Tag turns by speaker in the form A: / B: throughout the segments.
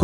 A: ค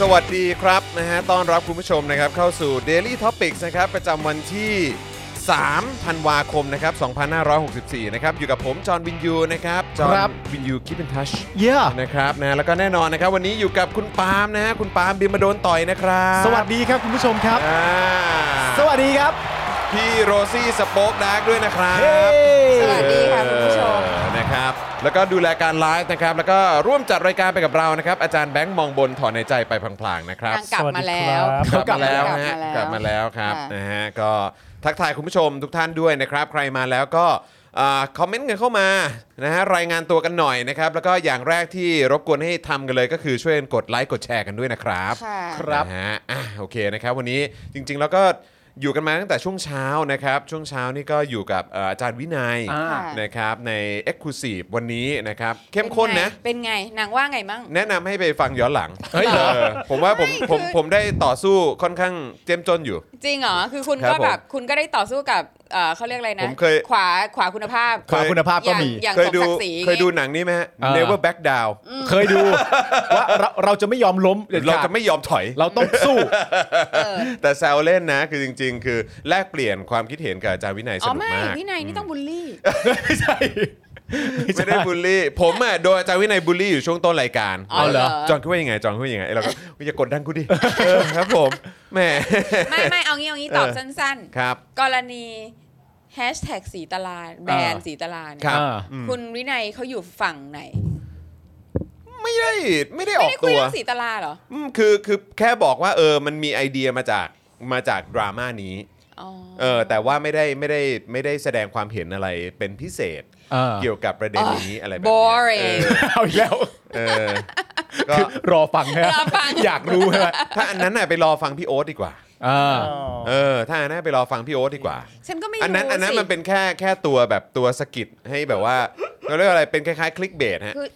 A: สวัสดีครับนะฮะต้อนรับคุณผู้ชมนะครับเข้าสู่ Daily Topics นะครับประจำวันที่ 3 ธันวาคมนะครับ 2564 นะครับ อยู่กับผม จอห์นวินยูนะครับ จอห์น
B: ครับ
A: วินยูคิปเป็นทัช
B: เย่
A: นะครับนะแล้วก็แน่นอนนะครับ วันนี้อยู่กับคุณปาล์มนะฮะคุณปาล์มบิมมาโดนต่อยนะครับ
B: สวัสดีครับคุณผู้ชมครับ
A: อ่า
B: สวัสดีครับ
A: พี่โรซี่สป็อคดาร์กด้วยนะครับ
C: สวัสดีค่ะคุณผู้ชม
A: เออนะครับ แล้วก็ดูแลการไลฟ์นะครับ แล้วก็ร่วมจัดรายการไปกับเรานะครับ อาจารย์แบงค์มองบนถอนในใจไปพลางๆนะครับ
C: นางกลับมาแล้ว
A: กลับมาแล้ว
C: กลับ
A: ฮะ
C: มาแล้ว
A: กลับมาแล้วครับ
C: ค่ะ
A: นะฮะก็ทักทายคุณผู้ชมทุกท่านด้วยนะครับ ใครมาแล้วก็อ่าคอมเมนต์กันเข้ามานะฮะรายงานตัวกันหน่อยนะครับ แล้วก็อย่างแรกที่รบกวนให้ทำกันเลยก็คือช่วยกันกดไลค์กดแชร์กันด้วยนะครับ
C: ค่ะ
A: นะฮะอ่ะโอเคนะครับ วันนี้จริงๆแล้วก็อยู่กันมาตั้งแต่ช่วงเช้านะครับ ช่วงเช้านี่ก็อยู่กับเอ่ออาจารย์วินัย
B: อ่า
C: ค่ะ
A: นะครับใน e x c l u s i v e วันนี้นะครับเข้มข้นนะ
C: เป็นไงเป็นไงนางว่าไงมั่ง
A: แนะนำให้ไปฟังย้อนหลัง
B: เฮ้ยเหรอ
A: ออผมว่าผม
C: ไม่
A: ผม
C: คือ
A: ผมได้ต่อสู้ค่อนข้างเจ้มจนอยู่
C: จริงเหรอ คือคุณ
A: ครับ
C: ก็
A: ผม
C: แบบคุณก็ได้ต่อสู้กับเอ่อเขาเรียกอะไรนะ
A: ผมเคย
C: ขวาขวาคุณภาพ
B: ความคุณภาพก็
C: อย่าง
B: มี
C: อย่าง
A: เคย
C: สม
A: ดู
C: ศักดิ์ศรี
A: เคยดูหนังนี้ไหมฮะ
B: อ่า
A: Never Back Down
B: เคยดู ว่าเราเราจะไม่ยอมล้มด็ดขด
A: เราจะไม่ยอมถอย
B: เราต้องสู้
C: เออ
A: แต่แซวเล่นนะ คือจริง ๆ คือแลกเปลี่ยนความคิดเห็นกับอาจารย์วินัยส
C: อ๋อ
A: นุก
C: ไม่
A: มาก
C: พี่นายนี่ต้องบูลลี่
B: ไม่ใช่
A: ไม่ได้บูลลี่ ผมอ่ะโดนอาจารย์วินัยบูลลี่อยู่ช่วงต้นรายการ
C: อ๋อเหรอ
A: จอนคิดว่ายังไงจอนคิดว่ายังไงเราก็อย่ากดดันกูดิ เออครับผมแหม
C: ไม่ไม่เอางี้เอางี้ตอบสั้น
A: ครับ
C: ๆ กรณีแฮชแท็กสีตลาดแบรนด์สีตลาดเนี่ย
A: ครับ
B: อ่า
A: อืม
C: คุณวินัยเขาอยู่ฝั่งไหน
A: ไม่ได้ไม่ได้อ
C: ไม่
A: อก
C: ได้
A: ตั
C: คุย
A: ว
C: เรื่องสีตลาดเหรอ
A: อืมคือคือแค่บอกว่าเออมันมีไอเดียมาจากมาจากดราม่านี้
C: อ๋อ
A: เออแต่ว่าไม่ได้ไม่ได้ไม่ได้แสดงความเห็นอะไรเป็นพิเศษ
B: เออ
A: เกี่ยวกับประเด็นนี้อะไรแบบ
C: บ
A: เนี้
C: อย ร
B: เอาอีกแล้ว
A: เออก็
B: คือรอฟังนะ
C: รอฟัง
B: อยากรู้ใช่ไหม
A: ถ้าอันนั้นน่ะไปรอฟังพี่โอ๊ตดีกว่า
B: อ่า
A: เออถ้าอันนั้นไปรอฟังพี่โอ๊ตดีกว่า
C: ฉันก็ไม่
A: อันนั้น
C: รู้
A: อันนั้น
C: สิ
A: มันเป็นแค่แค่ตัวแบบตัวสะกิดให้แบบว่าเราเรียกว่าอะไรเป็นคล้ายๆคลิกเบสฮะ
C: คือ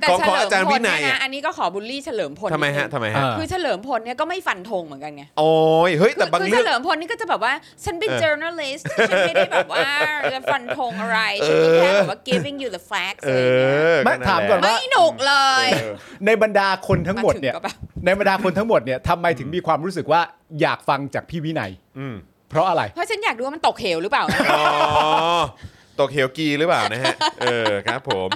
C: แต่
A: ของ
C: เฉ
A: ของ
C: ลิ
A: อาจารย์
C: มพ
A: วิ
C: ล
A: นั
C: เนี่ย ย
A: อะ
C: นะอันนี้ก็ขอบูลลี่เฉลิมพล
A: ทำไมฮะ
C: นิดนึง
A: ทำไมฮะ
B: อ่า
C: คือเฉลิมพลเนี่ยก็ไม่ฟันธงเหมือนกันไง
A: โอ้ยเฮ้ยแต่บาง
C: คือ
A: เรื่
C: เฉ
A: อง
C: ลิมพลนี่ก็จะแบบว่า ฉันเป็น
A: เออ
C: journalist ฉันไม่ได้แบบว่าจะฟันธงอะไรฉันก็แค่แบบว่า giving you the facts
A: เอ
C: อะไรอย่างเงี้ย
A: อ
B: ไม่ถามก่อนว่า
C: ไม่หนุกเลย
A: เออ
B: ในบรรดาคนทั้งหมดเนี่ย
C: มาถึงก็แบบ
B: ในบรรดาคนทั้งหมดเนี่ยทำไมถึงมีความรู้สึกว่าอยากฟังจากพี่วินัย
A: อืม
B: เพราะอะไร
C: เพราะฉันอยากดูว่ามันตกเหวหรือเปล่า
A: อ๋อตกเขียวกีหรือเปล่านะฮะ เออครับผม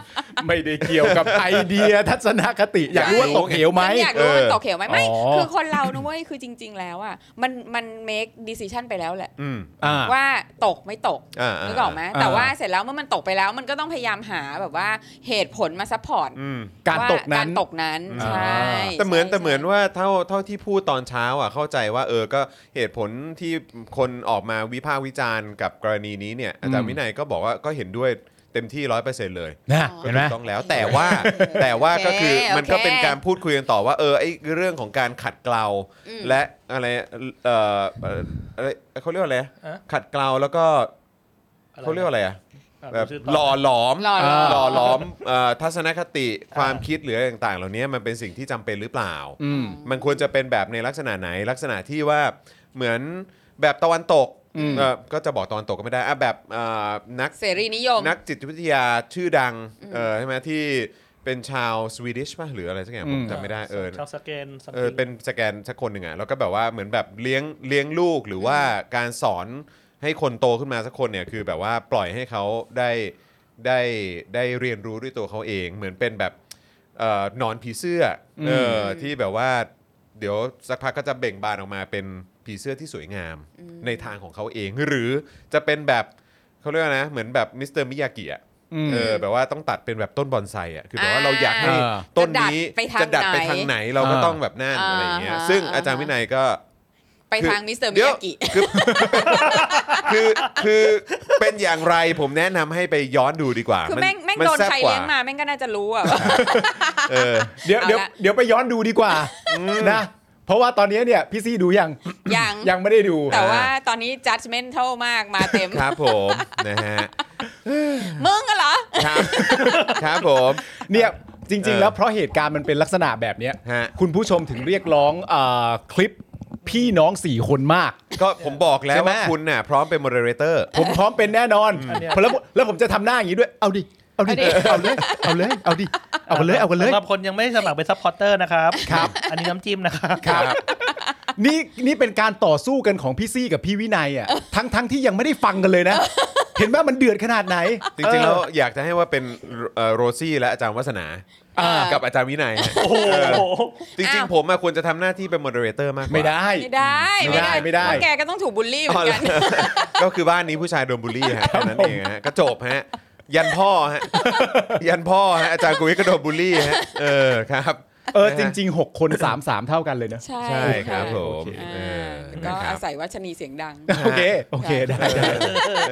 B: ไม่ได้เกี่ยวกับไอเดียทัศนคติ อยากรู้ว่าตกเหวไหม
C: ฉันอยากรู้ว่ามัน
A: เออ
C: ตกเหวไหมไม่
B: อ๋อ
C: คือคนเรานะเว้ยคือจริง ๆ แล้วอ่ะมันมัน make decision ไปแล้วแหละ
A: อืม
B: อ่า
C: ว่าตกไม่ตก
A: อ่า
C: นึกออกไหม
B: อ่า
C: แต่ว่าเสร็จแล้วเมื่อมันตกไปแล้วมันก็ต้องพยายามหาแบบว่าเหตุผลมาซัพพอร์ต
A: อืม
B: การตกนั้น
C: ว่การตกนั้น
B: อ่า
C: ใช่
A: แต่เหมือน
C: ใช่
A: แต่เหมือน
C: ใช่
A: ว่าเท่าเท่าที่พูดตอนเช้าอ่ะเข้าใจว่าเออก็เหตุผลที่คนออกมาวิพากษ์วิจารณ์กับกรณีนี้เนี่ยอาจารย์วินัยก็บอกว่าก็เห็นด้วยเต็มที่ร้อยเปอร์เซ็นต์เลย
B: นะ
A: ก็
B: เห็นไห
A: ถู
B: ม
A: กต้องแล้วแต่ว่าแต่ว่าก็คือมันก็เป็นการพูดคุยกันต่อว่าเออไอเรื่องของการขัดเกลา และอะไรเอ่อเอ่ออะไรเขาเรียกว่าอะไรขัดเกลาแล้วก็เขาเรียกว่าอะไรอ่ะ
D: ะ
A: แบบ
D: ดูชื่ตน
A: หล่อหลอม
C: หล่อหลอม
A: หล่อหลอมเอ่อทัศนคติความคิดหรืออะไรต่างๆ เหล่านี้มันเป็นสิ่งที่จำเป็นหรือเปล่า
B: อืม
A: มันควรจะเป็นแบบในลักษณะไหนลักษณะที่ว่าเหมือนแบบตะวันตก
B: อืม
A: เอ่อก็จะบอกตะวันตกก็ไม่ได้อ่ะแบบเอ่อนัก
C: เสรีนิยม
A: นักจิตวิทยาชื่อดังเออใช่ไหมที่เป็นชาวสวีดิชป่ะหรืออะไรสักอย่างผม
B: อืม
A: จำไม่ได้เออ
D: ชาวสแกน
A: เออ
D: something
A: เป็นสแกนสักคนหนึ่งอ่ะแล้วก็แบบว่าเหมือนแบบเลี้ยงเลี้ยงลูกหรือว่าการสอนให้คนโตขึ้นมาสักคนเนี่ยคือแบบว่าปล่อยให้เขาได้ได้ได้เรียนรู้ด้วยตัวเขาเอง เหมือนเป็นแบบเอ่อหนอนผีเสื้ออ
B: ม
A: เออที่แบบว่า เดี๋ยวสักพักก็จะเบ่งบานออกมาเป็นผีเสื้อที่สวยงามในทางของเขาเองหรือจะเป็นแบบเขาเรียกว่านะเหมือนแบบมิสเตอร์มิยากิอ่ะ
B: อืม
A: เออแบบว่าต้องตัดเป็นแบบต้นบอนไซอ่ะคือแบบว่า
C: อ่า
A: เราอยากให้
B: เออ
A: ต้นนี้
C: จะดัด
A: จะดัด
C: ไปทาง
A: ไปทางไหนเราก็
B: อ่า
A: ต้องแบบนั่น
C: อ่า
A: อะไรอย่างเงี้ย
C: ฮะ
A: ซึ่งอาจารย์วินัยก็
C: ไปทางมิสเตอร์
A: ดี๋วย
C: มิากิ
A: คือ คือคือเป็นอย่างไรผมแนะนำให้ไปย้อนดูดีกว่า
C: คือ
A: มัน
C: แม่งแม่ง
A: มั
C: โดน
A: แซ่บ
C: ใคร
A: กว่
C: เลี้ยงมาแม่งก็น่าจะรู้ อะ
A: เออ
B: เดี๋ยว
C: เอา
B: เดี๋ยว
C: ละ
B: เดี๋ยวไปย้อนดูดีกว่านะ เพราะว่าตอนนี้เนี่ยพี่ซี่ดูยัง
C: ยัง
B: ยังไม่ได้ดู
C: แต่ว่าตอนนี้ judgment เท่ามากมาเต็ม
A: ครับผมนะฮะ
C: มึงอะเหรอ
A: ครับครับผม
B: เนี่ยจริง
A: เอ
B: ๆ
A: อ
B: แล้วเพราะเหตุการณ์มันเป็นลักษณะแบบเนี้ย
A: ฮะ
B: คุณผู้ชมถึงเรียกร้องเออคลิปพี่น้องสี่คนมาก
A: ก็ผมบอกแล้
B: ใช่
A: ว
B: ไหม
A: ว่าคุณน่ะพร้อมเป็นโมเดเลเตอร์
B: ผมพร้อมเป็นแน่นอน
D: อันเนี้ย
B: แล้วผมแล้วผมจะทำหน้าอย่างนี้ด้วย เอาดิ เอาดิ เอาเลย เอาเลย เอาดิ เอากันเลย เอากันเลย
D: สำหรับคนยังไม่สมัครเป็นซัพพอร์เตอร์นะครับ
B: ครับ
D: อันนี้น้ำจิ้มนะครับ
B: ครับ นี่นี่เป็นการต่อสู้กันของพี่ซี่กับพี่วินัยอ่ะ ทั้งทั้งที่ยังไม่ได้ฟังกันเลยนะ เห็นว่ามันเดือดขนาดไหน
A: จริงๆ
B: เออ
A: แล้วอยากจะให้ว่าเป็นเอ่อโรซี่และอาจารย์วัฒนา
C: อ่ากั
A: กับอาจารย์วินัยฮะ
D: โอ้โห
A: จริงๆ ผมอะควรจะทำหน้าที่เป็นโมเดเลเตอร์มากกว่า
B: ไม่ได้
C: ไม่ได้
B: ไม่ได้ไม่ได้
C: เพราะแกก็ต้องถูกบูลลี่เหมือนกัน
A: ก็คือบ้านนี้ผู้ชายโดนบูลลี่ฮะแค่นั้นเองฮะก็จบฮะ ยันพ่อฮะ ยันพ่อฮะอาจารย์กุยก็โดนบูลลี่ฮะเออครับ
B: เออ
A: นะฮะ
B: จริง ๆ 6 คน3ามสามเท่ากันเลยนะ
C: ใช่
A: ใช่ครับ
C: ะ
A: ผม
C: อ่า
A: เออ
C: ก็
A: นะครั
C: อา
A: บ
C: ศัยว่าชนีเสียงดัง
B: โอเค โอเคได้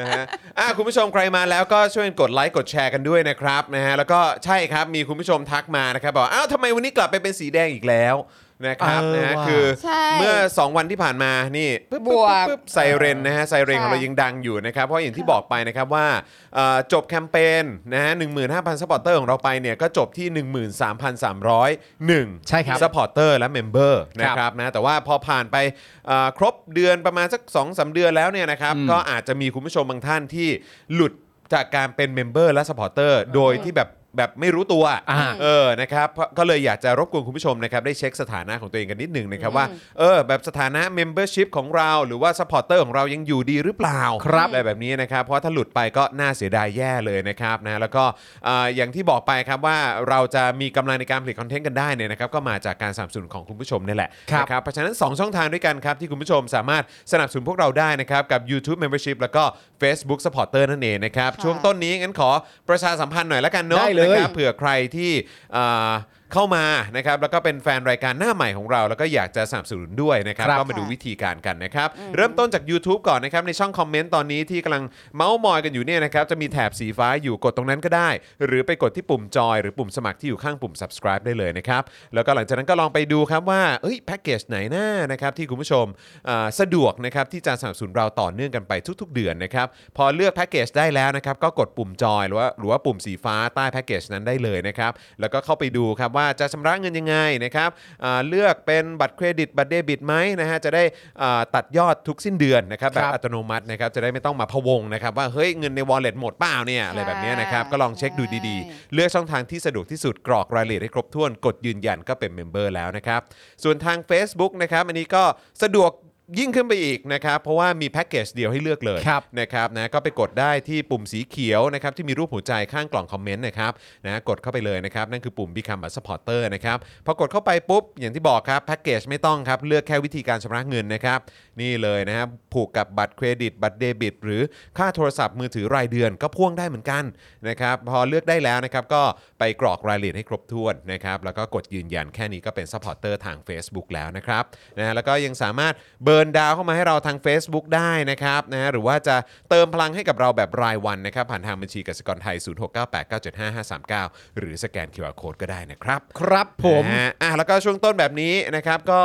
A: นะฮะอ่ะคุณผู้ชมใครมาแล้วก็ช่วยกดไลค์กดแชร์กันด้วยนะครับนะฮะแล้วก็ใช่ครับมีคุณผู้ชมทักมานะครับบอกว่าอ้าวทำไมวันนี้กลับไปเป็นสีแดงอีกแล้วนะครับ
B: เออ
A: นะฮะ
B: ว่ะ
A: คือ
C: ใช่
A: เมื่อ 2 วันที่ผ่านมานี่ปึ๊
C: บวก
A: ปึ๊ไซเรนนะฮะไซเรน
C: ค่ะ
A: ของเรายังดังอยู่นะครับ เพราะอย่างที่บอกไปนะครับว่าเอ่อจบแคมเปญนะฮะหนึ่งหมื่นห้าพันสปอร์เตอร์ของเราไปเนี่ยก็จบที่ 13,301
B: ใช่ครับ
A: สปอร์เตอร์และเมมเบอร์นะครับนะแต่ว่าพอผ่านไปเอ่อครบเดือนประมาณสัก2อสเดือนแล้วเนี่ยนะครับก็อาจจะมีคุณผู้ชมบางท่านที่หลุดจากการเป็นเมมเบอร์และสปอร์เตอร์โดยที่แบบแบบไม่รู้ตัว
B: อ่า
A: เออนะครับเพราะก็เลยอยากจะรบกวนคุณผู้ชมนะครับได้เช็คสถานะของตัวเองกันนิดหนึ่งนะครับว่าเออแบบสถานะเมมเบอร์ชิพของเราหรือว่าสปอร์เตอร์ของเรายังอยู่ดีหรือเปล่า
B: ครับ
A: อะไรแบบนี้นะครับ เพราะถ้าหลุดไปก็น่าเสียดายแย่เลยนะครับนะแล้วก็อ่าอย่างที่บอกไปครับว่าเราจะมีกำลังในการผลิตคอนเทนต์กันได้เนี่ยนะครับก็มาจากการสนับสนุนของคุณผู้ชมนี่แหละ
B: ครับ
A: นะครับเพราะฉะนั้น 2 ช่องทางด้วยกันครับ ที่คุณผู้ชมสามารถสนับสนุนพวกเราได้นะครับ กับ YouTube Membership แล้วก็ Facebook Supporter นั่นเองนะครับ
C: ค่ะ
A: ช่วงต้นนี้งั้นขอประชาสัมพันธ์หน่อยละกันเนาะ
B: ได้เลย
A: นะครับ เผื่อใครที่อ่าเข้ามานะครับแล้วก็เป็นแฟนรายการหน้าใหม่ของเรา แล้วก็อยากจะสนับสนุนด้วยนะครับ
B: ครับ
A: ก็มาดูวิธีการกันนะครับ เริ่มต้นจาก YouTube ก่อนนะครับ ในช่องคอมเมนต์ตอนนี้ที่กำลังเมาส์มอยกันอยู่เนี่ยนะครับ จะมีแถบสีฟ้าอยู่กดตรงนั้นก็ได้ หรือไปกดที่ปุ่มจอยหรือปุ่มสมัครที่อยู่ข้างปุ่ม subscribe ได้เลยนะครับ แล้วก็หลังจากนั้นก็ลองไปดูครับว่าเอ้ยแพ็กเกจไหนหน้านะครับที่คุณผู้ชมอ่าสะดวกนะครับที่จะสนับสนุนเราต่อเนื่องกันไปทุก ๆ เดือนนะครับพอเลือกแพ็กเกจได้แล้วนะครับก็กดปุ่มจอยหรือว่าหรือว่าปุ่มสีฟ้าใต้แพ็กเกจนั้นได้เลยนะครับแล้วก็เข้าไปดูครับว่าจะชำระเงินยังไงนะครับอ่าเลือกเป็นบัตรเครดิตบัตรเดบิตไหมนะฮะจะได้อ่าตัดยอดทุกสิ้นเดือนนะครับแบบ
B: ครับ
A: อัตโนมัตินะครับจะได้ไม่ต้องมาพะวงนะครับว่าเฮ้ยเงินใน wallet หมดเปล่าเนี่ยอะไรแบบเนี้ยนะครับก็ลองเช็คดูดีๆ เลือกช่องทางที่สะดวกที่สุดกรอกรายละเอียดให้ครบถ้วนกดยืนยันก็เป็นเมมเบอร์แล้วนะครับ ส่วนทาง Facebook นะครับ อันนี้ก็สะดวกยิ่งขึ้นไปอีกนะครับ เพราะว่ามีแพ็กเกจเดียวให้เลือกเลย
B: ครับ
A: นะครับนะก็ไปกดได้ที่ปุ่มสีเขียวนะครับ ที่มีรูปหัวใจข้างกล่องคอมเมนต์นะครับนะกดเข้าไปเลยนะครับ นั่นคือปุ่ม Become a supporter นะครับพอกดเข้าไปปุ๊บ อย่างที่บอกครับแพ็กเกจไม่ต้องครับเลือกแค่วิธีการชำระเงินนะครับ นี่เลยนะครับผูกกับบัตรเครดิต บัตรเดบิต หรือค่าโทรศัพท์มือถือรายเดือนก็พ่วงได้เหมือนกันนะครับพอเลือกได้แล้วนะครับก็ไปกรอกรายละเอียดให้ครบถ้วนนะครับแล้วก็กดยืนยันแค่นี้ก็เป็นซัพพอร์เตอร์ทาง Facebook แล้วนะครับนะฮะแล้วก็ยังสามารถเบิร์นดาวเข้ามาให้เราทาง Facebook ได้นะครับนะฮะหรือว่าจะเติมพลังให้กับเราแบบรายวันนะครับผ่านทางบัญชีกสิกรไทย 0698975539 หรือสแกน QR Code ก็ได้นะครับ
B: ครับผม
A: นะฮะอ่ะแล้วก็ช่วงต้นแบบนี้นะครับก็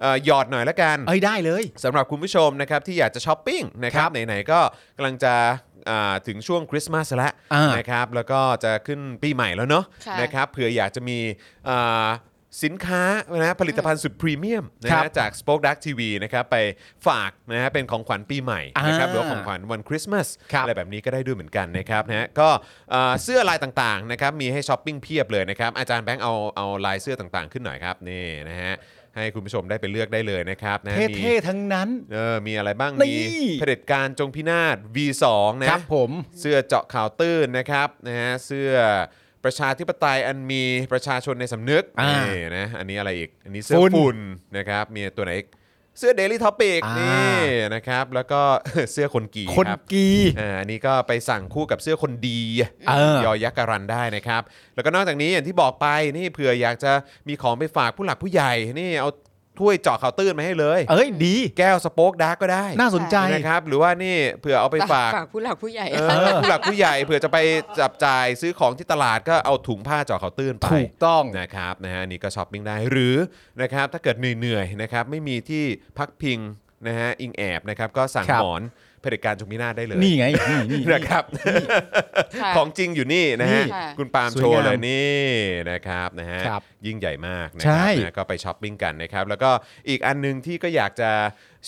A: เอ่อหยอดหน่อยละกัน
B: เอ้ยได้เลย
A: สำหรับคุณผู้ชมนะครับที่อยากจะช้อปปิ้งนะครับ
B: ครับ
A: ไหนๆก็กำลังจะ อ่าถึงช่วงคริสต์มาสแล้ว
B: อ่าน
A: นะครับแล้วก็จะขึ้นปีใหม่แล้วเนาะ
C: ค่ะ
A: นะครับเผื่ออยากจะมีอ่าสินค้านะผลิตภัณฑ์สุดพรีเมียมนะครับฮะจาก Spoke Dark TV นะครับไปฝากนะฮะเป็นของขวัญปีใหม่นะครับห
B: อ่า
A: รือว่าของขวัญวันคริสต์มาส
B: ครับ
A: อะไรแบบนี้ก็ได้ด้วยเหมือนกันนะครับนะฮะก็อ่าเสื้อลายต่างๆนะครับมีให้ช้อปปิ้งเพียบเลยนะครับอาจารย์แบงค์เอาเอาลายเสื้อต่างๆ ขึ้นหน่อยครับนี่นะฮะให้คุณผู้ชมได้ไปเลือกได้เลยนะครับนะฮะมี
B: เท่ๆทั้งนั้น
A: เออ มีอะไรบ้าง
B: นี่
A: มีเผด็จการจงพินาศ V2 นะ
B: ครับผม
A: เสื้อเจาะข่าวตื้นนะครับนะฮะเสื้อประชาธิปไตยอันมีประชาชนในสำนึก
B: อ่า
A: นี่นะอันนี้อะไรอีก อันนี้เสื้อ
B: ฝุ่น
A: ฝุ่นนะครับ มีตัวไหนอีกเสื้อ Daily Topic
B: อ่านี่
A: นี่นะครับ แล้วก็ เสื้อคนกี
B: คน
A: รับ
B: กี
A: อ่าอันนี้ก็ไปสั่งคู่กับเสื้อคนดี
B: เออย
A: อยักษ์การันได้นะครับ แล้วก็นอกจากนี้อย่างที่บอกไปนี่เผื่ออยากจะมีของไปฝากผู้หลักผู้ใหญ่นี่เอาถ้วยเจาะข่าวตื้นมาให้เลย
B: เอ้ยดี
A: แก้วสโป๊กดาร์กก็ได้
B: น่าสนใจ
A: นะครับหรือว่านี่เผื่อเอาไปฝาก
C: ฝากผู้หลักผู้ใหญ่
A: เออผู้หลักผู้ใหญ่เผื่อจะไปจับจ่ายซื้อของที่ตลาดก็เอาถุงผ้าเจาะเขาวตื้นไป
B: ถูกต้อง
A: นะครับนะฮะอันนี่ก็ช้อปปิ้งได้หรือนะครับถ้าเกิดเหนื่อยๆนะครับไม่มีที่พักพิงนะฮะอิงแอบนะครับก็สั่ง
B: ครับ
A: หมอนเผด็จการจงพินาศได้เลย
B: นี่ไงนี่นี่
A: นะครับ
C: ค่ะ
A: ของจริงอยู่นี่นะฮะ
C: ค่ะ
A: คุณปาล์ม
B: สวย
A: โชว์
B: งาม
A: เลยนี่นะครับนะฮะ
B: ครับ
A: ยิ่งใหญ่มากนะค
B: ใช่
A: รับนะก็ไปช้อปปิ้งกันนะครับ แล้วก็อีกอันหนึงที่ก็อยากจะ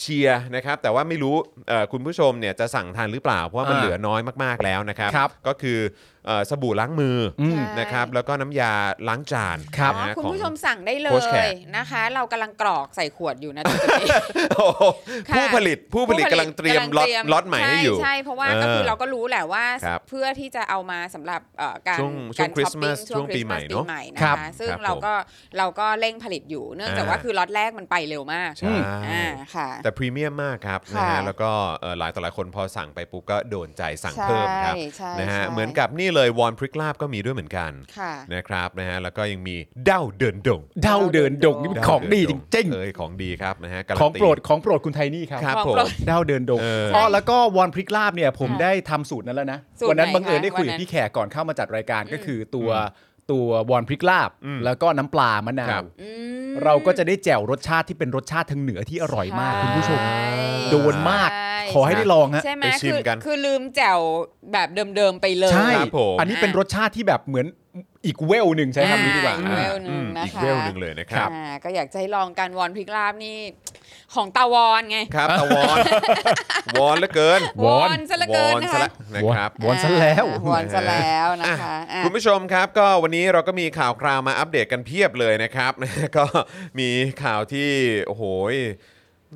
A: เชียร์นะครับ แต่ว่าไม่รู้เอ่อคุณผู้ชมเนี่ยจะสั่งทานหรือเปล่า เพราะว่ามัน
B: อ่า
A: เหลือน้อยมากๆแล้วนะครับ
B: ครับ
A: ก็คือเอ่อสบู่ล้างมืออ
B: อืม
C: ใช่
A: นะครับ แล้วก็น้ำยาล้างจาน
B: ครับ
A: นะ
C: อ๋อ
A: ฮะ
C: คุณ
A: ของ
C: ผู้ชมสั่งได้เล
A: โค้ชแข
C: ย
A: ก
C: นะคะ เรากำลังกรอกใส่ขวดอยู่นะตอนนี้
A: โอ้โห
C: ค่ะ
A: ผู้ผลิต ผู้ผลิตกำลังเตรียมล็อต
C: กำงเต
A: ล็อตใหม่ให้อยู่
C: ใช่เพราะว่าก็คือเราก็รู้แหละว่า
A: ครับ
C: เพื่อที่จะเอามาสำหรับเอ่อการ
A: ช่วงช่วง
C: การช้อปปิ้
A: Christmas ช่วงปีใหม่เนอะ
C: ปีใหม่นะครับ คะซึ่ง
A: ครับ
C: เราก็เราก็เร่งผลิตอยู่เนื่องจากว่า
A: อ่า
C: คือล็อตแรกมันไปเร็วมาก
A: ใช่
C: อ่าค่ะ
A: แต่พรีเมียมมากครับ
C: ค่ะ
A: นะฮะแล้วก็เอ่อหลายต่อหลายคนพอสั่งไปปุ๊บก็โดนใจสั่ง
C: ใช่
A: เพิ่มครับ
C: ใช่
A: นะฮะ
C: ใช่
A: เหมือนกับนี่เลยวอนพริกลาบก็มีด้วยเหมือนกัน
C: ค่ะ
A: นะครับนะฮะแล้วก็ยังมีเด้าเดินดง
B: เด้าเดินดงนี่เป็นของดีจริง
A: เอ้ยของดีครับนะฮะการัน
B: ๆ
A: ตี
B: ของโปรดของโปรดคุณไทนี่ครับ
A: ครับ
C: ของ
A: ผ
C: โปร
A: ม
C: ด
B: เด้าเดินดง
A: เออ
B: อ๋อแล้วก็วอนพริกลาบเนี่ยผม
C: ค่ะ
B: ได้ทำสูตรนั้นแล้วนะ
C: สูตร
B: วันนั้น
C: ไหน
B: บังเอิญ
C: คะ
B: ได้คุยกั
C: วันนั้
B: บ
C: น
B: พี่แขกก่อนเข้ามาจัดรายการก็คือตัวตัววอนพริกลาบ
A: อืม
B: แล้วก็น้ำปลามะนา
A: ครั
B: ว
A: บ
B: เราก็จะได้แจ่วรสชาติที่เป็นรสชาติทางเหนือที่อร่อยมาก
C: ใช่
B: คุณผู้ชม โดนมาก
C: ใช่
B: ขอให้ได้ลองฮะ
C: ใช่ไหม
A: ไปชิม
C: คือ
A: กัน
C: คือลืมแจ่วแบบเดิมๆไปเลย
B: ใช่
A: ครับผม
B: อันนี้เป็นรสชาติที่แบบเหมือนอีกเวลหนึ่งใช้คำนี้ดีกว่า
C: อีกเวล หนึ่ง
A: อืม
C: นะคะ
A: อีกเวลหนึ่งเลยนะครับ
C: อ่าก็อยากจะให้ลองการวอนพริกลาบนี่ของตาวอนไง
A: ครับตะวอน วอนเหลือเกิน
B: วอน
C: วอนซะเหลือเกินนะ
A: ซะ
C: คะ
A: ละนะครับ
B: วอนซะแล้ว
C: อ่าวอนซะแล้วนะคะ
A: อ่
C: อ่ะ
A: คุณผู้ชมครับก็วันนี้เราก็มีข่าวคราวมาอัปเดตกันเพียบเลยนะครับ ก็มีข่าวที่โอ้โหย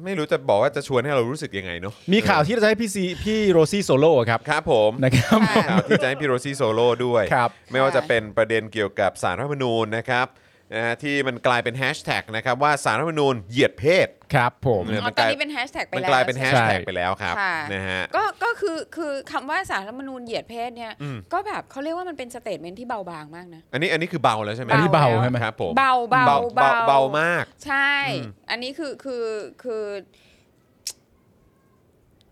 A: ไม่รู้จะบอกว่าจะชวนให้เรารู้สึกยังไงเนาะ
B: มีข่าวที่เราจะให้พี่ซีพี่โรซี่โซโล่ครับ
A: ครับผม
B: นะครับ
C: ค่ะ
A: ข่าวที่จะให้พี่โรซี่โซโล่ด้วย
B: ครับ
A: ไม่ว่าจะเป็นประเด็นเกี่ยวกับสารรัฐธรรมนูญนะครับนะฮะที่มันกลายเป็นแฮชแท็กนะครับว่าสารรัฐธรรมนูญเหยียดเพศ
B: ครับผม
A: เอ
C: อ๋อตอนนี้เป็นแฮชแท็กไป
A: มัน
C: แล้ว
A: กลายเป็นแฮ
C: ใช่ไหม
A: ชแท็ก
B: ใช่
A: ไปแล้วครับ
C: ค่ะ
A: นะฮะ
C: ก็ ก็คือ คือคำว่าสารรัฐธรรมนูญเหยียดเพศเนี่ย
A: อืม
C: ก็แบบเขาเรียกว่ามันเป็นสเตทเมนที่เบาบางมากนะ
A: อันนี้อันนี้คือเบาแล้วใช่ไหม
B: อันนี้เบาใช่ไหม
A: ครับผม
C: เบาเบา
A: เบาเบามาก
C: ใช่
A: อืม
C: อันนี้คือ คือ คือ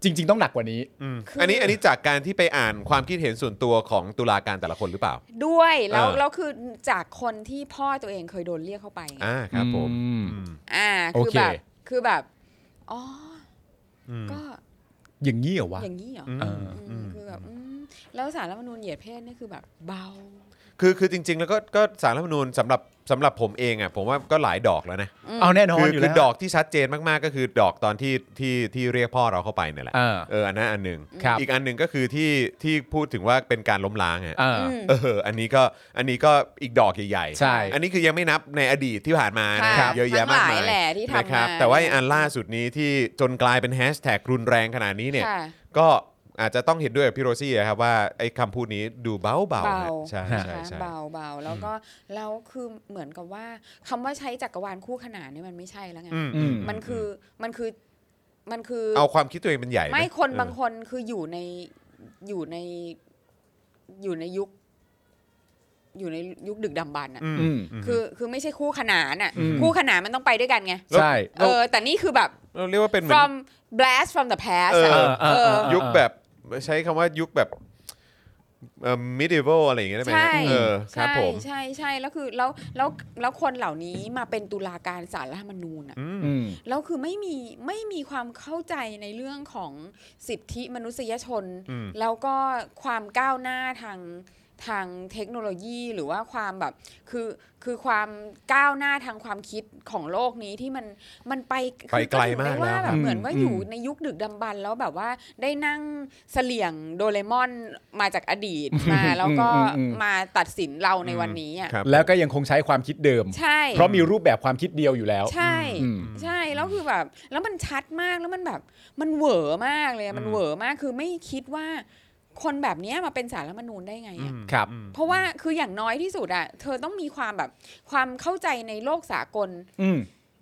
B: จริง ๆ ต้องหนักกว่านี้
A: อืม
C: คือ
A: อันนี้อันนี้จากการที่ไปอ่านความคิดเห็นส่วนตัวของตุลาการแต่ละคนหรือเปล่า
C: ด้วย แล้ว
A: เออ
C: แล้วคือจากคนที่พ่อตัวเองเคยโดนเรียกเข้าไปไง
A: อ่าครับผม
B: อืม
A: อืม
C: อ่า คือแบบ คือแบบ อ๋อ
A: อืม
C: ก็
B: อย่างนี้เหรอวะ
C: อย่างนี้เหรอ
A: อืม
B: เออ
C: อืมคือแบบอืมแล้วสารรัฐธรรมนูญเหยียดเพศนี่คือแบบเบา
A: คือคือจริง ๆ แล้วก็ก็สารรัฐธรรมนูญสำหรับสำหรับผมเองอ่ะผมว่าก็หลายดอกแล้วนะ
B: เอาแน่นอน
A: คือ
B: อยู่
A: คื
B: แล้
A: อ
B: ว
A: ดอกที่ชัดเจนมากๆก็คือดอกตอนที่ที่ที่เรียกพ่อเราเข้าไปเนี่ยแหละ
B: เออ
A: เอออันนั้นอันหนึ่ง
B: ครับ
A: อีกอันหนึ่งก็คือที่ที่พูดถึงว่าเป็นการล้มล้างอ่ะ
B: เออ
C: อืม
A: เอออันนี้ก็อันนี้ก็อีกดอกใหญ่ๆ
B: ใช่
A: อันนี้คือยังไม่นับในอดีตที่ผ่านมานะ
C: ค่ะ
A: เยอะแยะมาก
C: ทั้ง
A: มา
C: หลาย
A: ย
C: แหละที่ทำ
A: นะครับ
C: มา
A: แต่ว่าอันล่าสุดนี้ที่จนกลายเป็นแฮชแท็กรุนแรงขนาดนี้เนี่ย
C: ค่ะ
A: ก็อาจจะต้องเห็นด้วยกับพี่โรซี่อะครับว่าไอ้คำพูดนี้ดูเบาๆ
C: เบา
A: ฮะใช่
C: นะ
A: ใช่
C: คะ
A: ใช่
C: เบาเบาแล้วก็แล้วคือเหมือนกับว่าคำว่าใช้จักรวาลคู่ขนานเนี่ยมันไม่ใช่แล้วไง
A: อืม
B: อืม
C: มันคือมันคือมันคือ
A: เอาความคิดตัวเองเป็นใหญ่ห
C: ไม่คนบาง
A: เออ
C: คนคืออยู่ในอยู่ในอยู่ในยุค อยู่ในยุคดึกดำบรรพ์อ่ะ
A: อืม
B: อืม
A: ม
C: คือคือไม่ใช่คู่ขนานอ่ะ
B: อืม
C: คู่ขนานมันต้องไปด้วยกันไง
A: แล้ว
B: ใช่
C: เออแต่นี่คือแบบ
A: เราเรียกว่าเป็นเหมือน
C: from blast from the past
A: เออ
C: อะ
B: เออเออเออ
A: ยุคแบบใช้คำว่ายุคแบบ เอ่อ medieval อะไรอย่างเงี้ยได้ไหมฮะ
C: ใช่
A: เออครับ
C: ใช่
A: ผม
C: ใช่ใช่แล้วคือแล้วแล้วแล้วคนเหล่านี้มาเป็นตุลาการสารรัฐธรรมนูญอ่ะ
A: อืม
B: อืม
C: แล้วคือไม่มีไม่มีความเข้าใจในเรื่องของสิทธิมนุษยชน
A: อืม
C: แล้วก็ความก้าวหน้าทางทางเทคโนโลยีหรือว่าความแบบคือคือความก้าวหน้าทางความคิดของโลกนี้ที่มันมันไป
A: ไปไกลมาก
C: คือถือได้ว่า
A: แล้วค
C: แบ
A: รั
C: บบ เหมือนว่า
B: อืม
C: อยู่ในยุคดึกดำบรรพ์แล้วแบบว่าได้นั่งเสลี่ยงโดเรมอนมาจากอดีตมาแล้วก็มาตัดสินเราในวันนี้อ่ะ
A: ครับ
B: แล้วก็ยังคงใช้ความคิดเดิม
C: ใช่
B: เพราะมีรูปแบบความคิดเดียวอยู่แล้ว
C: ใช่
B: อืม
C: ใช่แล้วคือแบบแล้วมันชัดมากแล้วมันแบบมันเหวอมากเลยอะมัน
A: อืม
C: เหวอมากคือไม่คิดว่าคนแบบเนี้ยมาเป็นสารรัฐธรรมนูญได้ไง
A: อื
C: อะ
A: ม
B: ครับ
A: อืม
C: เพราะว่าคืออย่างน้อยที่สุดอะเธอต้องมีความแบบความเข้าใจในโลกสากล
B: อืม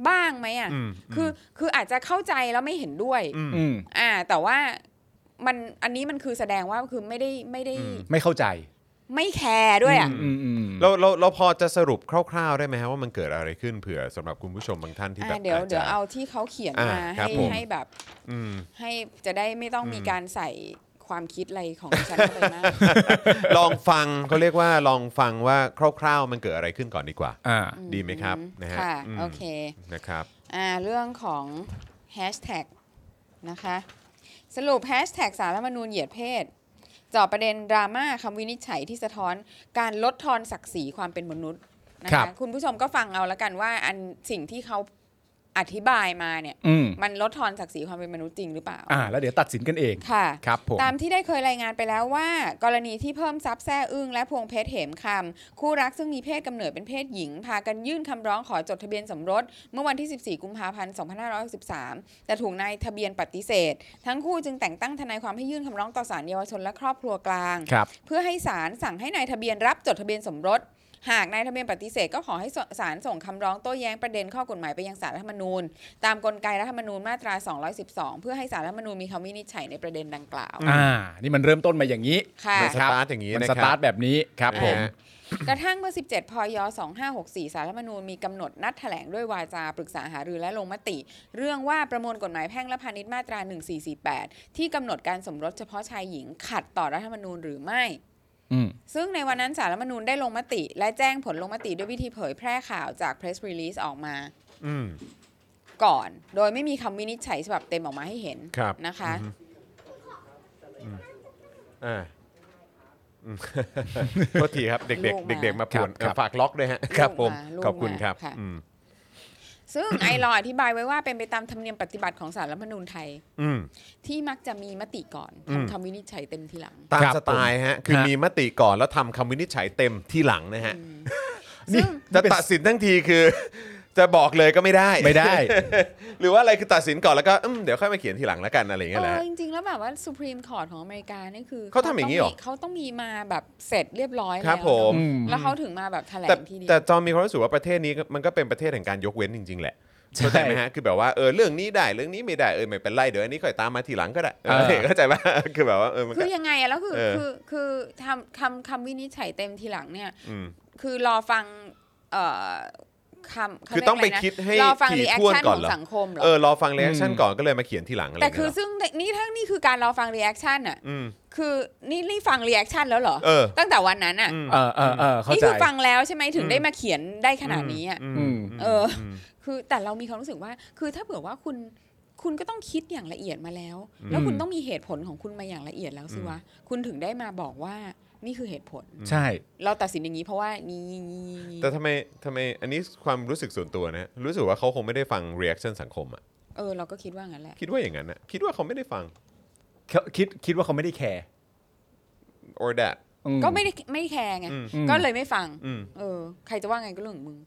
C: บ้างไหมอะ
A: อืม
C: คือคืออาจจะเข้าใจแล้วไม่เห็นด้วย
A: อืม
B: อืม
C: อ่า แต่ว่ามันอันนี้มันคือแสดงว่าคือไม่ได้ไม่ได้
A: อืม
B: ไม่เข้าใจ
C: ไม่แคร์ด้วยอะ
B: อืมอืม
A: เราเราเราพอจะสรุปคร่าวๆได้ไหมฮะว่ามันเกิดอะไรขึ้นเผื่อสำหรับคุณผู้ชมบางท่านที่แบบ
C: อ่าเดี๋ยว
A: อาจจะ
C: เดี๋ยวเอาที่เขาเขียน
A: อ่าม
C: มา
A: ครับ
C: ให้
A: ผม
C: ให้แบบ
A: อืม
C: ให้จะได้ไม่ต้องมี
A: อืม
C: การใส่ความคิดอะไรของดิฉันเข้าไปมาก
A: ลองฟังเขาเรียกว่าลองฟังว่าคร่าวๆมันเกิดอะไรขึ้นก่อนดีกว่า
B: อ่า
A: ดี ไหมครับนะฮะ
C: ค่ะ
A: อืม
C: โอเค
A: นะครับ
C: อ่าเรื่องของแฮชแท็กนะคะ สรุปแฮชแท็กสารรัฐธรรมนูญเหยียดเพศเจอบประเด็นดราม่าคำวินิจฉัยที่สะท้อนการลดทอนศักดิ์ศรีความเป็นมนุษย์นะ
B: ครั
C: คะ
B: บ
C: คุณผู้ชมก็ฟังเอาละกันว่าอันสิ่งที่เขาอธิบายมาเนี่ย
B: อืม
C: มันลดทอนศักดิ์ศรีความเป็นมนุษย์จริงหรือเปล่า
B: อ่า แล้วเดี๋ยวตัดสินกันเอง
C: ค่ะ
B: ครับผม
C: ตามที่ได้เคยรายงานไปแล้วว่า กรณีที่เพิ่มทรัพย์แซ่อึ้งและพวงเพชรเหมคำคู่รักซึ่งมีเพศกำเนิดเป็นเพศหญิง พากันยื่นคำร้องขอจดทะเบียนสมรส เมื่อวันที่ 14 กุมภาพันธ์ 2563 แต่ถูกนายทะเบียนปฏิเสธ ทั้งคู่จึงแต่งตั้งทนายความให้ยื่นคำร้องต่อศาลเยาวชนและครอบครัวกลาง
B: ครับ
C: เพื่อให้ศาลสั่งให้นายทะเบียนรับจดทะเบียนสมรส หากนายทะเบียนปฏิเสธก็ขอให้ศาลส่งคำร้องโต้แย้งประเด็นข้อกฎหมายไปยังศาลรัฐธรรมนูญ ตามกลไกรัฐธรรมนูญมาตรา 212 เพื่อให้ศาลรัฐธรรมนูญมีคำวินิจฉัยในประเด็นดังกล่าว
B: อ่า นี่มันเริ่มต้นมาอย่างนี้
C: ค่ะ
A: มันสตาร์ทอย่างนี้
B: มัน
A: นะ
B: ส
A: ค
B: ตา
A: รั
B: ร์ทแบบนี้ครับผม
A: นะฮะ
C: กระทั่งเมื่อ 17 พย 2564 สารรัฐธรรมนูญมีกำหนดนัดแถลงด้วยวาจาปรึกษาหารือและลงมติ เรื่องว่าประมวลกฎหมายแพ่งและพาณิชย์มาตรา 1448 ที่กำหนดการสมรสเฉพาะชายหญิงขัดต่อรัฐธรรมนูญหรือไม่
B: อืม
C: ซึ่งในวันนั้นสารรัฐธรรมนูญได้ลงมติ และแจ้งผลลงมติด้วยวิธีเผยแพร่ข่าวจาก press release ออกมา
A: อืม
C: ก่อน โดยไม่มีคำวินิจฉัยฉบับเต็มออกมาให้เห็น
A: ครับ
C: นะคะ
A: อ่าอื มโทษทีครับเด็ก
C: ลูกมา
A: ๆเด็ก ๆ มาปวนเอ่อ
B: ครับครับ
A: ฝากล็อกด้วยฮะ
C: ลูก
A: ครับผม
C: มาลูก
A: ขอบคุณ
C: มา
A: ครับ
C: ค่ะ
A: อืม
C: ซึ่งไอรอว์อธิบายไว้ว่าเป็นไปตามธรรมเนียมปฏิบัติของสารรัฐธรรมนูญไทย
A: อืม
C: ที่มักจะมีมติก่อน
A: อืม
C: ทำคำวินิจฉัยเต็มทีหลัง
A: ตาม
B: ครับ
A: สไตล์ฮะคือ
B: ฮะ
A: มีมติก่อนแล้วทำคำวินิจฉัยเต็มที่หลังนะฮะ
C: ซึ่ง
A: จะตัดสินทั้งทีคือ จะบอกเลยก็ไม่ได้
B: ไม่ได้
A: หรือว่าอะไรคือตัดสินก่อนแล้วก็อืมเดี๋ยวค่อยมาเขียนทีหลังแล้วกันอะไรอย่างเงี้ยแหละ
C: เออจริงๆ แล้วแบบว่าสุพรีมคอร์ t ของอเมริกานี่คือ
A: เขาทำอย่างนี้เหรอ
C: ต้มีเขาต้องมีมาแบบเสร็จเรียบร้อย
A: ครับ
C: แล้ว
A: ผม
C: เน
B: อืม
C: อะแล้วเขาถึงมาแบบแถล
A: แต่
C: งทีเดียว
A: แต่จอมมีความรู้สึกว่าประเทศนี้ก็มันก็เป็นประเทศแห่งการยกเว้นจริง ๆ แหละ
B: ใช่
A: เข้าใจไหมฮะคือแบบว่าเออเรื่องนี้ได้เรื่องนี้ไม่ได้เออไม่เป็นไรเดี๋ยวอันนี้ค่อยตามมาทีหลังก็ได้เออ
B: เออ
A: เข้าใจป่ะ คือแบบว่าเออมัน
C: คื
A: ก็
C: อยังไงอะแล้วคือ
A: เออ
C: คือคือทำคำคำวินิจฉัยเต็มทีหลังเนี่ย
A: ม
C: คือรอฟังเอ่อคำเขา
A: คือ
C: เรียก
A: ต้องไป
C: ะรนะ
A: คิดให้
C: รอฟัง
A: ถี่
C: รีแอค
A: ถ้วน
C: ชั่น
A: ก่อ
C: ข
A: นเห
C: อง
A: รอ
C: สังคมเหรอ
A: เออรอฟังเรีแอคชั่นก่อนก็เลยมาเขียนทีหลังอะไรอ
C: แต่
A: ย่าง
C: คื
A: เงี้
C: อย
A: เหรอ
C: ซึ่งนี่ถ้านี่คือการรอฟังรีแอคชั่นอะ
A: อืม
C: คือนี่นี่ฟังรีแอคชั่นแล้วเหรอ
A: เออ
C: ตั้งแต่วันนั้นอะ
A: อืม
B: เออเออเออเข้า
C: นี่
B: ใจ
C: คือฟังแล้วใช่ไหมถึงได้มาเขียนได้ขนาดนี้อะ
A: อืม
C: เออ
A: ม
C: คือแต่เรามีความรู้สึกว่าคือถ้าเผื่อว่าคุณคุณก็ต้องคิดอย่างละเอียดมาแล้ว
A: อืม
C: แล้วคุณต้องมีเหตุผลของคุณมาอย่างละเอียดแล้วสิวะคุณถึงได้มาบอกว่านี่คือเหตุผล
B: ใช่
C: เราตัดสินอย่างนี้เพราะว่านี่
A: แต่ทำไมทำไมอันนี้ความรู้สึกส่วนตัวนะรู้สึกว่าเขาคงไม่ได้ฟังรีแอคชั่นสังคมอ่ะ
C: เออเราก็คิดว่างั้นแหละ
A: คิดว่าอย่างนั้นอ่ะคิดว่าเขาไม่ได้ฟัง
B: คิดคิดว่าเขาไม่ได้แคร์
A: or that
B: อืม
C: ก็ไม่ได้ไม่แคร์ไง
A: อืม
C: ก็เลยไม่ฟัง
A: อืม
C: เออ ใครจะว่าไงก็เรื่องของมึง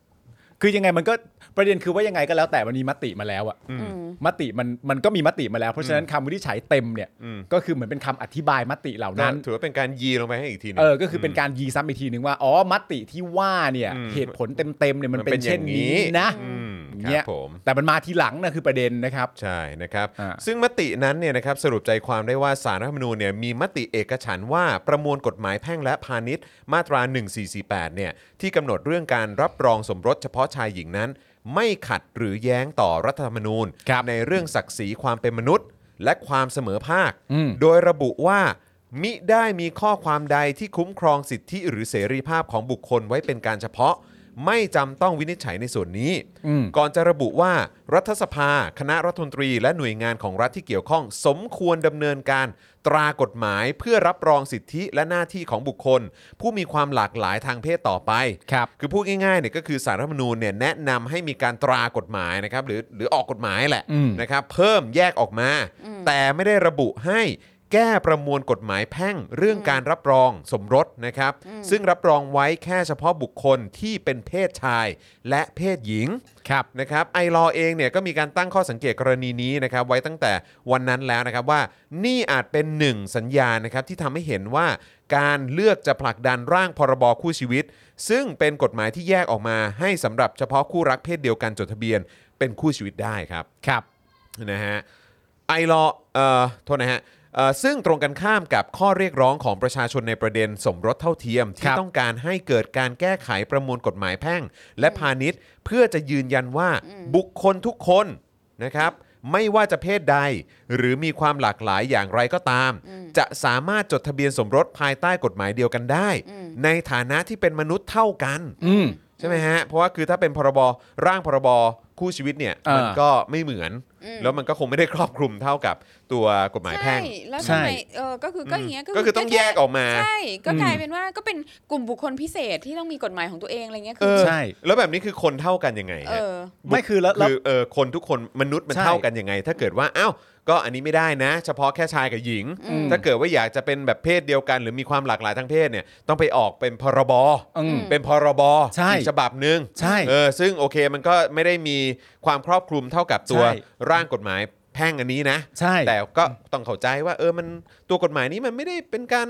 B: คือยังไงมันก็ประเด็นคือว่ายังไงก็แล้วแต่มันมีมติมาแล้วอะ
A: อืม
C: อืม
B: มติมันมันก็มีมติมาแล้ว เพราะฉะนั้นคำวินิจฉัยเต็มเนี่ย
A: อืม
B: ก็คือเหมือนเป็นคำอธิบายมติเหล่านั้น
A: ก็ถือว่าเป็นการยีลงไปให้อีกทีหนึง
B: เออ ก็คือเป็นการยีซ้ำอีกทีหนึ่งว่า อ๋อ มติที่ว่าเนี่ย
A: อืม
B: เหตุผลเต็มๆเนี่ยมัน
A: มันเป็
B: เป็น นเช่นนี้
A: อย่างนี้
B: นะ
A: อืมค
B: เนี่
A: รั
B: ย
A: บผม
B: แต่มันมาทีหลังนะคือประเด็นนะครับ
A: ใช่นะครับ
B: อ่า
A: ซึ่งมตินั้นเนี่ยนะครับสรุปใจความได้ว่าสารรัฐธรรมนูญเนี่ยมีมติเอกฉันท์ว่าประมวลกฎหมายแพ่งและพาณิชย์มาตรา 1448 เนี่ยที่กำหนดเรื่องการรับรองสมรสเฉพาะชายหญิงนั้น ไม่ขัดหรือแย้งต่อรัฐธรรมนูญ ในเรื่องศักดิ์ศรีความเป็นมนุษย์ และความเสมอภาค
B: อืม
A: โดยระบุว่า มิได้มีข้อความใดที่คุ้มครองสิทธิหรือเสรีภาพของบุคคลไว้เป็นการเฉพาะ ไม่จำต้องวินิจฉัยในส่วนนี้
B: อืม
A: ก่อนจะระบุว่ารัฐสภา คณะรัฐมนตรี และหน่วยงานของรัฐที่เกี่ยวข้อง สมควรดำเนินการตรากฎหมายเพื่อรับรองสิทธิและหน้าที่ของบุคคล ผู้มีความหลากหลายทางเพศต่อไป
B: ครับ
A: คือพูดง่ายๆเนี่ยก็คือสารรัฐธรรมนูญเนี่ยแนะนำให้มีการตรากฎหมายนะครับหรือหรือออกกฎหมายแหละ
B: อืม
A: นะครับเพิ่มแยกออกมา
C: อืม
A: แต่ไม่ได้ระบุให้แก้ประมวลกฎหมายแพ่งเรื่องการรับรองสมรสนะครับ ซึ่งรับรองไว้แค่เฉพาะบุคคลที่เป็นเพศชายและเพศหญิง
B: ครับ
A: นะครับไอรอเองเนี่ยก็มีการตั้งข้อสังเกตกรณีนี้นะครับไว้ตั้งแต่วันนั้นแล้วนะครับว่านี่อาจเป็นหนึ่งสัญญาณนะครับที่ทำให้เห็นว่าการเลือกจะผลักดันร่างพรบคู่ชีวิต ซึ่งเป็นกฎหมายที่แยกออกมาให้สำหรับเฉพาะคู่รักเพศเดียวกันจดทะเบียนเป็นคู่ชีวิตได้ครับ
B: ครับ
A: นะฮะไอรอเอ่อโทษนะฮะเอ่อซึ่งตรงกันข้ามกับข้อเรียกร้องของประชาชนในประเด็นสมรสเท่าเทียม
B: ค
A: ที่
B: รับ
A: ต้องการให้เกิดการแก้ไขประมวลกฎหมายแพ่ง และพาณิชย์ เพื่อจะยืนยันว่าบุคคลทุกคนนะครับ ไม่ว่าจะเพศใด หรือมีความหลากหลายอย่างไรก็ตาม จะสามารถจดทะเบียนสมรสภายใต้กฎหมายเดียวกันได้ ในฐานะที่เป็นมนุษย์เท่ากัน
B: อืม
A: ใช่ไหมฮะ เพราะว่าคือถ้าเป็นพรบร่างพรบคู่ชีวิตเนี่ย
B: อ่า
A: มั
B: มั
A: นก็ไม่เหมือน แล้วมันก็คงไม่ได้ครอบคลุมเท่ากับตัวกฎหมายแพ่
C: ใช่
A: ง
C: แล้ว
D: ใช่
C: ทำไมเออก็คือก็อย่างเงี้ย
A: ก็คือต้องแยกออกมา
C: ใช่ก็
B: อืม
C: กลายเป็นว่าก็เป็นกลุ่มบุคคลพิเศษที่ต้องมีกฎหมายของตัวเองอะไรเงี้ย
A: เอ
C: คือ
A: อ
B: ใช่
A: แล้วแบบนี้คือคนเท่ากันยังไง
C: เอ
A: ฮะ
C: อ
B: ไม่คือแล้วแล้ว
A: คือเออคนทุกคนมนุษย์มัน
B: ใช่
A: เท่ากันยังไง ถ้าเกิดว่าอ้าวก็อันนี้ไม่ได้นะ เฉพาะแค่ชายกับหญิง
B: อืม
A: ถ้าเกิดว่าอยากจะเป็นแบบเพศเดียวกัน หรือมีความหลากหลายทางเพศเนี่ยต้องไปออกเป็นพรบ
B: อืม
A: เป็นพรบ
B: ใช่
A: อีกฉบับหนึ่ง
B: ใช่
A: เออซึ่งโอเคมันก็ไม่ได้มีความครอบคลุมเท่ากับตัว
B: ใช่
A: ร่างกฎหมายแพ่งอันนี้นะ
B: ใช่
A: แต่ก็ต้องเข้าใจว่าเออมันตัวกฎหมายนี้มันไม่ได้เป็นการ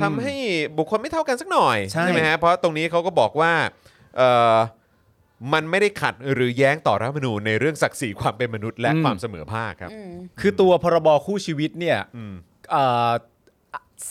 A: ทำ
B: อืม
A: ให้บุคคลไม่เท่ากันสักหน่อย
B: ใช่
A: ไหมฮะเพราะตรงนี้เขาก็บอกว่าเออมันไม่ได้ขัดหรือแย้งต่อรัฐธรรมนูญในเรื่องศักดิ์ศรีความเป็นมนุษย์และความเสมอภาคครับ
C: อืม
B: คือตัวพรบคู่ชีวิตเนี่ย
A: อืม
B: เอ่อ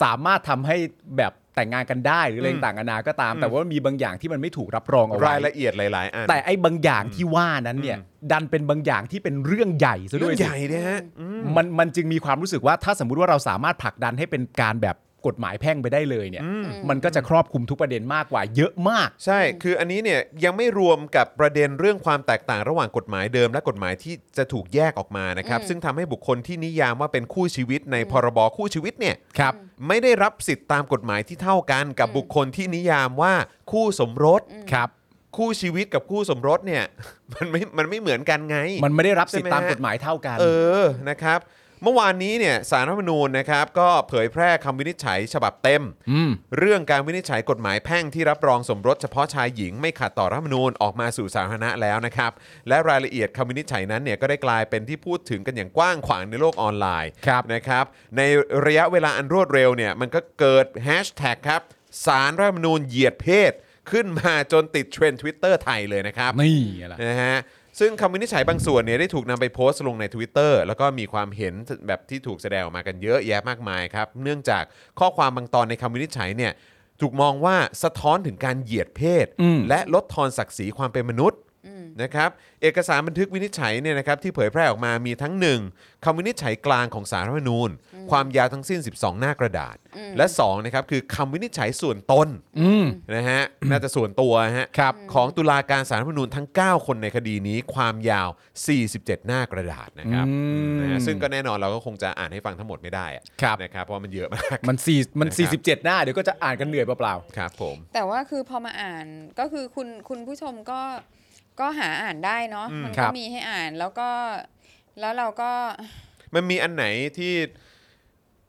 B: สามารถทำให้แบบแต่งงานกันได้หรืออะไรต่างกันานาก็ตาม แต่ว่ามีบางอย่างที่มันไม่ถูกรับรองเอาไว้
A: รายละเอียดหลาย ๆอัน
B: แต่ไอ้บางอย่างที่ว่านั้นเนี่ย ดันเป็นบางอย่างที่เป็นเรื่องใหญ่ซะ
A: เรื่
B: ด้
A: อ
B: วย
A: ง
B: สิ
A: ใหญ่เนี่ยฮะอืม
B: มันมันจึงมีความรู้สึกว่าถ้าสมมุติว่าเราสามารถผลักดันให้เป็นการแบบกฎหมายแพ่งไปได้เลยเนี่ย มันก็จะครอบคลุมทุกประเด็นมากกว่าเยอะมาก
A: ใช่ คืออันนี้เนี่ยยังไม่รวมกับประเด็นเรื่องความแตกต่างระหว่างกฎหมายเดิม และกฎหมายที่จะถูกแยกออกมานะครับ
C: อืม
A: ซึ่งทำให้บุคคลที่นิยามว่าเป็นคู่ชีวิตในพรบคู่ชีวิตเนี่ย
B: ครับ
A: ไม่ได้รับสิทธิ์ตามกฎหมายที่เท่ากันกับบุคคลที่นิยามว่าคู่สมรส
B: ครับ
A: คู่ชีวิตกับคู่สมรสเนี่ย มันไม่มันไม่เหมือนกันไง
B: มันไม่ได้รับสิท
A: ใช่
B: ธิ์
A: ไหมฮะ
B: ตามกฎหมายเท่ากัน
A: เออ นะครับ เมื่อวานนี้เนี่ยสารรัฐธรรมนูญนะครับ ก็เผยแพร่คำวินิจฉัยฉบับเต็ม
B: อืม
A: เรื่องการวินิจฉัยกฎหมายแพ่งที่รับรองสมรสเฉพาะชายหญิงไม่ขัดต่อรัฐธรรมนูญออกมาสู่สาธารณะแล้วนะครับ และรายละเอียดคำวินิจฉัยนั้นเนี่ยก็ได้กลายเป็นที่พูดถึงกันอย่างกว้างขวางในโลกออนไลน์
B: ครับ
A: นะครับ ในระยะเวลาอันรวดเร็วเนี่ยมันก็เกิดแฮชแท็กครับสารรัฐธรรมนูญเหยียดเพศ ขึ้นมาจนติดเทรนด์ทวิตเตอร์ไทยเลยนะครับ
B: นี่แหละ
A: นะฮะซึ่งคำวินิจฉัยบางส่วนเนี่ยได้ถูกนำไปโพสต์ลงใน Twitter แล้วก็มีความเห็นแบบที่ถูกแสดงออกมากันเยอะแยะมากมายครับ เนื่องจากข้อความบางตอนในคำวินิจฉัยเนี่ยถูกมองว่าสะท้อนถึงการเหยียดเพศ
B: อืม
A: และลดทอนศักดิ์ศรีความเป็นมนุษย์
C: อืม
A: นะครับเอกสารบันทึกวินิจฉัยเนี่ยนะครับที่เผยแพร่ออกมามีทั้ง 1คำวินิจฉัยกลางของสารรัฐธรรมนูญ ความยาวทั้งสิ้น 12 หน้ากระดาษ และ2นะครับคือคำวินิจฉัยส่วนตน
B: อืม
A: นะฮะ น่าจะส่วนตัวฮะ
B: ครับ
A: ของตุลาการสารรัฐธรรมนูญทั้ง 9 คนในคดีนี้ความยาว 47 หน้ากระดาษนะครับ
B: อืม
A: นะฮะซึ่งก็แน่นอนเราก็คงจะอ่านให้ฟังทั้งหมดไม่ได้อะ
B: ครับ
A: นะครับเพราะมันเยอะมาก
B: มันสี่มัน
A: นะครับ
B: สี่สิบเจ็ดหน้าเดี๋ยวก็จะอ่านกันเหนื่อยเปล่า
A: ครับผม
C: แต่ว่าคือพอมาอ่านก็คือคุณคุณผู้ชมก็ก็หาอ่านได้เนาะ
A: อืม
C: มัน
B: ครั
C: ก็
B: บ
C: มีให้อ่านแล้วก็ แล้วเราก็
A: มันมีอันไหนที่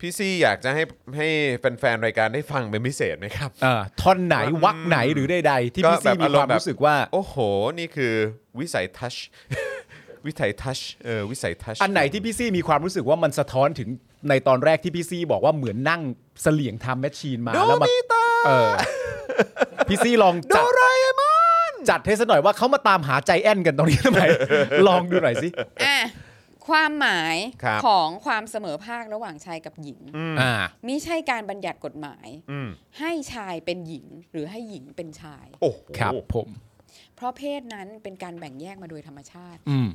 A: พี่ซี่อยากจะให้ให้แฟนๆ รายการได้ฟังเป็นพิเศษไหมครับ
B: ๆเออท่อนไหนวักไหนหรือใดๆที่
A: ก็
B: พี่
A: แบ
B: ซี
A: บ
B: มี
A: อาร
B: ค
A: มณ์
B: วาม
A: แบบ
B: รู้สึกว่า
A: โอ้โห นี่คือวิสัยทัช วิสัยทัชเออวิสัยทัช
B: อันไหนที่พี่ซี่มีความรู้สึกว่ามันสะท้อนถึงในตอนแรกที่พี่ซี่บอกว่าเหมือนนั่งเสลียงทำแมชชีนมา
A: โด
B: แล้วมา
A: มิตา
B: เออพี่ซี่ลอง
A: โด
B: จัด
A: ราเอมอน
B: จัดให้สักหน่อยว่าเขามาตามหาใจแอนกันตรงนี้ทำไม ลองดูหน่อยสิ
C: อ่ะความหมาย
A: ครับ
C: ของความเสมอภาคระหว่างชายกับหญิง
A: อืม
B: อ่า
C: มิใช่การบัญญัติกฎหมาย
A: อืม
C: ให้ชายเป็นหญิงหรือให้หญิงเป็นชาย
A: โอ้โห
B: ครับผม
C: เพราะเพศนั้นเป็นการแบ่งแยกมาโดยธรรมชาติ
B: อืม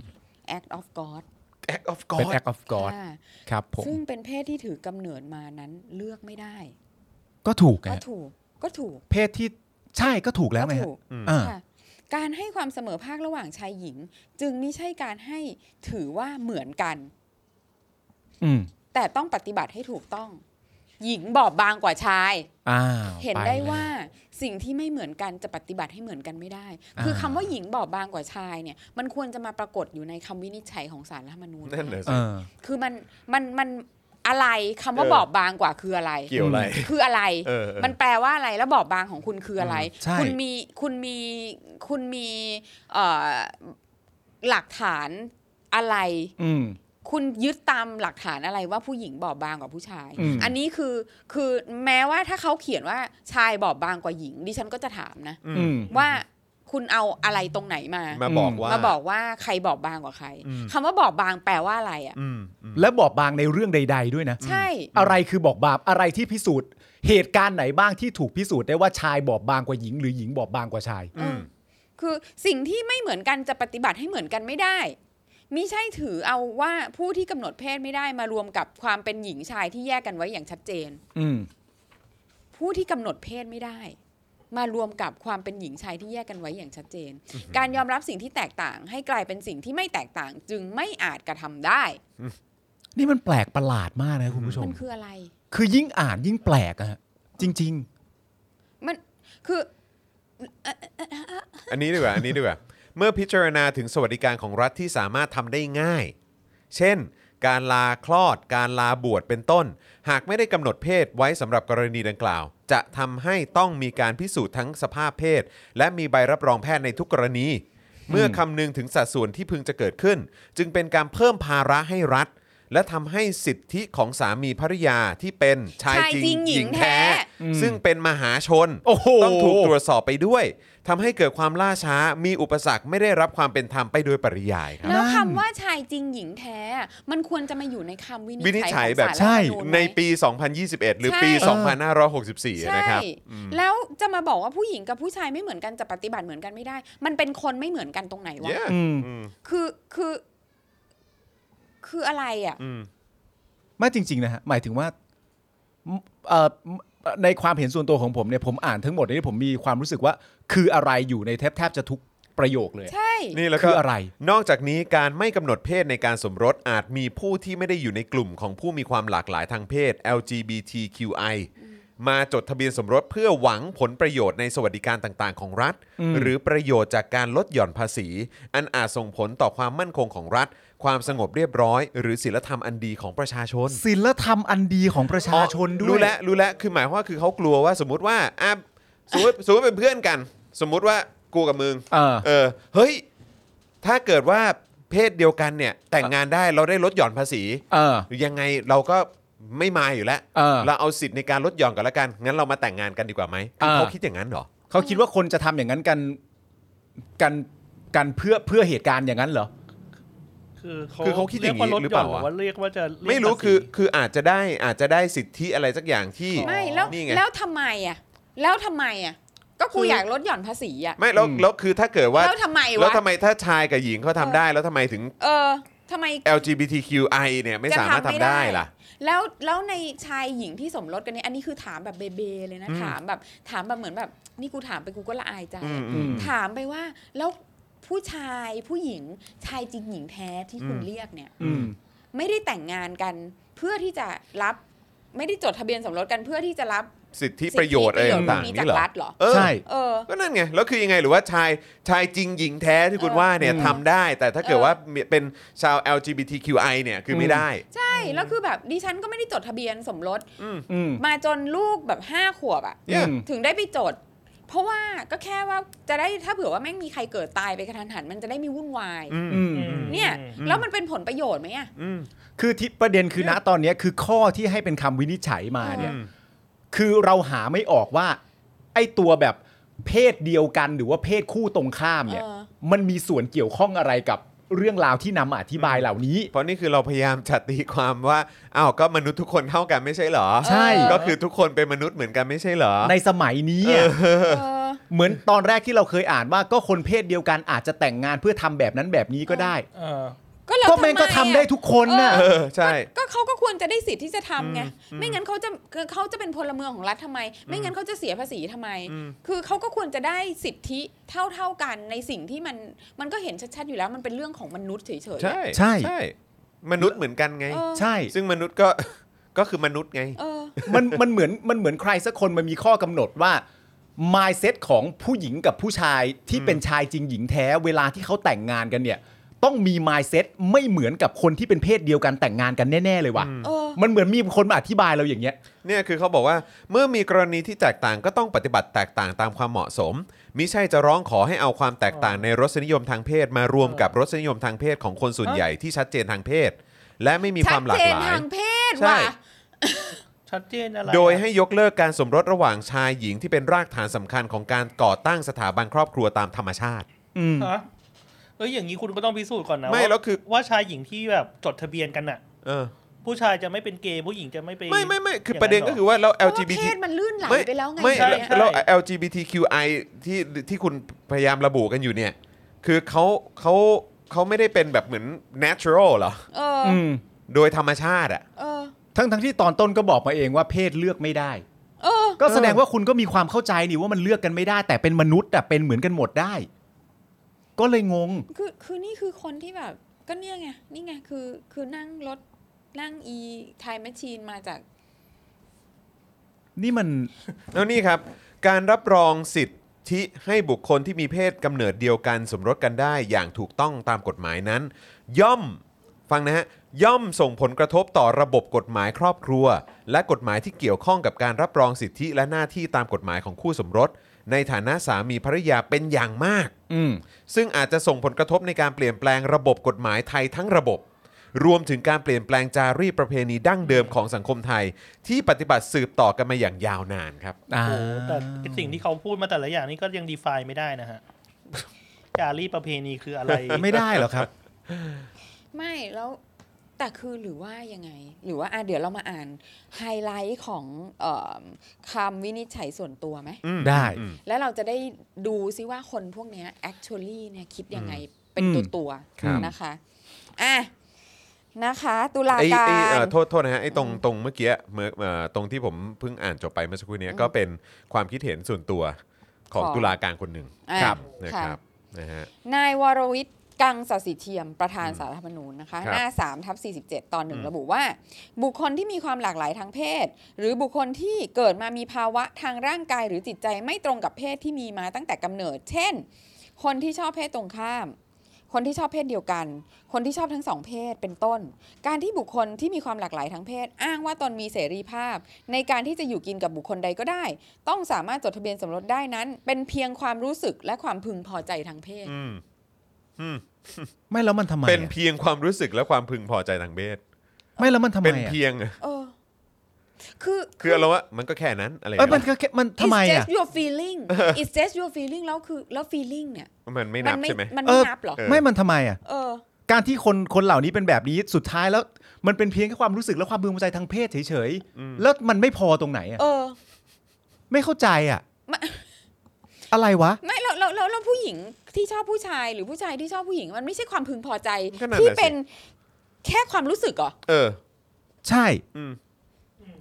C: act of God
A: act of
B: เป็น
A: God
B: act of God
C: ค่ะ
B: ครับผม
C: ซึ่งเป็นเพศที่ถือกำเนิดมานั้นเลือกไม่ได้
B: ก็ถูกไง
C: ก็ถูกก็ถูก
B: เพศที่ใช่ก็ถูกแล้ว
C: ก็
B: ไงฮะ
C: ถูก
B: อ่า
C: ค่ะการให้ความเสมอภาคระหว่างชายหญิง จึงไม่ใช่การให้ถือว่าเหมือนกัน
B: อืม
C: แต่ต้องปฏิบัติให้ถูกต้อง หญิงบอบบางกว่าชาย
B: อ้าว
C: เห็น
B: ป
C: ได้
B: ลย
C: ว่าสิ่งที่ไม่เหมือนกันจะปฏิบัติให้เหมือนกันไม่ได้
B: อ่า
C: คือคำว่าหญิงบอบบางกว่าชายเนี่ย มันควรจะมาปรากฏอยู่ในคำวินิจฉัยของสารรัฐธรรมนูญ
A: นั่นเลย
B: เออ
C: คือมันมันมันอะไรคำว่า
A: เออ
C: บอบบางกว่าคืออะไร
A: เกี่ยวอะไร
C: คืออะไร
A: เออเออ
C: มันแปลว่าอะไร แล้วบอบบางของคุณคืออะไร
B: อืมใช่
C: คุณมี คุณมี คุณมีเอ่อหลักฐานอะไร
B: อืม
C: คุณยึดตามหลักฐานอะไรว่าผู้หญิงบอบบางกว่าผู้ชาย
B: อืม
C: อันนี้คือ คือแม้ว่าถ้าเขาเขียนว่าชายบอบบางกว่าหญิง ดิฉันก็จะถามนะ
B: อืม
C: ว่าคุณเอาอะไรตรงไหนมา
A: มาบอกว่า
C: มาบอกว่าใครบอบบางกว่าใคร
A: อืม
C: คำว่าบอบบางแปลว่าอะไรอ่ะ
A: อืมอืม
B: และบอบบางในเรื่องใด ๆ ด้วยนะ
C: ใช่
B: อะไรคือบอกบาปอะไรที่พิสูจน์ เหตุการณ์ไหนบ้างที่ถูกพิสูจน์ได้ว่าชายบอบบางกว่าหญิง หรือหญิงบอบบางกว่าชาย
C: เออคือสิ่งที่ไม่เหมือนกันจะปฏิบัติให้เหมือนกันไม่ได้มิใช่ถือเอาว่าผู้ที่กำหนดเพศไม่ได้มารวมกับความเป็นหญิงชายที่แยกกันไว้อย่างชัดเจน
B: อืม
C: ผู้ที่กำหนดเพศไม่ได้ มารวมกับความเป็นหญิงชายที่แยกกันไว้อย่างชัดเจน การยอมรับสิ่งที่แตกต่าง ให้กลายเป็นสิ่งที่ไม่แตกต่าง จึงไม่อาจกระทำได้
B: นี่มันแปลกประหลาดมากนะคุณผู้ช
C: มั
B: ม
C: นคืออะไร
B: คือยิ่งอ่านยิ่งแปลกอะฮะจริง
C: มันคือ
A: อันนี้ดีกว่า อันนี้ดีกว่า เมื่อพิจารณาถึงสวัสดิการของรัฐที่สามารถทำได้ง่าย เช่น การลาคลอด การลาบวชเป็นต้น หากไม่ได้กำหนดเพศไว้สำหรับกรณีดังกล่าว จะทำให้ต้องมีการพิสูจน์ทั้งสภาพเพศ และมีใบรับรองแพทย์ในทุกกรณี เมื่อคำนึงถึงสัดส่วนที่พึงจะเกิดขึ้น จึงเป็นการเพิ่มภาระให้รัฐ และทำให้สิทธิของสามีภรรยาที่เป็นชายจริงหญิงแท้
B: อืม
A: ซึ่งเป็นมหาชน
B: โอ้โห
A: ต้องถูกตรวจ ตรวจสอบไปด้วยทำให้เกิดความล่าช้ามีอุปสรรคไม่ได้รับความเป็นธรรมไปโดยปริยายครับ
C: แล้ว
B: นั่น
C: คำว่าชายจริงหญิงแท้ มันควรจะมาอยู่ในคำวิ
A: วินิจ
C: นิจ
A: ฉั
C: ฉั
A: ย
C: ย
A: แบบ
C: ของศาลรัฐธรรมญไหม
A: ในปี 2021 หรือ
C: ใช่
A: ปี
B: เออ
A: 2564
C: ใช่
A: นะครับ
C: แล้วจะมาบอกว่าผู้หญิงกับผู้ชายไม่เหมือนกันจะปฏิบัติเหมือนกันไม่ได้ มันเป็นคนไม่เหมือนกันตรงไหนวะ
A: Yeah
B: ๆ อืม
A: อืม
C: คือคือ คืออะไรอ่ะ
A: อืม
B: ไม่จริง ๆ นะฮะ หมายถึงว่าเอ่อในความเห็นส่วนตัวของผมเนี่ยผมอ่านทั้งหมดนี้ผมมีความรู้สึกว่า คืออะไรอยู่ในแทบแทบจะทุกประโยคเลย
C: ใช่
A: นี่แล้ว
B: คื
A: ก็
B: ออะไร
A: นอกจากนี้การไม่กำหนดเพศในการสมรสอาจมีผู้ที่ไม่ได้อยู่ในกลุ่มของผู้มีความหลากหลายทางเพศ LGBTQI มาจดทะเบียนสมรสเพื่อหวังผลประโยชน์ในสวัสดิการต่างๆ ของรัฐ
B: อืม
A: หรือประโยชน์จากการลดหย่อนภาษี อันอาจส่งผลต่อความมั่นคงของรัฐ ความสงบเรียบร้อย หรือศีลธรรมอันดีของประชาชน
B: ศิลธรรมอันดีของประชาชนด้วย
A: รู้แล้วรู้แล้วคือหมายความว่าคือเขากลัวว่าสมมติว่าอ่ะสมมติ สมมติเป็นเพื่อนกัน สมมติว่ากูกับมึง
B: เออ
A: เออเฮ้ย ถ้าเกิดว่าเพศเดียวกันเนี่ย แต่งงานได้เราได้ลดหย่อนภาษี
B: เออ
A: ยังไงเราก็ไม่มาอยู่แล้ว
B: เออ
A: เอาสิทธิ์ในการลดหย่อนกันละกัน งั้นเรามาแต่งงานกันดีกว่าไหมคือ
B: เออ
A: เขาคิดอย่างนั้นเหรอ
B: เขาคิดว่าคนจะทำอย่างนั้นกันกันกันเพื่อเพื่อเหตุการณ์อย่างนั้นเหรอ
D: คือ
A: คือเขาคิดอย่างนี้
D: นี้
A: หรือเปล่าวะ
D: ว่าเรียกว่าจะเยก
A: ไม่รู้
D: ภาษี
A: คือคืออาจจะได้อาจจะได้สิทธิอะไรสักอย่างที่
C: ไม่แล้ว
A: นี่ไง
C: แล้วทำไมอ่ะ แล้วทำไมอ่ะ ก็กูอยากลดหย่อนภาษีอ่ะ
A: ไม่แล้ว
B: อืม
A: แล้วคือถ้าเกิดว่า
C: แล้วทำไม
A: แล้ว
C: วะ
A: ทำไมถ้าชายกับหญิงเขาทำได้แล้วทำไมถึง
C: เออทำไม
A: LGBTQI เนี่ยไม่
C: จะ
A: สามารถทำ
C: ทำไม่
A: ได้
C: ได้
A: ล่ะ
C: แล้วแล้วในชายหญิงที่สมรสกันเนี่ยอันนี้คือถามแบบเบเบเลยนะ
A: อืม
C: ถามแบบ ถามแบบเหมือนแบบ นี่กูถามไปกูก็ละอายใจ
A: อืม
B: อื
A: อืม
B: ม
C: ถามไปว่าแล้วผู้ชายผู้หญิงชายจริงหญิงแท้ที่คุณ
A: อืม
C: เรียกเนี่ย
B: อืม
C: ไม่ได้แต่งงานกันเพื่อที่จะรับ ไม่ได้จดทะเบียนสมรสกันเพื่อที่จะรับ
A: สิทธิประโยชน์อะไร
C: สิธิ
A: ต่างๆ
C: พวกจา
A: นี่
C: ก
A: เหรอ
C: รัฐเหรอ
A: เออ
B: ใช่
C: เออ
A: ก็นั่นไง แล้วคือยังไงหรือว่าชายชายจริงหญิงแท้ที่คุณว่าเนี่ย
B: อืม
A: ทำได้ แต่ถ้าเกิดว่าเป็นชาว LGBTQI เนี่ยคือไม่ได้
C: ใช่แล้วคือแบบดิฉันก็ไม่ได้จดทะเบียนสมรส
B: อืม
C: มาจนลูกแบบห้าขวบอะ
A: เนี่ย
C: ถึงได้ไปจด เพราะว่าก็แค่ว่าจะได้ถ้าเผื่อว่าแม่งมีใครเกิดตายไปกระทันหันมันจะได้ไม่วุ่นวาย
A: อืม
B: อืม
C: เนี่ย แล้วมันเป็นผลประโยชน์ไหมอะ
A: อืม
B: คือที่ประเด็นคือณตอนเนี้ยคือข้อที่ให้เป็นคำวินิจฉัยมาเนี่ย
A: อืม
B: คือเราหาไม่ออกว่า ไอ้ตัวแบบเพศเดียวกันหรือว่าเพศคู่ตรงข้ามเนี่ย
C: เออ
B: มันมีส่วนเกี่ยวข้องอะไรกับเรื่องราวที่นำมาอธิบายเหล่านี้
A: เพราะนี่คือเราพยายามจัดตีความว่าอ้าวก็มนุษย์ทุกคนเท่ากันไม่ใช่เหรอ
B: ใช่
A: ก็คือทุกคนเป็นมนุษย์เหมือนกันไม่ใช่เหรอ
B: ในสมัยนี้อะ
C: เออ
B: เหมือนตอนแรกที่เราเคยอ่านว่าก็คนเพศเดียวกันอาจจะแต่งงานเพื่อทำแบบนั้นแบบนี้ก็ได้
D: เออ
C: ก็แล้ว
B: ก็แม่งก็ทำ
C: ำไมอะ
B: ได้ทุกคนน่ะ
A: เออใช่
C: ก็เขาก็ควรจะได้สิทธิ์ที่จะทำไง
A: อืม
C: ไม่งั้นเขาจะเขาจะเป็นพลเมืองของรัฐทำไม ไม่งั้นเขาจะเสียภาษีทำไม
A: อืม
C: คือเขาก็ควรจะได้สิทธิเท่าเท่าๆกันในสิ่งที่มันมันก็เห็นชัดๆอยู่แล้วมันเป็นเรื่องของมนุษย์เฉยๆ
A: ใช่
B: ใช่
A: มนุษย์เหมือนกันไง
C: เออ
B: ใช่
A: ซึ่งมนุษย์ก็ ก็คือมนุษย์ไง
C: เออ
B: มันมันเหมือนมันเหมือนใครสักคนมันมีข้อกำหนดว่า mindset ของผู้หญิงกับผู้ชายที่เป็นชายจริงหญิงแท้เวลาที่เขาแต่งงานกันเนี่ย ต้องมี mindset ไม่เหมือนกับคนที่เป็นเพศเดียวกันแต่งงานกันแน่ ๆ เลยว่ะ
C: เออ
B: มันเหมือนมีคนมาอธิบายเราอย่างเงี้ย
A: เนี่ยคือเขาบอกว่าเมื่อมีกรณีที่แตกต่างก็ต้องปฏิบัติแตกต่างตามความเหมาะสมมิใช่จะร้องขอให้เอาความแตกต่างในรสนิยมทางเพศ มารวมกับรสนิยมทางเพศของคนส่วนใหญ่ที่ชัดเจนทางเพศ และไม่มีค
C: ชั
A: วา
C: ด
A: มหลา
C: เจ
A: ก
C: น
A: หลาย
C: ทางเพศ
A: ใช่
C: ว่ะ
D: ชัดเจนอะไร
A: โดย
D: อะ
A: ให้ยกเลิกการสมรสระหว่างชายหญิงที่เป็นรากฐานสำคัญของการก่อตั้งสถาบันครอบครัวตามธรรมชาติ
B: อืม
D: ฮะเอ้ยอย่างนี้คุณก็ต้องพิสูจน์ก่อน
A: ไม่
D: นะา
A: แล้วคือ
D: ว่าชายหญิงที่แบบจดทะเบียนกันน่ะ
A: เออ
D: ผู้ชายจะไม่เป็นเกย์ผู้หญิงจะไม่เป็น
A: ไม่ไม่ไม่คือ
D: อ
A: ป
D: ย่างนั้น
A: ระเด็นก็คือว่าเรา
C: เพราะว่า
A: LGBT
C: เพศมันลื่นไหล
A: ไม่
C: ไปแล้วไง
A: ไม่
D: ใช่
A: แล้ว
C: เนี่ย
D: ใช่
A: แล้ว LGBTQI ที่ที่คุณพยายามระบุกันอยู่เนี่ย คือเขาเขาเขาไม่ได้เป็นแบบเหมือน natural เหรอ
C: เออ
B: อืม
A: โดยธรรมชาติอ่ะ
C: เออ
B: ทั้งทั้งที่ตอนต้นก็บอกมาเองว่าเพศเลือกไม่ได้
C: เออ
B: ก็แสดงว่าคุณก็มีความเข้าใจนี่ว่ามันเลือกกันไม่ได้ แต่เป็นมนุษย์อะเป็นเหมือนกันหมดได้ ก็เลยงง
C: คือคือนี่คือคนที่แบบ ก็เนี่ยไง นี่ไง คือคือนั่งรถนั่งอีไทม์แมชชีนมาจาก
B: นี่มัน
A: แล้วนี่ครับ การรับรองสิทธิให้บุคคลที่มีเพศกำเนิดเดียวกันสมรสกันได้อย่างถูกต้องตามกฎหมายนั้น ย่อมฟังนะฮะย่อมส่งผลกระทบต่อระบบกฎหมายครอบครัว และกฎหมายที่เกี่ยวข้องกับการรับรองสิทธิและหน้าที่ตามกฎหมายของคู่สมรส ในฐานะสามีภรรยาเป็นอย่างมาก
B: อืม
A: ซึ่งอาจจะส่งผลกระทบในการเปลี่ยนแปลงระบบกฎหมายไทยทั้งระบบ รวมถึงการเปลี่ยนแปลงจารีตประเพณีดั้งเดิมของสังคมไทย ที่ปฏิบัติสืบต่อกันมาอย่างยาวนานครับ
B: อ่า
D: โอ้โหแต่สิ่งที่เขาพูดมาแต่ละอย่างนี่ก็ยังดีไฟไม่ได้ นะฮะ จารีตประเพณีคืออะไร
B: ไม่ได้เหรอครับ
C: ไม่แล้วแต่คือหรือว่ายังไง หรือว่าอ่ะเดี๋ยวเรามาอ่านไฮไลท์ของเอมคำวินิจฉัยส่วนตัวไหม
A: อืม
B: ได้
A: อืม
C: แล้วเราจะได้ดูซิว่าคนพวกเนี้ย actually เนี่ยคิดยังไงเป็น
B: อืม
C: ตัวตัวๆ
A: ครับ
C: นะคะอ่ะนะคะ ตุลา
A: ไอ้
C: กา
A: ไอ้เอ่อ
C: ร
A: โทษโทษนะฮะไอ้ตรงตรงเมื่อกี้เมื่อเอ่อตรงที่ผมเพิ่งอ่านจบไปเมื่อสักครู่เนี้ย
C: อืม
A: ก็เป็นความคิดเห็นส่วนตัวของ
C: ของ
A: ตุลาการคนหนึ่ง
C: อ่า
A: นะ
C: ค่ะ
A: ครับนะฮะ
C: นายวรวิทย์กังสศิเทียมประธานสารรัฐธรรมนูญนะคะ
A: ครับ
C: หน้า3ทับ47 ตอนหนึ่ง
A: อืม
C: ระบุว่า บุคคลที่มีความหลากหลายทางเพศ หรือบุคคลที่เกิดมามีภาวะทางร่างกายหรือจิตใจไม่ตรงกับเพศที่มีมาตั้งแต่กำเนิด เช่น คนที่ชอบเพศตรงข้าม คนที่ชอบเพศเดียวกัน คนที่ชอบทั้งสองเพศเป็นต้น การที่บุคคลที่มีความหลากหลายทางเพศ อ้างว่าตนมีเสรีภาพ ในการที่จะอยู่กินกับบุคคลใดก็ได้ ต้องสามารถจดทะเบียนสมรสได้นั้น เป็นเพียงความรู้สึกและความพึงพอใจทางเพศ
A: อืมอืม
B: ไม่แล้วมันทำไม
A: เป็น
B: อะ
A: เพียงความรู้สึกและความพึงพอใจทางเพศ
B: ไม่แล้วมันทำไม
A: เป็น
B: อะ
A: เพียงอะ
C: เออ คือ
A: คือเราว่ามันก็แค่นั้นอะไร
B: เอ้ยมัน
A: เน
B: ก็แค่มันทำไม
C: it's
B: อ่ะ
C: just your feeling it's just your feeling แล้วคือแล้ว feeling เนี่ย
A: าะมันไม่
C: มั
A: นับ
C: ไม่
A: ใช่ไหม
C: มัน
B: เอ
C: ไม่
B: อ
C: นับเหรอ
A: เอ
B: ไม่มันทำไมอ่ะ
C: เออ
B: การที่คนคนเหล่านี้เป็นแบบนี้สุดท้ายแล้ว มันเป็นเพียงแค่ความรู้สึกและความพึงพอใจทางเพศเฉยๆแล้วมันไม่พอตรงไหนอ่ะ
C: เออ
B: ไม่เข้าใจอ่ะ
C: มัน
B: อะไรวะ
C: ไม่เราเราเราเราผู้หญิงที่ชอบผู้ชายหรือผู้ชายที่ชอบผู้หญิง มันไม่ใช่ความพึงพอใจ
A: ก็นั่นน่ะสิ
C: ที่เป็นแค่ความรู้สึกเหรอ
A: เออ
B: ใช่
A: อืม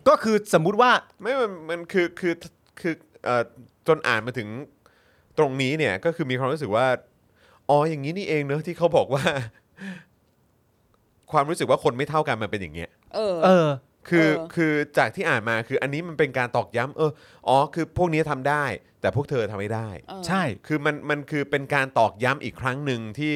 B: ก็คือสมมุติว่า
A: ไม่มันมันคือคือคือเอ่อจนอ่านมาถึงตรงนี้เนี่ยก็คือมีความรู้สึกว่า อ๋ออย่างนี้นี่เองเนอะที่เขาบอกว่า ความรู้สึกว่าคนไม่เท่ากันมันเป็นอย่างเงี้ย
C: เออ
B: เออ
A: คือ
C: เออ
A: คือจากที่อ่านมาคืออันนี้มันเป็นการตอกย้ำเอออ๋อคือพวกนี้ทำได้ แต่พวกเธอทำไม่ได้
C: เออ
B: ใช่
A: คือมันมันคือเป็นการตอกย้ำอีกครั้งหนึ่งที่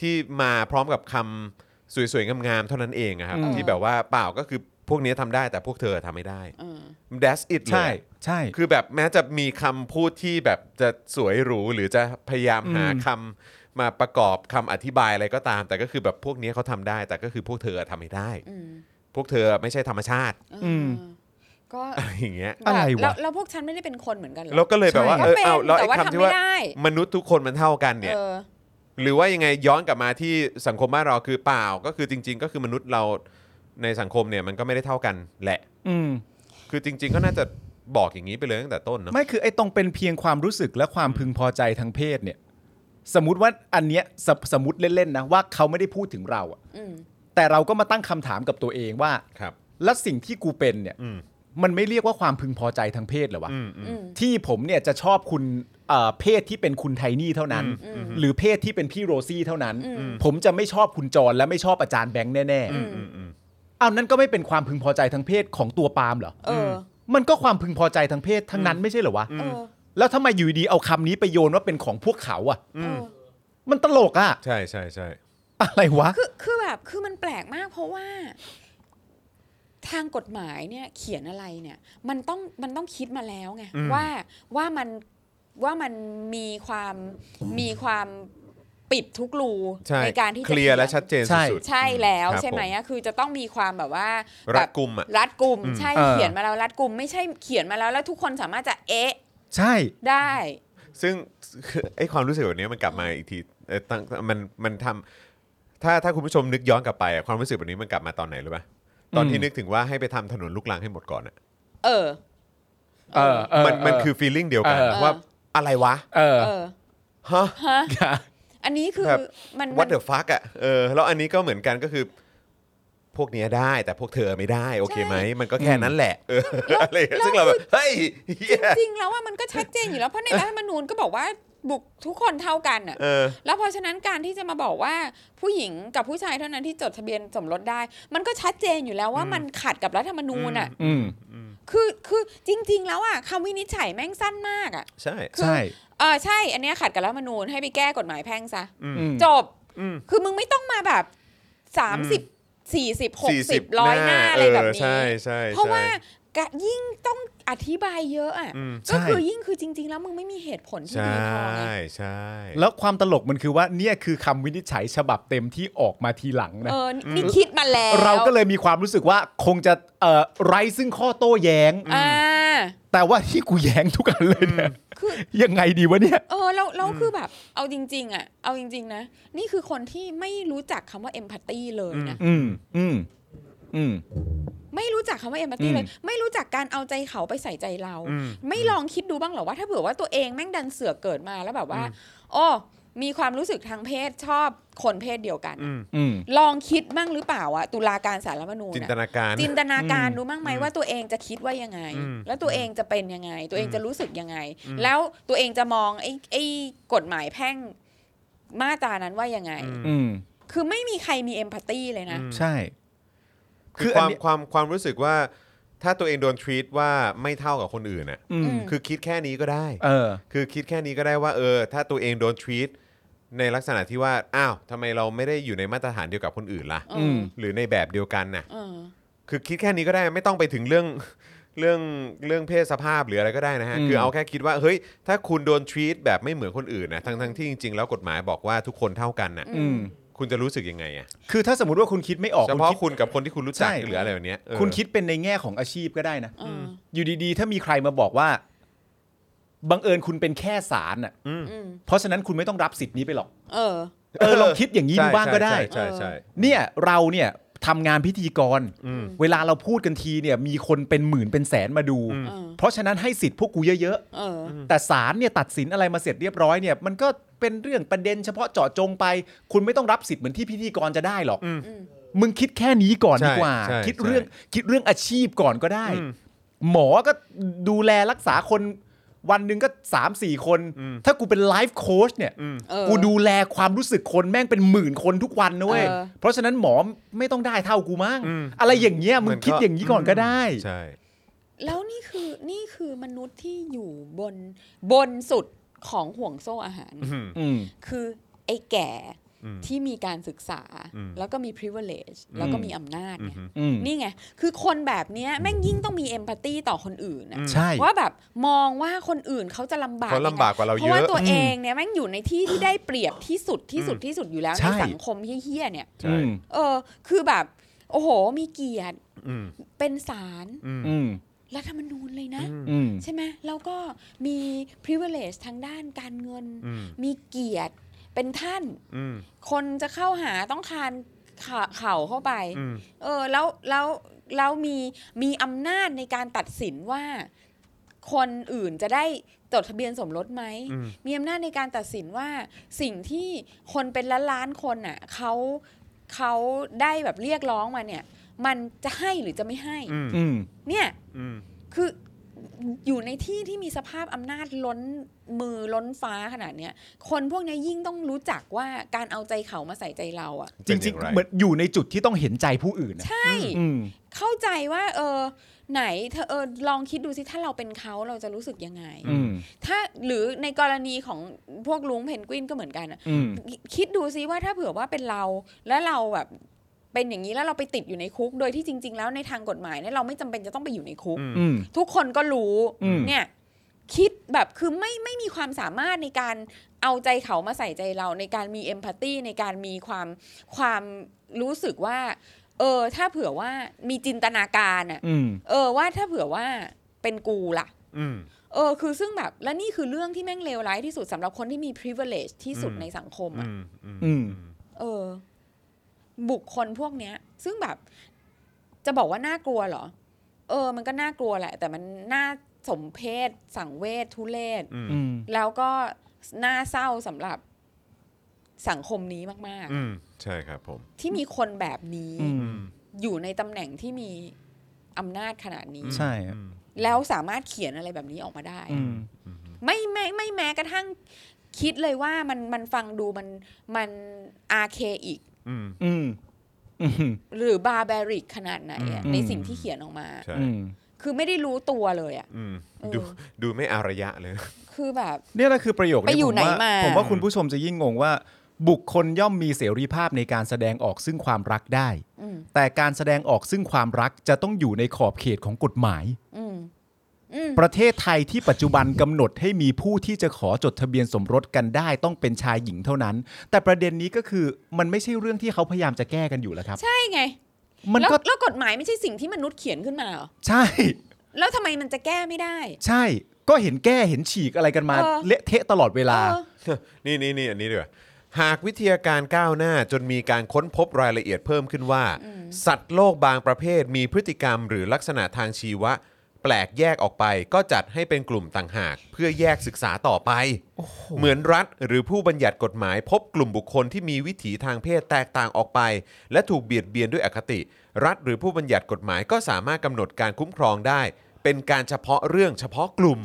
A: ที่มาพร้อมกับคำสวยๆ งามๆ เท่านั้นเองอะครับ
B: อืม
A: ที่แบบว่าเปล่าก็คือพวกนี้ทำได้ แต่พวกเธอทำไม่ได้
C: เออ
A: that's it เล
B: ใช่
A: ย
B: ใช่
A: คือแบบแม้จะมีคำพูดที่แบบจะสวยหรูหรือจะพยายามหา
B: อืม
A: คำมาประกอบคำอธิบายอะไรก็ตาม แต่ก็คือแบบพวกนี้เขาทำได้ แต่ก็คือพวกเธอทำไม่ได้
C: อืม
A: พวกเธอไม่ใช่ธรรมชาติ
C: เออ
B: ม
C: ก็
A: อะไรอย่างเงี้ย
B: อะไรวะ
C: แล้วแล้วพวกฉันไม่ได้เป็นคนเหมือนกันเหรอ
A: แล้วก็เลยแบบว่า
B: ใช่
A: เออเอาแล้ว
C: ก็
A: ไอ้
C: เป็นแต่ว่า
A: คำที่
C: ทำไม่
A: ว่า
C: ได้
A: มนุษย์ทุกคนมันเท่ากันเนี่ย
C: เออ
A: หรือว่ายังไงย้อนกลับมาที่สังคมบ้านเราคือเปล่า ก็คือจริง ๆ ก็คือมนุษย์เราในสังคมเนี่ยมันก็ไม่ได้เท่ากันแหละ
B: อืม
A: คือจริง ๆ ก็น่าจะบอกอย่างนี้ไปเลยตั้งแต่ต้นเนอะ
B: ไม่คือไอ้ตรงเป็นเพียงความรู้สึกและความพึงพอใจทางเพศเนี่ย สมมติว่าอันเนี้ยสสมมติเล่นๆนะว่าเขาไม่ได้พูดถึงเราอะ
C: อืม
B: แต่เราก็มาตั้งคำถามกับตัวเองว่า
A: ครับ
B: แล้วสิ่งที่กูเป็นเนี่ย
A: อืม
B: มันไม่เรียกว่าความพึงพอใจทางเพศเหรอวะ
A: อืมอืม
C: อืม
B: ที่ผมเนี่ยจะชอบคุณเอ่อเพศที่เป็นคุณไทนี่เท่านั้น
C: อืม
B: หรือเพศที่เป็นพี่โรซี่เท่านั้น
C: อืม
B: ผมจะไม่ชอบคุณจรและไม่ชอบอาจารย์แบงค์แน่
C: อืม
B: ๆเอานั่นก็ไม่เป็นความพึงพอใจทางเพศของตัวปาล์มเหรอ
C: เออ
B: มันก็ความพึงพอใจทางเพศทั้งนั้นไม่ใช่เหรอวะ
C: เออ
B: แล้วทำไมอยู่ดีเอาคำนี้ไปโยนว่าเป็นของพวกเขาอะ
C: เออ
B: มันตลกอะ
A: ใช่ใช่ใช่
B: อะไรวะ
C: คือคือแบบคือมันแปลกมากเพราะว่า ทางกฎหมายเนี่ย เขียนอะไรเนี่ย มันต้องมันต้องคิดมาแล้วไงว่าว่ามันว่ามันมีความมีความปิดทุกรู
A: ใช่
C: การที่จะ
A: เคลียร์และชัดเจน
B: ใช่
A: สุดๆ
C: ใช่แล้ว
A: ครับ
C: ใช่ไหม
A: ผ
C: อะคือจะต้องมีความแบบว่าแบ
A: รัด
C: บ
A: กุมอ่ะ
C: รัดกลุ่ม
A: อืม
C: ใช่
B: เออ
C: เขียนมาแล้วรัดกลุ่มไม่ใช่เขียนมาแล้วแล้วทุกคนสามารถจะเอ๊ะ
B: ใช่
C: ได้
A: ซึ่ง คือไอ้ความรู้สึกแบบเนี้ยมันกลับมาอีกทีเอ่อตั้งมันมันทำถ้าถ้าคุณผู้ชมนึกย้อนกลับไปอะความรู้สึกแบบนี้มันกลับมาตอนไหนรู้ปะตอนที่
B: อืม
A: นึกถึงว่าให้ไปทำถนนลูกลังให้หมดก่อนอะ
C: เออ
B: เออเออ
A: มันมัน
B: เ
A: คือฟีลลิ่งเดียวกัน
B: เออ
A: ว่าอะไรวะ
B: เออ
C: เออ
A: ฮะ
C: ฮะ
B: ค่ะ
C: อันนี้คือ
A: แบบ
C: มันมั
A: วัด
C: น
A: เดอะฟักอ่ะเออแล้วอันนี้ก็เหมือนกันก็คือ พวกเนี้ยได้แต่พวกเธอไม่ได้โอเคไหม มันก็แค่นั้นแหละเอออะไรอย่างเงี้ยซึ่งเราแบบเฮ้ยเหี้ย
C: จริงๆแล้วว่ามันก็ชัดเจนอยู่แล้วเพราะในรัฐธรรมนูญก็บอกว่าบุคทุกคนเท่ากันอ่ะ
A: เออ
C: แล้วเพราะฉะนั้นการที่จะมาบอกว่าผู้หญิงกับผู้ชายเท่านั้นที่จดทะเบียนสมรสได้ มันก็ชัดเจนอยู่แล้วว่ามันขัดกับรัฐธรรมนูญอ่ะ
B: อืม
C: คือคือจริง ๆ แล้วอ่ะคำวินิจฉัยแม่งสั้นมากอ่ะ
A: ใช่
B: ใช่
C: เออใช่ อันเนี้ยขัดกับรัฐธรรมนูญให้ไปแก้กฎหมายแพ่งซะ
A: อืม
B: อืม
C: จบ
A: อืม
C: คือมึงไม่ต้องมาแบบสามสิบสี่สิบหกสิบร้อยหน้าอะไรแบบ
A: เออใช่
C: นี้
A: ใช่
C: เพราะว่า
A: ใช่
C: กะยิ่งต้องอธิบายเยอะอ่ะ
A: อืม
C: ก็
B: ใช่
C: คือยิ่งคือจริง ๆ แล้วมึงไม่มีเหตุผลที่
A: ใช่
C: ดีพอไง
A: ใช่
B: แล้วความตลกมันคือว่าเนี่ยคือคำวินิจฉัยฉบับเต็มที่ออกมาทีหลังนะ
C: เออนี่คิดมาแล้ว
B: เราก็เลยมีความรู้สึกว่าคงจะเอ่อไร้ซึ่งข้อโต้แย้ง
C: อ่า
B: แต่ว่าที่กูแย้งทุกอันเลยเนี่ย
C: คือ
B: ยังไงดีวะเนี่ย
C: เออเราเราคือแบบเอาจริง ๆ อ่ะ เอาจริง ๆ นะ นี่คือคนที่ไม่รู้จักคำว่าเอมพัตตีเลยนะ
B: อืมอืมอืม
C: ไม่รู้จักคำว่าเอมพัตตี
B: อืม
C: เลย ไม่รู้จักการเอาใจเขาไปใส่ใจเรา
A: อืม
C: ไม่ลองคิดดูบ้างเหรอว่าถ้าเผื่อว่าตัวเองแม่งดันเสือกเกิดมาแล้วแบบว่า โอ้ มีความรู้สึกทางเพศชอบคนเพศเดียวกัน
A: อื
C: อะ
A: ม
B: อืม
C: ลองคิดบ้างหรือเปล่าอะตุลาการสารรัฐธรรมนูญ
A: จิน
C: อะ
A: ตนาการ
C: จินตนาการ
B: อืม
C: รู้มั้างไหมว่าตัวเองจะคิดว่ายังไง
A: อืม
C: แล้วตัวเองจะเป็นยังไง ตัวเองจะรู้สึกยังไง
A: อืม
C: แล้วตัวเองจะมองไอ้ไอ้กฎหมายแพ่งมาตรานั้นว่ายังไง
A: อืม
B: อืม
C: คือไม่มีใครมีเอมพัตตีเลยนะ
A: อืม
B: ใช่
A: คือ
B: คืออั
A: ควาน ม
B: เนี้ย
A: ความความรู้สึกว่า ถ้าตัวเองโดนทรีตว่าไม่เท่ากับคนอื่นน่ะ
B: อืม
C: ม
A: คือคิดแค่นี้ก็ได้
B: เออ
A: คือคิดแค่นี้ก็ได้ว่าเออ ถ้าตัวเองโดนทรีตในลักษณะที่ว่าอ้าวทำไมเราไม่ได้อยู่ในมาตรฐานเดียวกับคนอื่นล่ะ
C: เอ
B: อื
C: อ
B: ม
A: หรือในแบบเดียวกันน่ะ
C: เออ
A: คือคิดแค่นี้ก็ได้ไม่ต้องไปถึงเรื่องเรื่องเรื่องเพศสภาพหรืออะไรก็ได้นะฮะ
B: อืม
A: คือเอาแค่คิดว่าเฮ้ยถ้าคุณโดนทรีตแบบไม่เหมือนคนอื่นนะทั้งทั้งที่จริงๆ แล้วกฎหมายบอกว่าทุกคนเท่ากันน่ะ
B: อืม
A: คุณจะรู้สึกยังไงอ่ะ
B: คือถ้าสมมติว่าคุณคิดไม่ออก
A: เฉ
B: คุณ
A: พาะ
B: คิด
A: คุณกับคนที่คุณรู้จัก
B: ใช่
A: หรืออะไรแบบเนี้ยเออ
B: คุณคิดเป็นในแง่ของอาชีพก็ได้นะ
C: เออ
B: อยู่ดีๆ ถ้ามีใครมาบอกว่า บังเอิญคุณเป็นแค่สารอ่ะ
A: อืม
C: อืม
B: เพราะฉะนั้นคุณไม่ต้องรับสิทธิ์นี้ไปหรอก
C: เออ
B: เออลองคิดอย่างนี้ดูบ้างก็ได้
A: ใช่ใช่ใช่ใช่
B: เนี่ยเราเนี่ยทำงานพิธีกร
A: อืม
B: เวลาเราพูดกันทีเนี่ยมีคนเป็นหมื่นเป็นแสนมาดู
A: อืม
C: เออ
B: เพราะฉะนั้นให้สิทธิ์พวกกูเยอะ
C: เออ
B: ๆ แต่ศาลเนี่ยตัดสินอะไรมาเสร็จเรียบร้อยเนี่ยมันก็เป็นเรื่องประเด็นเฉพาะเจาะจงไป คุณไม่ต้องรับสิทธิ์เหมือนที่พิธีกรจะได้หรอก
A: อืม
B: มึงคิดแค่นี้ก่อนดีกว่า
A: ใช่ใช่
B: คิดเรื่องคิดเรื่องอาชีพก่อนก็ได้
A: อืม
B: หมอก็ดูแลรักษาคนวันหนึ่งก็สามสี่คน
A: อืม
B: ถ้ากูเป็นไลฟ์โค้ชเนี่ย
A: อืม
C: เออ
B: กูดูแลความรู้สึกคนแม่งเป็นหมื่นคนทุกวันนะเว้ย
C: เออ
B: เพราะฉะนั้นหมอไม่ต้องได้เท่ากูมั้ง
A: อืม
B: อะไรอย่างเงี้ยมึงคิด
A: ก็
B: อย่างนี้ก่อนก็ได้
A: ใช่
C: แล้วนี่คือนี่คือมนุษย์ที่อยู่บนบนสุดของห่วงโซ่อาหาร
A: อืม
B: อืม
C: คือไอ้แก่
A: อืม
C: ที่มีการศึกษา
A: อืม
C: แล้วก็มี privilege แล้วก็มีอำนาจ
A: อืม
C: ไง
B: อืม
C: นี่ไง คือคนแบบเนี้ยแม่งยิ่งต้องมีเอมพัตตีต่อคนอื่นนะ
B: ใช่
C: ว่าแบบมองว่าคนอื่นเขาจะลำบาก
A: เขาลำบากกว่าเรา
C: เพ
A: เย
C: ราะว่า
A: อะ
C: ตัวเองเนี่ยแม่งอยู่ในที่ที่ได้เปรียบที่สุดที่สุดที่สุดอยู่แล้ว
B: ใช่
C: ในสังคมเฮี้ยๆเนี่ย
A: ใช่
B: อืม
C: เออ คือแบบ โอ้โห มีเกียรติ
A: อืม
C: เป็นสาร
A: อืม
B: อืม
C: รัฐธรรมนูญเลยนะ
B: อืม
C: ใช่ไหมแล้วก็มี privilege ทางด้านการเงิน
A: อืม
C: มีเกียรติเป็นท่าน
A: อืม
C: คนจะเข้าหาต้องคานขาเข่าเข้าไป
A: อืม
C: เออแล้วแล้วแล้วมีมีอำนาจในการตัดสินว่า คนอื่นจะได้ จดทะเบียนสมรสไหม
A: อืม
C: มีอำนาจในการตัดสินว่าสิ่งที่คนเป็นล้านล้านๆคนน่ะเขาเขาได้แบบเรียกร้องมาเนี่ย มันจะให้หรือจะไม่ให้
A: อืม
B: อืม
C: เนี่ย
A: อืม
C: คืออยู่ในที่ที่มีสภาพอำนาจล้นมือล้นฟ้าขนาดเนี้ย คนพวกเนี้ยยิ่งต้องรู้จักว่าการเอาใจเขามาใส่ใจเราอะ่ะ
B: จ
A: เป็นอ
B: ริ
A: ย่าง ไร
B: ๆเหมือนอยู่ในจุดที่ต้องเห็นใจผู้อื่นนะ
C: ใช่
B: อืม
C: เข้าใจว่า เออ ไหนเธอเออลองคิดดูสิถ้าเราเป็นเขาเราจะรู้สึกยังไง
B: อืม
C: ถ้าหรือในกรณีของพวกลุงเพนกวินก็เหมือนกันอะ
B: อืม
C: คิดดูซิว่าถ้าเผื่อว่าเป็นเรา แล้วเราแบบเป็นอย่างนี้แล้วเราไปติดอยู่ในคุก โดยที่จริง ๆ แล้วในทางกฎหมายเนี่ยเราไม่จำเป็นจะต้องไปอยู่ในคุก
A: อืม
B: อืม
C: ทุกคนก็รู้
B: อืม
C: เนี่ยคิดแบบคือไม่ไม่มีความสามารถในการเอาใจเขามาใส่ใจเราในการมีเอมพัตตีในการมีความความรู้สึกว่าเออถ้าเผื่อว่ามีจินตนาการอะ
B: อืม
C: เออว่าถ้าเผื่อว่าเป็นกูล่ะ
A: อืม
C: เออคือซึ่งแบบและนี่คือเรื่องที่แม่งเลวร้ายที่สุดสำหรับคนที่มี privilege ที่สุด
A: อืม
C: ในสังคม
A: อื
C: อะ
A: มอืม
B: อืม
C: เออ บุคคลพวกเนี้ย ซึ่งแบบจะบอกว่าน่ากลัวเหรอ เออ มันก็น่ากลัวแหละ แต่มันน่าสมเพศสังเวชทุเลศ
A: อืม
B: อืม
C: แล้วก็น่าเศร้าสำหรับสังคมนี้มาก
A: อืมใช่ครับผม
C: ๆ ที่มีคนแบบนี้
B: อืม
A: อืม
C: อยู่ในตำแหน่งที่มีอำนาจขนาดนี้
B: ใช่
A: อืม
C: แล้วสามารถเขียนอะไรแบบนี้ออกมาได้
B: อืม
C: ไม่ไม่ไม่แม้กระทั่งคิดเลยว่ามันมันฟังดูมันมันอาเคอีก
A: อืม
B: อืม อืม
C: หรือบาร์บริกขนาดไหนอะ
B: อืม
C: ในสิ่งที่เขียนออกมา
A: ใช่
B: อืม
C: คือไม่ได้รู้ตัวเลยอ่ะ
A: อืม
C: เออ
A: ดู ดูไม่อารยะ เลย
C: คือแบบ
B: เนี่ยแหละคือประโยค
C: ไปอยู่
B: ผมว่
C: ไหนมา
B: ผมว่าคุณผู้ชมจะยิ่งงงว่า บุคคลย่อมมีเสรีภาพในการแสดงออกซึ่งความรักได้
C: อืม
B: แต่การแสดงออกซึ่งความรักจะต้องอยู่ในขอบเขตของกฎหมาย
C: อืมอืม
B: ประเทศไทยที่ปัจจุบันกำหนดให้มีผู้ที่จะขอจดทะเบียนสมรสกันได้ต้องเป็นชายหญิงเท่านั้น แต่ประเด็นนี้ก็คือมันไม่ใช่เรื่องที่เขาพยายามจะแก้กันอยู่แล้วครับ
C: ใช่ไง
B: มัน
C: แล้ว
B: ก็
C: แล้วกฎหมายไม่ใช่สิ่งที่มนุษย์เขียนขึ้นมาเหรอ
B: ใช่
C: แล้วทำไมมันจะแก้ไม่ได้
B: ใช่ ก็เห็นแก้เห็นฉีกอะไรกันมา
C: เออ
B: เละเทะตลอดเวลา
C: เออ
A: นี่นี่นี่อันนี้ดีกว่าหากวิทยาการก้าวหน้าจนมีการค้นพบรายละเอียดเพิ่มขึ้นว่า สัตว์โลกบางประเภทมีพฤติกรรมหรือลักษณะทางชีวะ แปลกแยกออกไป ก็จัดให้เป็นกลุ่มต่างหาก เพื่อแยกศึกษาต่อไป เหมือนรัฐ หรือผู้บัญญัติกฎหมาย พบกลุ่มบุคคลที่มีวิถีทางเพศแตกต่างออกไป และถูกเบียดเบียนด้วยอคติ รัฐหรือผู้บัญญัติกฎหมายก็สามารถกำหนดการคุ้มครองได้ เป็นการเฉพาะเรื่องเฉพาะกลุ่ม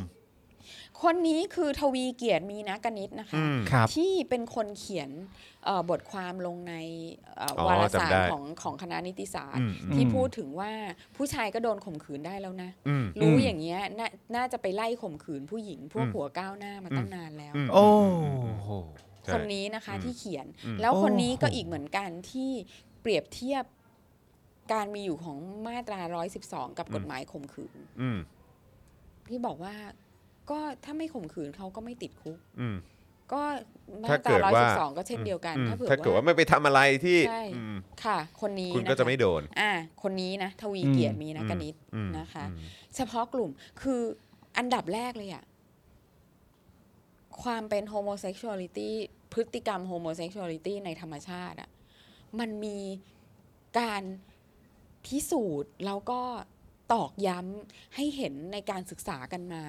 C: คนนี้คือทวีเกียรติมีนะกนิตนะคะ
A: อืม
B: ครับ
C: ที่เป็นคนเขียนเอ่อบทความลงในเอ่ออ
A: อ
C: วารสาร
A: จำได้
C: ของของคณะนิติศาสต
A: อื
C: ร์
A: มอืม
C: ที่พูดถึงว่าผู้ชายก็โดนข่มขืนได้แล้วนะ
A: อืม
C: รู้
B: อืม
C: อย่างเงี้ยนาน่าจะไปไล่ข่มขืนผู้หญิง พวก
A: อืม
C: หัวก้าวหน้ามาตั้งนานแล้ว
A: อืม
B: โอ้โห
C: คน
A: ใช่
C: นี้นะคะ
A: อืม
C: ที่เขียน
A: อืม
C: แล้วคนนี้ก็
B: โอ้โห
C: อีกเหมือนกันที่เปรียบเทียบการมีอยู่ของมาตรา 112 กับกฎหมายข่มขืน
A: อืม
C: ที่บอกว่าก็ถ้าไม่ข่มขืนเขาก็ไม่ติดคุก
A: อืม
C: ก็มา
A: ถ้า
C: ตรา
A: เกิดว่า
C: 112 ก็เช่นเดียวกัน
A: อืม
C: ถ้าเผื่อ
A: ถ้าเกิด
C: ว่า
A: ว่าไม่ไปทำอะไรที่
C: ใช่
A: อืม
C: ค่ะ คนนี้
A: คุณ
C: น
A: ก็จะไม่โดน
C: อ่า คนนี้นะ ทวี
B: อืม
C: เกียรติมีนะ
A: อืม
C: กนิต
A: อืม
C: นะคะ
A: อืม
C: เฉพาะกลุ่มคืออันดับแรกเลยอะความเป็นโฮโมเซ็กชวลิตี้พฤติกรรมโฮโมเซ็กชวลิตี้ในธรรมชาติอะมันมีการพิสูจน์ แล้วก็ตอกย้ำให้เห็นในการศึกษากันมา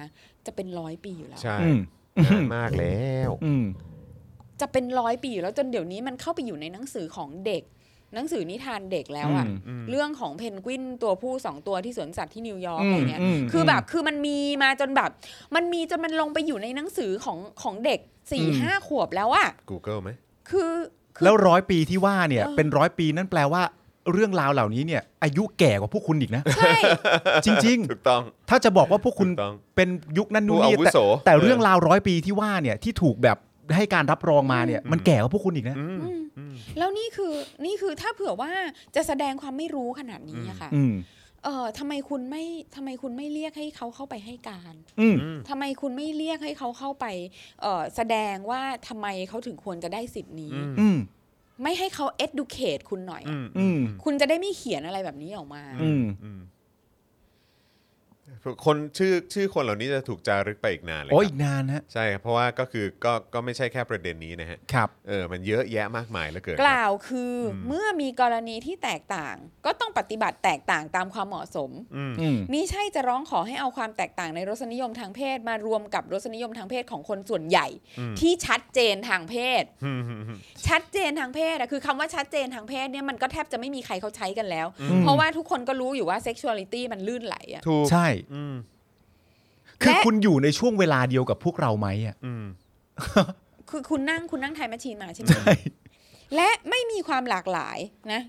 C: จะเป็นร้อยปีอยู่แล้ว
A: ใช่
B: อืม
A: นานมากแล้ว
B: อืม
C: จะเป็นร้อยปีอยู่แล้วจนเดี๋ยวนี้มันเข้าไปอยู่ในหนังสือของเด็ก หนังสือนิทานเด็กแล้วอะ
B: อืม
A: อืม
C: เรื่องของเพนกวินตัวผู้สองตัวที่สวนสัตว์ที่นิวยอร์ก
B: อื
C: อะไร
B: ม
C: เงี้ย
B: อืม
C: คือแบบคือมันมีมาจนแบบ มันมีจนมันลงไปอยู่ในหนังสือของของเด็กสี่
B: อืม
C: ห้าขวบแล้วอะ
A: กูเกิลไหม
C: คือคื
B: แล้วร้อยปีที่ว่าเนี่ย
C: เออ
B: เป็นร้อยปีนั่นแปลว่า เรื่องราวเหล่านี้เนี่ย อายุแก่กว่าพวกคุณอีก นะ
C: ใช่
B: จริง
A: ถูกต้อง
B: ๆ ถ้าจะบอกว่าพวกคุณ
A: ถูกต้อง
B: เป็นยุคนั้นนู่น
A: ผู้
B: นี่
A: อาวุ
B: แต่
A: โส
B: แต่
A: เออ
B: เรื่องราวร้อยปีที่ว่าเนี่ยที่ถูกแบบให้การรับรองมาเนี่ย มันแก่กว่าพวกคุณอีกนะ
A: อืม
C: อืม
A: อืม
C: แล้วนี่คือนี่คือถ้าเผื่อว่าจะแสดงความไม่รู้ขนาดนี้อะค่ะ
B: อืม
C: เออทำไมคุณไม่ทำไมคุณไม่เรียกให้เขาเข้าไปให้การ
B: อืม
C: ทำไมคุณไม่เรียกให้เขาเข้าไปเออแสดงว่าทำไมเขาถึงควรจะได้สิทธิ์นี้
A: อืม
B: อืม
C: ไม่ให้เขา educate คุณหน่อย
A: อื
C: อะ
A: ม
B: อืม
C: คุณจะได้ไม่เขียนอะไรแบบนี้ออกมา
B: อืม
A: อืม คนชื่อชื่อคนเหล่านี้จะถูกจารึกไปอีกนานเลยค
B: โอ้ย
A: รับ
B: อีกนานฮะ
A: ใช่ครับเพราะว่าก็คือก็ก็ไม่ใช่แค่ประเด็นนี้นะฮะ
B: ครับ
A: เออมันเยอะแยะมากมายเหลือเกิน
C: กล่าวคืออ
A: ม
C: เมื่อมีกรณีที่แตกต่าง ก็ต้องปฏิบัติแตกต่างตามความเหมาะสม
A: อืม
B: อืม
C: มิใช่จะร้องขอให้เอาความแตกต่างในรสนิยมทางเพศ มารวมกับรสนิยมทางเพศของคนส่วนใหญ่
A: อืม
C: ที่ชัดเจนทางเพศ
A: อืมอืมอืม
C: ชัดเจนทางเพศอะคือคำว่าชัดเจนทางเพศเนี่ยมันก็แทบจะไม่มีใครเขาใช้กันแล้ว
A: อืม
C: เพราะว่าทุกคนก็รู้อยู่ว่าเซ็กชวลิตี้มันลื่นไหลอะ
A: ถูก
B: ใช่
A: อืม
B: คือ
C: และ
B: คุณอยู่ในช่วงเวลาเดียวกับพวกเราไหม อ่ะ
A: อืม
C: คือคุณนั่งคุณนั่งไทยมาชีนมาใช่ไหมและไม่มีความหลากหลายนะ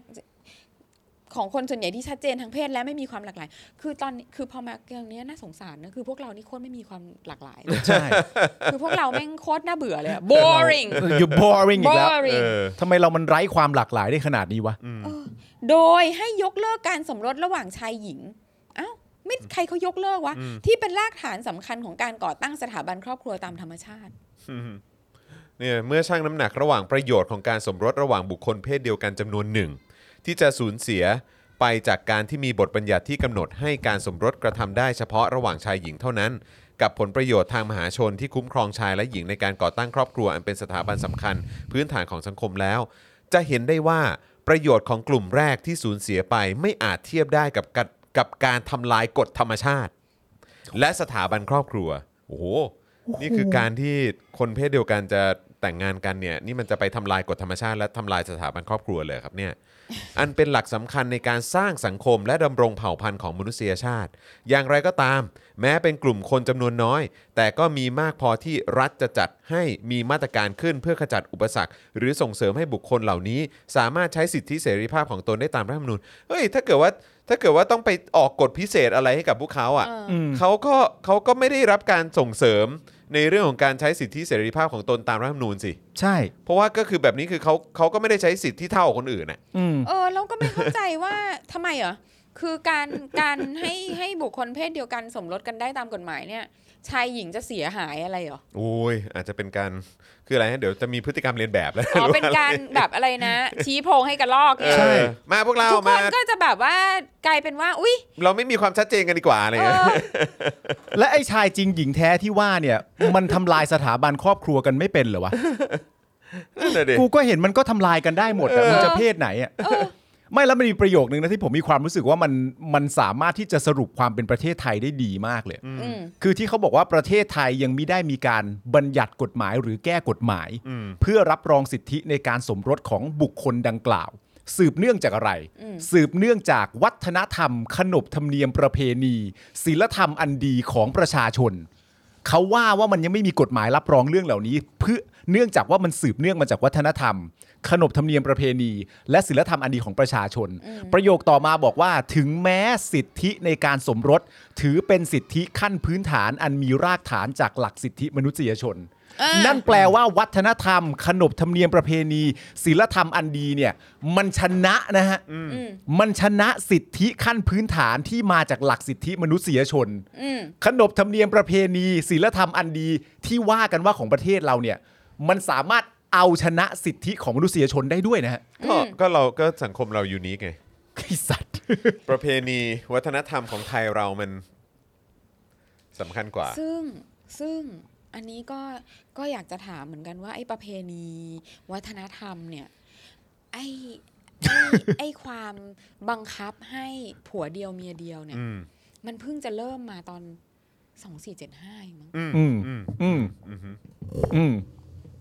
C: ของคนส่วนใหญ่ที่ชัดเจนทางเพศและไม่มีความหลากหลาย คือตอนนี้คือพอมาเรื่องเนี้ยน่าสงสารนะคือพวกเรานี่โคตรไม่มีความหลากหลาย
B: ใช่
C: คือพวกเราแม่งโคตรน่าเบื่อ เลยอะ boring
B: อยู่ boring อีกแล้ว
A: เอ
C: boring
A: อ
B: ทำไมเรามันไร้ความหลากหลายได้ขนาดนี้วะ
A: อืม
C: โดยให้ยกเลิกการสมรสระหว่างชายหญิง เอ้า ไม่ใครเขายกเลิกวะ
A: อืม
C: ที่เป็นรากฐานสำคัญของการก่อตั้งสถาบันครอบครัวตามธรรมชาติ
A: อืมเนี่ยเมื่อชั่งน้ำหนักระหว่างประโยชน์ของการสมรสระหว่างบุคคลเพศเดียวกันจำนวนหนึ่ง ที่จะสูญเสียไปจากการที่มีบทบัญญัติที่กำหนดให้การสมรสกระทำได้เฉพาะระหว่างชายหญิงเท่านั้น กับผลประโยชน์ทางมหาชนที่คุ้มครองชายและหญิงในการก่อตั้งครอบครัวอันเป็นสถาบันสำคัญ พื้นฐานของสังคมแล้ว จะเห็นได้ว่าประโยชน์ของกลุ่มแรกที่สูญเสียไปไม่อาจเทียบได้กับกับกับการทำลายกฎธรรมชาติ และสถาบันครอบครัวโอ้โหนี่คือการที่คนเพศเดียวกันจะแต่งงานกันเนี่ยนี่มันจะไปทำลายกฎธรรมชาติ และทำลายสถาบันครอบครัวเลย ครับเนี่ย อันเป็นหลักสำคัญในการสร้างสังคมและดำรงเผ่าพันธุ์ของมนุษยชาติ อย่างไรก็ตาม แม้เป็นกลุ่มคนจำนวนน้อย แต่ก็มีมากพอที่รัฐจะจัดให้มีมาตรการขึ้นเพื่อขจัดอุปสรรค หรือส่งเสริมให้บุคคลเหล่านี้ สามารถใช้สิทธิเสรีภาพของตนได้ตามรัฐธรรมนูญเฮ้ยถ้าเกิดว่าถ้าเกิดว่าต้องไปออกกฎพิเศษอะไรให้กับพวกเขาอ่ะ
C: เออ
B: ม
A: เขาก็เขาก็ไม่ได้รับการส่งเสริมในเรื่องของการใช้สิทธิเสรีภาพของตนตามรัฐธรรมนูญสิ
B: ใช่
A: เพราะว่าก็คือแบบนี้คือเขาเขาก็ไม่ได้ใช้สิทธิที่เท่ากับคนอื่นน่ะ
B: อืม
C: เออเราก็ไม่เข้าใจว่าทำไมเหรอคือการการให้ให้บุคคลเพศเดียวกันสมรสกันได้ตามกฎหมายเนี่ย ชายหญิงจะเสียหายอะไรเหรอ
A: โอ้ยอาจจะเป็นการคืออะไรฮะเดี๋ยวจะมีพฤติกรรมเรียนแบบแล้ว
C: อ๋อเป็นการแบบอะไรนะ ชี้โพรงให้กระลอกเนี่ย
B: ใช่
A: เออมาพวกเรา
C: ทุกค
A: มาน
C: ก็จะแบบว่ากลายเป็นว่า อุ๊ย
A: เราไม่มีความชัดเจนกันดีกว่าอะไร
C: เอ
A: เงี้ย
C: อ
B: และไอ้ชายจริงหญิงแท้ที่ว่าเนี่ย มันทำลายสถาบันครอบครัวกันไม่เป็นเหรอวะ
A: นั่นนะดิ
B: กูก็เห็นมันก็ทำลายกันได้หมดแต่มันจะเพศไหนอ่ะไม่แล้วมันมีประโยคนึงนะที่ผมมีความรู้สึกว่ามันมันสามารถที่จะสรุปความเป็นประเทศไทยได้ดีมากเลย
C: อืม
B: คือที่เขาบอกว่าประเทศไทยยังไม่ได้มีการบัญญัติกฎหมายหรือแก้กฎหมาย
A: อืม
B: เพื่อรับรองสิทธิในการสมรสของบุคคลดังกล่าว สืบเนื่องจากอะไร สืบเนื่องจากวัฒนธรรม ขนบธรรมเนียมประเพณี ศิลธรรมอันดีของประชาชน เขาว่าว่ามันยังไม่มีกฎหมายรับรองเรื่องเหล่านี้ เพื่อเนื่องจากว่ามันสืบเนื่องมาจากวัฒนธรรม ขนบธรรมเนียมประเพณี และศิลธรรมอันดีของประชาชน ประโยคต่อมาบอกว่าถึงแม้สิทธิในการสมรส ถือเป็นสิทธิขั้นพื้นฐานอันมีรากฐานจากหลักสิทธิมนุษยชน
C: อ่ะ
B: นั่นแปลว่าวัฒนธรรม ขนบธรรมเนียมประเพณี ศิลธรรมอันดีเนี่ย มันชนะนะฮะ
C: อืม
B: มันชนะสิทธิขั้นพื้นฐานที่มาจากหลักสิทธิมนุษยชน
C: อืม
B: ขนบธรรมเนียมประเพณี ศิลธรรมอันดีที่ว่ากันว่าของประเทศเราเนี่ย มันสามารถเอาชนะสิทธิของมนุษยชนได้ด้วยนะฮะ
A: ก็ก็เราก็สังคมเรายูนิคไง
B: ไอ้สัตว์
A: ประเพณีวัฒนธรรมของไทยเรามันสำคัญกว่า
C: ซึ่งซึ่งอันนี้ก็ก็อยากจะถามเหมือนกันว่าไอ้ประเพณี วัฒนธรรมเนี่ยไอ้ไอ้ไอ้ความบังคับให้ผัวเดียวเมียเดียวเนี่ย
A: อืม
C: มันเพิ่งจะเริ่มมาตอนสองสี่เจ็ดห้ามั้ง
A: อืม
B: อืม
A: อืม
B: อื
A: อื
B: ม
A: มฮึ
B: อืม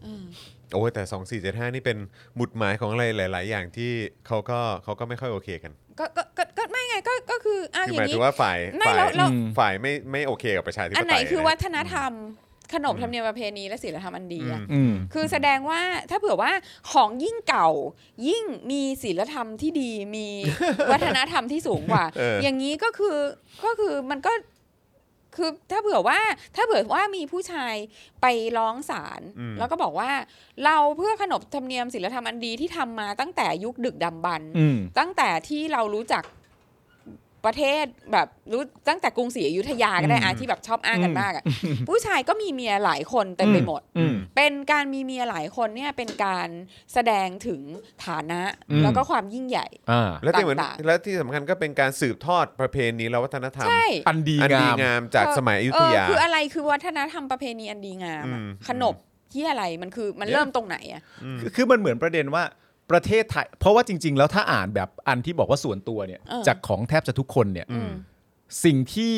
C: เออ
A: โอ้ยแต่ 2475 นี่เป็นหมุดหมายของอะไรหลาย ๆ อย่างที่เขาก็เขาก็ไม่ค่อยโอเคกัน
C: ก็ก็ก็ก็ไม่ไงก็ก็คืออ่ะ
A: คือ
C: อย่าม
A: หาย
C: ง
A: ถึ
C: นี้
A: งว่าฝ่าย
C: ไม่
A: ฝ่าย
C: แล้วแล้ว
A: ฝ่ายไม่ไม่โอเคกับประชาธิปไตย
C: อันไหนคือวั
A: นะ
C: ฒนธรรม ขนบธรรมเนียมประเพณีและศีลธรรมอันดีอะ
B: อืม
C: คือแสดงว่าถ้าเผื่อว่าของยิ่งเก่า ยิ่งมีศีลธรรมที่ดีมี วัฒนธรรมที่สูงกว่า
A: เออ
C: อย่างนี้ก็คือก็คือมันก็คือถ้าเผื่อว่าถ้าเผื่อว่ามีผู้ชายไปร้องศาล
A: อืม
C: แล้วก็บอกว่า เราเพื่อขนบธรรมเนียมศีลธรรมอันดีที่ทำมาตั้งแต่ยุคดึกดำบรรพ์
B: อืม
C: ตั้งแต่ที่เรารู้จัก ประเทศแบบรู้ตั้งแต่กรุงศรีอยุธยาก็ได้อะที่แบบชอบอ้างกันมากอะผู้ชายก็มีเมียหลายคนเต็มไปหมด
B: อืม
C: เป็นการมีเมียหลายคนเนี่ยเป็นการแสดงถึงฐานะ
B: อืม
C: แล้วก็ความยิ่งใหญ่
B: อ่า
A: และที่เหมือน
C: ต่างๆ
A: และที่สำคัญก็เป็นการสืบทอดประเพณีและวัฒนธรรม
C: ใช่
B: อันดี
A: อันดี
B: งาม
A: งามจากสมัยอยุธยา
C: เออคืออะไรคือวัฒนธรรมประเพณีอันดีงามอะ
A: อืม
C: ขนบที่อะไรมันคือมัน
B: เยอะ
C: เริ่มตรงไหนอ่ะ
A: ม
B: คือคือมันเหมือนประเด็นว่าประเทศไทย เพราะว่าจริง ๆ แล้วถ้าอ่านแบบอันที่บอกว่าส่วนตัวเนี่ย
C: เออ
B: จากของแทบจะทุกคนเนี่ย
C: อืม
B: สิ่งที่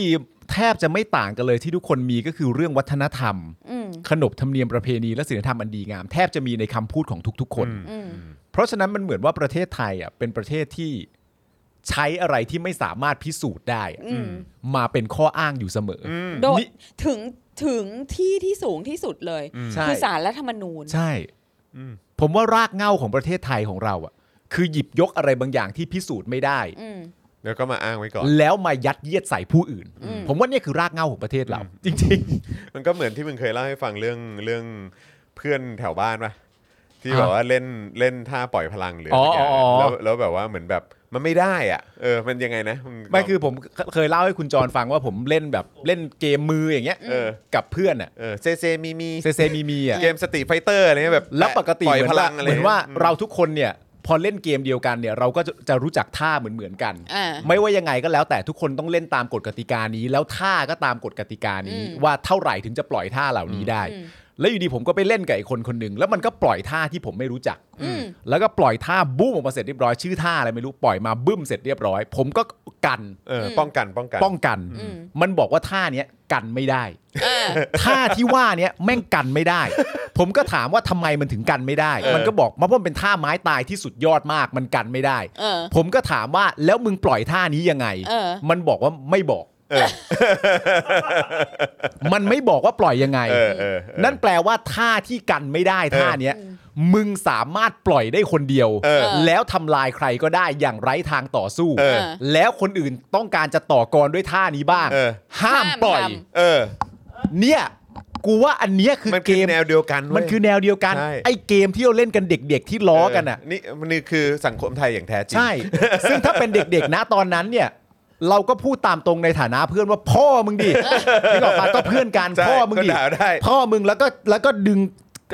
B: แทบจะไม่ต่างกันเลยที่ทุกคนมีก็คือเรื่องวัฒนธรรม
C: อืม
B: ขนบธรรมเนียมประเพณีและศีลธรรมอันดีงาม แทบจะมีในคำพูดของทุก ๆ คน
A: อืม
C: อืม
B: เพราะฉะนั้นมันเหมือนว่าประเทศไทยอ่ะเป็นประเทศที่ใช้อะไรที่ไม่สามารถพิสูจน์ได้อะ
C: อืม
B: มาเป็นข้ออ้างอยู่เสมออ
C: โดด
B: นี่
C: ถึงถึงที่ที่สูงที่สุดเลย
B: ใช่
C: คือสารรัฐธรรมนูญ
B: ใช่
A: อืม
B: ผมว่ารากเหง้าของประเทศไทยของเราอ่ะ คือหยิบยกอะไรบางอย่างที่พิสูจน์ไม่ได้
C: อืม
A: แล้วก็มาอ้างไว้ก่อน
B: แล้วมายัดเยียดใส่ผู้อื่น
C: อืม
B: ผมว่าเนี่ยคือรากเหง้าของประเทศเรา จริง
A: มันก็เหมือนที่มึงเคยเล่าให้ฟังเรื่องเรื่องเพื่อนแถวบ้านปะที่แบบ
B: อ่ะ
A: ว่าเล่นเล่นท่าปล่อยพลังหรือ
B: อ
A: อะไรอย่างเงี้ย
B: อ๋ออ๋อ
A: แล้วแล้วแบบว่าเหมือนแบบมันไม่ได้อ่ะเออมันยังไงนะง
B: ๆ ไม่คือผมเคยเล่าให้คุณจรฟังว่าผมเล่นแบบเล่นเกมมืออย่างเงี้ย
A: เออ
B: กับเพื่อนอ่ะ
A: เออเซเซมีมี
B: เซเซมีมีอ่ะ
A: เกมสตรีไฟเตอร์อะไรเงี้ยแบบ
B: แล้วปกติ
A: ปล่อย
B: เหมือ
A: พ
B: น
A: ลั
B: ว่าง
A: อะไร
B: เหมือนว่า
A: อื
B: เราทุกคนเนี่ยพอเล่นเกมเดียวกันเนี่ยเราก็จะจะรู้จักท่าเหมือนเหมือนๆกัน
C: อ่า
B: ไม่ว่ายังไงก็แล้วแต่ทุกคนต้องเล่นตามกฎกติกานี้ แล้วท่าก็ตามกฎกติกานี้
C: อืม
B: ว่าเท่าไหร่ถึงจะปล่อยท่าเหล่านี้ได้
C: อืม
B: แล้วอยู่ดีผมก็ไปเล่นกับไอ้คนคนหนึ่งแล้วมันก็ปล่อยท่าที่ผมไม่รู้จัก
C: อืม
B: แล้วก็ปล่อยท่าบูมออกมาเสร็จเรียบร้อยชื่อท่าอะไรไม่รู้ปล่อยมาบึ้มเสร็จเรียบร้อย ผมก็กัน
A: เออป้องกันป้องกัน
B: ป้องกัน
C: อืม
B: มันบอกว่าท่าเนี้ยกันไม่ได้
C: อ่า
B: ท่าที่ว่าเนี้ยแม่งกันไม่ได้ ผมก็ถามว่าทำไมมันถึงกันไม่ได้ มันก็บอกมาเพราะมันเป็นท่าไม้ตายที่สุดยอดมากมันกันไม่ได้
C: เออ
B: ผมก็ถามว่าแล้วมึงปล่อยท่านี้ยังไง
C: เออ
B: มันบอกว่าไม่บอก มันไม่บอกว่าปล่อยยังไง
A: เออเออเออ
B: นั่นแปลว่าท่าที่กันไม่ได้ท่าเนี้ยมึงสามารถปล่อยได้คนเดียว
A: เออ
B: แล้วทำลายใครก็ได้อย่างไร้ทางต่อสู้
A: เออ
B: แล้วคนอื่นต้องการจะต่อกรด้วยท่านี้บ้าง
A: เออ
B: ห้ามปล่อย
C: ห้ามท
A: เออ
B: เนี่ย กูว่าอันเนี้ยคือ
A: มัน
B: เก
A: คือ
B: ม
A: แนวเดียวกันเว้ย
B: มันคือแนวเดียวกัน
A: ใช่
B: ไอ้เกมที่เราเล่นกันเด็กๆที่ล้อกันอ่ะ
A: เนี่มันนี่คือสังคมไทยอย่างแท้จริง
B: ใช่ ซึ่งถ้าเป็นเด็กๆนะตอนนั้นเนี่ย เราก็พูดตามตรงในฐานะเพื่อนว่าพ่อมึงดิที่บอกมาก็เพื่อนกัน
A: ใช่
B: พ่อมึง
A: ก็
B: ดิ
A: ด่าได้
B: พ่อมึงแล้วก็แล้วก็ดึง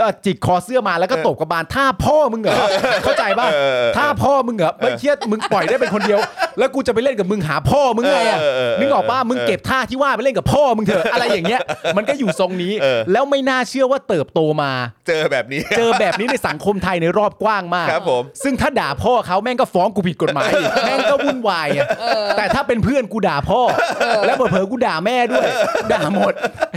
B: เอ่อจิกคอเสื้อมาแล้วก็ตบกระบาลถ้าพ่อมึงเหรอเข้าใจป่ะถ้าพ่อมึงเหรอไม่เคียดมึงปล่อยได้เป็นคนเดียว แล้วกูจะไปเล่นกับมึงหาพ่อมึงไงอะนึกออกป่ะมึงเก็บท่าที่ว่าไปเล่นกับพ่อมึงเถอะอะไรอย่างเงี้ย มันก็อยู่ทรงนี้ แล้วไม่น่าเชื่อว่าเติบโตมา
A: เจอแบบนี้
B: เจอแบบนี้ในสังคมไทยในรอบกว้างมาก
A: ครับผม
B: ซึ่งถ้าด่าพ่อเขาแม่งก็ฟ้องกูผิดกฎหมาย อีกแม่งก็วุ่นวายอะแต่ถ้าเป็นเพื่อนกูด่าพ่อ แล้วเผลอๆกูด่าแม่ด้วย ด่าหมด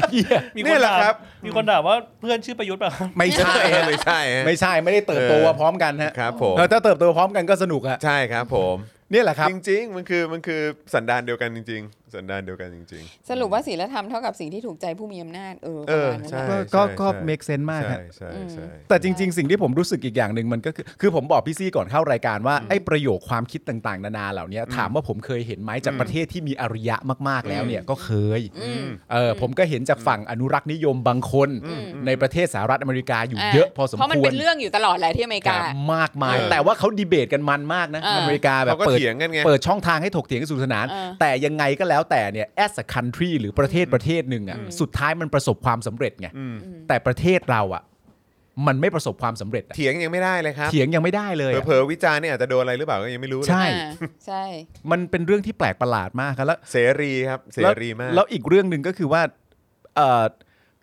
B: เหี้ย
D: มี
A: นี่
D: คน
A: แหละ
D: ด่า
A: ครับ
D: มีคนด่าว่าเพื่อนชื่อประยุทธ์ป่ะครับ
B: ไม่ใช่ฮะ
A: ไม่ใช่ฮะ
B: ไม่ใช่ไม่ได้เติบโตมาพร้อมกันฮะ
A: ครับผม
B: เออถ้าเติบโตพร้อมกันก็สนุกฮะ
A: ใช่ครับผม
B: เนี่ยแหละครับ
A: จริงๆ มันคือมันคือสันดานเดียวกันจริง ๆ สันดานเดียวกันจริง
C: สรุปว่าศีลธรรมเท่ากับสิ่งที่ถูกใจผู้มีอำนาจเออ
A: เออ
C: ประมาณนั้น
A: ใช่
C: แหละ
B: ก็ก็
A: ใช่
B: ก็
A: ใช่
B: make sense
A: ๆ
B: มาก
A: ใช่
B: ฮะ
A: ใช่ใช่
B: แต่จริง ๆ สิ่งที่ผมรู้สึกอีกอย่างหนึ่งมันก็คือคือผมบอกพี่ซี่ก่อนเข้ารายการว่าไอ้ประโยคความคิดต่างๆ นานาเหล่านี้ถามว่าผมเคยเห็นไหมจากประเทศที่มีอารยะมากๆแล้วเนี่ยก็เคย
A: ม
B: เออผมก็เห็นจากฝั่งอนุรักษ์นิยมบางคน
C: อืม
B: ในประเทศสหรัฐอเมริกาอยู่
C: อ่า
B: เยอะพอสม
C: เพราะมัน
B: ควร
C: เป็นเรื่องอยู่ตลอดแหละที่อเมริ
B: ค
C: กา
B: รับมากมาย
A: เออ
B: แต่ว่าเขาดีเบตกันมันมากนะ
C: อ่า
B: อเมริกาแบ
A: เขา
B: บ
A: ก็
B: เปิด
A: เถียงกันไง
B: เปิดช่องทางให้ถกเถียงกันสนุกสนาน
C: เออ
B: แต่ยังไงก็แล้วแต่เนี่ย as a country หรือประเทศประเทศหนึ่งอ่ะ
C: อืม
B: สุดท้ายมันประสบความสำเร็จไง
A: อืม
B: แต่ประเทศเราอ่ะ มันไม่ประสบความสำเร็จอะ
A: เถียงยังไม่ได้เลยครับ
B: เถียงยังไม่ได้เลยอะ
A: เผลอๆวิจารณ์เนี่ยอาจจะโดนอะไรหรือเปล่าก็ยังไม่รู้เลย
B: ใช่
C: อ่าใช่
B: มันเป็นเรื่องที่แปลกประหลาดมากครับแล้ว
A: เสรีครับเสรีมาก
B: แล้วแล้วอีกเรื่องหนึ่งก็คือว่าเออ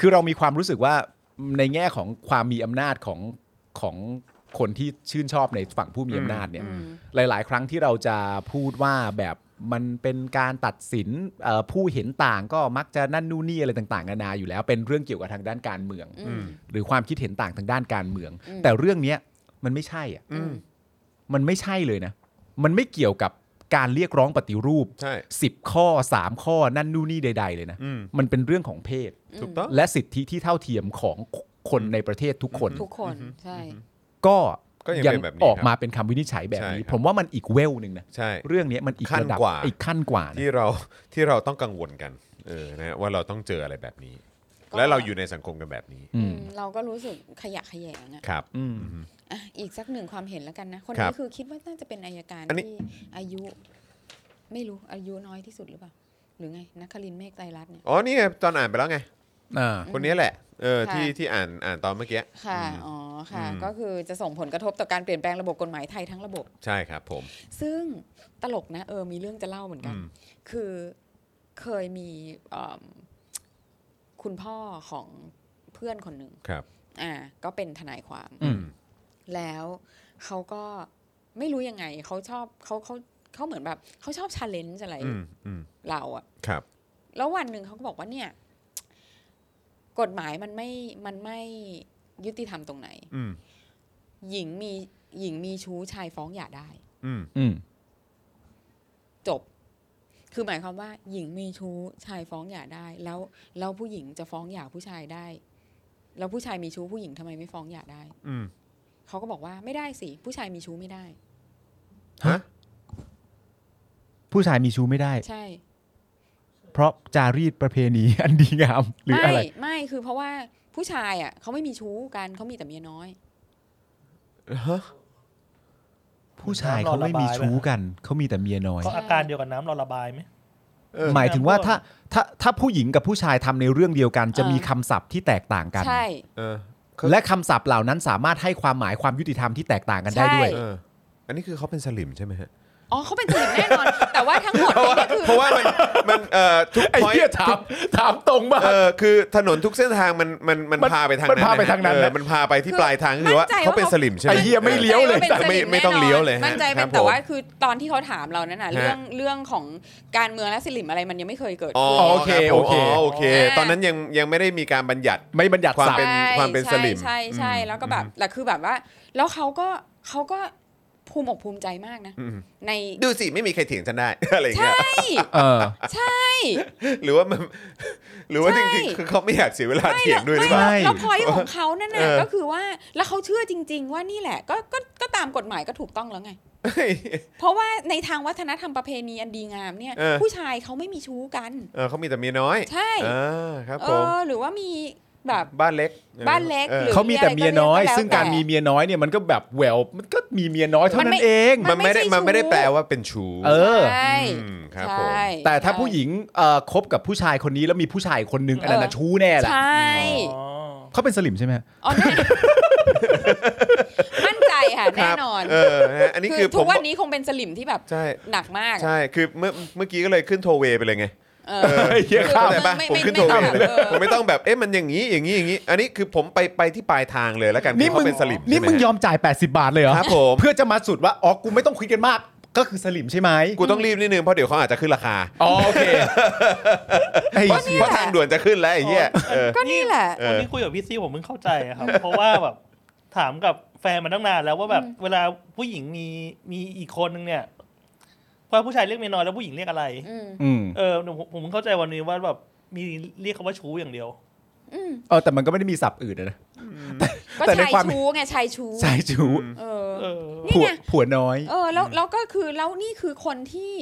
B: คือเรามีความรู้สึกว่าในแง่ของความมีอำนาจของของคนที่ชื่นชอบในฝั่งผู้มีอำนาจเนี่ย
C: อืม
B: หลาย ๆ ครั้งที่เราจะพูดว่าแบบมันเป็นการตัดสินเอ่อผู้เห็นต่างก็มักจะนั่นนู่นนี่อะไรต่างๆนานาอยู่แล้ว เป็นเรื่องเกี่ยวกับทางด้านการเมือง
C: อืม
B: หรือความคิดเห็นต่างทางด้านการเมือง
C: อืม
B: แต่เรื่องเนี้ยมันไม่ใช่อ่ะ
A: อืม
B: มันไม่ใช่เลยนะ มันไม่เกี่ยวกับการเรียกร้องปฏิรูป
A: ใช่
B: 10 ข้อ 3 ข้อนั่นนู่นนี่ใด ๆ เลยนะ
A: อืม
B: มันเป็นเรื่องของเพศ
A: ถูกต้อง
B: และสิทธิที่เท่าเทียมของคนในประเทศทุกคน
C: ทุกคนใช่
B: ก็
A: ก็ยังเป็นแบบนี้
B: ออกมาเป็นคำวินิจฉัยแบบนี้
A: ใช่ครับ
B: ผมว่ามันอีกเวลหนึ่งนะ
A: ใช่
B: เรื่องเนี้ยมันอีก
A: ขั้น
B: ระดับ
A: กว่า
B: อีกขั้นกว่านะ
A: ที่เรา ที่เราต้องกังวลกัน เออนะฮะว่าเราต้องเจออะไรแบบนี้
C: ก็
A: และเราอยู่ในสังคมกันแบบนี้
B: อืม
C: อืมเราก็รู้สึกขยะแขยงอะ
A: ครับ
B: อืม
C: อ่ะอีกสักหนึ่งความเห็นแล้วกันนะ คน
A: ครั
C: นี้
A: บ
C: คือคิดว่าน่าจะเป็นอายการ
A: อันนี้
C: ที่อายุ ไม่รู้อายุน้อยที่สุดหรือเปล่า หรือไงนักคลินทร์เมฆไตรรัตน์เนี่ย
A: อ๋อนี่ไงตอนอ่านไปแล้วไง
E: อ่า
A: คนนี้แหละเออ
C: ค่ะ
A: ที่ที่อ่านอ่านตอนเมื่อกี้
C: ค่ะอ๋อค่ะ
A: อืม
C: ก็คือจะส่งผลกระทบต่อการเปลี่ยนแปลงระบบกฎหมายไทยทั้งระบบ
A: ใช่ครับผม
C: ซึ่งตลกนะเออมีเรื่องจะเล่าเหมือนกัน
A: อืม
C: คือเคยมีเอิ่มคุณพ่อของเพื่อนคนหนึ่ง
A: ครับ
C: อ่าก็เป็นทนายความ
E: อืม
C: แล้วเขาก็ไม่รู้ยังไงเขาชอบเขาเขาเขาเหมือนแบบเขาชอบชาเลนจ์อะไร
A: อืมอืม
C: เราอะ
A: ครับ
C: แล้ววันหนึ่งเขาก็บอกว่าเนี่ย กฎหมายมันไม่มันไม่ยุติธรรมตรงไหน
A: อืม
C: หญิงมีหญิงมีชู้ชายฟ้องหย่าได้
A: อืม
E: อืม
C: จบ คือหมายความว่า หญิงมีชู้ชายฟ้องหย่าได้ แล้วแล้วผู้หญิงจะฟ้องหย่าผู้ชายได้ แล้วผู้ชายมีชู้ผู้หญิงทำไมไม่ฟ้องหย่าได้
A: อืม
C: เขาก็บอกว่าไม่ได้สิ ผู้ชายมีชู้ไม่ได้
A: ฮะ
B: ผู้ชายมีชู้ไม่ได้
C: ใช่
B: เพราะจารีตประเพณีอันดีงามหรืออะไร
C: ไม่ไม่คือเพราะว่าผู้ชายอ่ะเขาไม่มีชู้กันเขามีแต่เมียน้อย
A: ฮะ
B: ผู้ชายเขาไม่มีชู้กันเขามีแต่เมียน้อย
D: ก็อาการเดียวกับน้ำรอระบายไหม
A: เออ
B: หมายถึงว่าถ้าถ้าถ้าผู้หญิงกับผู้ชายทำในเรื่องเดียวกัน จะมีคำศัพท์ที่แตกต่างกัน
C: ใช่
A: เออ
B: และคำศัพท์เหล่านั้นสามารถให้ความหมายความยุติธรรมที่แตกต่างกันได้ด้วย
C: ใช่
A: เอออันนี้คือเขาเป็นสลิมใช่ไหมฮะ
C: อ๋อเขาเป็นสลิมแน่นอน แต่ว่าทั้งหมด นี่ก็คือ
A: เพราะว่ามันมันเอ่อทุก
B: ไอ้
A: point
B: เหี้ยถามถามตรงมาก
A: เออคือถนนทุกเส้นทางมันมันมัน
B: มัน
A: พาไปทาง
B: มัน
A: นั้นะ
B: พาไปทางนั้น
A: เออ
B: นะ
A: มันพาไปที่ปลายทางคือว่าเขาเป็นสลิมใช่ไหม
B: ไอ้เหี้ยไม่เลี้ยวเลย
C: มั่นใจาป็นส
A: ไม่
C: ลิ
A: ไม่ต้องเลี้ยวเลยฮะ
C: แน่นอนมั่นใจเป็น
A: ครับผม
C: แต่ว่าคือตอนที่เขาถามเรานั้นน่ะ
A: ฮะ
C: เรื่องเรื่องของการเมืองและสลิมอะไรมันยังไม่เคยเกิด
A: อ๋อ
C: ขึ้น
A: โอเค
B: โอ
A: โอเคโอ
B: เค
A: เค
C: อ่า
A: ตอนนั้นยังยังไม่ได้มีการบัญญัติ
B: ไม่บัญญัติ
A: ความ
B: ศัพ
A: เป็
B: ท์
A: น
C: ใช่
A: เป็นสลิม
C: ใช่ใช่ใช่
A: อืม
C: แล้วก็แบบแต่คือแบบว่า แล้วเขาก็เขาก็ภูมิอกภูมิใจมากนะ
A: อืม
C: ใน
A: ดูสิไม่มีใครเถียงฉันได้ อะไรอย่างเงี้ย
C: ใช่
B: เออ
A: หรือว่ามันหรือว่าจริงๆคือเขาไม่อยากเสียเวลาเถียงด้วยหรือเปล่า
B: ใช่
C: แล้วพอยของเขานั่นน่ะ
A: เออ
C: ก็คือว่าแล้วเขาเชื่อจริง ๆ ว่านี่แหละก็ก็ก็ตามกฎหมายก็ถูกต้องแล้วไง
A: เฮ้ย
C: เพราะว่าในทางวัฒนธรรมประเพณีอันดีงามเนี่ย
A: เออ
C: ผู้ชายเขาไม่มีชู้กัน
A: เออเขามีแต่เมียน้อย
C: ใช่
A: อ่าครับ
C: เอ
A: ผม
C: อหรือว่ามีแบบ
A: บ้านเล็ก
C: บ้านเล็ก
A: ออ
C: หรือ
B: เขามีแต่เมียน้อย
C: ะไก็แล้ว
B: ซึ่งการ
C: แต่
B: มีเมียน้อยเนี่ยมันก็แบบแหววมันก็มีเมียน้อยเท่า
C: มัน
B: นั้
C: ไม่
B: นเอง
A: มันไม่ได้
C: มัน
A: มัน
C: ไม่ใช่
A: ไม่ได้แป
C: ชู้
A: ลว่าเป็นชู้
B: เออ
C: ใช่
A: มครับผม
C: ใช่
B: แต่ถ้าผู้หญิงเอ่อคบกับผู้ชายคนนี้แล้วมีผู้ชายคนนึงอันนั้นนะชู้แน่แหละ
C: ใช่
D: อ๋อ
B: เขาเป็นสลิมใช่ไหมฮะ
C: อ๋อแน่ มั่นใจค่ะ
A: ค
C: แน่
A: รับ
C: นอน
A: เออนะฮะอันนี้
C: คื
A: คือ อผ
C: ทุ
A: ม
C: กวันนี้คงเป็นสลิมที่แบบ
A: ใช่
C: หนักมากอะ
A: ใช่คือเมื่อเมื่อกี้ก็เลยขึ้นโทเวย์ไปเลยไง
C: เอ
A: เอ
C: อ
A: อ
B: ไอ้เหี้ย
A: เข้าใจปะ
C: ไม่
A: ผ
C: ไม่
A: มขึ้นโทเวย์ไปเลย
C: ไม่
A: ผม
C: ไม่
A: ไม่ต้องแบบเอ๊ะมันอย่างนี้อย่างนี้อย่างนี้ อันนี้คือผมไปไปที่ปลายทางเลยแล้วกัน
B: นี่
A: คือเขา
B: มึง
A: เป็นสลิม
B: นี่
A: ใช่ไห
B: มึงยอมจ่าย 80 บาทเลยเหรอ
A: ครับผม
B: เพื่อจะมาสุดว่าอ๋อกูไม่ต้องคุยกันมาก ก็คือสลิมใช่ไหม
A: กูต้องรีบนิดนึงเพราะเดี๋ยวเขาอาจจะขึ้นราคา
B: อ๋อโอเคไอ้
C: นี่
B: เหี้ย
A: เพราะทางด่วนจะขึ้นแล้วไอ้เหี้ย
D: อ๋อ
A: เออ
C: ก็นี่แหละ
A: เออ
D: วันนี้คุยกับพี่ซี่ผมเพิ่งเข้าใจอะครับ เพราะว่าแบบถามกับแฟนมาตั้งนานแล้วว่าแบบเวลาผู้หญิงมีมีอีกคนนึงเนี่ยว่าผู้ชายเรียกเมียน้อยแล้วผู้หญิงเรียกอะไร
C: อืม
B: อืม
D: เออผมผมเพิ่งเข้าใจวันนี้ว่าแบบมีเรียกคำว่าชู้อย่างเดียว
C: อืม
B: เออแต่มันก็ไม่ได้มีศัพท์อื่นนะ
C: ก็
B: แต่ใน
C: ชาย
B: ความ
C: ชู้ไงชายชู้
B: สายชู
C: เออ
D: เออ
C: นี่
B: ผัว
C: ไง
B: ผัวน้อย
C: เออแล้วแล้วก็คือแล้วนี่คือคนที่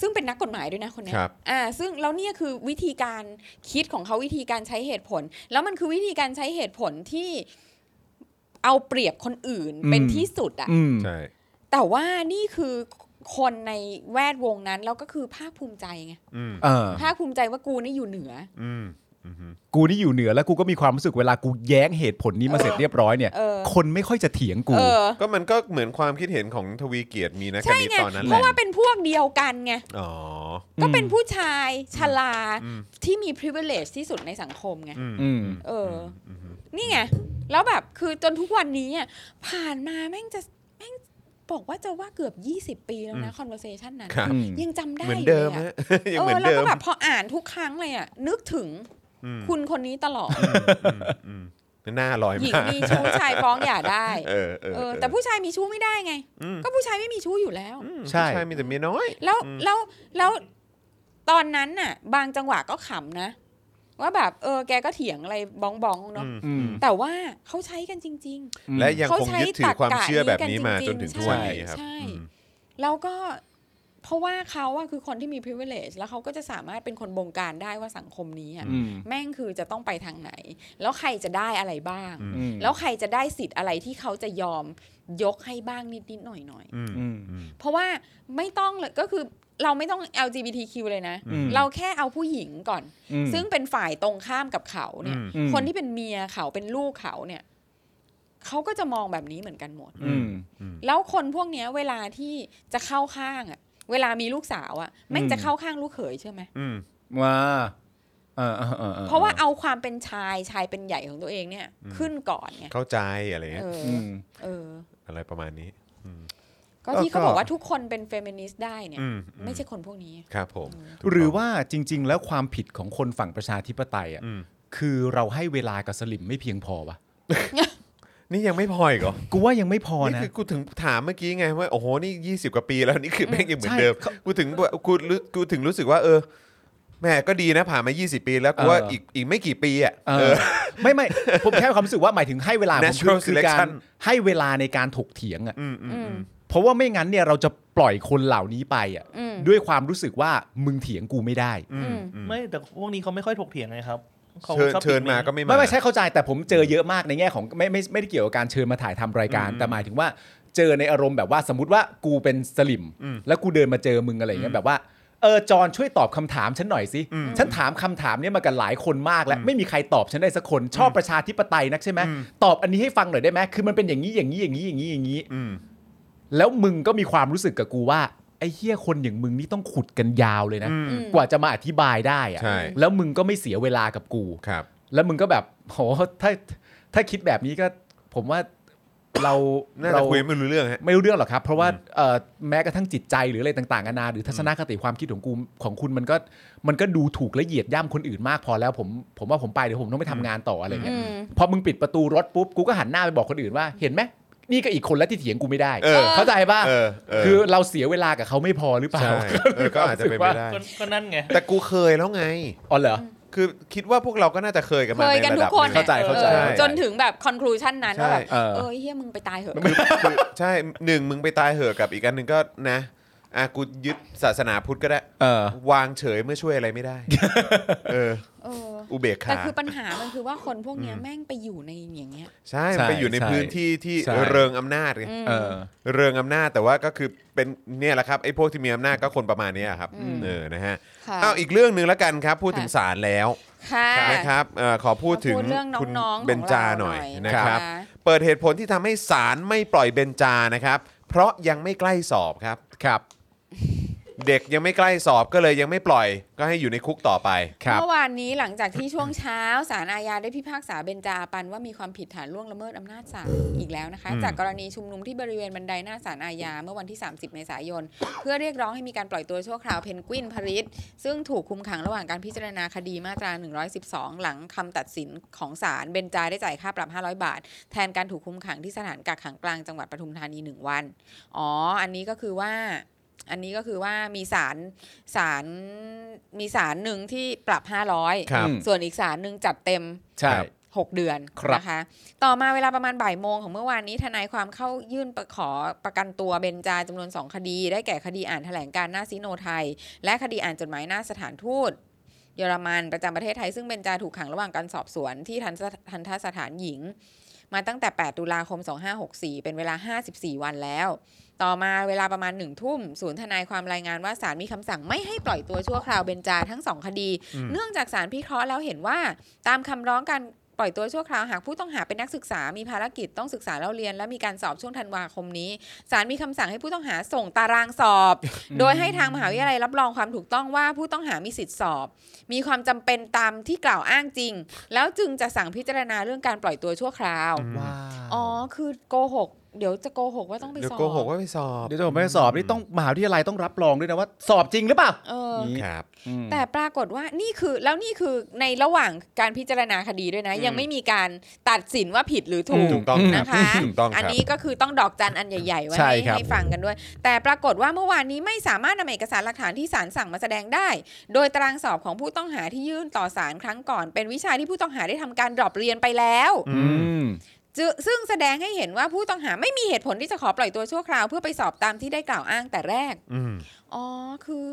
C: ซึ่งเป็นนักกฎหมายด้วยนะคนเนี้ย
A: ครับ
C: อ่า ซึ่งแล้วเนี่ยคือวิธีการคิดของเขาวิธีการใช้เหตุผล แล้วมันคือวิธีการใช้เหตุผลที่เอาเปรียบคนอื่น
B: อืม
C: เป็นที่สุดอะ
B: อืม
A: ใช่
C: แต่ว่านี่คือคนในแวดวงนั้นแล้วก็คือภาคภูมิใจไง
A: อืม
B: เออ
C: ภาคภูมิใจว่ากูนี่อยู่เหนือ
A: อืมอืมอืม
B: กูนี่อยู่เหนือแล้วกูก็มีความรู้สึกเวลากูแย้งเหตุผลนี้มาเสร็จเรียบร้อยเนี่ย
C: เออ
B: คนไม่ค่อยจะเถียงกู
C: เออ
A: ก็มันก็เหมือนความคิดเห็นของทวีเกียรติมีนะกัน
C: ใช่
A: นี้
C: ไง
A: ตอนนั้น
C: เพ
A: แหละ
C: ราะว่าเป็นพวกเดียวกันไง
A: อ๋อ
C: ก็เป็นผู้ชายชลา
A: อืม
C: ที่มี privilege ที่สุดในสังคมไง
A: อืม
B: อืม
C: เอออ
A: อืม
C: นี่ไง แล้วแบบคือจนทุกวันนี้อ่ะผ่านมาแม่งจะแม่งบอกว่าจะว่าเกือบ 20 ปีแล้วนะ conversation นั้น
A: ครับ
B: อืม
C: ยังจำได้
A: เหมือนเดิม
C: ลย
A: ฮะ
C: อะ
A: ยัง
C: เอ
A: เหมื
C: อ
A: อน
C: แล้ว
A: เดิ
C: ก็
A: ม
C: แบบพออ่านทุกครั้งเลยอ่ะ นึกถึง
A: อืม
C: คุณคนนี้ตลอด
A: อืมหน้าลอย
C: หญิง
A: มาก
C: มีชู้ชายฟ้องหย่าได้
A: เออเออ
C: เอ
A: เอ
C: อ
A: อ
C: แต่ผู้ชายมีชู้ไม่ได้ไง
A: อืม
C: ก็ผู้ชายไม่มีชู้อยู่แล้ว
A: อืม
B: ใช่
A: ผู้ชายมีแต่เมียน้อย
C: แล้ว
A: อืม
C: แล้วแล้วตอนนั้นน่ะ บางจังหวะก็ขำนะ ว่าแบบเออแกก็เถียงอะไรบ้องๆเนาะ
B: อืม
C: แต่ว่าเขาใช้กันจริง ๆ
A: และยัง
C: เขา
A: คง
C: ใช้
A: ยึดถือความเชื่อแบบนี้มา
C: ตรร
A: จน
C: กะนี้กัน
A: ถึงทุกวันนี้
C: จริงๆ
A: ครับ
C: ใช่
A: อืม
C: แล้วก็ เพราะว่าเขาอะคือคนที่มี privilege แล้วเขาก็จะสามารถเป็นคนบงการได้ว่าสังคมนี้อะ
B: อืม
C: แม่งคือจะต้องไปทางไหน แล้วใครจะได้อะไรบ้าง
A: อืม
B: อืม
C: แล้วใครจะได้สิทธิ์อะไรที่เขาจะยอมยกให้บ้างนิดนิดๆหน่อยหน่อย
A: อืม
B: อืม
A: อืม
C: ๆเพราะว่าไม่ต้องเลยก็คือเราไม่ต้อง LGBTQ เลยนะ
B: อืม
C: เราแค่เอาผู้หญิงก่อน
B: อืม
C: ซึ่งเป็นฝ่ายตรงข้ามกับเขาเนี่ย
A: อืม
B: อืม
C: คนที่เป็นเมียเขาเป็นลูกเขาเนี่ยเขาก็จะมองแบบนี้เหมือนกันหมด
B: อืม
C: แล้วคนพวกเนี้ยเวลาที่จะเข้าข้างอะเวลามีลูกสาวอะแม่ง
B: อืม
C: จะเข้าข้างลูกเขยเชื่อไหม
A: อืม
B: ว่าเออเออเออออ
C: เพราะว่าเอาความเป็นชายชายเป็นใหญ่ของตัวเองเนี่ยขึ้นก่อนไง
A: เข้าใจอะไรเงี้ย
C: เออ
B: อื
C: อ
B: ม
C: เออ
A: อะไรประมาณนี้
C: ก็
B: ก็
C: ที่เขา
B: ก็
C: บอกว่าทุกคนเป็นเฟมินิสต์ได้เนี่ย
A: อืมอืม
C: ไม่ใช่คนพวกนี้
A: ครับผมถูก
B: หรือ
A: ต้ง
B: ว่าจริง ๆ แล้วความผิดของคนฝั่งประชาธิปไตยอ่ะ
A: อืม
B: คือเราให้เวลากับสลิมไม่เพียงพอวะ
A: นี่ยังไม่พออีกเหรอ
B: กูว่ายังไม่พอ
A: นี่
B: นะ
A: คือกูถึงถามเมื่อกี้ไงว่าโอ้โหนี่20 กว่าปีแล้วนี่คือแม่งยังเหมือน
B: ใช่
A: เดิม
B: เขา
A: กูถึงว่ากูรู้กูถึงรู้สึกว่า เออแม่ก็ดีนะผ่านมา 20 ปีแล้วกูว่า
B: เอออี
A: อีกอีกไม่กี่ปีอ่ะ
B: เออไม่ไม่ผมแค่ความรู้สึกว่าหมายถึงให้เวลาผม
A: Natural
B: คือการ
A: selection
B: ให้เวลาในการถกเถียงอ่ะ
A: อืมอืม
C: อืม
B: เพราะว่าไม่งั้นเนี่ยเราจะปล่อยคนเหล่านี้ไปอ่ะ
C: อืม
B: ด้วยความรู้สึกว่ามึงเถียงกูไม่ได้
A: อืมอืม
D: ไม่แต่พวกนี้เขาไม่ค่อยถกเถียงเลยครับขา
A: เชิญ
D: ชอบ
A: เชิญ
D: ปิด
A: มา
D: ลิ้น
A: ก็ไม่มา
B: ไม่ไม่ใช่เข้าใจแต่ผมเจอเยอะมากในแง่ของไม่ไม่ไม่ได้เกี่ยวกับการเชิญมาถ่ายทำรายการ
A: อืม
B: แต่หมายถึงว่าเจอในอารมณ์แบบว่าสมมติว่ากูเป็นสลิม
A: อืม
B: แล้วกูเดินมาเจอมึงอะไรอย่างเงี้ยแบบว่าเออจอนช่วยตอบคำถามฉันหน่อยสิ
A: อืม
B: ฉันถามคำถามเนี้ยมากันหลายคนมากแล้ว
A: อืม
B: ไม่มีใครตอบฉันได้สักคนชอบประชาธิปไตยนักใช่ไหม
A: อืม
B: ตอบอันนี้ให้ฟังหน่อยได้ไหมคือมันเป็นอย่างนี้อย่างนี้อย่างนี้อย่างนี้อย่างนี้
A: อืม
B: แล้วมึงก็มีความรู้สึกกับกูว่าไอ้เหี้ยคนอย่างมึงนี่ต้องขุดกันยาวเลยนะ
A: อืม
C: ม
B: กว่าจะมาอธิบายได้อะ
A: ใช่
B: แล้วมึงก็ไม่เสียเวลากับกู
A: ครับ
B: แล้วมึงก็แบบโหถ้าถ้าคิดแบบนี้ก็ผมว่าเรา
A: น่าจะ
B: เรา
A: คุยไม่รู้เรื่องฮะ
B: ไม่รู้เรื่องหรอกครับ เพราะว่า
A: อืม
B: เอ่อแม้กระทั่งจิตใจหรืออะไรต่างๆนานาหรือทัศนคติความคิดของกูของคุณมันก็มันก็ดูถูกและเหยียดย่ำคนอื่นมากพอแล้วผมผมว่าผมไปเดี๋ยวผมต้องไปทำงานต่ออะไรเงี้ย
C: อืม
B: พอมึงปิดประตูรถปุ๊บกูก็หันหน้าไปบอกคนอื่นว่า เห็นไหมนี่ก็อีกคนแล้วที่เถียงกูไม่ได้
A: เออ
B: เข้าใจป่ะ
A: เออเออ
B: คือเราเสียเวลากับเขาไม่พอหรือเปล่า
A: ใช่เออก็อาจจะเป็นไปได้
D: ก็ก็นั่นไง
A: แต่กูเคยแล้วไง
B: อ๋อเหรอ
A: คือคิดว่าพวกเราก็น่าจะเคยกัน
C: เค
A: มาย ใน
C: กัน
A: ระ
C: ทุ
A: ดั
C: ก
A: บ
C: คน
A: หนึ่ง
B: เข้าใจ
C: นี่ย
B: เข้าใจ
C: ออ
A: เข้าใจ
C: จนถึงแบบ conclusion นั้นว่าแบบ
A: ใช่
C: เออ
B: เออ
C: เฮียมึงไปตายเหอะ
A: คือใช่หนึ่งมึงไปตายเหอะกับอีกอันหนึ่งก็นะอ่ะกูยึดศาสนาพุทธก็ได้
B: เออ
A: วางเฉยเมื่อช่วยอะไรไม่ได้ เออ
C: เออ
A: อุเบก
C: แต่
A: ขา
C: คือปัญหามันคือว่าคนพวกเนี้ยแม่งไปอยู่ในอย่างเงี้ย
A: ใช่มันไปอยู่ใน
B: ใช่
A: พื้นที่ที่
B: ใช่
A: เริงอำนาจไง
B: เออ
A: เริงอำนาจแต่ว่าก็คือเป็นเนี่ยแหละครับไอ้พวกที่มีอำนาจก็คนประมาณเนี้ยครับ
C: อืม
A: เออนะฮะ
C: ค่ะ
A: อ้าวอีกเรื่องหนึ่งแล้วกันครับ พูดถึง
C: ค่ะ
A: ศาลแล้ว
C: ค่ะ
A: นะครับเอ่อขอพูดถึ
C: มาเรื่อง
A: คุณ
C: น้องๆของ
A: เบนจาหน่อยนะครับ
C: ะ
A: เปิดเหตุผลที่ทำให้ศาลไม่ปล่อยเบนจานะครับ เพราะยังไม่ใกล้สอบครับ
B: ครับ
A: เด็กยังไม่ใกล้สอบก็เลยยังไม่ปล่อย ก็ให้อยู่ในคุกต่อไป
B: ครับ
C: เมื่อวานนี้หลังจากที่ช่วงเช้าสารอาญาได้พิพากษาเบนจาปันว่ามีความผิดฐานล่วงละเมิดอำนาจศาลอีกแล้วนะคะ
A: อืม
C: จากกรณีชุมนุมที่บริเวณบันไดหน้าศาลอาญาเมื่อวันที่ 30 เมษายน เพื่อเรียกร้องให้มีการปล่อยตัวชั่วคราวเพนกวินพริตซึ่งถูกคุมขังระหว่างการพิจารณาคดีมาตรา 112 หลังคำตัดสินของศาลเบนจาได้จ่ายค่าปรับ 500 บาท แทนการถูกคุมขังที่สถานกักขังกลางจังหวัดปทุมธานีหนึ่งวันอ๋ออันนี้ก็คือว่า อันนี้ก็คือว่ามีสารสารมีสารหนึ่งที่ปรับ 500
A: ครับ
B: อืม
C: ส่วนอีกสารหนึ่งจัดเต็ม
B: ใช่
A: ครับ
C: 6 เดือน
B: ครับ
C: นะคะ ต่อมาเวลาประมาณบ่ายโมงของเมื่อวานนี้ทนายความเข้ายื่นประขอประกันตัวเบนจาจำนวน 2 คดี ได้แก่คดีอ่านแถลงการณ์หน้าซิโนไทย และคดีอ่านจดหมายหน้าสถานทูต เยอรมันประจำประเทศไทยซึ่งเบนจาถูกขังระหว่างการสอบสวนที่ทันสทันทสถานหญิง มาตั้งแต่ 8 ตุลาคม 2564 เป็นเวลา 54 วันแล้ว ต่อมาเวลาประมาณหนึ่งทุ่มศูนย์ทนายความรายงานว่าศาลมีคำสั่งไม่ให้ปล่อยตัวชั่วคราวเบนจาทั้งสองคดี เนื่องจากศาลพิเคราะห์แล้วเห็นว่า ตามคำร้องการปล่อยตัวชั่วคราวหากผู้ต้องหาเป็นนักศึกษา มีภารกิจต้องศึกษาเล่าเรียน และมีการสอบช่วงธันวาคมนี้ศาลมีคำสั่งให้ผู้ต้องหาส่งตารางสอบ โดยให้ทางมหาวิทยาลัยรับรองความถูกต้องว่าผู้ต้องหามีสิทธิสอบ มีความจำเป็นตามที่กล่าวอ้างจริง แล้วจึงจะสั่งพิจารณาเรื่องการปล่อยตัวชั่วคราว
B: ้า
C: อ๋อ คือโกหก เดี๋ยวจะโกหกว่าต้องไป
A: เดี๋ยว
C: สอบ
A: โกหกว่าไปสอบ
B: เดี๋ยวผมไปสอบนี่ต้องมหาวิทยาลัยต้องรับรองด้วยนะว่า สอบจริงหรือเปล่า
C: เออ
B: นี่
A: ครับ
C: แต่ปรากฏว่านี่คือแล้วนี่คือในระหว่างการพิจารณาคดีด้วยนะ
A: อืม
C: ยังไม่มีการตัดสินว่าผิดหรือถูก
A: ถูกต้องรับ
C: นะคะ
A: ถูกต้องครับ
C: นนี้ก็คือต้องดอกจันอันใหญ่ ๆ ไว้
B: ใช่
C: ให้
B: ครับ
C: ให้ฟังกันด้วย แต่ปรากฏว่าเมื่อวานนี้ไม่สามารถนำเอกสารหลักฐานที่ศาลสั่งมาแสดงได้ โดยตารางสอบของผู้ต้องหาที่ยื่นต่อศาลครั้งก่อน เป็นวิชาที่ผู้ต้องหาได้ทำการดรอปเรียนไปแล้ว
B: อืม
C: จึซึ่งแสดงให้เห็นว่าผู้ต้องหาไม่มีเหตุผลที่จะขอปล่อยตัวชั่วคราวเพื่อไปสอบตามที่ได้กล่าวอ้างแต่แรก
A: อืม
C: อ๋อ คือ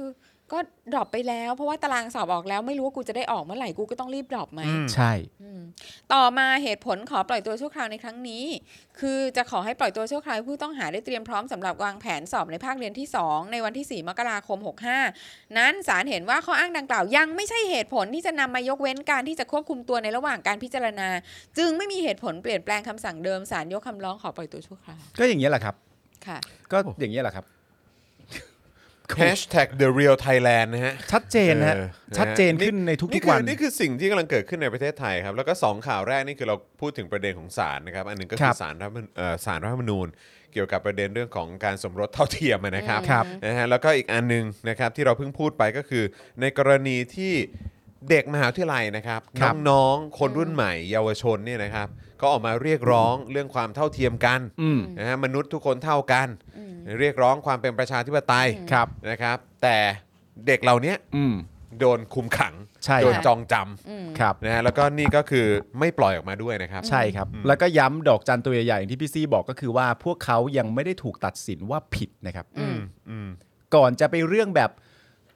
C: ก็ดรอปไปแล้ว เพราะว่าตารางสอบออกแล้วไม่รู้ว่ากูจะได้ออกเมื่อไหร่ กูก็ต้องรีบดรอปไหม
A: อืม
B: ใช่
C: อืมต่อมาเหตุผลขอปล่อยตัวชั่วคราวในครั้งนี้ คือจะขอให้ปล่อยตัวชั่วคราวผู้ต้องหาได้เตรียมพร้อมสำหรับวางแผนสอบในภาคเรียนที่ 2 ในวันที่ 4 มกราคม 65 นั้นศาลเห็นว่าข้ออ้างดังกล่าวยังไม่ใช่เหตุผลที่จะนำมายกเว้นการที่จะควบคุมตัวในระหว่างการพิจารณา จึงไม่มีเหตุผลเปลี่ยนแปลงคำสั่งเดิมศาลยกคำร้องขอปล่อยตัวชั่วคราว
B: ก็อย่างนี้ยแหละครับ
C: ค่ะ
B: ก็อย่างนี้ยแหละครับ
A: แฮชแท็ก the real Thailand นะฮะ
B: ชัดเจนฮะ
A: เออนะฮะ
B: ชัดเจนขึ้นในทุ
A: นี่
B: ก
A: คื
B: ๆวั
A: อน นี่คือสิ่งที่กำลังเกิดขึ้นในประเทศไทยครับ แล้วก็ 2 ข่าวแรกนี่คือเราพูดถึงประเด็นของศาลนะครับ อันหนึงก็
B: ค
A: คื
B: รั
A: อบ ศาลรัฐธรรมเอ่อศาลรัฐธรรมนูญ เกี่ยวกับประเด็นเรื่องของการสมรสเท่าเทียมนะครับ
B: ครับ
A: นะฮะแล้วก็อีกอันหนึงนะครับที่เราเพิ่งพูดไปก็คือ ในกรณีที่เด็กมหาวิทยาลัยนะครับ
B: ครับ
A: น้องๆคนรุ่นใหม่ เยาวชนเนี่ยนะครับก็ออกมาเรียกร้องเรื่องความเท่าเทียมกัน
B: อืม
A: นะฮะมนุษย์ทุกคนเท่ากัน
C: อืม
A: เรียกร้องความเป็นประชาธิปไตย
B: ครับ
A: นะครับ แต่เด็กเหล่าเนี้ย
B: อืม
A: โดนคุมขัง
B: ใช่
A: โดน
C: ค่ะ
A: จองจ
C: อืม
B: ครับ
A: ำนะฮะแล้วก็นี่ก็คือไม่ปล่อยออกมาด้วยนะครับ
B: ใช่ครับ
A: อืม
B: แล้วก็ย้ำดอกจันตัวใหญ่ๆอย่างที่พี่ซี่บอกก็คือว่าพวกเขายังไม่ได้ถูกตัดสินว่าผิดนะครับ
C: อืม
A: อืม
B: ก่อนจะไปเรื่องแบบ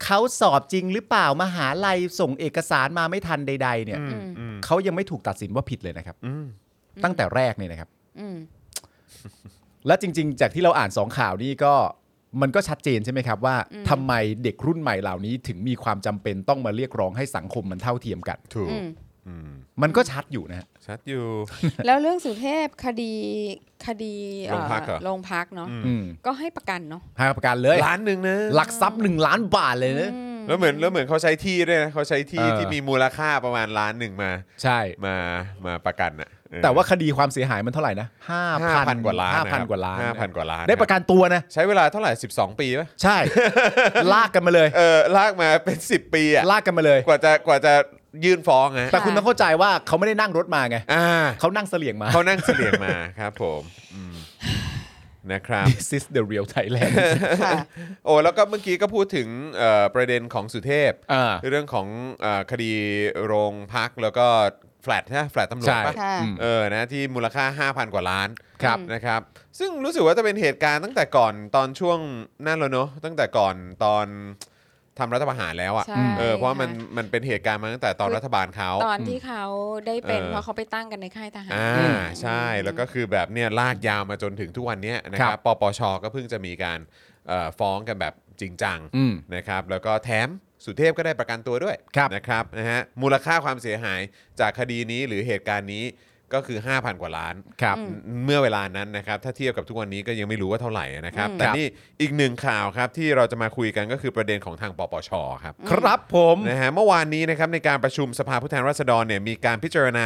B: เขาสอบจริงหรือเปล่ามหาลัยส่งเอกสารมาไม่ทันใด ๆ เนี่ย
A: อืมอืม
B: เขายังไม่ถูกตัดสินว่าผิดเลยนะครับ
A: อืม
B: ตั้งแต่แรกเนี่ยนะครับ
C: อืม
B: และจริง ๆ จากที่เราอ่านสองข่าวนี่ก็มันก็ชัดเจนใช่ไหมครับว่าทำไมเด็กรุ่นใหม่เหล่านี้ถึงมีความจำเป็นต้องมาเรียกร้องให้สังคมมันเท่าเทียมกัน
A: ถูก
C: อืม
A: อืม
B: มันก็ชัดอยู่นะฮะ
A: ชัดอยู่
C: แล้วเรื่องสุเทพคดีคดี
A: โรงพักเหรอ
C: โรงพักเนาะ
A: อืม
B: อืม
C: ก็ให้ประกันเนาะ
B: ให้ประกันเลย
A: ล้านหนึ่งนะ
B: หลักทรัพย์หนึ่งล้านบาทเลยนะ
A: แล้วเหมือนแล้วเหมือนเขาใช้ที่ด้วยนะเขาใช้ที่
B: เออ
A: ที่มีมูลค่าประมาณล้านหนึ่งมา
B: ใช่
A: มามาประกันอ่ะเออ
B: แต่ว่าคดีความเสียหายมันเท่าไหร่นะห้า
A: ห้าพันกว่าล้าน
B: ห้าพันกว่าล้าน
A: ห้าพัน
B: นะ
A: กว่าล้าน
B: ได้ประกันตัวนะ
A: ใช้เวลาเท่าไหร่ 12 ปีป่ะ
B: ใช่ ลากกันมาเลย
A: เออลากมาเป็น 10 ปีอ่ะ
B: ลากกันมาเลย
A: กว่าจะกว่าจะยื่นฟ้องนะ
B: แต่คุณต้องเข้าใจว่าเขาไม่ได้นั่งรถมาไง
A: อ่า
B: เขานั่งเสลี่ยงมา
A: เขานั่งเสลียงมา ครับผมอืมนะครับ
B: This is the real Thailand
C: ค่ะ
A: โอ้แล้วก็เมื่อกี้ก็พูดถึงเอ่อประเด็นของสุเทพ
B: อ่า
A: เรื่องของเอ่อคดีโรงพักแล้วก็แฟลตนะแฟลตตำรวจ
B: ใช่
A: ปะ
C: ค่ะ
B: อืม
A: เออนะที่มูลค่า 5,000 กว่าล้าน
B: ครับ
A: นะครับ ซึ่งรู้สึกว่าจะเป็นเหตุการณ์ตั้งแต่ก่อนตอนช่วงนั่นแล้วเนอะตั้งแต่ก่อนตอนทำรัฐประหารแล้วอะ
C: ใช่
A: เออเพราะว่ามัน
C: ค่
A: มันเป็นเหตุการณ์มาตั้งแต่ตอน
C: คือ
A: รัฐบาลเขา
C: ตอนที่เขาได้เป็น
A: เออ
C: เพราะเขาไปตั้งกันในค่ายทหาร
A: อ่าใช่แล้วก็คือแบบเนี่ยลากยาวมาจนถึงทุกวันเนี้ยนะค
B: ค
A: รั
B: รั
A: บบ ปปชก็เพิ่งจะมีการเอ่อฟ้องกันแบบจริงจัง
B: อืม
A: นะครับแล้วก็แถมสุเทพก็ได้ประกันตัวด้วย
B: ครับ
A: นะครับนะฮะมูลค่าความเสียหายจากคดีนี้หรือเหตุการณ์นี้ก็คือ 5,000 กว่าล้าน
B: ครับ
A: เมื่อเวลานั้นนะครับถ้าเทียบกับทุกวันนี้ก็ยังไม่รู้ว่าเท่าไหร่นะครับ
C: อืม
A: แต่นี่อีกหนึ่งข่าวครับที่เราจะมาคุยกันก็คือประเด็นของทางปปชครับ
B: ครับผม
A: นะฮะเมื่อวานนี้นะครับในการประชุมสภาผู้แทนราษฎรเนี่ยมีการพิจารณา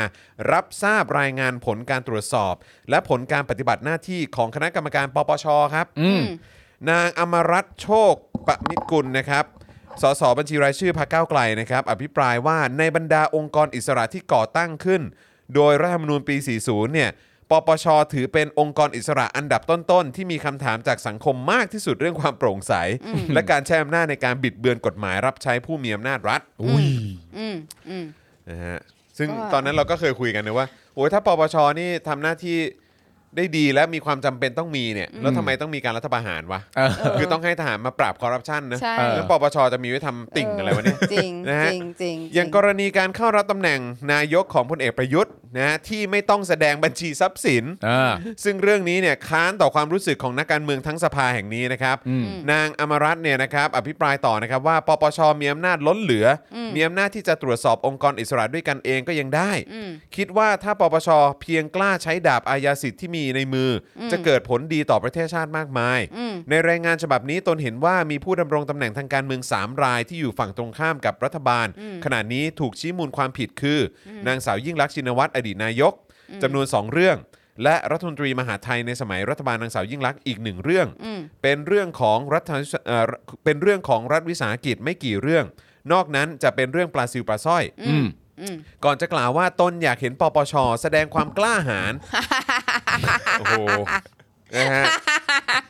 A: รับทราบรายงานผลการตรวจสอบ และผลการปฏิบัติหน้าที่ของคณะกรรมการปปชครับ
B: อืม
A: นางอมรัตน์โชคปมิตรกุลนะครับสสบัญชีรายชื่อพรรคก้าวไกลนะครับ อภิปรายว่าในบรรดาองค์กรอิสระที่ก่อตั้งขึ้น โดยรัฐธรรมนูญปี 40 เนี่ยปปชถือเป็นองค์กรอิสระอันดับต้นๆ ที่มีคำถามจากสังคมมากที่สุดเรื่องความโปร่งใส และการใช้อำนาจในการบิดเบือนกฎหมายรับใช้ผู้มีอำนาจรัฐ
B: อุ้ย
C: อืมอืม
A: นะฮะซึ่ง
C: ก็
A: ตอนนั้นเราก็เคยคุยกันนะว่าโอ้ยถ้าปปชนี่ทำหน้าที่ได้ดีและมีความจำเป็นต้องมีเนี่ยแล้วทำไมต้องมีการรัฐประหารวะ
B: เออ
A: คือต้องให้ทหารมาปราบคอร์รัปชันนะ
C: ใช่
A: แล้วปปชจะมีไว้ทำติ่งอะไรวะเนี่ย
C: จริง
A: นะฮะ
C: จริงจริง
A: อย่างกรณีการเข้ารับตำแหน่งนายกของพลเอกประยุทธ์นะฮะที่ไม่ต้องแสดงบัญชีทรัพย์สิน
B: อ่า
A: ซึ่งเรื่องนี้เนี่ยค้านต่อความรู้สึกของนักการเมืองทั้งสภาแห่งนี้นะครับ
B: อืม
A: นางอมรัตน์เนี่ยนะครับอภิปรายต่อนะครับว่าปปชมีอำนาจล้นเหลืออมีอำนาจที่จะตรวจสอบองค์กรอิสระด้วยกันเองก็ยังได้
C: อืม
A: คิดว่าถ้าปปชเพียงกล้าใช้ดาบอาญาสิทธิ์ที่มีในมืออจะเกิดผลดีต่อประเทศชาติมากมาย
C: อืม
A: ในรายงานฉบับนี้ตนเห็นว่ามีผู้ดำรงตำแหน่งทางการเมือง 3 รายที่อยู่ฝั่งตรงข้ามกับรัฐบาล ขณะนี้ถูกชี้มูลความผิดคือ นางสาวยิ่งลักษณ์ชินวัตรอดีตนายกจำนวน 2 เรื่อง และรัฐมนตรีมหาดไทยในสมัยรัฐบาลนางสาวยิ่งลักษณ์อีกหนึ่งเรื่อง
C: อืม
A: เป็นเรื่องของรัฐเอ่อเป็นเรื่องของรัฐวิสาหกิจไม่กี่เรื่อง นอกนั้นจะเป็นเรื่องปลาซิวปลาสร้อย
B: อืม
C: อืม
A: ก่อนจะกล่าวว่าตนอยากเห็นปปช แสดงความกล้าหาญ โอ้โหนะฮะ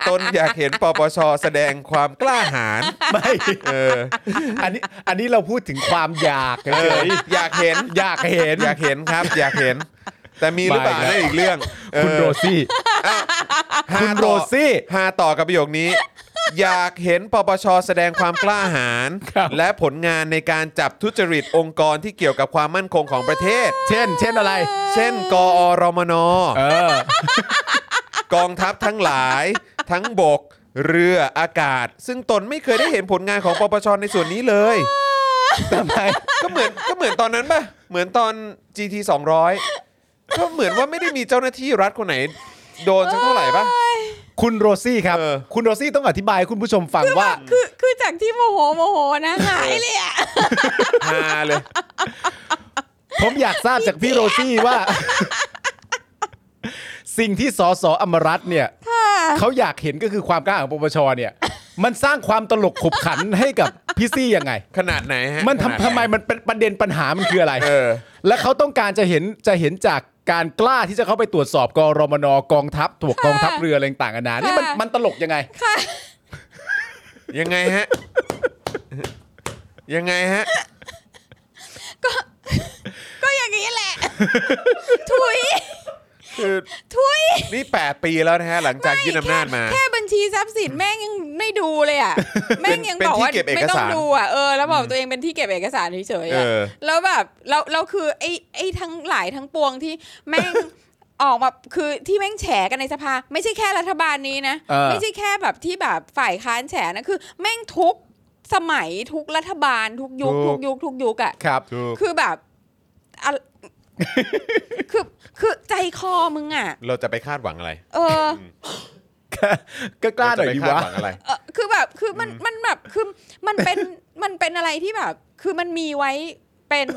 A: ตนอยากเห็นปปช แสดงความกล้าหาญ
B: ไม่
A: เออ
B: อันนี้ อันนี้เราพูดถึงความอยาก
A: เอ
B: เฉ
A: อยอยากเห็น
B: ๆอยากเห็น
A: อยากเห็นครับ อยากเห็น แต่มีหรือเปล่า
B: มาอีก
A: นั่นอีก
B: แล้ว
A: เรื่องเออ
B: คุณโรซี่
A: หา
B: คุณโร
A: ต่อ
B: ซี่
A: หาต่อกับประโยคนี้ อยากเห็นปปชแสดงความกล้าหาญ
B: ครับ
A: และผลงานในการจับทุจริตองค์กรที่เกี่ยวกับความมั่นคงของประเทศ
B: เช่น เช่นอะไร
A: เช่น กอรมน
B: เออ
A: กองทัพทั้งหลาย ทั้งบก เรืออากาศ ซึ่งตนไม่เคยได้เห็นผลงานของปปชในส่วนนี้เลยทำไมก็เหมือนก็เหมือนตอนนั้นป่ะ เหมือนตอน GT 200 ก็เหมือนว่าไม่ได้มีเจ้าหน้าที่รัฐคนไหน โดนสักเท่าไหร่ป่ะ
B: คุณโรซี่ครับ
A: เออ
B: คุณโรซี่ต้องอธิบายให้คุณผู้ชมฟังว่า
C: คือคือจากที่โมโหโมโหนะหายเลยอะ
A: ฮาเลย
B: ผมอยากทราบจากพี่โรซี่ว่า สิ่งที่สสอมรัตน์เนี่ย เขาอยากเห็นก็คือความกล้าของปปชเนี่ย มันสร้างความตลกขบขันให้กับพี่ซี่ยังไง
A: ขนาดไหนฮะ
B: มัน
A: ขนาดห
B: ทำทำไมมันเป็นประเด็นปัญหามันคืออะไร
A: เออ
B: และเขาต้องการจะเห็นจะเห็นจากการกล้าที่จะเข้าไปตรวจสอบกรมนกองทัพถูกกองทัพเรืออะไรต่างกันานานี่มันมันตลกยังไง
C: ค่ะ
A: ยังไงฮะ ยังไงฮะ
C: ก็อย่างนี้ แหละ ถุย
A: คือ
C: ถุย
A: นี่ 8 ปีแล้วนะฮะ หลังจากยึดอำนาจมา
C: แค่บัญชีทรัพย์สินแม่งยังไม่ดูเลยอ่ะ แม่งยัง
A: เป็น
C: บอกว่า
A: ที่เก็บเอก
C: ไม่ต้อ
A: สาง ร
C: ดูอ่ะเออแล้วบอกตัวเองเป็นที่เก็บเอกสารเฉยๆ
A: เอ
C: อะ
A: อ
C: แล้วแบบเราเราคือไอ้ไอ้ทั้งหลายทั้งปวงที่แม่ง ออกมา คือที่แม่งแฉกันในสภา ไม่ใช่แค่รัฐบาลนี้นะ
B: เออ
C: ไม่ใช่แค่แบบที่แบบฝ่ายค้านแฉนะคือ แม่งทุกสมัยทุกรัฐบาลทุกยุค
A: ถู
C: ทุ
A: ก
C: กยุคทุกยุคอ่ะ
B: ครับ
A: ถูก
C: คือแบบอะ คือคือใจคอมึงอ่ะ
A: เราจะไปคาดหวังอะไร
C: เออ
B: ก็กล้าหน่อย
A: เร
B: ดี
A: จะไปคาดห
B: วะ
A: วังอะไร
C: เออคือแบบคือมันมันแบบคือมันเป็น มันเป็นอะไรที่แบบ คือมันมีไว้ เป็น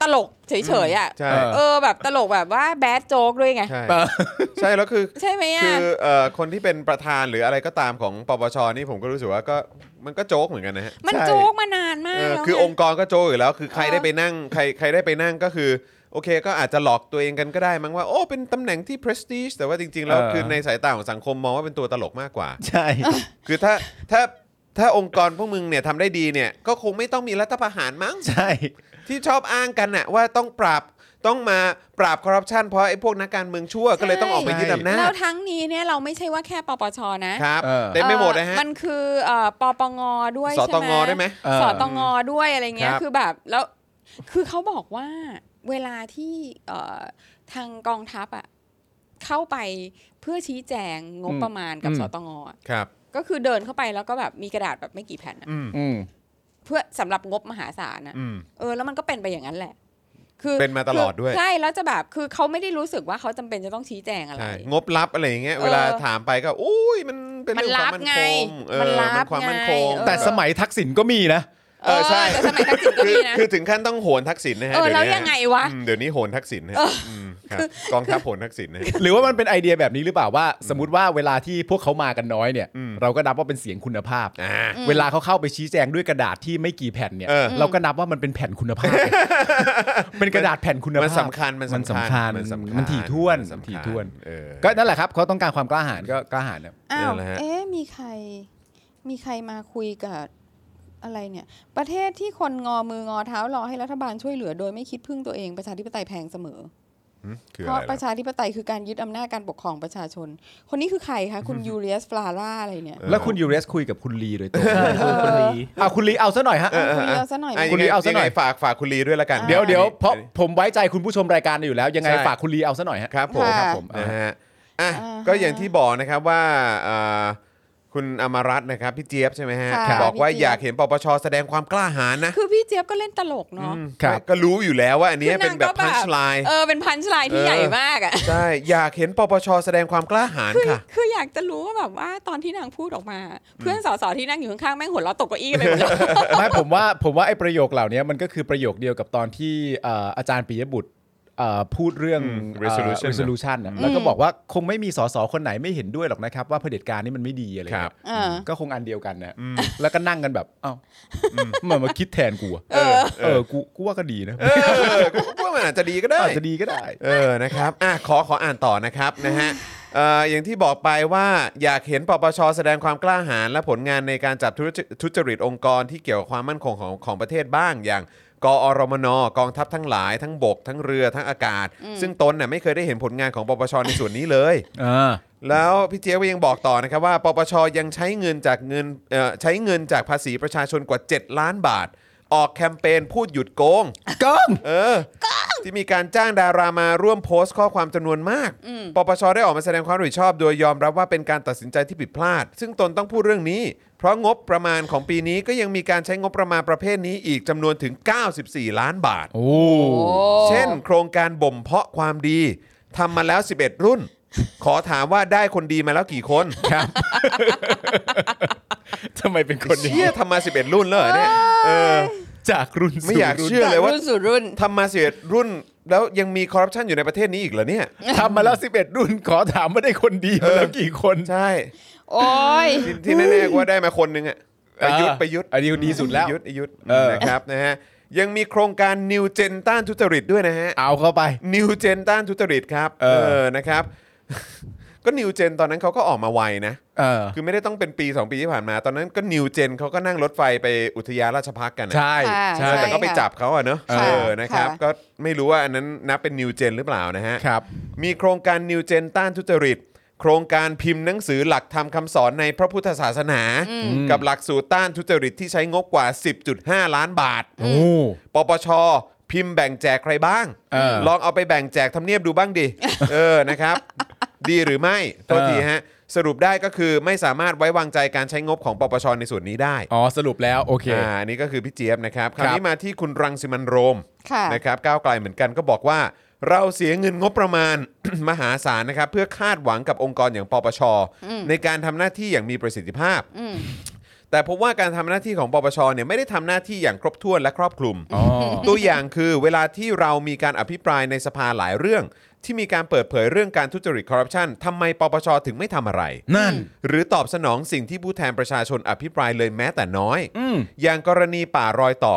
C: ตลกเฉยๆอ่ะ
A: ใช่
B: เออ
C: เออแบบตลกแบบว่าแบดโจ๊กด้วยไง
A: ใช่
B: เออ
A: ใช่แล้วคือ
C: ใช่ไหม
A: คื
C: อ่ะ
A: อเอ่อคนที่เป็นประธานหรืออะไรก็ตามของปปชนี่ผมก็รู้สึกว่าก็มันก็โจ๊กเหมือนกันนะฮะ
C: มัน
B: ใช่
C: โจ๊กมานานมา
A: เอก อ
C: แล้ว
A: คือ
C: ไง
A: องค์กรก็โจ๊กอยู่แล้ว คือใคร
C: เออ
A: ได้ไปนั่งใครใครได้ไปนั่งก็คือ โอเค ก็อาจจะหลอกตัวเองกันก็ได้มั้งว่าโอ้เป็นตำแหน่งที่ prestige แต่ว่าจริง ๆ แล้ว
B: เออ
A: คือในสายตาของสังคมมองว่าเป็นตัวตลกมากกว่า
B: ใช่
A: คือถ้าถ้าถ้าองค์กรพวกมึงเนี่ยทำได้ดีเนี่ยก็คงไม่ต้องมีรัฐประหารมั้ง
B: ใช่
A: ที่ชอบอ้างกันน่ะว่าต้องปราบต้องมาปราบคอร์รัปชันเพราะไอ้พวกนักการเมืองชั่วก็เลยต้องออกมายึดอำนา
C: แล้ว
A: จ
C: ทั้งนี้เนี่ยเราไม่ใช่ว่าแค่ปปชนะครับ
B: เออ
A: เต็มไปหมดนะฮะ
C: เอ่อมันคือเอ่อปปงด้วย
A: ส
C: ใช่
A: ต
C: ไห
A: ง
C: ม
A: ได้ไหม
B: เออ
C: สอตงด้วยอะไรเงี้
A: ค
C: ย
A: รับ
C: คือแบบแล้วคือเขาบอกว่าเวลาที่เอ่อทางกองทัพอ่ะเข้าไปเพื่อชี้แจงงบ
B: อืม
C: ประมาณกับ
B: อืม
C: สตงอะ
A: ครับ
C: ก็คือเดินเข้าไปแล้วก็แบบมีกระดาษแบบไม่กี่แผ่นอะ
A: อืม
B: อืม
C: เพื่อสำหรับงบมหาศาลอะ
A: อืม
C: เออแล้วมันก็เป็นไปอย่างนั้นแหละ คือ
A: เป็นมาตลอดด้วย
C: คืใช่แล้วจะแบบคือเขาไม่ได้รู้สึกว่าเขาจำเป็นจะต้องชี้แจงอะไร
A: ใช่งบลับอะไรอย่างเงี้ย
C: เออ
A: เวลาถามไปก็อุ้ยมันเป็น
C: มัน
A: เรื่องความมั่น
C: ลับไง
A: คงเออ
C: มันลับ
A: มันความมั่นคง
C: ไงเออ
B: แต่สมัยทักษิณก็มีนะ
A: เออใช่
C: แต่สมัยทักษิณก็
A: คือ
C: มีนะ
A: คือถึงขั้นต้องโหนทักษิณนะฮะ
C: เออแล้ว
A: เดี๋นี้
C: ยังไงวะ
A: อืมเดี๋ยวนี้โหนทักษิณนะฮะมครับกองทัพโหนทักษิณนะฮะ
B: หรือว่ามันเป็นไอเดียแบบนี้หรือเปล่าว่า สมมติว่าเวลาที่พวกเขามากันน้อยเนี่ย
A: อืม
B: เราก็นับว่าเป็นเสียงคุณภาพ
A: อ่า
B: เวลาเขาเข้าไปชี้แจงด้วยกระดาษที่ไม่กี่แผ่นเนี่ย
A: เออ
B: เราก็นับว่ามันเป็นแผ่นคุณภาพ เป็นกระดาษแผ่นคุณภาพ
A: มันสำคัญมัน
B: มันสำ
A: สำ
B: คั
A: คั
B: ญ
A: ญ
B: มันถี่ถ้วน
A: มัสำคัญ
B: ถี่ถ้วน
A: เออ
B: ก็นั่นแหละครับเขาต้องการความกล้าหาญก็กล้าหาญเนี่ย
C: อ้าว
A: นั่นแหละฮะ
C: เอ๊ะ มีใคร มีใครมาคุยกับอะไรเนี่ย ประเทศที่คนงอมืองอเท้ารอให้รัฐบาลช่วยเหลือโดยไม่คิดพึ่งตัวเองประชาธิปไตยแพงเสมอ
A: หืมคือ
C: เพ
A: อะไร
C: ราะป
A: ล่ะ
C: ระชาธิปไตยคือการยึดอำนาจการปกครองประชาชน คนนี้คือใครคะ คุณ ยูเรียสฟลาร่าอะไรเนี่ย
B: แล้วคุณยูเรสคุยกับคุณลีโดยตรง
D: ใช่คุณคนดี
B: เอาคุณลีเอาซะหน่อยฮะ
A: เออเออเออ
C: คุณลีเอาซะหน่อยไหม
A: ะ
B: คุณลีเอาซะหน่อย
A: งไงฝากฝากคุณลีด้วยละกัน
B: เดี๋ยวเดี๋ยวเพราะผมไว้ใจคุณผู้ชมรายการอยู่แล้ว ยังไง
A: ใช่
B: ฝากคุณลีเอาซะหน่อยฮะ
A: ครับผมค
C: ค่ะ
A: รับผมนะฮะอ่ะ
C: อ่าฮะ
A: ก็อย่างที่บอกนะครับว่าอ่าคุณอมรัตน์นะครับพี่เจี๊ยบใช่ไหมฮะ
C: ค่ะ
A: บอกว่า
C: พี่
A: อ
C: เจี๊ยบ
A: ยากเห็นปปชแสดงความกล้าหาญนะ
C: คือพี่เจี๊ยบก็เล่นตลก
A: อื
C: เนาะ
A: ม
B: ครับ
A: ก็รู้อยู่แล้วว่าอันเนี้ย
C: คือ
A: เป็น
C: นาง
A: แบบ
C: ก็แบบ
A: พันช์ไลน์
C: เออ เป็นพันช์ไลน์ที่
A: เออ
C: ใหญ่มากอะ
A: ใช่อยากเห็นปปชแสดงความกล้าหาญ
C: คือ
A: ค่ะ
C: คืออยากจะรู้ว่าแบบว่าตอนที่นางพูดออกมา เพื่อนสสที่นั่งอยู่ข้างๆแม่งหัวเราะตกเก้าอี้ไปหมดเลย
B: ไม่ผมว่าผมว่าไอ้ประโยคเหล่านี้มันก็คือประโยคเดียวกับตอนที่เอ่ออาจารย์ปิยบุตรเอ่อพูดเรื่อง
A: อืม
B: เอ่อ
A: resolution นะ
B: resolution นะแล้วก็บอกว่าคงไม่มีสสคนไหนไม่เห็นด้วยหรอกนะครับ ว่าเผด็จการนี่มันไม่ดีอะไร
A: ครั
B: เงี้
A: บ
B: ย
C: อ่า
B: ก็คงอันเดียวกันนะแล้วก็นั่งกันแบบเอ้ามันมาคิดแทนกูอะ
A: เออ
B: เออกูกูว่าก็ดีนะ
A: เออก็มันอาจจะดีก็ได้
B: อาจจะดีก็ได้
A: เออ นะครับ อ่ะ ขอ ขออ่านต่อนะครับ นะฮะ เอ่อ อย่างที่บอกไปว่าอยากเห็นปปช แสดงความกล้าหาญและผลงานในการจับทุจทุจริตองค์กรที่เกี่ยวกับความมั่นคงของของประเทศบ้าง อย่าง กอรมนกองทัพทั้งหลายทั้งบก ทั้งเรือทั้งอากาศ
C: อืม
A: ซึ่งตนน่ะไม่เคยได้เห็นผลงานของปปชในส่วนนี้เลย
B: อ่า
A: แล้วพี่เจี๊ยบก็ยังบอกต่อนะครับว่า ปปชยังใช้เงินจากเงินเอ่อใช้เงินจากภาษีประชาชนกว่า 7 ล้านบาท ออกแคมเปญพูดหยุดโกง
B: กง
A: เออ ที่มีการจ้างดารามาร่วมโพสต์ข้อความจำนวนมาก
C: อืม
A: ปปชได้ออกมาแสดงความรับผิดชอบ โดยยอมรับว่าเป็นการตัดสินใจที่ผิดพลาด ซึ่งตนต้องพูดเรื่องนี้ เพราะงบประมาณของปีนี้ก็ยังมีการใช้งบประมาณประเภทนี้อีกจำนวนถึง 94 ล้านบาท
B: โอ้
C: โอ้
A: เช่น โครงการบ่มเพาะความดีทำมาแล้ว 11 รุ่น ขอถามว่าได้คนดีมาแล้วกี่คน
B: ครับ ทำไมเป็นคนอย่าง
A: เชี่
B: นี้
A: ยทำมา 11 รุ่นเลยเหรอเนี่ยเออ
B: จากรุ่นสู่
A: ไม่อยาก
B: รุ่น
A: เชื่อเลยว่า
C: รุ่นสู่รุ่น
A: ทำมา 11 รุ่น แล้วยังมีคอร์รัปชันอยู่ในประเทศนี้อีกเหรอเนี่ย
B: ทำมาแล้ว 11 รุ่น ขอถามว่าได้คนดีมาแล้วกี่คน
A: ใช่
C: โอ้ย
A: ที่ที่แน่ๆว่าได้มาคนนึงอะประยุทธ์ประยุทธ์
B: อันนี้ดีสุดแล้ว
A: ยุทธยุทธ
B: เออ
A: นะครับนะฮะยังมีโครงการนิวเจนต้านทุจริตด้วยนะฮะ
B: เอาเข้าไป
A: นิวเจนต้านทุจริตครับ
B: เออ
A: นะครับ ก็นิวเจนตอนนั้นเขาก็ออกมาไวนะ
B: เออ
A: คือไม่ได้ต้องเป็นปี 2 ปีที่ผ่านมา ตอนนั้นก็นิวเจนเขาก็นั่งรถไฟไปอุทยานราชพักกันนะ
B: ใช่
C: ค่ะ
A: เอ
B: ใช่
A: อแต่ก็ไปจับเขาอะเนอะ
C: ค่ะ
A: เออนะครับ
C: ค่ะ
A: ก็ไม่รู้ว่าอันนั้นนับเป็นนิวเจนหรือเปล่านะฮะ
B: ครับ
A: มีโครงการนิวเจนต้านทุจริต โครงการพิมพ์หนังสือหลักธรรมคำสอนในพระพุทธศาสนา กับหลักสูตรต้านทุจริตที่ใช้งบกว่า 10.5 ล้านบาท
B: โอ้
A: ปปช พิมพ์แบ่งแจกใครบ้าง
B: เออ
A: ลองเอาไปแบ่งแจกทำเนียบดูบ้างดิ เออนะครับ ดีหรือไม่โทษทีฮะ สรุปได้ก็คือไม่สามารถไว้วางใจการใช้งบของปปช ในส่วนนี้ได้
B: อ๋อ สรุปแล้ว โอเค
A: อ่าอันนี้ก็คือพี่เจี๊ยบนะครับคราว
B: ครับ
A: นี้มาที่คุณรังสิมันโรม
C: ค่ะ
A: นะครับก้าวไกลเหมือนกันก็บอกว่า เราเสียเงินงบประมาณ มหาศาลนะครับ เพื่อคาดหวังกับองค์กรอย่างปปช ในการทำหน้าที่อย่างมีประสิทธิภาพ
C: อืม
A: แต่พบว่าการทำหน้าที่ของปปชเนี่ยไม่ได้ทำหน้าที่อย่างครบถ้วนและครอบคลุม
B: อ๋อ
A: ตัวอย่างคือเวลาที่เรามีการอภิปรายในสภาหลายเรื่อง ที่มีการเปิดเผยเรื่องการทุจริตคอร์รัปชันทำไมปปชถึงไม่ทำอะไร
B: นั่น
A: หรือตอบสนองสิ่งที่ผู้แทนประชาชนอภิปรายเลยแม้แต่น้อย
B: อืม
A: อย่างกรณีป่ารอยต่อ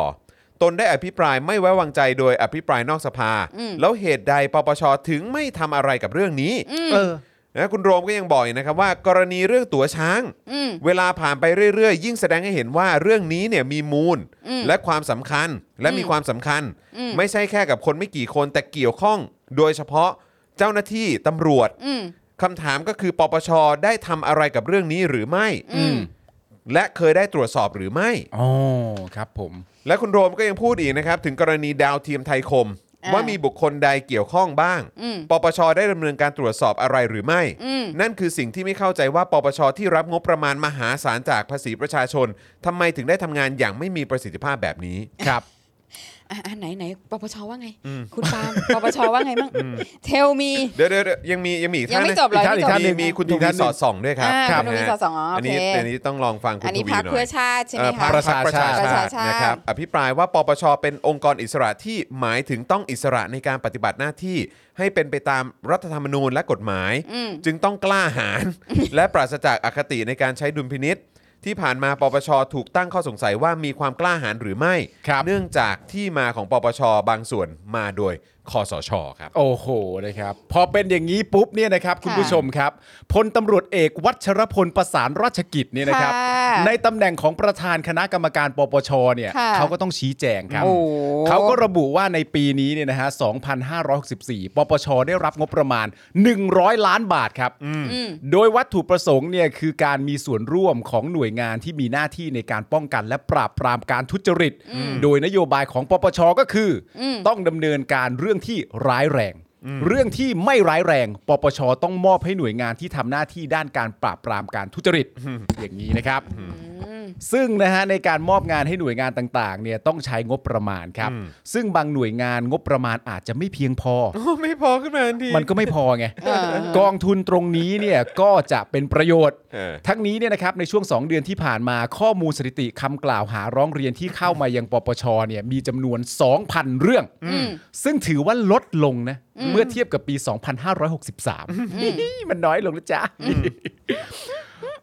A: ตนได้อภิปรายไม่ไว้วางใจโดยอภิปรายนอกสภา
C: อืม
A: แล้วเหตุใดปปชถึงไม่ทำอะไรกับเรื่องนี้
B: เออ
A: นะคุณโรมก็ยังบอกอีกนะครับว่ากรณีเรื่องตั๋วช้าง
C: อืม
A: เวลาผ่านไปเรื่อยๆ ยิ่งแสดงให้เห็นว่าเรื่องนี้เนี่ยมีมูล
C: อืม
A: และความสำคัญและมี
C: อืม
A: ความสำคัญ
C: อืม
A: ไม่ใช่แค่กับคนไม่กี่คนแต่เกี่ยวข้อง โดยเฉพาะเจ้าหน้าที่ตำรวจ
C: อืม
A: คำถามก็คือปปชได้ทำอะไรกับเรื่องนี้หรือไม่
C: อืม
A: และเคยได้ตรวจสอบหรือไม่
B: อ๋อ ครับผม
A: และคุณโรมก็ยังพูดอีกนะครับ ถึงกรณีดาวเทียมไทยคม
C: อ่า
A: ว่ามีบุคคลใดเกี่ยวข้องบ้าง
C: อืม
A: ปปชได้ดำเนินการตรวจสอบอะไรหรือไม่
C: อืม
A: นั่นคือสิ่งที่ไม่เข้าใจว่า ปปชที่รับงบประมาณมหาศาลจากภาษีประชาชนทำไมถึงได้ทำงานอย่างไม่มีประสิทธิภาพแบบนี้ครับ
C: อ่ะอ่ะไหนไหนปปชว่าไง คุณปาล์ม ปปชว่าไงมั่งเทลมี
A: เดี๋ยวเดี๋ยวเดี๋ยวยังมียังมีอีก
C: ยัง
A: ท่าน
C: ไม่
A: นะ
C: จบเลย
B: อีกท่าน
C: ไม่จบ
B: อีกท่านหนึ่
A: มี
B: ง
A: มีคุณท
B: อีก
A: วี
B: ท่านห
A: ส
B: นึ่ง
A: อดส่องด้วยครับ
C: อ่า
A: ครับ
C: คุณทวี
A: นะ
C: สอดส่องอ๋ออั
A: อันนี้
C: โอเค
A: อันนี้ต้องลองฟังคุณ
C: อัน
A: ท
C: นี้
A: วี
C: พัก
A: หน่อย
C: เพื่อชาติใช่ไหม
A: เอ่อพร
C: คะ
A: รคพรรคประชา
C: ประ
A: ชา
C: ชา
A: ติ
C: ชาติ
A: นะครับอภิปรายว่าปปชเป็นองค์กรอิสระที่หมายถึงต้องอิสระในการปฏิบัติหน้าที่ ให้เป็นไปตามรัฐธรรมนูญและกฎหมาย
C: อืม
A: จึงต้องกล้าหาญ และปราศจากอคติในการใช้ดุลพินิษที่ผ่านมาปปชถูกตั้งข้อสงสัยว่ามีความกล้าหาญหรือไม่
B: ครับ
A: เนื่องจากที่มาของปปชบางส่วนมาโดยคอสชครับ
B: โอ้โห นะครับ พอเป็นอย่างนี้ปุ๊บเนี่ยนะครับ คุณผู้ชมครับ พลตำรวจเอกวัชรพลประสานราชกิจเนี่ยนะครับ
C: ค่ะ
B: ในตำแหน่งของประธานคณะกรรมการปปชเนี่ย
C: ค่ะ
B: เขาก็ต้องชี้แจงครับ
C: โอ้
B: เขาก็ระบุว่าในปีนี้เนี่ยนะฮะ 2,564 ปปช ได้รับงบประมาณ 100 ล้านบาทครับ
C: อืม
B: โดยวัตถุประสงค์เนี่ยคือการมีส่วนร่วมของหน่วยงานที่มีหน้าที่ในการป้องกันและปราบปรามการทุจริต โดยนโยบายของปปช ก็คือ ต้องดำเนินการเรื่องที่ร้ายแรง เรื่องที่ไม่ร้ายแรง ปปช ต้องมอบให้หน่วยงานที่ทำหน้าที่ด้านการปราบปรามการทุจริต อย่างนี้นะครับ ซึ่งนะฮะในการมอบงานให้หน่วยงานต่างๆเนี่ยต้องใช้งบประมาณครับ ซึ่งบางหน่วยงานงบประมาณอาจจะไม่เพียงพอ
A: ไม่พอขึ้นมาทันที
B: มันก็ไม่พอไง
C: เออ
B: กองทุนตรงนี้เนี่ยก็จะเป็นประโยชน์
A: เออ
B: ทั้งนี้เนี่ยนะครับในช่วง 2 เดือนที่ผ่านมาข้อมูลสถิติคำกล่าวหาร้องเรียนที่เข้ามายังปปชเนี่ยมีจำนวน 2,000 เรื่อง ซึ่งถือว่าลดลงนะเมื่อเทียบกับปี 2563 มันน้อยลงแล้วจ้ะ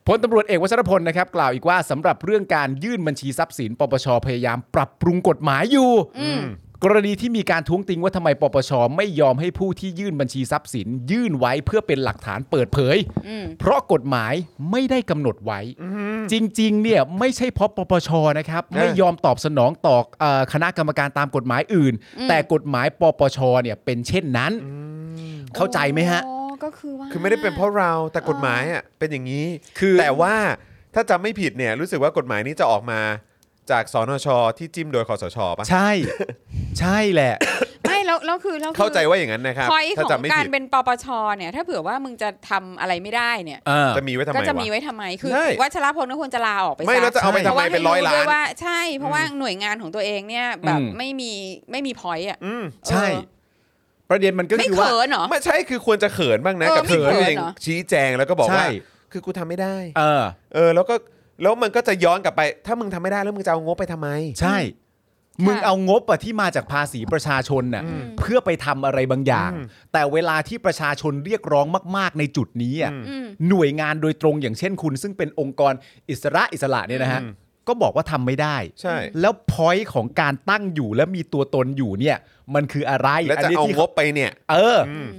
B: พลตำรวจเอกวัชรพลนะครับกล่าวอีกว่าสำหรับเรื่องการยื่นบัญชีทรัพย์สิน ปปชพยายามปรับปรุงกฎหมายอยู่ กรณีที่มีการท้วงติงว่าทำไมปปชไม่ยอมให้ผู้ที่ยื่นบัญชีทรัพย์สิน ยื่นไว้เพื่อเป็นหลักฐานเปิดเผย เพราะกฎหมายไม่ได้กำหนดไว้ จริง ๆ เนี่ยไม่ใช่เพราะปปชนะครับ
A: เออ
B: ไม่ยอมตอบสนองต่อเอ่อคณะกรรมการตามกฎหมายอื่น แต่กฎหมายปปชเนี่ยเป็นเช่นนั้น เข้าใจไหมฮะ
C: โอ้ก็คือว่า
A: คือไม่ได้เป็นเพราะเราแต่กฎหมายอ่ะเป็นอย่างนี้
B: คือ
A: แต่ว่าถ้าจำไม่ผิดเนี่ยรู้สึกว่ากฎหมายนี้จะออกมาจากสนชที่จิ้มโดยคอสชปะ
B: ใช่ ใช่แหละ
C: ไม่แล้วแล้วคือแล้วคือ
A: เข้าใจว่าอย่างนั้นนะครับ
C: พอยต์ข
A: ถ้า
C: อง
A: จำไม่
C: การ
A: ผิด
C: เป็นปปชเนี่ย ถ้าเผื่อว่ามึงจะทำอะไรไม่ได้เนี่ย
B: เออ
A: จะมีไว้ทำไม
C: ก็จะ
A: วะ
C: มีไว้ทำไม คือ
A: ใช่
C: วัชรพลก็ควรจะลาออกไป
A: ไม่
C: ซ
A: แล้วจะเอาไปทำไม
C: พระว่
A: เป็นร้อยล้าน
C: ให้ด้วว่าใช่ เพราะว่าหน่วยงานของตัวเองเนี่ยแบบ
B: อืม
C: ไม่มีไม่มีพอยต์อ่ะ
A: อืม
B: ใช่ ประเด็นมันก็
C: ไม่
B: คือว่า
C: เขินเหรอ
A: ไม่ใช่คือควรจะเขินบ้างนะ
C: เออ
A: กับสิ่ง
C: ไม่
A: ที่ตัว
C: เขิน
A: เอง
C: เหรอ
A: ชี้แจงแล้วก็บอก
B: ใช่
A: ว่า คือกูทำไม่ได้
B: เออ
A: เออแล้วก็แล้วมันก็จะย้อนกลับไป ถ้ามึงทำไม่ได้แล้วมึงจะเอางบไปทำไม
B: ใช่ มึงเอางบอะที่มาจากภาษีประชาชนน่ะเพื่อไปทำอะไรบางอย่าง แต่เวลาที่ประชาชนเรียกร้องมาก ๆ ในจุดนี้อะ
C: อืม
B: หน่วยงานโดยตรงอย่างเช่นคุณ ซึ่งเป็นองค์กรอิสระอิสระเนี่ยนะฮะ
A: อืม
B: ก็บอกว่าทำไม่ได้
A: ใช่
B: แล้วพอยต์ของการตั้งอยู่และมีตัวตนอยู่เนี่ย มันคืออะไร
A: แล้วจะ
B: นนี้
A: เอา
B: ที่
A: งบไปเนี่ย
B: เอออ
A: ม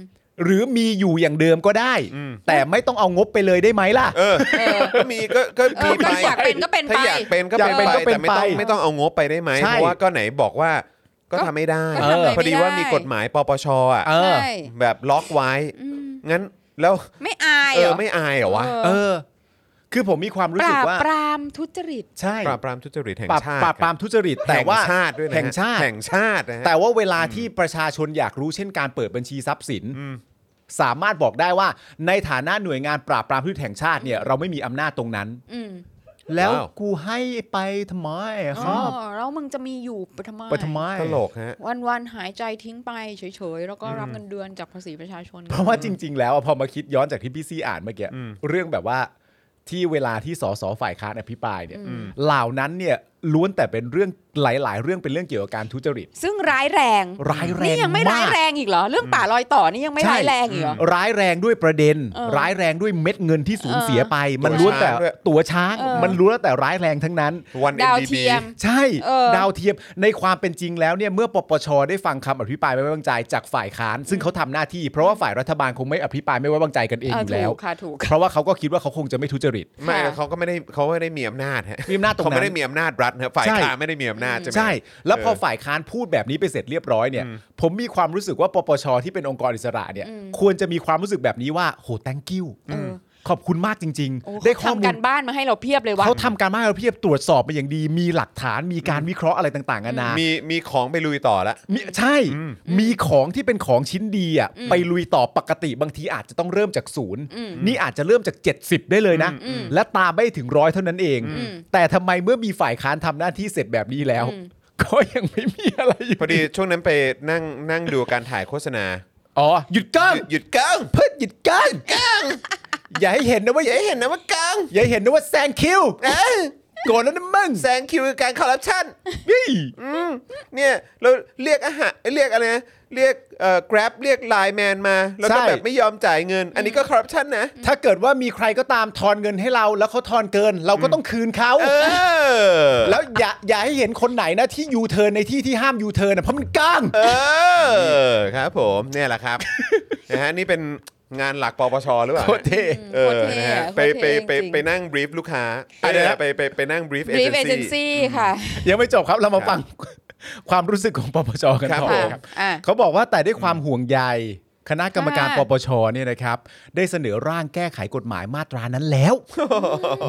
B: หรือมีอยู่อย่างเดิมก็ได้
A: อืม
B: แต่ไม่ต้องเอางบไปเลยได้ไหมล่ะ
A: เออ
C: เออ
A: ก็มีก็ก็
C: เอ
A: มี
C: อ
A: ไป
C: ก็อยากเป็นก็เป็น
A: ถ้า
C: ไป
A: อยากเป็นก็
B: อยา
A: เป็
B: ก
A: น
B: เป็น
A: ไป
B: ก็เป็น
A: แต่ไม่ต้อง
B: ไป
A: ไม่ต้องเอางบไปได้ไหม
B: ใช่
A: เพราะว่าก็ไหนบอกว่าก็
C: ก็
A: ทำไม่ได้
C: ก็
B: เออ
C: ทำะไรไม่ไ
A: พอดีว่ามีกฎหมายปปชอ่ะ
B: เออ
C: ใช่
A: แบบล็อกไว้
C: อืม
A: งั้นแล้ว
C: ไม่อาย
A: เอ
C: เหร
A: อ
C: อ
A: ไม่อายเหรอวะ
B: เออ คือผมมีความ
C: ป
B: รู้สึ
C: ราก บ
B: ว่า
C: ปรามทุจริต
B: ใช่
A: ปราบปรามทุจริตแห่ง
B: ปราบ
A: ชาติ
B: ปราบปรามทุจริต แต่
A: แต่ว่า
B: ว่า
A: ชาติด้วยนะฮะ
B: แห่งชาติ
A: แห่งชาตินะฮะ
B: แต่ว่าเวลาที่ประชาชนอยากรู้เช่นการเปิดบัญชีทรัพย์สิน
A: อืม
B: สามารถบอกได้ว่าในฐานะหน่วยงานปราบปรามทุจริตแห่งชาติเนี่ยเราไม่มีอำนาจตรงนั้น
C: อืม
B: แล้ว
A: ว้าว
B: กูให้ไปทำไม
C: อ๋
B: ค
C: อ
B: รับ
C: แล้วมึงจะมีอยู่ไปทำไม
B: ไปทำไม
A: ตลกฮะ
C: วันวันๆหายใจทิ้งไปเฉยๆ แล้วก็รับเงินเดือนจากภาษีประชาชน
B: เพราะว่าจริง ๆ แล้วอะพอมาคิดย้อนจากที่พี่ซีอ่านเมื่อกี้
A: อืม
B: เรื่องแบบว่าที่เวลาที่สสฝ่ายค้านอภิปรายเนี่ย
C: อืม
B: เหล่านั้นเนี่ยล้วนแต่เป็นเรื่องหลาย ๆ เรื่องเป็นเรื่องเกี่ยวกับการทุจริต
C: ซึ่งร้ายแรง
B: ร้ายแรง
C: นี่ยังไม่
B: มาก
C: ร้ายแรงอีกเหรอ เรื่องป่าลอยต่อนี่ยังไม่
B: ใช่
C: ร้ายแรงอีกเหรอ
B: ร้ายแรงด้วยประเด็น
C: เออ
B: ร้ายแรงด้วยเม็ดเงินที่สูญเสียไป มัน
A: ตัว
B: ล้วนแต่
A: ช้างด้วย
B: ตัวช้าง
C: เออ
B: มันล้วนแต่ร้ายแรงทั้งนั้น
A: วัน
C: ดาว
A: NDB
C: เทียม
B: ใช่
C: เออ
B: ดาวเทียมในความเป็นจริงแล้วเนี่ยเมื่อปปชได้ฟังคำอภิปรายไม่ไว้วางใจจากฝ่ายค้าน ซึ่งเขาทำหน้าที่ เพราะว่าฝ่ายรัฐบาลคงไม่อภิปรายไม่ไว้วางใจกันเอง
C: เออ
B: อยู่
C: ถู
B: แล้ว
C: กค่ะถูก
B: เพราะว่าเขาก็คิดว่าเขาคงจะไม่ทุจริต
A: ไม่
C: ค่ะ
A: เขาก็ไม่ได้เขาไม่ได้มีอำนาจฮะ
B: มีอำนาจตรง
A: เขา
B: นั้
A: ไม่ได้
B: น
A: มีอำนาจรัฐนะฝ่าย
B: ใช่
A: ค้านไม่ได้มีอำนาจใช่ไหม
B: ใช่ แล้วพอ
A: เออ
B: ฝ่ายค้านพูดแบบนี้ไปเสร็จเรียบร้อยเนี่ย
A: อืม
B: ผมมีความรู้สึกว่าปปชที่เป็นองค์กรอิสระเนี่ย
C: อืม
B: ควรจะมีความรู้สึกแบบนี้ว่าโห thank you
C: เออ
B: ขอบคุณมากจริง
C: โอ้
B: ๆ ได้ข้อ
C: ทำ
B: มู
C: กั
B: ล
C: นบ้านมาให้เราเพียบเลยว่ะ
B: เขาทำการบ้านเราเพียบตรวจสอบมาอย่างดี มีหลักฐานมีการวิเคราะห์อะไรต่างๆนานา
A: มีมีของไปลุยต่อละ
B: มีใช่
A: อืม
B: มีของที่เป็นของชิ้นดีอ่ะไปลุยต่อปกติบางทีอาจจะต้องเริ่มจากศูนย์
C: อืม
B: นี่อาจจะเริ่มจาก 70 ได้เลยนะ
C: อืม
B: และตามไม่ถึงร้อยเท่านั้นเอง
C: อืม
B: แต่ทำไมเมื่อมีฝ่ายค้านทำหน้าที่เสร็จแบบนี้แล้ว
C: อืม
B: ก็ยังไม่มีอะไรยู่
A: พอดีช่วงนั้นไปนั่งนั่งดูการถ่ายโฆษณา
B: อ๋อหยุดกั้ง
A: หยุดกล้อง
B: เพื่อหยุดกั้งกั้งอย่าให้เห็นนะว่าอย่าให้
A: เห็
B: เห็
A: น
B: น
A: นะว่ากล้อง
B: อย่าให้เห็นนะว่าแซงคิว
A: เอ้ย
B: โกรธแล้วนะมึง
A: แซงคิวการคอร์รัปชัน
B: นี่
A: เนี่ยเราเรียกอาหารเรียกอะไรนะเรียกเอ่อ grab เรียกไลน์แมนมา แล้วก็
B: ใช่
A: แบบไม่ยอมจ่ายเงิน อันนี้ก็คอร์รัปชันนะ
B: ถ้าเกิดว่ามีใครก็ตามทอนเงินให้เรา แล้วเขาทอนเกิน เราก็ต้องคืนเขา
A: เออ
B: แล้วอย่าอย่าให้เห็นคนไหนนะที่ยูเทิร์นในที่ที่ห้ามยูเทิร์นนะเพราะมันก้ าง
A: เออครับผมเนี่ยแหละครับ นะฮะนี่เป็นงานหลักปปชหรือเปล่า
B: โคตรเท่
A: เออ
C: โคตรเท่
A: นะฮะ
C: โคตรเท่
A: ไปไปไป
C: จริง
A: ไปนั่งบรีฟลูกค้าไปไปไปไปนั่งบรีฟเอ
C: รี
A: เจ
C: เอนเจน
A: ซี่
C: ซี่ค่ะ
B: ยังไม่จบครับเรามาฟัง ความรู้สึกของปปชกัน
A: ครับ
B: ต่อ
A: ผม
B: ครับ
C: อ่ะ
B: เขาบอกว่าแต่ด้วยความห่วงใยคณะกรรมการป
C: ค่ะ
B: ปชเนี่ยนะครับ ได้เสนอร่างแก้ไขกฎหมายมาตรานั้นแล้ว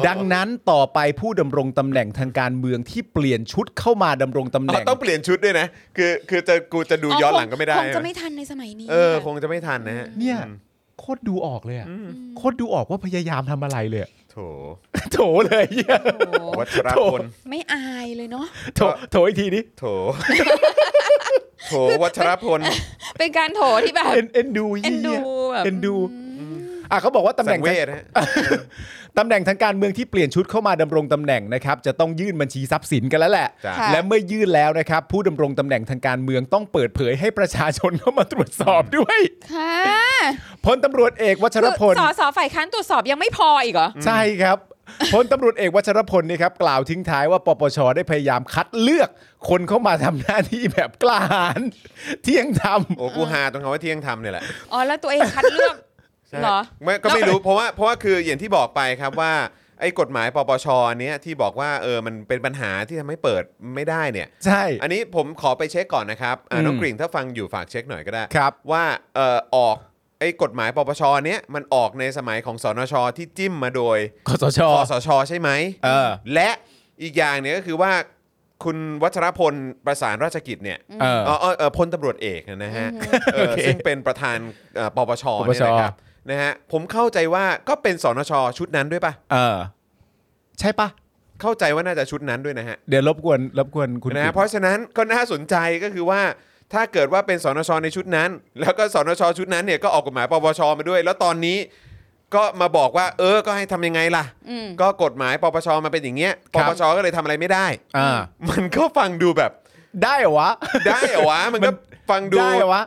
B: ดังนั้นต่อไปผู้ดำรงตำแหน่งทางการเมืองที่เปลี่ยนชุดเข้ามาดำรงตำแหน่ง
A: ต้องเปลี่ยนชุดด้วยนะ คือคือจะกูจะดูย้อนหลังก็ไม่ได้
C: คงจะไม่
A: นะ
C: ทันในสมัยนี้
A: เออ
C: ค่ะ
A: คงจะไม่ทันนะฮะ
B: เนี่ย
A: อืม
B: โคตรดูออกเลยอะโคตรดูออกว่าพยายามทำอะไรเลยอะ
A: โถ
B: โถเลยเหี้ย
C: โอ้โห
A: วัชรพล
C: ไม่อายเลยเนาะ
B: โถโถอีกทีนี้
A: โถโถวัชรพล
C: เป็นการโถที่แบบ
B: เอ็นเอ็นดู
C: เอ็
B: เหี้ย
C: นดูแบบ
B: เอ็นดูอ่ะเขาบอกว่าตำแห
A: สั
B: น่
A: ง
B: ง
A: เวชฮะ
B: ตำแหน่งทางการเมืองที่เปลี่ยนชุดเข้ามาดำรงตำแหน่งนะครับ จะต้องยื่นบัญชีทรัพย์สินกันแล้วแหละ
A: จ้ะ
C: ค่ะ
B: และเมื่อยื่นแล้วนะครับ ผู้ดำรงตำแหน่งทางการเมืองต้องเปิดเผยให้ประชาชนเข้ามาตรวจสอบด้วย
C: ค่ะ
B: พลตำรวจเอกวัชรพล
C: คือสอสอฝ่ายค้านตรวจสอบยังไม่พออีกเหรอ
B: ใช่ครับพลตำรวจเอกวัชรพลนี่ครับกล่าวทิ้งท้ายว่าปปชได้พยายามคัดเลือกคนเข้ามาทำหน้าที่แบบกล้าหาญเที่ยงธรรม
A: โอ้กูหาตรงคำว่าเที่ยงธรรมเนี่ยแหละ
C: อ๋อแล้วตัวเองคัดเลือกเหรอ
A: ไม่ก็ไม่รู้เพราะว่าเพราะว่าคืออย่างที่บอกไปครับว่า ไอ้กฎหมายปปชเนี้ยที่บอกว่าเออมันเป็นปัญหาที่ทำให้เปิดไม่ได้เนี่ย
B: ใช่
A: อันนี้ผมขอไปเช็คก่อนนะครับอ่ะ
B: อืม
A: น้องกริ่งถ้าฟังอยู่ฝากเช็คหน่อยก็ได้
B: ครับ
A: ว่าเออออกไอ้กฎหมายปปชเนี้ยมันออกในสมัยของสนชที่จิ้มมาโดย
B: คสช
A: คอสชใช่ไหม
B: เออ
A: และอีกอย่างเนี่ยก็คือว่าคุณวัชรพลประสานราชกิจเนี่ย
B: เออ
A: เออเออเออพลตำรวจเอกนะฮะเออ
B: โอเค
A: ซึ่งเป็นประธานเอ่อปปช
B: ปปช
A: เนี่ยนะครับนะฮะผมเข้าใจว่าก็เป็นสนชชุดนั้นด้วยปะ
B: เออ ใช่ปะ
A: เข้าใจว่าน่าจะชุดนั้นด้วยนะฮะ
B: เดี๋ยวรบกวนรบกวนคุณ
A: นะ
B: กิ
A: ฮะ
B: ต
A: เพราะฉะนั้นก็น่าสนใจก็คือว่าถ้าเกิดว่าเป็นสนชในชุดนั้น แล้วก็สนชชุดนั้นเนี่ยก็ออกกฎหมายปปชมาด้วย แล้วตอนนี้ก็มาบอกว่า เออก็ให้ทำยังไงล่ะ
C: อืม
A: ก็กฎหมายปปชมาเป็นอย่างเงี้ย
B: ค
A: ป
B: รับ
A: ปชก็เลยทำอะไรไม่ได้
B: อ่า
A: มันก็ฟังดูแบบ
B: ได้เหรอวะ
A: ได้เหรอวะ มันก็
B: มัน
A: ฟังดู
B: ได้เหรอวะ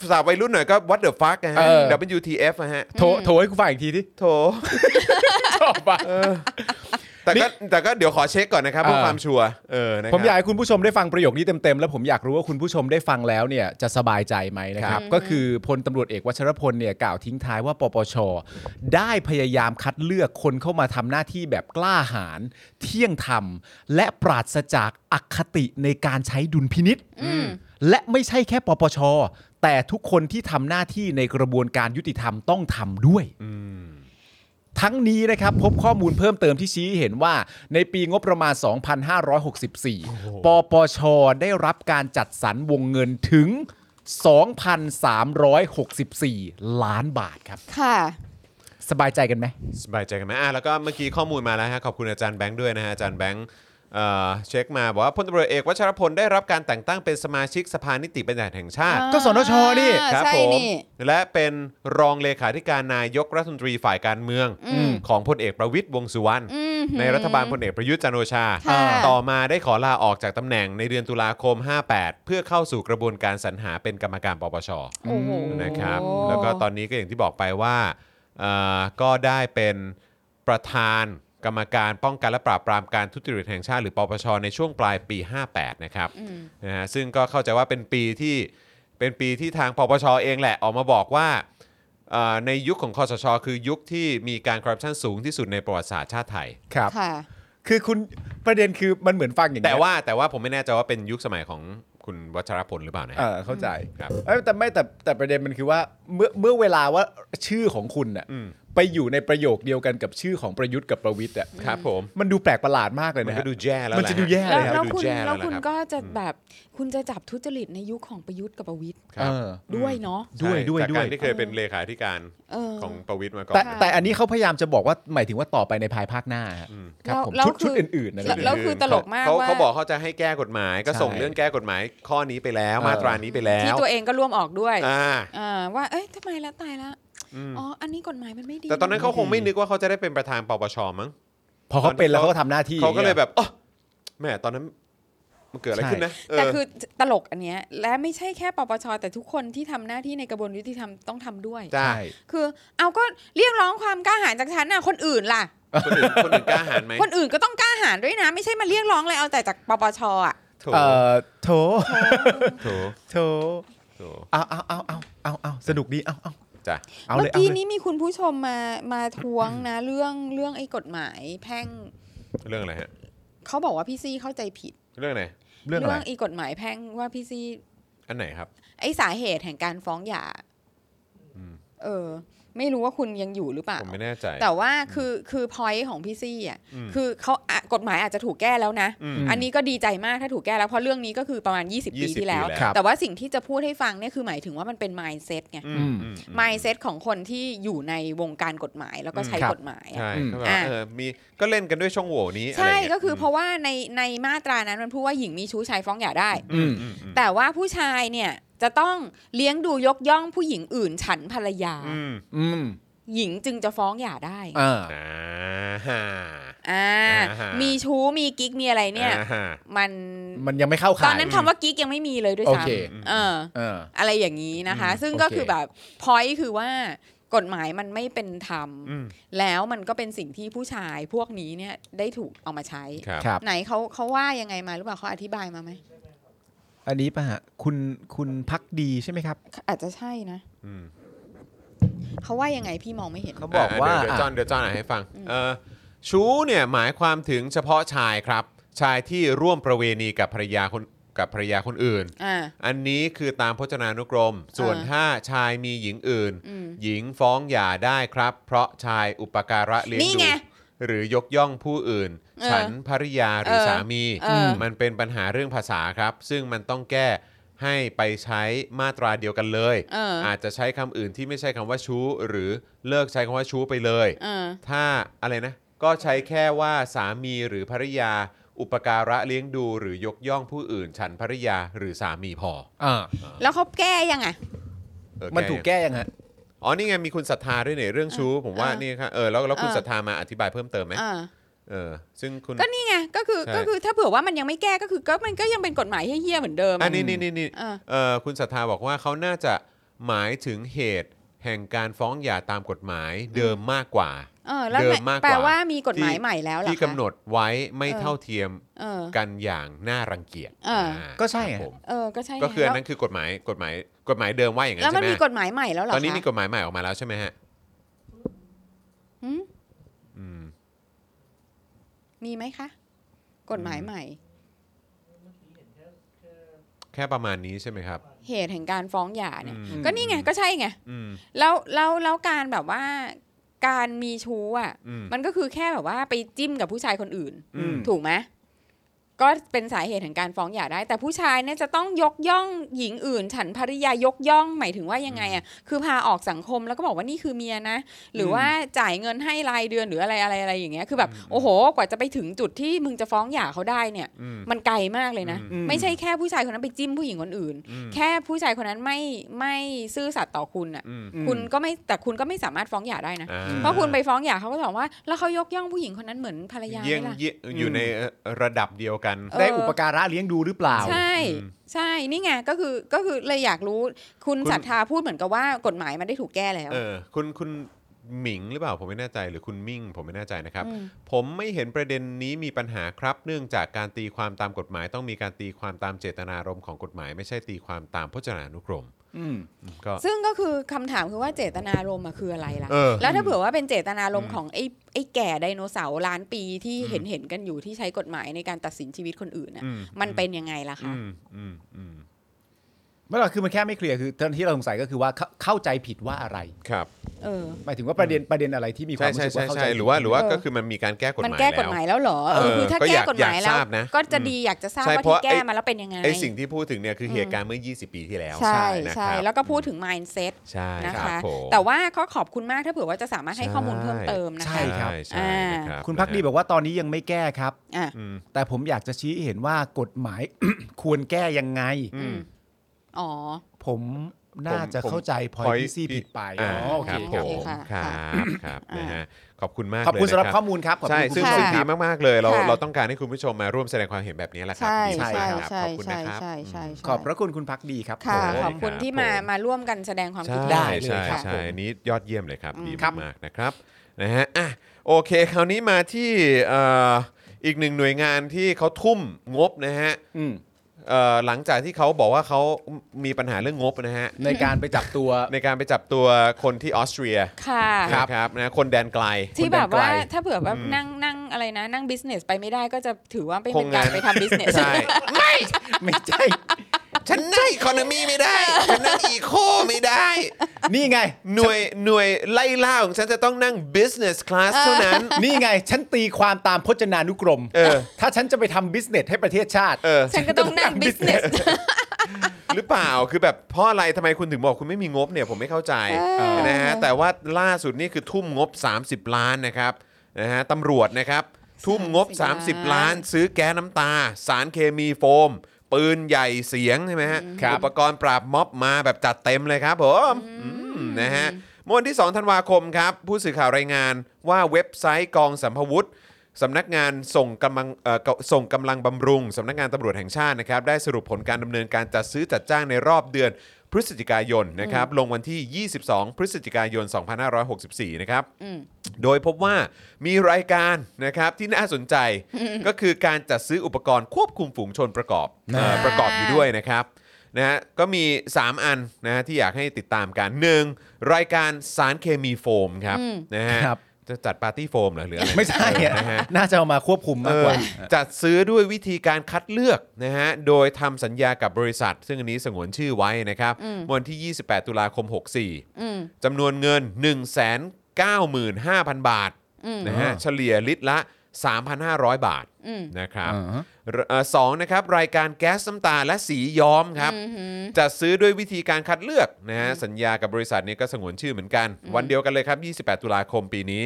A: ภาษาวัยรุ่นหน่อยก็ what the fuck นะฮะ
B: เออ
A: WTF นะฮะ
B: โถโถให้กูฟังอีกทีดิ
A: โถ
B: ชอบปะ
A: แต่ก็แต่ก็เดี๋ยวขอเช็คก่อนนะครับเพื่อ
B: เออ
A: ความชัวร์เออนะครับ
B: ผมอยากให้คุณผู้ชมได้ฟังประโยคนี้เต็ม ๆ แล้วผมอยากรู้ว่าคุณผู้ชมได้ฟังแล้วเนี่ยจะสบายใจไหมนะครับ
C: ครับ
B: ก็คือพลตำรวจเอกวัชรพลเนี่ยกล่าวทิ้งท้ายว่าปปช ได้พยายามคัดเลือกคนเข้ามาทำหน้าที่แบบกล้าหาญเที่ยงธรรม และปราศจากอคติในการใช้ดุลพินิษและไม่ใช่แค่ปปช แต่ทุกคนที่ทำหน้าที่ในกระบวนการยุติธรรมต้องทำด้วย ทั้งนี้นะครับพบข้อมูลเพิ่มเติมที่ชี้ให้เห็นว่า ในปีงบประมาณ 2564 ปปช ได้รับการจัดสรรวงเงินถึง 2,364 ล้านบาทครับ
C: ค่ะ
B: สบายใจกันไหม
A: สบายใจกันไหมอ่ะแล้วก็เมื่อกี้ข้อมูลมาแล้วฮะขอบคุณอาจารย์แบงค์ด้วยนะฮะอาจารย์แบงค์เอ่อเช็คมาบอกว่าพลตำรวจเอกวัชรพลได้รับการแต่งตั้งเป็นสมาชิกสภานิติบัญญัติแห่งชาติ
B: ก็สนชนี่
C: อ่า
A: ครับ
C: ใช่
A: ผม
C: นี่
A: และเป็นรองเลขาธิการนายกรัฐมนตรีฝ่ายการเมืองของพลเอกประวิตยวงษ์สุวรรณในรัฐบาลพลเอกประยุทธ์จันทร์โอชา
C: ค่ะ
A: ต่อมาได้ขอลาออกจากตำแหน่งในเดือนตุลาคม 58 เพื่อเข้าสู่กระบวนการสรรหาเป็นกรรมการปปช
C: โอ้โห
A: นะครับแล้วก็ตอนนี้ก็อย่างที่บอกไปว่าเอ่อก็ได้เป็นประธานกรรมการป้องกันและปราบปรามการทุจริตแห่งชาติหรือปปชในช่วงปลายปี 58 นะครับนะฮะซึ่งก็เข้าใจว่าเป็นปีที่เป็นปีที่ทางปปชเองแหละออกมาบอกว่าเอ่อในยุคของคอสช คือยุคที่มีการคอร์รัปชันสูงที่สุดในประวัติศาสตร์ชาติไทย
B: ครับ
C: ค่ะ
B: คือคุณประเด็นคือมันเหมือนฟังอย่าง
A: แต่
B: เงี้ย
A: ว่าแต่ว่าผมไม่แน่ใจว่าเป็นยุคสมัยของคุณวัชรพลหรือเปล่านะ
B: เอ
A: ฮะ
B: อเข้าใจ
A: ครับ
B: เอ้ยแต่ไม่แต่แต่ประเด็นมันคือว่าเมื่อเมื่อเวลาว่าชื่อของคุณน่ะไปอยู่ในประโยคเดียวกันกับชื่อของประยุทธ์กับประวิทย์อ่ะ
A: ครับผม
B: มันดูแปลกประหลาดมากเลย
A: มัน
B: นะ
A: ก็
B: ฮะ
A: ดูแย่แล้ว
B: มันจะ
A: หฮ
B: ดูแย่
C: แล้
B: เยว ฮะ
C: แล้ว
A: ดู
C: คุณ
A: ย่
C: แล้ว
A: หะ
C: คุณ
A: รับ
C: ก็จะแบบ คุณจะจับทุจริตในยุคของประยุทธ์กับประวิตย
A: ครับ
B: เออ
C: ด้วยเนาะ
B: ด้วย
A: ใช่
B: ด้วย
A: จาก
B: ด้ว
A: กาย รที่เคยเป็นเลขาธิการ
C: เออ
A: ของประวิทย์มาก่อน
B: แต่แต่อันนี้เขาพยายามจะบอกว่าหมายถึงว่าต่อไปในภายภาคหน้าฮะ
A: อืม
B: ครับผม
C: แล้ว
B: ชุด
C: แล้
B: ชุด
C: วคือ
B: อื่นๆนะไร
C: แล้ว
B: อย่าง
C: แล้
B: เงี้
C: วย คือตลกมาก
A: เขา
C: ว่า
A: เขาบอกเขาจะให้แก้กฎหมาย ก็
B: ใช่
A: ส่งเรื่องแก้กฎหมายข้อนี้ไปแล้ว
B: เออ
A: มาตรานี้ไปแล้
C: ที่
A: ว
C: ตัวเองก็ร่วมออกด้วย
A: อ่า
C: อ่าว่าเอ้ยทำไมละตายละ
A: อืม
C: อ๋ออันนี้กฎหมายมันไม่ดี
A: แต่ตอนนั้นเขาคงไม่นึกว่าเขาจะได้เป็นประธานปปชมั้ง
B: พอเขาเป็นแล้วเขาก็ทำหน้าที่
A: เขาก็เลยแบบอ๋อแหมตอนนั้นมันเกิดอะไรขึ้นนะเ
C: แต่คือตลกอันเนี้ยและไม่ใช่แค่ปปชแต่ทุกคนที่ทำหน้าที่ในกระบวนยุติธรรมต้องทำด้วย
A: ใช่
B: ใช่
C: คือเอาก็เรียกร้องความกล้าหาญจากฉันน่ะคนอื่นล่ะ
A: คนอื่นคนอื่นกล้าหาญไหม
C: คนอื่นก็ต้องกล้าหาญด้วยนะ ไม่ใช่มาเรียกร้องอะไรเอาแต่จากปปชอ่ะ
A: โถ
B: เอ่อโถ
A: โถ
B: โถ
A: โถ
B: เอาเอาเอาเอาเอาเอาสนุกดีเอาเอา
A: จ้ะ
B: เอา
C: เมื่
B: เลย
C: อ
B: เอา
C: กี้
B: เลย
C: นี้มีคุณผู้ชมมามาทวงนะ เรื่องเรื่องไอ้กฎหมายแพ่ง
A: เรื่องอะไรฮะ
C: เขาบอกว่าพี่ซี่เข้าใจผิด
A: เรื่องไหน
B: เรื่องอะไร
C: ไอ้กฎหมายแพ่งว่าพี่ซี่
A: อันไหนครับ
C: ไอ้สาเหตุแห่งการฟ้องหย่า
A: อืม
C: เออ ไม่รู้ว่าคุณยังอยู่หรือเปล่า
A: ผมไม่แน่ใจ
C: แต่ว่าคือคือพอยต์ของพี่ซี่อ่ะ
A: อืม
C: คือเขาอ่ะกฎหมายอาจจะถูกแก้แล้วนะ
A: อืม
C: อันนี้ก็ดีใจมากถ้าถูกแก้แล้วเพราะเรื่องนี้ก็คือประมาณ 20 ปี
A: 20
C: ที่แล้ว
A: ปีแล้ว
C: แต่ว่าสิ่งที่จะพูดให้ฟังเนี่ยคือหมายถึงว่ามันเป็น mindset ไง
A: อืมอืม
C: mindset ของคนที่อยู่ในวงการกฎหมายแล้วก็ใช้กฎหมายอะ
A: ใช่ก็แบบ
C: อ่ะ
A: เออมีก็เล่นกันด้วยช่องโหว่นี้อะไร
C: ใช่
A: ย่างเงี้ย
C: ก็คือเพราะว่าในในมาตรานั้นมันพูดว่าหญิงมีชู้ชายฟ้องหย่าได้
A: อืมอืมอืม
C: แต่ว่าผู้ชายเนี่ยจะต้องเลี้ยงดูยกย่องผู้หญิงอื่นฉันภรรยา
A: อืม
B: อืม
C: หญิงจึงจะฟ้องหย่าได้
B: อ่า
A: อ่าฮะ
C: อ่า
A: อ่าฮะ
C: มีชู้มีกิ๊กมีอะไรเนี่ย
A: อ่าฮะ
C: มัน
B: มันยังไม่เข้า
C: ต
B: ข่า
C: อย นนั้นคำว่ากิ๊กยังไม่มีเลยด้วย
B: โอเค
C: ซ้ำเออ
B: เออ
C: อะไรอย่างนี้นะคะ
A: อืม
C: ซึ่งก็
B: โอเค
C: คือแบบพอยคือว่ากฎหมายมันไม่เป็นธรรม
A: อืม
C: แล้วมันก็เป็นสิ่งที่ผู้ชายพวกนี้เนี่ยได้ถูกเอามาใช้
A: ครับ
B: ครับ
C: ไหนเขาเขาว่ายังไงมาหรือเปล่าเขาอธิบายมาไหม
B: อันนี้ป่ะฮะคุณคุณพักดีใช่ไหมครับ
C: อาจจะใช่นะ
A: อืม
C: เขาว่ายังไงพี่มองไม่เห็น
B: เขาบอกว่า
A: เดี๋ยวเดี๋ยวจอห์นเดี๋ยวจอห์นอ่านให้ฟังเออ ชู้เนี่ยหมายความถึงเฉพาะชายครับ ชายที่ร่วมประเวณีกับภรรยาคนกับภรรยาคนอื่น
C: อ่า
A: อันนี้คือตามพจนานุกรม ส่วน
C: อ่า
A: ถ้าชายมีหญิงอื่น
C: อืม
A: หญิงฟ้องหย่าได้ครับ เพราะชายอุปการะเลี้ยง
C: นี่
A: ดู
C: ไง
A: หรือยกย่องผู้อื่น
C: เออ
A: ฉันภริยาหรือ
C: เออ
A: สามี
C: เออ
A: มันเป็นปัญหาเรื่องภาษาครับ ซึ่งมันต้องแก้ให้ไปใช้มาตราเดียวกันเลย
C: เออ
A: อาจจะใช้คำอื่นที่ไม่ใช่คำว่าชู้ หรือเลิกใช้คำว่าชู้ไปเลย
C: เออ
A: ถ้าอะไรนะ ก็ใช้แค่ว่าสามีหรือภริยา อุปการะเลี้ยงดูหรือยกย่องผู้อื่น ฉันภริยาหรือสามีพอ
B: อ่า
C: แล้วเขาแก้ยังไง
A: เออ
B: มันถูก
A: ยัง
B: แก้ยังฮะ
A: อ๋อนี่ไงมีคุณศรัทธาด้วยเนี่ยเรื่องชู้ผมว่า
C: เออ
A: นี่ครับเออแล้วแล้วคุณ
C: เออ
A: ศรัทธามาอธิบายเพิ่มเติมไหม
C: อ่า
A: เออซึ่งคุณ
C: ก็นี่ไงก็คือ
A: ใช่
C: ก็คือถ้าเผื่อว่ามันยังไม่แก้ก็คือก็มันก็ยังเป็นกฎหมายเฮี้ยๆเหมือนเดิม
A: อันนี้นี่นี่นี่
C: อ่า
A: เออคุณศรัทธาบอกว่าเขาน่าจะหมายถึงเหตุแห่งการฟ้องหย่าตามกฎหมายเดิมมากกว่า
C: เออแล้ว
A: เดิมมากกว่า
C: แปลว่ามีกฎหมายใหม่แล้วเหรอ
A: ที่
C: คะ
A: กำหนดไว้ไม่
C: เออ
A: เท่าเทียม
C: เออ
A: กันอย่างน่ารังเกียจ
C: เอออ่
A: า
B: ก็ใช่
A: ครั
B: ไง
A: บผม
C: เออก็ใช่ไง
A: ก็คืออันนั้น
C: แ
A: คือกฎหมายกฎหมายกฎหมายเดิมว่าอย่าง
C: ล้ว
A: นั้น
C: แล้ว
A: ใช่
C: มัน
A: ไหม
C: มีกฎหมายใหม่แล้วเหรอ
A: ต
C: คะ
A: อนนี้มีกฎหมายใหม่ออกมาแล้วใช่ไหมฮะ
C: หืม
A: อืม
C: มีไหมคะ กฎหมายใหม่
A: แค่ประมาณนี้ใช่ไหมครับ
C: เหตุแห่งการฟ้องหย่าเนี่ย
A: อืม
C: ก็นี่ไงก็ใช่ไง
A: อืม
C: แล้วแล้วแล้วการแบบว่า การมีชู้อ่ะ
A: อืม
C: มันก็คือแค่แบบว่าไปจิ้มกับผู้ชายคนอื่น
A: อืม
C: ถูกไหมก็เป็นสาเหตุแห่งการฟ้องหย่าได้ แต่ผู้ชายเนี่ยจะต้องยกย่องหญิงอื่น ฉันภริยายกย่องหมายถึงว่ายังไงอ่ะคือพาออกสังคมแล้วก็บอกว่านี่คือเมียนะ หรือว่าจ่ายเงินให้รายเดือนหรืออะไรอะไรอะไรอย่างเงี้ยคือแบบโอ้โห กว่าจะไปถึงจุดที่มึงจะฟ้องหย่าเขาได้เนี่ย
A: อืม
C: มันไกลมากเลยนะ
B: อืม
C: ไม่ใช่แค่ผู้ชายคนนั้นไปจิ้มผู้หญิงคนอื่น
A: อืม
C: แค่ผู้ชายคนนั้นไม่ไม่ซื่อสัตย์ต่อคุณอ่ะ
A: อืม
C: คุณก็ไม่แต่คุณก็ไม่สามารถฟ้องหย่าได้นะ
A: อ่
C: เพราะคุณไปฟ้องหย่าเขาก็บอกว่า แล้วเขายกย่องผู้หญิงคนนั้นเหมือนภรรยาไห
A: เยี่ยง
C: มล่ะ
A: เยี่ยอยู่ในระดับเดียวกัน
C: เออ
B: ได้อุปการะเลี้ยงดูหรือเปล่า
C: ใช่
A: อืม
C: ใช่นี่ไงก็คือก็คือเลยอยากรู้คุณ
A: คุณ
C: ศรัทธาพูดเหมือนกับว่ากฎหมายมันได้ถูกแก้แล้ว
A: เออคุณคุณหมิงหรือเปล่าผมไม่แน่ใจหรือคุณมิ่ง ผมไม่แน่ใจนะครับ
C: อืม
A: ผมไม่เห็นประเด็นนี้มีปัญหาครับ เนื่องจากการตีความตามกฎหมาย ต้องมีการตีความตามเจตนารมณ์ของกฎหมาย ไม่ใช่ตีความตามพจนานุกรม
B: อืม
A: อืมก็
C: ซึ่งก็คือคำถามคือว่าเจตนารมณ์อะคืออะไรล่ะ
A: เออ
C: แล้วถ้าเผื่อว่าเป็นเจตนารม
A: อื
C: ณ์
A: ม
C: ของไอ้ไอ้แก่ไดโนเสาร์ล้านปีที่
A: อืม
C: เห็นเห็นกันอยู่ที่ใช้กฎหมายในการตัดสินชีวิตคนอื่นน่ะ
A: อื
C: มันเป็นยังไงล่ะ
A: อื
C: คะ
A: มอืมอืม
B: ไม่หรอกคือมันแค่ไม่เคลียร์คือตอนที่เราสงสัยก็คือว่าเข้าเข้าใจผิดว่าอะไร
A: ครับ
C: เออ
B: หมายถึงว่าประเด็นประเด็นอะไรที่มีควา
A: ใช่
B: มรู้
A: ใช่
B: สึ
A: ใช่
B: กว่าเข้าใจ
A: ใช่
B: ผิด
A: หรือว่าหรือว่า
C: เออ
A: ก็คือมันมีการแก้กฎ
C: มัน
A: หมาย
C: แก้ก
A: แล้
C: ฎ
A: ว
C: หมายแล้วเหรอเอ
A: เอ
C: อ
A: อ
C: คือถ้า
A: ก็อ
C: แก้
A: ยาก
C: กฎหมาย
A: อยาก
C: แล้
A: ท
C: ว
A: ราบนะ
C: ก็จะ
A: อืม
C: ดีอยากจะทราบ
A: ใช่
C: ว่า
A: เพราะ
C: ที่แก้
A: ไอ้
C: มาแล้วเป็นยังไง
A: ไอสิ่งที่พูดถึงเนี่ยคือเหตุการณ์เมื่อ 20 ปีที่แล้ว
C: ใช่
A: นะค
C: ใช่
A: รับ
C: แล้วก็พูดถึง mindset
A: ใช่
C: นะ
A: รับ
C: คะ
A: ผม
C: แต่ว่าก็ขอบคุณมากถ้าเผื่อว่าจะสามารถให้
A: ใช่
C: ข้อมูลเพิ่มเติมนะ
B: ใช่ค
C: คะ
B: รับ
A: ใช่นะรับ
B: คุณพักดีบอกว่าตอนนี้ยังไม่แก้ครับ
C: อ่ะ
A: อืม
B: แต่ผมอยากจะชี้ให้เห็นว่ากฎหมาย ควรแก้ยังไง
A: อืม
C: อ๋อ
B: ผมน่าจะเข้าใจพอย
A: point
B: ที่ซี่ผิดไป
A: อ่า
B: อ๋อโอ
A: ค
B: เครับ ครับ
A: ผม
C: ค่ะ
A: ครับครับนะฮะขอบคุณมาก
B: ขอบคุณ
A: เลย
B: สำห
A: นะ
B: รับข้อมูลครับขอบ
A: ใช่
B: คุณคุณ
A: ซึ่ง
C: ค่ะ
A: ซึ่งดีมากๆเลยเรา
C: ค่ะ
A: เราต้องการให้คุณผู้ชมมาร่วมแสดงความเห็นแบบนี้แหละครั
C: ใช่
A: ดีมากครับ
C: ใช่ใช่
A: ขอบคุณ
C: ใช่
A: นะครับ
C: ใช่ใช่ใช่
B: ขอบพระคุณคุณพักดีครับ
C: ค่ะ
A: ผม
C: ขอบคุณ
A: ครับ
C: ที่มา
A: ผม
C: มาร่วมกันแสดงความคิด
A: ใช่
C: เห็น
B: ได้เลย
A: ใช่
B: ครับ
A: ใช่
B: ผม
A: อันนี้ยอดเยี่ยมเลยครับ ดี
B: ครับ
A: มากๆนะครับนะฮะอ่ะโอเค คราวนี้มาที่เอ่ออีกหนึ่งหน่วยงานที่เขาทุ่มงบนะฮะ
B: อืม
A: เอ่อหลังจากที่เขาบอกว่าเขามีปัญหาเรื่องงบนะฮะ
B: ในการไปจับตัว
A: ในการไปจับตัวคนที่ออสเตรีย
C: ค่ะ
B: ครับ
A: นะครับนะคนแดนไกล
C: ที่แบบ
B: คนแดนไกล
C: ว่าถ้าเผื่อแบบนั่งนั่งอะไรนะ นั่งบิสเนสไปไม่ได้ก็จะถือว่าไม่
A: ค
C: เป็
A: ง
C: น
A: งา
C: การ
A: น
C: ไปทำบิสเนส
A: ใช่
B: ไม่ใช่
A: ฉันนั่งอีโคโนมีไม่ได้ ฉันนั่งอีโคไม่ได้
B: นี่ไง
A: หน่วยหน่วยไล่ล่าของฉันจะต้องนั่ง business class เท่านั้น
B: นี่ไง ฉันตีความตามพจนานุกรม
A: เออ
B: ถ้าฉันจะไปทำบิสเนสให้ประเทศชาติ
A: เออ
C: ฉันก็ต้องนั่งบิสเนส
A: หรือเปล่าคือแบบเพราะอะไรทำไมคุณถึงบอกคุณไม่มีงบเนี่ยผมไม่เข้าใจ
C: เออ
A: นะฮะแต่ว่าล่าสุดนี่คือทุ่มงบ 30 ล้านนะครับนะฮะตำรวจนะครับ ทุ่มงบ 30 ล้าน ซื้อแก๊สน้ำตา สารเคมีโฟม ปืนใหญ่เสียงใช่ไหมฮะ
B: ครับ
A: อุปกรณ์ปราบม็อบมาแบบจัดเต็มเลยครับผมอืมนะฮะเมื่อวันที่ 2 ธันวาคมครับ ผู้สื่อข่าวรายงานว่าเว็บไซต์กองสัมภวุธ สำนักงานส่งกำลังเอ่อส่งกำลังบำรุงสำนักงานตำรวจแห่งชาตินะครับได้สรุปผลการดำเนินการจัดซื้อจัดจ้างในรอบเดือนพฤศจิกายนนะครับลงวันที่ 22 พฤศจิกายน 2564 นะครับ
C: อืม
A: โดยพบว่ามีรายการนะครับที่น่าส นใจก็คือการจัดซื้ออุปกรณ์ควบคุมฝูงชนประกอบ
B: อ่า
A: เอ่อประกอบอยู่ด้วยนะครับนะฮะก็มี 3 อันนะฮะที่อยากให้ติดตามกันหนึ่งรายการสารเคมีโฟมครับ
C: อืม
A: นะฮะ
B: ครับ
A: จะจัดปาร์ตี้โฟมเหรอหรืออะไร
B: ไม่ใช่อะ
A: เออนะฮะ
B: น่าจะเอามาควบคุมมากกว่า
A: เออจัดซื้อด้วยวิธีการคัดเลือกนะฮะ โดยทำสัญญากับบริษัท ซึ่งอันนี้สงวนชื่อไว้นะครับ
C: อืม
A: วันที่ 28 ตุลาคม 64
C: อืม
A: จำนวนเงิน 195,000 บาท
C: อืม
A: นะฮะ
B: อ๋อ
A: เฉลี่ยลิตรละ 3,500 บาท
C: อืม
A: นะครับ
B: อ่าฮะ
A: เอ่อสองนะครับ รายการแก๊สน้ำตาและสีย้อมครับ
C: อืม
A: จัดซื้อด้วยวิธีการคัดเลือกนะฮะสัญญากับบริษัทนี้ก็สงวนชื่อเหมือนกัน วันเดียวกันเลยครับ 28 ตุลาคมปีนี้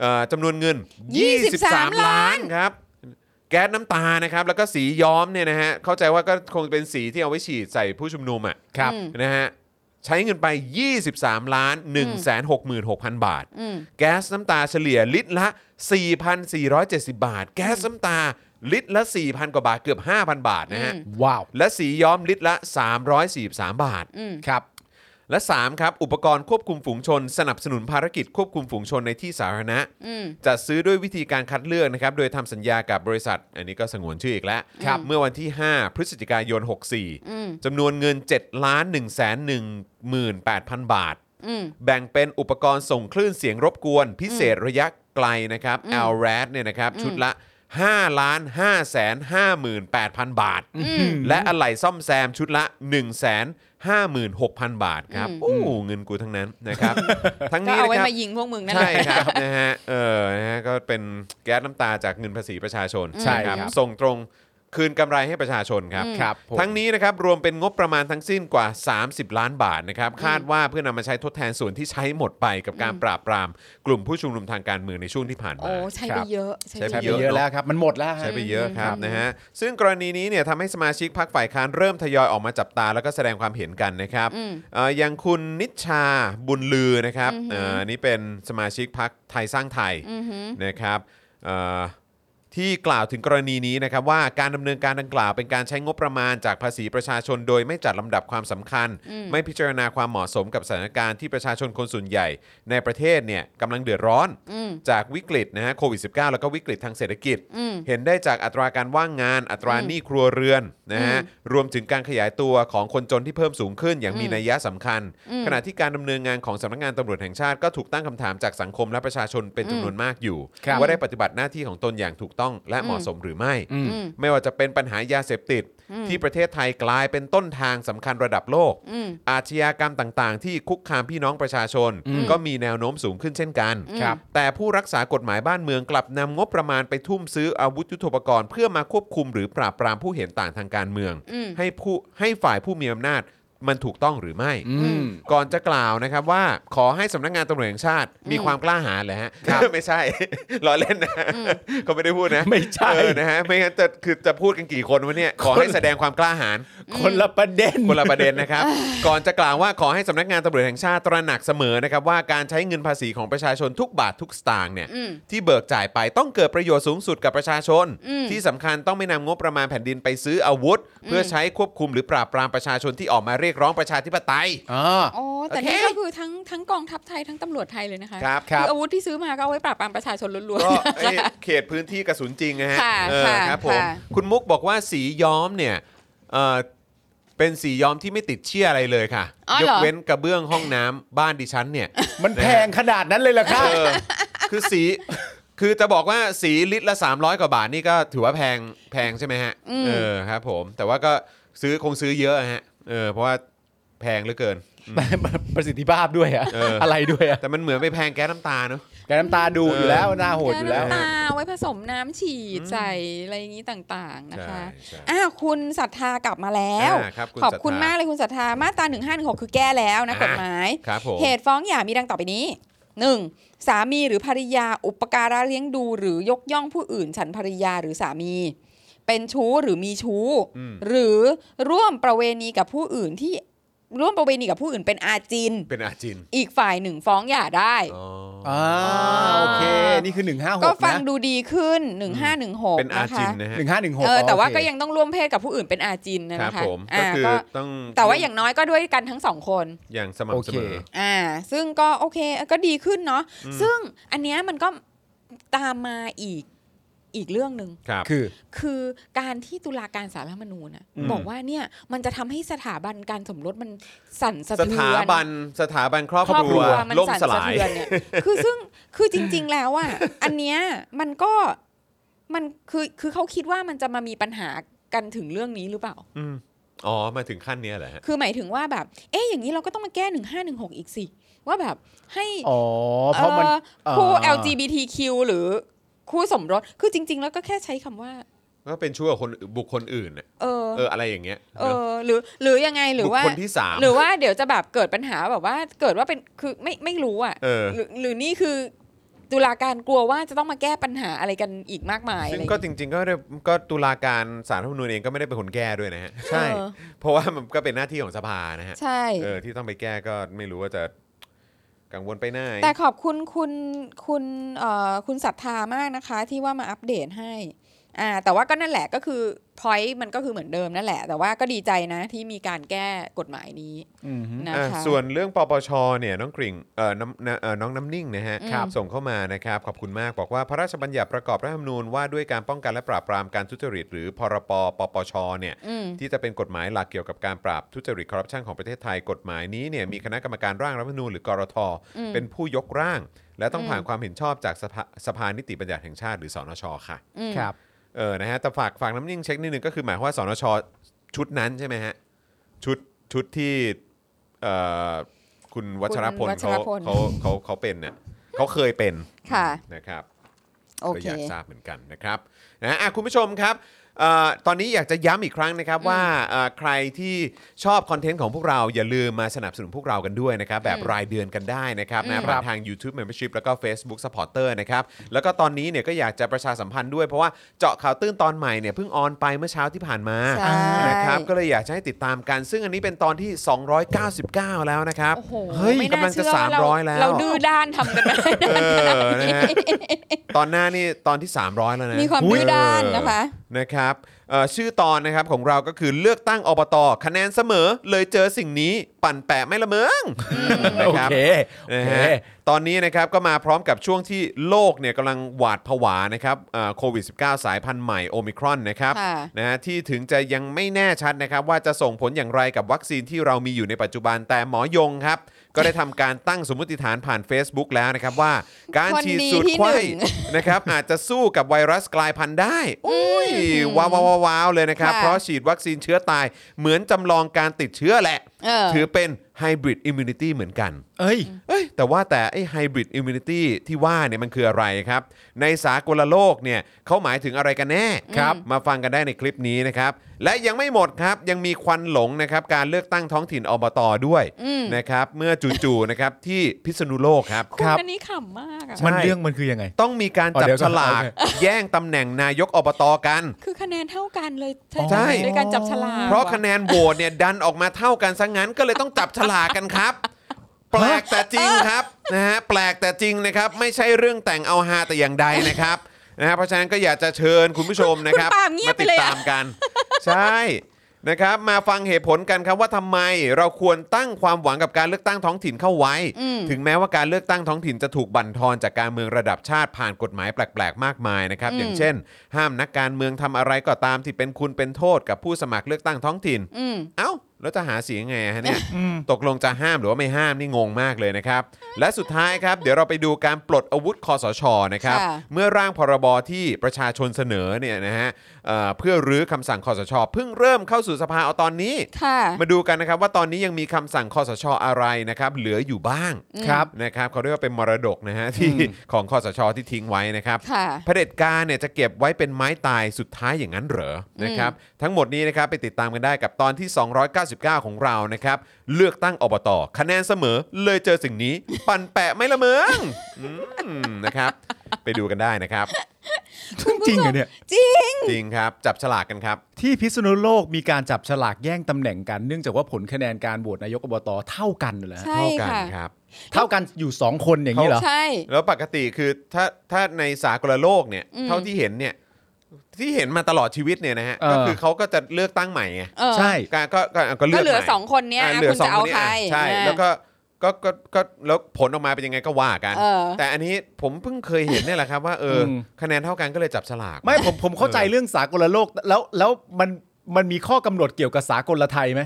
A: เอ่อจำนวนเงิน 23
C: 23
A: ล้านครับ แก๊สน้ำตานะครับ แล้วก็สีย้อมเนี่ยนะฮะเข้าใจว่าก็คงเป็นสีที่เอาไว้ฉีดใส่ผู้ชุมนุมอ่ะ
C: ครับอืม
A: นะฮะใช้เงินไป 23 ล้าน 166,000 บาท
C: อืม
A: แก๊สน้ำตาเฉลี่ยลิตรละ 4,470 บาท แก๊สน้ำตาลิตรละ 4,000 กว่าบาทเกือบ 5,000 บาทนะฮะ
C: อืม
B: ว้าว
A: และสีย้อมลิตรละ 343 บาท
C: อืม
B: ครับ
A: และ 3 ครับ อุปกรณ์ควบคุมฝูงชน สนับสนุนภารกิจควบคุมฝูงชนในที่สาธารณะ
C: อืม
A: จัดซื้อด้วยวิธีการคัดเลือกนะครับ โดยทำสัญญากับบริษัท อันนี้ก็สงวนชื่ออีกแล้ว
C: ครับ
A: เมื่อวันที่ 5 พฤศจิกายน
C: อืม
A: 64จำนวนเงิน 7 ล้าน1 1 8 0 0 บาท
C: อืม
A: แบ่งเป็นอุปกรณ์ส่งคลื่นเสียงรบกวน พิเศษระยะไกลนะครับ l r a d เนี่ยนะครับ ชุดละ 5 ล้าน 5 5 8 0 0 0 บาท และอะไหล่ซ่อมแซมชุดละ 1 5 6 0 0 0 บาทครับ
C: อืม
A: โอ้เงินกูทั้งนั้นนะครับ ทั้ง
C: ก็
A: นี้
C: เอา
A: นะ
C: ไว้
A: ครับ
C: มายิงพวกมึงนั่นแห
A: ใช่
C: ละ
A: ครับ นะฮะเออนะฮะก็เป็นแก๊สน้ำตาจากเงินภาษีประชาชน
B: ใช่
A: นะครับ ส่งตรงคืนกำไรให้ประชาชนครับ
C: อืม
B: ครับผม
A: ทั้งนี้นะครับ รวมเป็นงบประมาณทั้งสิ้นกว่า 30 ล้านบาทนะครับ คาดว่าเพื่อนำมาใช้ทดแทนส่วนที่ใช้หมดไปกับการปราบปราม กลุ่มผู้ชุมนุมทางการเมืองในช่วงที่ผ่าน
C: โอ้
A: มา
C: ใช่ไปเยอะ
A: ใช้
B: ใช้
A: ไป
B: ไป
A: เย
B: เย
A: อะ
B: อะ
A: เนอะ
B: แล้วครับ มันหมดแล้วฮะ
A: ใช้ไปเยอะครับนะฮะซึ่งกรณีนี้เนี่ยทำให้สมาชิกพรรคฝ่ายค้านเริ่มทยอยออกมาจับตาแล้วก็แสดงความเห็นกันนะครับเอ่ออย่างคุณนิชชาบุญลือนะครับเอ่ออันนี่เป็นสมาชิกพรรคไทยสร้างไทยนะครับเอ่อที่กล่าวถึงกรณีนี้นะครับว่าการดำเนินการดังกล่าวเป็นการใช้งบประมาณจากภาษีประชาชน โดยไม่จัดลำดับความสำคัญ ไม่พิจารณาความเหมาะสมกับสถานการณ์ที่ประชาชนคนส่วนใหญ่ ในประเทศเนี่ยกำลังเดือดร้อน จากวิกฤตนะฮะโควิด -19 แล้วก็วิกฤตทางเศรษฐกิจ เห็นได้จากอัตราการว่างงานอัตราหนี้ครัวเรือนนะฮะรวมถึงการขยายตัวของคนจนที่เพิ่มสูงขึ้นอย่างมีนัยยะสำคัญ ขณะที่การดำเนินงานของสำนักงานตำรวจแห่งชาติก็ถูกตั้งคำถามจากสังคมและประชาชนเป็นจำนวนมากอยู่
B: ครับ
A: ว่าได้ปฏิบัติหน้าที่ของตนอย่างถูกต้องและเหมาะสมหรือไม่ ไม่ว่าจะเป็นปัญหายาเสพติด ที่ประเทศไทยกลายเป็นต้นทางสำคัญระดับโลก อาชญากรรมต่างๆ ที่คุกคามพี่น้องประชาชน ก็มีแนวโน้มสูงขึ้นเช่นกัน
B: ครับ
A: แต่ผู้รักษากฎหมายบ้านเมืองกลับนำงบประมาณไปทุ่มซื้ออาวุธยุทโธปกรณ์เพื่อมาควบคุมหรือปราบปรามผู้เห็นต่างทางการเมือง ให้ผู้ให้ฝ่ายผู้มีอำนาจมันถูกต้องหรือไม่
B: อืม
A: ก่อนจะกล่าวนะครับว่าขอให้สำนักงานตำรวจแห่งชาติมีความกล้าหาญเลยฮะ ไม่ใช่ ล้อเล่นนะเขาไม่ได้พูดนะ
B: ไม่ใช่
A: เออนะฮะไม่งั้นจะคือจะพูดกันกี่คนวะเนี่ยขอให้แสดงความกล้าหาญ
B: คนละประเด็น
A: คนละประเด็นนะครับ ก่อนจะกล่าวว่าขอให้สำนักงานตำรวจแห่งชาติตระหนักเสมอนะครับว่าการใช้เงินภาษีของประชาชนทุกบาททุกสตางค์เนี่ย
C: อืม
A: ที่เบิกจ่ายไปต้องเกิดประโยชน์สูงสุดกับประชาชน
C: อืม
A: ที่สำคัญต้องไม่นำงบประมาณแผ่นดินไปซื้ออาวุธ เพื่อใช้ควบคุมหรือปราบปรามประชาชนที่ออกมาเรียกร้องประชาธิปไตย
B: อ๋อ
C: โอ้แต่
A: โอเค
C: นี่ก็คือทั้งทั้งกองทัพไทยทั้งตำรวจไทยเลยนะคะ
A: ครับ
B: ครับ
C: อาวุธที่ซื้อมาก็เอาไว้ปราบปรามประชาชนล้วน
A: ก็ไอ้เขตพื้นที่กระสุนจริงนะฮะ
C: ค่ะ
A: เออ
C: ค่ะ
A: ครับผม
C: ค่ะ
A: คุณมุกบอกว่าสีย้อมเนี่ยเอ่อเป็นสีย้อมที่ไม่ติดเชี่ยอะไรเลยค่ะ
C: อ๋อย เหร
A: ก
C: อ
A: เว้นกระเบื้องห้องน้ำบ้านดิฉันเนี่ย
B: มันแพงขนาดนั้นเลยเหรอครับ
A: เออคือสีคือจะบอกว่าสีลิตรละ 300 กว่าบาทนี่ก็ถือว่าแพงแพงใช่ไหมฮะ
C: อืม
A: เออครับผม แต่ว่าก็ซื้อคงซื้อเยอะฮะเออเพราะว่าแพงเหลือเกิน
B: ประสิทธิภาพด้วยอะ
A: เอออ
B: อะไรด้วยอะ
A: แต่มันเหมือนไปแพงแก๊สน้ำตาเนอะ
B: แกน้ำตาดูดอยู่แล้วหน้า
C: ๆ
B: โหดอยู่แล้ว
C: แก้น้ำตาเอาไว้ผสมน้ำฉีดใส่อะไรอย่างนี้ต่างๆนะคะ
A: ใช่ใช่
C: อ้าวคุณศรัทธากลับมาแล้ว
A: อ่าครับคุณ
C: ขอบคุณ
A: ศรัทธาม
C: มากเลยคุณศรัทธามาตรา1516 คือแก้แล้วนะ
A: อ่า
C: กฎหมาย
A: ครับผม
C: เหตุฟ้องหย่ามีดังต่อไปนี้ 1. สามีหรือภริยาอุปการะเลี้ยงดูหรือยกย่องผู้อื่น ฉันภริยาหรือสามี เป็นชู้หรือมีชู้
A: อืม
C: หรือร่วมประเวณีกับผู้อื่นที่ร่วมประเวณีกับผู้อื่นเป็นอาจิน
A: เป็นอาจิน
C: อีกฝ่ายหนึ่งฟ้องหย่าได้
A: อ๋ออ
B: อ่าโอเค นี่คือ 156
C: ก็ฟัง
B: นะ
C: ดูดีขึ้น 1516
A: เป็นอา
C: ะคะ
A: จินนะฮะ
B: 1516
C: เออแต่ว่า
B: โเค
C: ก็ยังต้องร่วมเพศกับผู้อื่นเป็นอาจินนะครับ นะคะ
A: ผมก็
C: อ่า
A: คือ
C: ก็
A: ต้อง
C: แต่ว่าอย่างน้อยก็ด้วยกันทั้งสองคน
A: อย่างส
B: โอ
A: ม่ำเส
B: เค
A: มอ
C: อ่าซึ่งก็โอเคก็ดีขึ้นเนาะซึ่งอันเนี้ยมันก็ตามมาอีก อีกเรื่องหนึ่ง
A: ครับ
B: คือ
C: คือการที่ตุลาการสารรัฐธรรมนูญน่ะ
B: อืม
C: บอกว่าเนี่ยมันจะทำให้สถาบันการสมรสมันสั่นสะ
A: ส
C: เทือ
A: ถาน บันสถาบันครอบ
C: ครอบ
A: ค
C: ค
A: รั
C: รั
A: ว
C: วมัน
A: ล่ม
C: สั่น
A: ส
C: สะ
A: ลาย
C: เทือนเนี่ยคือซึ่งคือจริง ๆ แล้วอ่ะ อันเนี้ยมันก็มันคือคือเขาคิดว่ามันจะมามีปัญหากันถึงเรื่องนี้หรือเปล่า
A: อืมอ๋อ มาถึงขั้นเนี้ยแหละฮะ
C: คือหมายถึงว่าแบบ เอ๊ะอย่างนี้เราก็ต้องมาแก้หนึ่งห้าหนึ่งหกอีกสิว่าแบบให้
B: อ๋อ เพราะมัน
C: เอ่อคู่
B: อ่า
C: LGBTQ หรือคู่สมรสคือจริง ๆ แล้วก็แค่ใช้คำว่า
A: ก็เป็นช่วยคนบุคคลอื่นน่ะ
C: เออ
A: เอออะไรอย่างเงี้ย
C: เออหรือหรือยังไงหรือ
A: บุค
C: ว่า
A: คลที่สาม
C: หรือว่าเดี๋ยวจะแบบเกิดปัญหาแบบว่าเกิดว่าเป็นคือไม่ไม่รู้อ่ะ
A: เออ
C: หรือหรือนี่คือตุลาการกลัวว่าจะต้องมาแก้ปัญหาอะไรกันอีกมากมายอะ
A: ซึ่ง
C: ไรอย่าง
A: ก็
C: เงี้ย
A: จริง ๆ ก็ได้ก็ตุลาการสารรัฐธรรมนูญเองก็ไม่ได้เป็นคนแก้ด้วยนะฮะ
B: ใช่
C: เออ
A: เพราะว่ามันก็เป็นหน้าที่ของสภานะฮะ
C: ใช่
A: เออที่ต้องไปแก้ก็ไม่รู้ว่าจะกังวลไปหน้า
C: แต่ขอบคุณคุณคุณเอ่อคุณศรัทธามากนะคะ ที่ว่ามาอัปเดตให้อ่าแต่ว่าก็นั่นแหละก็คือ point มันก็คือเหมือนเดิมนั่นแหละ แต่ว่าก็ดีใจนะที่มีการแก้กฎหมายนี้
B: อืมฮึ
C: นะคะ
A: อ่ะส่วนเรื่องปปชเนี่ยน้องกริ่งเอ่อน้ำน้ำเอ่อน้องน้ำนิ่งนะฮะ
C: ครับ
A: ส่งเข้ามานะครับขอบคุณมากบอกว่าพระราชบัญญัติประกอบรัฐธรรมนูญว่าด้วยการป้องกันและปราบปรามการทุจริต หรือพรปปปชเนี่ย
C: อืม
A: ที่จะเป็นกฎหมายหลักเกี่ยวกับการปราบทุจริตคอร์รัปชันของประเทศไทยกฎหมายนี้เนี่ยมีคณะกรรมการร่างรัฐธรรมนูญหรือกรท
C: อืม
A: เป็นผู้ยกร่าง และต้องผ่านความเห็นชอบจากสภาสภานิติบัญญัติแห่งชาติหรือสอนชค่ะ
C: อืม
A: เออนะฮะแต่ฝากฝากน้ำนิ่งเช็คนิดนึงก็คือหมายความว่าสนชชุดนั้นใช่ไหมฮะชุดชุดที่เอ่อคุณวัชรพลเขาเขาเขาเขาเป็นเนี่ยเขาเคยเป็น
C: ค่ะ
A: นะครับ
C: โอ
A: ก็
C: เค
A: อยากทราบเหมือนกันนะครับนะอ่ะคุณผู้ชมครับเอ่อตอนนี้อยากจะย้ำอีกครั้งนะครับว่าเอ่อใครที่ชอบคอนเทนต์ของพวกเราอย่าลืมมาสนับสนุนพวกเรากันด้วยนะครับ แบบ
C: อืม
A: รายเดือนกันได้นะครับ
C: ครั
A: นะ
C: บ
A: ผ่านทาง YouTube Membership แล้วก็ Facebook Supporter นะครับ แล้วก็ตอนนี้เนี่ยก็อยากจะประชาสัมพันธ์ด้วยเพราะว่าเจาะข่าวตื้นตอนใหม่เนี่ยเพิ่งออนไปเมื่อเช้าที่ผ่านมา
C: ใช่
A: นะครับก็เลยอยากจะให้ติดตามกัน ซึ่งอันนี้เป็นตอนที่ 299 แล้วนะครับ
C: โอ้โห
A: เฮ้ย
C: ไม่น่าก
A: ำลังจะ
C: เชื่อว่าเา
A: 300 แล้ว
C: เราดื้อด้านทำกันไป
A: เออนะฮะตอนหน้านี่ตอนที่ 300 แล้วนะ
C: มีความดื้อด้านนะคะ
A: เออนะครับเอ่อชื่อตอนนะครับของเราก็คือเลือกตั้งอบต คะแนนเสมอ เลยเจอสิ่งนี้ปั่นแปะไม่ละเมิงนะ
B: โอ
A: ครับ
B: เคโอ
A: นะ
B: เค
A: ฮะตอนนี้นะครับก็มาพร้อมกับช่วงที่โลกเนี่ยกำลังหวาดผวานะครับเอ่อโควิด -19 สายพันธุ์ใหม่โอมิครอนนะครับ
C: ค่ะ
A: นะฮะที่ถึงจะยังไม่แน่ชัดนะครับว่าจะส่งผลอย่างไรกับวัคซีนที่เรามีอยู่ในปัจจุบันแต่หมอยงครับ ก็ได้ทำการตั้งสมมติฐานผ่าน Facebook แล้วนะครับว่า การฉีดสูตรไข้
C: คนดีที่หนึ่ง
A: นะครับ อาจจะสู้กับไวรัสกลายพันธุ์ได้อุ้ยว้าวว้าวว้าวว้าวเลยนะครับ
C: ค่ะ
A: เพราะฉีดวัคซีนเชื้อตายเหมือนจำลองการติดเชื้อแหละ
C: เออ
A: ถือเป็นไฮบริดอิมมูเนตี้เหมือนกัน
B: เอ้ย
A: เอ้ยแต่ว่าแต่ไอ้ไฮบริดอิมมูเนตี้ที่ว่าเนี่ยมันคืออะไรครับ ในสากลโลกเนี่ยเขาหมายถึงอะไรกันแน่
C: ครับ
A: มาฟังกันได้ในคลิปนี้นะครับ และยังไม่หมดครับ ยังมีควันหลงนะครับการเลือกตั้งท้องถิ่นอบตด้วย
C: อืม
A: นะครับ เมื่อจู่ๆนะครับที่พิษณุโลกครับ
C: คุณ
B: ครับ
C: อันนี้ขำมากอ่ะ
B: มันเรื่องมันคือยังไง
A: ต้องมีการ
B: อ๋อ
A: จับ
B: เดี๋ยวก่
A: ฉ
B: อน
A: ลาก
B: โอเค
A: แย่งตำแหน่งนายกอบตกัน
C: คือคะแนนเท่ากันเลย
A: ใช่
C: ด้วยการจับฉลาก
A: เพราะคะแนนโหวตเนี่ยดันออกมาเท่ากันซะงั้นก็เลยต้องจับฉลากกันครับ แปลกแต่จริงครับนะฮะแปลกแต่จริงนะครับ ไม่ใช่เรื่องแต่งเอาฮาแต่อย่างใดนะครับนะฮะเพราะฉะนั้นก็อยากจะเชิญคุณผู้ชมนะครับ
C: ณปาล์มเงียบ
A: มา
C: ไป
A: ติด
C: เลย
A: ตา
C: อะ
A: มกัน ใช่นะครับ มาฟังเหตุผลกันครับว่าทำไมเราควรตั้งความหวังกับการเลือกตั้งท้องถิ่นเข้าไว้
C: อืม
A: ถึงแม้ว่าการเลือกตั้งท้องถิ่นจะถูกบั่นทอนจากการเมืองระดับชาติผ่านกฎหมายแปลก ๆ มากมายนะครับ
C: อืม
A: อย่างเช่น ห้ามนักการเมืองทำอะไรก็ตามที่เป็นคุณเป็นโทษกับผู้สมัครเลือกตั้งท้องถิ่น
C: อืม
A: เอ้า แล้วจะหาเสียงไงฮะเนี่ย ตกลงจะห้ามหรือว่าไม่ห้ามนี่งงมากเลยนะครับ และสุดท้ายครับ เดี๋ยวเราไปดูการปลดอาวุธคอสชนะครับ
C: ค่ะ
A: เมื่อร่างพรบที่ประชาชนเสนอเนี่ยนะฮะเอ่อเพื่อรื้อคำสั่งคอสชเพิ่งเริ่มเข้าสู่สภาเอาตอนนี้
C: ค่ะ
A: มาดูกันนะครับว่าตอนนี้ยังมีคำสั่งคอสชอะไรนะครับเหลืออยู่บ้าง
B: ครับ
A: นะครับเขาเรียกว่าเป็นมรดกนะฮะที่ของคอสชที่ทิ้งไว้นะครับ
C: ค่ะ
A: เผด็จการเนี่ยจะเก็บไว้เป็นไม้ตายสุดท้ายอย่างนั้นเหรอ
C: อืม
A: นะครับทั้งหมดนี้นะครับไปติดตามกันได้กับตอนที่ 299 ของเรานะครับ เลือกตั้งอบต คะแนนเสมอเลยเจอสิ่ง นี้ ปั่นแปะไม่ละเมืองอืมนะครับ ไปดูกันได้ นะครับ
B: จริงเหรอเนี่ย
A: จริงครับ จับฉลากกันครับ
B: ที่พิษณุโลกมีการจับฉลากแย่งตำแหน่งกัน เนื่องจากว่าผลคะแนนการโหวตนายกอบตเท่ากันเหรอฮะ
C: ใช่
A: เท่ากั
C: ค่ะ
A: ครับ
B: เท่ากันอยู่ 2 คนอย่างนี้เหรอ
C: ใช่
A: แล้วปกติคือถ้าถ้าในสากลโลกเนี่ย
C: อืม
A: เท่าที่เห็นเนี่ยที่เห็นมาตลอดชีวิตเนี่ยนะฮะ
B: เออ
A: ก็คือเขาก็จะเลือกตั้งใหม่ไง
C: เออ
B: ใช่
A: ก็ก็ก็ก็เลื
C: ก็
A: อก
C: เหลือ
A: ใม่
C: สองคนเนี้ย
A: อ่ะ
C: คุณจะเอา
A: น
C: ใคร
A: อ่ะใช่
C: อ่ะ
A: แล้วก็ ก็ก็ก็แล้วผลออกมาเป็นยังไงก็ว่ากัน
C: เออ
A: แต่อันนี้ผมเพิ่งเคยเห็นเนี่ยแหละครับว่าเอออ
B: ม
A: คะแนนเท่ากันก็เลยจับฉลาก
B: ไม่ผมผมเข้าใจเรื่องสากลโลกแล้วแล้วมันมันมีข้อกำหนดเกี่ยวกับสากลไทยไหม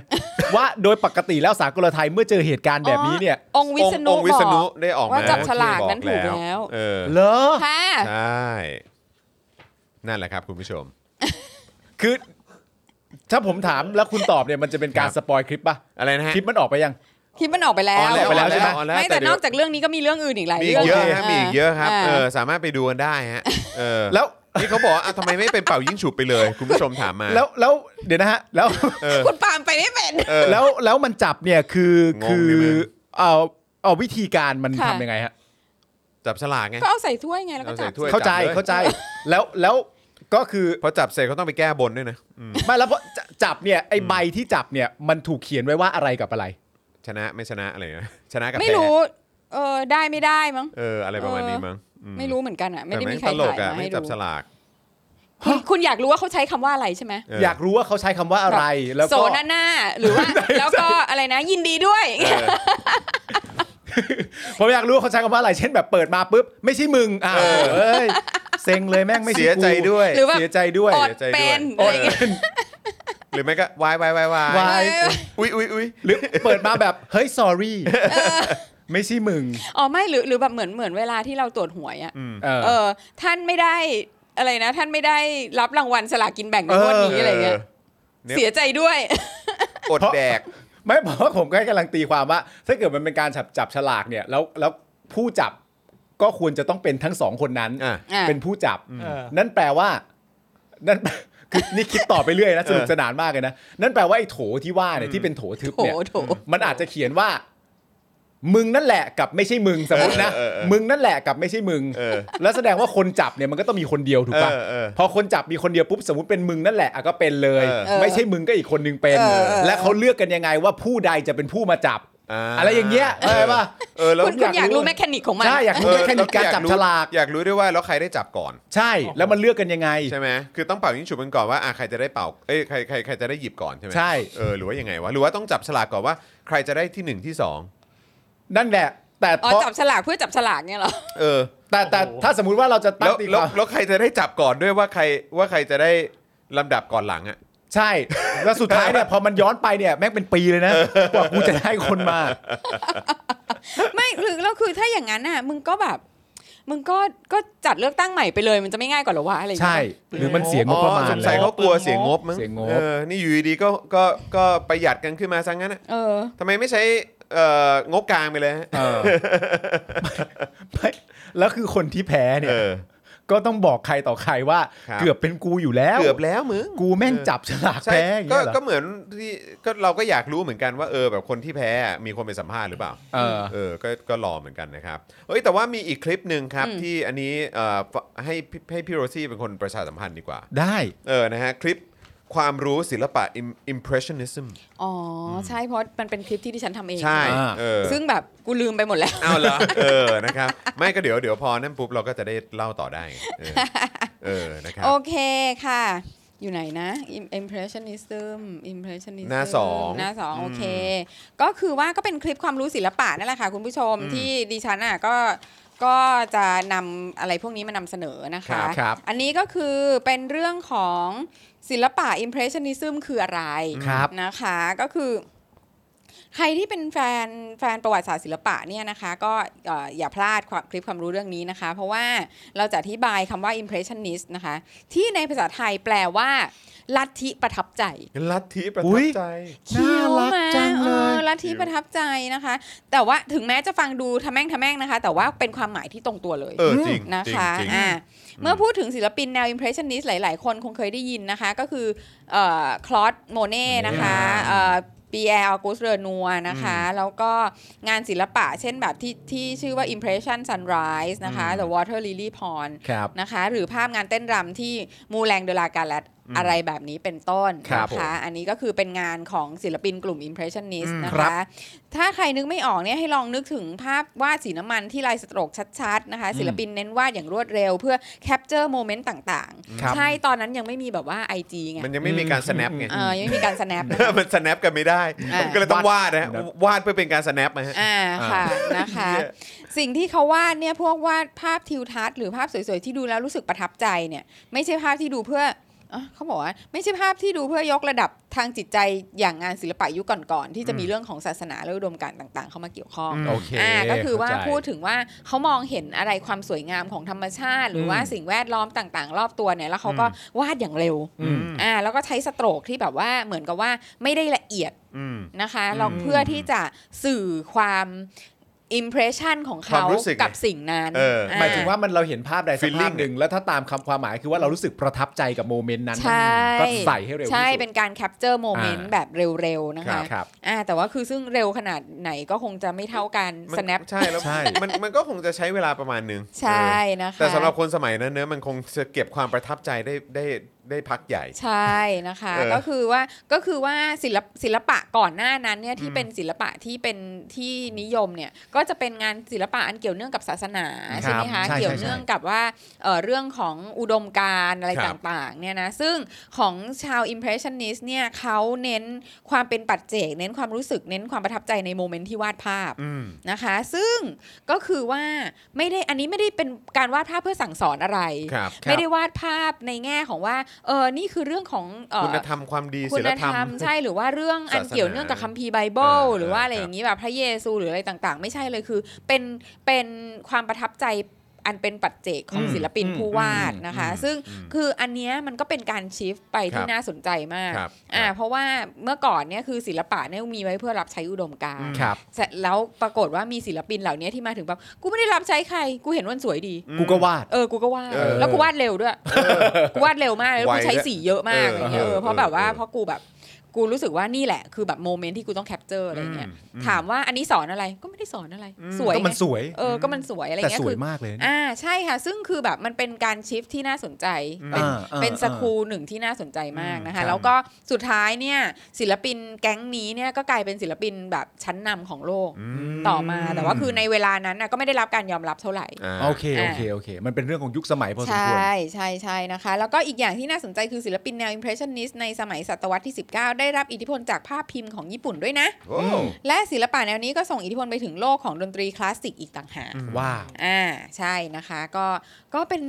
B: ว่าโดยปกติแล้วสากลไทยเมื่อเจอเหตุการณ์แบบนี้เนี่ย
C: องค์วิษณุ
A: องค์องค์วิษณุ
C: บอก
A: ได้ออกมา
C: ว่าจับฉลาก
A: ที่บอ
C: นั้นถูกแล้ว
A: เออ
B: เหรอ
C: ค่ะ
A: ใช่นั่นแหละครับคุณผู้ชม
B: คือ ถ้าผมถามแล้วคุณตอบเนี่ยมันจะเป็นการ
A: ครับ
B: สปอยคลิปป่ะ
A: อะไรนะฮะ
B: คลิปมันออกไปยัง
C: คลิปมันออกไปแล้
A: อ
C: ว
A: อก
B: ไปแล้วใช่ไหม
A: ออกแล้ว
C: ไม่
A: แต่
C: แต่
A: เดี๋
C: น
A: ยว
C: อกจากเรื่องนี้ก็มีเรื่องอื่นอีกหลาย
A: มีอี
C: เรื่
A: เย
C: อกง
A: อะฮะมีอีกเยอะครับ
C: า
A: เออสามารถไปดูกันได้ฮะเออ
B: แล้ว
A: นี่เขาบอกว่าอ่ะทำไมไม่เป็นเป่ายิ่งฉุบไปเลย คุณผู้ชมถามมา
B: แล้วแล้วเดี๋ยวนะฮะแล้ว
A: เออ
C: คุณปาล์มไปไม่เป็น
A: เออ
B: แล้วแล้วมันจับเนี่ยคือง
A: ง
B: คือ
A: ดิมึง
B: เอาเอาวิธีการมัน
C: ค่ะ
B: ทำยังไงฮะ
A: จับฉลากไง
C: ก็เอาใส่ถ้วยไงแล้วก็
A: เอาใส่
C: จับ
A: ถ้วย
B: เข้าใจ
A: จับลย
B: เข้าใจแล้วแล้วก็คือ
A: พอจับเสร็จเขาต้องไปแก้บนด้วยนะอืม
B: ไม่แล้วเพราะจะจับเนี่ยไอ้ใบที่จับเนี่ยมันถูกเขียนไว้ว่าอะไรกับอะไร
A: ชนะไม่ชนะอะไรนะชนะกับ
C: ไม่
A: แพ้
C: รู้ เออได้ไม่ได้มั้ง
A: เอออะไรประมาณนี้มั้งอื
C: ไม่รู้เหมือนกันอ่ะ ไม่
A: แต่
C: ได้
A: แม่
C: มี
A: ง
C: ใคร
A: ตลก
C: ถ่าย
A: อ่ะ
C: มา
A: ไม่
C: ให้
A: จับ
C: ดู
A: ฉลาก
C: คุณคุณอยากรู้ว่าเขาใช้คำว่าอะไรใช่ไหม
A: เ
B: อยากรู้ว่าเขาใช้คำว่าอะไร แล้ว
C: โส
B: ก็
C: นาหน้าหรือว่าแล้วก็อะไรนะ ยินดีด้วย
A: เออ
B: ผมอยากรู้ว่าเขาใช้คำว่าอะไร เช่นแบบเปิดมาปุ๊บ ไม่ใช่มึงอ่า
A: เออ
B: เอ้ยเซ็งเลยแม่งไม่ช่
A: เสียใจ
B: กู
A: ด้วย
C: หรือว่า
B: เสียใจด้วย
C: อด
A: เสียใจด้วย
C: เป็น
B: อ
C: อะไร
B: ด
C: เงี้ย
B: เป็น
A: หรือไม่ก็วายวายวายวายว
B: าย
A: อุ้ยอุ้ยอุ้ย
B: หรือเปิดมาแบบ เฮ้ย sorry ไม่ใช่มึง
C: อ๋อไม่หรือหรือแบบเหมือนเหมือนเวลาที่เราตรวจหวยอ่ะ
B: เออ
C: เออ ท่านไม่ได้อะไรนะ ท่านไม่ได้รับรางวัลสลากกินแบ่งในงวดนี้อะไรเงี้ย
A: เนี่ย
C: เสียใจด้วย
A: อดแดก
B: ไม่เพราะว่าผมก็กำลังตีความว่า ถ้าเกิดมันเป็นการจับจับฉลากเนี่ยแล้วแล้วผู้จับก็ควรจะต้องเป็นทั้งสองคนนั้น
A: อ่ะ
C: อ่ะ
B: เป็นผู้จับ
D: เออ
B: นั่นแปลว่า นั่น คือนี่คิดต่อไปเรื่อยนะสนุก
A: เออ
B: สนานมากเลยนะ นั่นแปลว่าไอ้โถที่ว่าเนี่ยที่เป็นโถทึบ
C: โถ
B: เนี่ย
C: โถ
B: มันอาจจะเขียนว่า มึงนั่นแหละกับไม่ใช่มึงสมมตินะ
A: เออเออเออ
B: มึงนั่นแหละกับไม่ใช่มึง
A: เออ
B: แล้วแสดงว่าคนจับเนี่ยมันก็ต้องมีคนเดียวถูกปะ
A: เออเออ
B: พอคนจับมีคนเดียวปุ๊บสมมติเป็นมึงนั่นแหละอ่ะก็เป็นเลย
A: เออ
B: ไม่ใช่มึงก็อีกคนนึงเป็น
C: เออเออ
B: และเขาเลือกกันยังไงว่าผู้ใดจะเป็นผู้มาจับ อะไรอย่างเงี้ยเข้าใจปะ
A: เออแล้ว
C: คุณคุณอ
B: อาย
C: ยาก ก
B: รู้
C: รู้แมคานิกของมัน
B: ใช่อยากรู้
A: เออ
B: แค่
A: แล้ว
B: การ
A: อย
B: จับฉลาก
A: อยากรู้ด้วยว่าแล้วใครได้จับก่อน
B: ใช่แล้วมันเลือกกันยังไง
A: ใช่ไหมคือต้องเป่ายิ่งฉุบกันก่อนว่าอ่ะใครจะได้เป่าเอ้ยใครใครใครจะได้หยิบก่อนใช่ไหม
B: ใช่
A: เออหรือว่ายังไงวะหรือว่าต้องจับฉลากก่อนว่าใครจะได้ที่หนึ่งที่สอง
B: นั่นแหละ แต่
C: อ๋อ
B: เพราะ
C: จับฉลากเพื่อจับฉลากเนี่ยเหรอ
A: เออ
B: แต่แต่
D: โอ้โห
B: ถ้าสมมุติว่าเราจะตั้
A: แล้
B: ง
A: ว
B: ตีค
A: แล้ว
B: วาม
A: แล้วใครจะได้จับก่อนด้วยว่าใครว่าใครจะได้ลำดับก่อนหลังอ่ะ
B: ใช่ แล้วสุดท้ายเนี่ยพอมันย้อนไปเนี่ยแม่งเป็นปีเลยนะกว่ากูจะได้คนมา
C: ไม่หรือแล้วคือถ้าอย่างนั้นน่ะ มึงก็แบบ มึงก็ก็จัดเลือกตั้งใหม่ไปเลยมันจะไม่ง่ายกว่าเหรอวะอะไรอย่าง
B: ใช่
C: เงี้ย
B: หรือมันเสียงบประมาณ
A: อ๋อสงสัยเขากลัวเสียงงบมั้ง
B: เสียงงบ
A: ออนี่อยู่ดีๆก็ก็ก็ประหยัดกันขึ้นมาซะงั้นอะ
C: เออ
A: ทำไมไม่ใช้เอ่องบกลางไปเลยฮะ
B: เออไม่แล้วคือคนที่แพ้เนี่ย
A: เออ
B: ก็ต้องบอกใครต่อใครว่า
A: ครับ
B: เกือบเป็นกูอยู่แล้ว
A: เกือบแล้วมึง
B: กูแม่งจับฉลาก
A: ใช่
B: แพ้อย่าง
A: ก็
B: เงี้ยเหร
A: ก็
B: อ
A: เหมือนที่ก็เราก็อยากรู้เหมือนกันว่าเออแบบคนที่แพ้อะมีคนไปสัมภาษณ์หรือเปล่า
B: เออ
A: เออ ก็ ก็รอเหมือนกันนะครับ เอ้ย แต่ว่ามีอีกคลิปหนึ่งครับ ที่อันนี้เอ่อฝให้พี่ให้พี่โรซี่เป็นคนประชาสัมพันธ์ดีกว่า
B: ได้
A: เออ นะฮะ คลิปความรู้ศิลปะ im- impressionism
C: อ๋อใช่เพราะมันเป็นคลิปที่ดิฉันทำเอง
A: ใช่
B: อ่า
A: เออ
C: ซึ่งแบบกูลืมไปหมดแล้ว
A: เอาเหรอเออ นะครับ ไม่ก็เดี๋ยวเดี๋ยวพอนั่นปุ๊บเราก็จะได้เล่าต่อได้ไงเออเออ นะครับ
C: โอเคค่ะ อยู่ไหนนะ Im- impressionism impressionism
A: หน้าสอง
C: หน้าสองโอเค ก็คือว่าก็เป็นคลิปความรู้ศิลปะนั่นแหละค่ะ คุณผู้ชมที่ดิฉันอ่ะก็ก็จะนำอะไรพวกนี้มานำเสนอนะ
A: ค
C: คะ
A: รับครับ
C: อันนี้ก็คือเป็นเรื่องของศิลปะ impressionism คืออะไร
B: ครับ
C: นะคะก็คือ ใครที่เป็นแฟนแฟนประวัติศาสตร์ศิลปะเนี่ยนะคะก็เอ่ออย่าพลาดความคลิปความรู้เรื่องนี้นะคะ เพราะว่าเราจะอธิบายคำว่า impressionist นะคะ ที่ในภาษาไทยแปลว่า ลัทธิประทับใจ
A: ลัทธิประ
B: อุ๊
A: ทับ
B: ย
A: ใจ
B: น่ารัก
C: คิ้วมา
B: จังเลย
C: ออลัทธิประทับใจนะคะ แต่ว่าถึงแม้จะฟังดูทะแม่งทะแม่งนะคะ แต่ว่าเป็นความหมายที่ตรงตัวเลย
A: เออ จริง
C: นะ
A: จริง
C: คะ
A: จริง
C: อ่าเมื่อพูดถึงศิลปินแนว impressionist หลาย ๆ คนคงเคยได้ยินนะคะ ก็คือคลอสโมเน่อ Claude Monet นะคะปีแอร์ออกูสเรนัวนะคะ แล้วก็งานศิลปะเช่นแบบที่ที่ชื่อว่า impression sunrise นะคะ the water lily pond
B: ครับ
C: นะคะ หรือภาพงานเต้นรำที่มูแลงเดลากาแลต อะไรแบบนี้เป็นต้น
B: ครับ
C: นะคะอันนี้ก็คือเป็นงานของศิลปินกลุ่ม Impressionist
A: อืม
C: นะ
B: ครั
C: คะ
B: บ
C: ถ้าใครนึกไม่ออกเนี่ยให้ลองนึกถึงภาพวาดสีน้ำมันที่ลายสโตรกชัดๆนะคะ ศิลปินเน้นวาดอย่างรวดเร็วเพื่อแคปเจอร์โมเมนต์ต่าง
B: ครับ
C: ๆ ใช่ตอนนั้นยังไม่มีแบบว่า IG ไง
A: มันยังไม่มีการ snap ไง
C: เออยังไม่มีการ snap นะ
A: มัน snap กันไม่ได้
C: อ่า
A: ผมก็เลยต้องวาดนะฮะ
B: วาด
A: วาดเพื่อเป็นการ snap นะฮะ
C: อ่าค่ะนะคะ
A: เหี้ย
C: สิ่งที่เขาวาดเนี่ยพวกวาดภาพทิวทัศน์หรือภาพสวยๆ ที่ดูแล้วรู้สึกประทับใจเนี่ยไม่ใช่ภาพที่ดูเพื่ออ่ะเขาบอกว่าไม่ใช่ภาพที่ดูเพื่อยกระดับทางจิตใจอย่างงานศิลปะยุคก่อนๆ ที่จะมีเรื่องของศาสนาและอุดมการณ์ต่าง ๆ เข้ามาเกี่ยวข้อง
B: โอเค
C: อ่าก็คือว่า
B: เข้ใจ
C: พูดถึงว่าเขามองเห็นอะไรความสวยงามของธรรมชาติ หรือว่าสิ่งแวดล้อมต่าง ๆ รอบตัวเนี่ยแล้วเขาก็วาดอย่างเร็ว
A: อืม
C: อ่าแล้วก็ใช้สโตรกที่แบบว่าเหมือนกับว่าไม่ได้ละเอียด
A: อืม
C: นะคะเราเพื่อที่จะสื่อความอิมเพรสชันของ
A: ค
C: เขา
A: วามรู้สึกไง
C: กับสิ่งนั้น
A: เออ
C: อ่
B: หมายถึงว่ามันเราเห็นภาพใดสักภาพ
A: Feeling
B: หนึ่งแล้วถ้าตามคำความหมายคือว่าเรารู้สึกประทับใจกับโมเมนต์นั้น
C: ใช่
B: ก็ใส่ให้เร็วที่
C: ใช่
B: สุด
C: เป็นการแคปเจอร์โมเมนต์
B: อ่า
C: แบบเร็วๆ นะคะ
B: ครับ
C: อ่าแต่ว่าคือซึ่งเร็วขนาดไหนก็คงจะไม่เท่ากัน
A: มัน
C: snap
A: ใช่แล้ว
B: ใช่
A: มันมันก็คงจะใช้เวลาประมาณหนึง
C: ใช่
A: เออ
C: นะคะ
A: แต่สำหรับคนสมัยนั้นเนื้อะมันคงจะเก็บความประทับใจได้ได้ได้พักใหญ่
C: ใช่นะคะ
A: เออ
C: ก็คือว่าก็คือว่าศิลปศิลปะก่อนหน้านั้นเนี่ยที่เป็นศิลปะที่เป็นที่นิยมเนี่ยก็จะเป็นงานศิลปะอันเกี่ยวเนื่องกับศาสนาใช่ไหม
B: ครั
C: คะ
B: บใช่
C: เกี่ยว
B: ใช่ใช่
C: เนื่องกับว่าเอ่อเรื่องของอุดมการณ์อะไร
A: ครับ
C: ต่างๆเนี่ยนะซึ่งของชาว impressionist เนี่ยเขาเน้นความเป็นปัจเจก เน้นความรู้สึกเน้นความประทับใจในโมเมนต์ที่วาดภาพ
A: อืม
C: นะคะ ซึ่งก็คือว่าไม่ได้อันนี้ไม่ได้เป็นการวาดภาพเพื่อสั่งสอนอะไร
A: ครับ
C: ไม่ได้วาดภาพในแง่ของว่าเออนี่คือเรื่องของเอ่อ
A: คุณธรรมความดี
C: คุ
A: ศิ
C: ณ
A: ล
C: ธ
A: ธ
C: ร
A: รร
C: รม
A: ม
C: ใช่หรือว่าเรื่องอัน
A: ศาสนา
C: เกี่ยวเนื่องกับคัมภีร์ไบเบิล
A: อ่า
C: หรือว่าอะไร
A: ครับ
C: อย่างนี้แบบพระเยซูหรืออะไรต่างๆ ไม่ใช่เลยคือเป็นเป็นความประทับใจอันเป็นปัจเจกของ
B: อืม
C: ศิลปิน
B: อืม
C: ผู้วาดนะคะ
A: อืม
C: ซึ่ง
A: อืม
C: คืออันเนี้ยมันก็เป็นการชิฟไป
A: ค
C: ที่
A: รับ
C: น่าสนใจมาก
A: ครับ
C: อ่า
A: ครับ
C: เพราะว่าเมื่อก่อนเนี่ยคือศิลปะเนี่ยมีไว้เพื่อรับใช้อุดมการณ์
A: อืม
B: ครับ
C: เสร็จแล้วปรากฏว่ามีศิลปินเหล่านี้ที่มาถึงแบบกูไม่ได้รับใช้ใครกูเห็นวันสวยดี
B: กูก็วาด
C: เออ กูก็วาด
A: เออ
C: แล้วกูวาดเร็วด้วย กูวาดเร็วมากแล้ว
A: ไว
C: กูใช้
A: ด้วย
C: สีเยอะมาก
A: เออ
C: อะ
A: อ
C: ไรเงี้ย เอ
A: เอ
C: อ
A: อ
C: เพราะแบบว่า
A: เออ
C: เพราะกูแบบ กูรู้สึกว่านี่แหละ คือแบบโมเมนต์ที่กูต้องแคปเจอร์อะไรเงี้ย
A: อื
C: ถามว่าอันนี้สอนอะไร ก็ไม่ได้สอนอะไร
A: อืม
C: สวย
B: ก็มัน
C: ไง
B: สวย
C: เออ ก็มันสวยอะไร
B: แต่
C: เงี้ย
B: ส
C: คื
B: วย
C: อ
B: มากเลยนะ
C: อ่า ใช่ค่ะ ซึ่งคือแบบมันเป็นการชิฟที่น่าสนใจ เป็น
B: อ่าอ่า
C: เป็นส
B: อ่า
C: ครูหนึ่งที่น่าสนใจมากนะ
B: ครับ
C: คะแล้วก็สุดท้ายเนี่ย ศิลปินแก๊งนี้เนี่ย ก็กลายเป็นศิลปินแบบชั้นนำของโลก
A: ม
C: ต่อมา แต่ว่าคือในเวลานั้นน่ะก็ไม่ได้รับการยอมรับเท่าไหร่
A: า
B: โอเค โอเค โอเค มันเป็นเรื่องของยุคสมัยพอสม
C: ใช่
B: ควร
C: ใช่ใช่นะคะ แล้วก็อีกอย่างที่น่าสนใจคือศิลปินแนว impressionist ในสมัยศตวรรษที่ 19 ได้รับอิทธิพลจากภาพพิมพ์ของญี่ปุ่นด้วยนะ
A: โอ้
C: และศิลปะแนวนี้ก็ส่งอิทธิพลไปถึงโลกของดนตรีคลาสสิกอีกต่างหาก
B: ว้าว
C: อ่าใช่นะคะก็ก็เป็น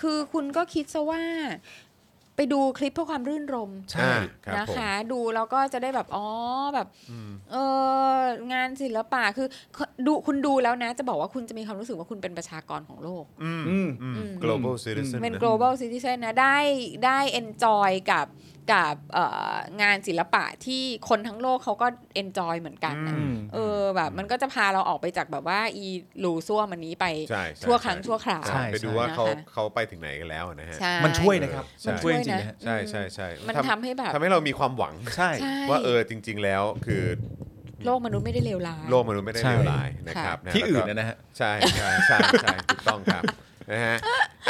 C: คือคุณก็คิดซะว่า ไปดูคลิปเพื่อความรื่นรม
B: ใช่
A: ครับ
C: นะ
A: ผม
C: คะ ดูแล้วก็จะได้แบบอ๋อแบบเอองานศิลปะคือดูคุณดูแล้วนะ จะบอกว่าคุณจะมีความรู้สึกว่าคุณเป็นประชากรของโลก
A: อืม
B: อืม
A: อืม global citizen
C: เป็น
A: นะ
C: global citizen นะ ได้ได้ enjoy กับกับเอ่องานศิลปะที่คนทั้งโลกเขาก็ enjoy เหมือนกันนะ
B: อืม
C: เออแบบมันก็จะพาเราออกไปจากแบบว่าอีลูซ่วมอันนี้ไป
A: ใช่ใช่
C: ทั่วครั้ง
A: ใช่
C: ทั่วคราว
A: ใช่ไปดูว่า
C: นะคะ
A: เขาเขาไปถึงไหนกันแล้วนะฮะ
C: ใช่
B: มันช่วยนะครับ
A: ใช่
B: มันช่วยจริงๆนะฮะ
A: ใช่ใช่ใช่
C: มันทำให้แบบ
A: ทำให้เรามีความหวัง
B: ใช่
C: ใช่
A: ว่าเออจริง ๆ แล้วคือ
C: โลกมนุษย์ไม่ได้เลวร้าย
A: โลกมนุษย์ไม่ได้
B: ใช่
A: เลวร้ายนะครับะ
B: ที่อื่น
A: แล้วก็
B: นะฮะ
A: ใช่ใช่ใช่ใช่ถูกต้องครับนะฮะ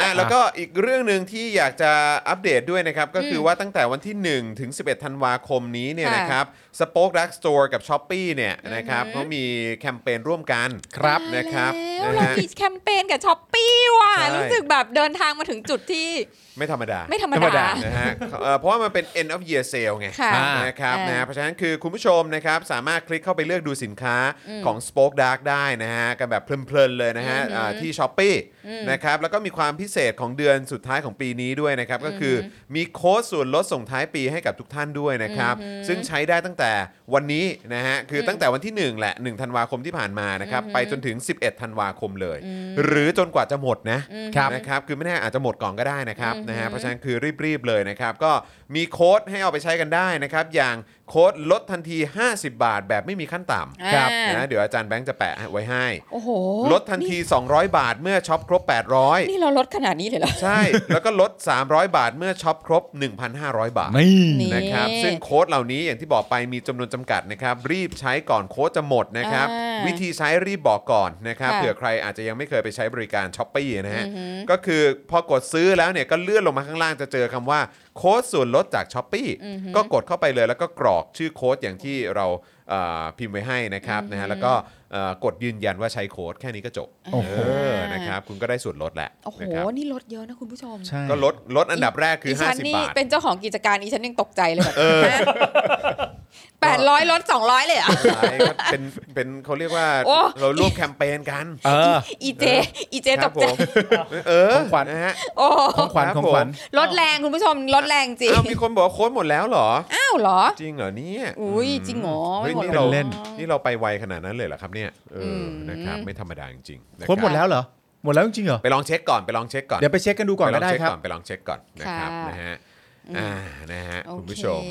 A: อ่ะแล้วก็อีกเรื่องหนึ่งที่อยากจะอัปเดตด้วยนะครับ ก็คือว่าตั้งแต่วันที่ 1 ถึง 11 ธันวาคมนี้เนี่ย
C: ค่ะ
A: นะครับสป็อคดักสโตร์กับ s h อป e e เนี่ยนะครับ
C: อือหือ
A: เขามีแคมเปญร่วมกัน
C: ตาย
A: นะครับ
C: แล้ว
A: นะ
C: เรา
A: ฮะ
C: มีแคมเปญกับช้อปปี้ว่ะ
A: ใช่
C: รู้สึกแบบเดินทางมาถึงจุดที่
A: ไม่ธรรมดา
C: ไม่ธรรมดา
A: นะฮะเอ่อเพราะว่ามันเป็น end of year sale ไง
C: ค่ะ
A: นะครับ
C: อ่าน
A: นะฮะเพราะฉะนั้นคือคุณผู้ชมนะครับสามารถคลิกเข้าไปเลือกดูสินค้าของ Spoke Dark ได้นะฮะกันแบบเพลินๆเลยนะฮะ
C: อือหือ
A: อ่าที่ s h อ p e e
C: อืม
A: นะครับแล้วก็มีความพิเศษของเดือนสุดท้ายของปีนี้ด้วยนะครับ ก็คือมีโค้ดส่วนลดส่งท้ายปีให้กับทุกท่านด้วยนะครับ
C: อือหือ
A: ซึ่งใช้ได้ตั้งแต่วันนี้นะฮะคือตั้งแต่วันที่ 1 แหละ 1 ธันวาคมที่ผ่านมานะครับไปจนถึง 11 ธันวาคมเลย หรือจนกว่าจะหมดนะ
C: อือหือ
A: ครับ นะครับคือไม่แน่อาจจะหมดก่อนก็ได้นะครับนะฮะเพราะฉะนั้นคือรีบๆเลยนะครับ ก็มีโค้ดให้เอาไปใช้กันได้นะครับ อย่างโค้ดลดทันที 50 บาท แบบไม่มีขั้นต่ำ
C: อ่า
A: ครับนะเดี๋ยวอาจารย์แบงค์จะแปะไว้ให้
C: โอ้โห
A: ลดทันที 200 บาทเมื่อช็อปครบ
C: นี่
A: 800
C: นี่เราลดขนาดนี้เลยเหรอ
A: ใช่ แล้วก็ลด 300 บาทเมื่อช็อปครบ 1,500 บาท
B: นี่
C: นี่
A: นะครับซึ่งโค้ดเหล่านี้อย่างที่บอกไปมีจำนวนจำกัดนะครับ รีบใช้ก่อนโค้ดจะหมดนะครับ
C: อ่า
A: วิธีใช้รีบบอกก่อนนะครับ
C: ค่ะ
A: เผื่อใครอาจจะยังไม่เคยไปใช้บริการช้อปปี้นะฮะ
C: อือหือ
A: ก็คือพอกดซื้อแล้วเนี่ยก็เลื่อนลงมาข้างล่างจะเจอคำว่า โค้ดส่วนลดจากช้อปปีก็กดเข้าไปเลยแล้วก็กรอกชื่อโค้ดอย่างที่เราเอ่อพิมพ์ไว้ให้นะครับนะฮะแล้วก็เอ่อกดยืนยันว่าใช้โค้ดแค่นี้ก็จบ
B: โอ้โห
A: เออนะครับคุณก็ได้ส่วนลดแหละ
C: โอ้โห
A: นะครับ
C: นี่ลดเยอะนะคุณผู้ชม
B: ใช่
A: ก็ลดลดอันดับแรกคือ
C: ดิฉัน
A: 50
C: นี่
A: บาท
C: เป็นเจ้าของกิจการอีฉันยังตกใจเลยแบบ
A: เออ
C: แปดร้อยลดสองร้อยเลยเหรอ่ะ
A: ใช่ครับเป็นเป็นเขาเรียกว่า
C: โอ้
A: เราร่วมแคมเปญกัน
B: เออ
C: อีเจ อีเจ
A: ค
C: ต
A: รับ
C: ก
A: ผ
C: ใจ
A: มเออ
B: ของขวัญ
A: นะฮะ
C: โอ้
B: ของขวัญ
A: ครับ
B: ของขวัญ
A: ผม
C: ลดแรงคุณผู้ชมลดแรงจริง
A: อ้าวมีคนบอกว่าโค้ดหมดแล้วเหรอ
C: อ้าวเหรอ
A: จริงเหรอเนี่ย
C: อุ้ยจริงเหรอ
A: เฮ้ย
C: ไม่หมด
A: นี่
C: หร
A: เรา
C: อ
A: นี่เราไปไวขนาดนั้นเลยเหรอครับเนี่ยเอออ
C: ม
A: นะครับไม่ธรรมดาจริงๆนะ
B: คนหมด
A: รับ
B: แล้วเหรอ หมดแล้วจริงๆเหรอ
A: ไปลองเช็คก่อนไปลองเช็คก่อน
B: เดี๋ยวไปเช็คกันดูก่อน
A: ปล
B: ก็
A: ง
B: ได้
A: เช็ค
B: ครับ
A: ก่อนไปลองเช็คก่อนนะครับ
C: ค่ะ
A: นะฮะอ่านะฮะ
C: โอ
A: คุณผู้ช
C: เค
A: ม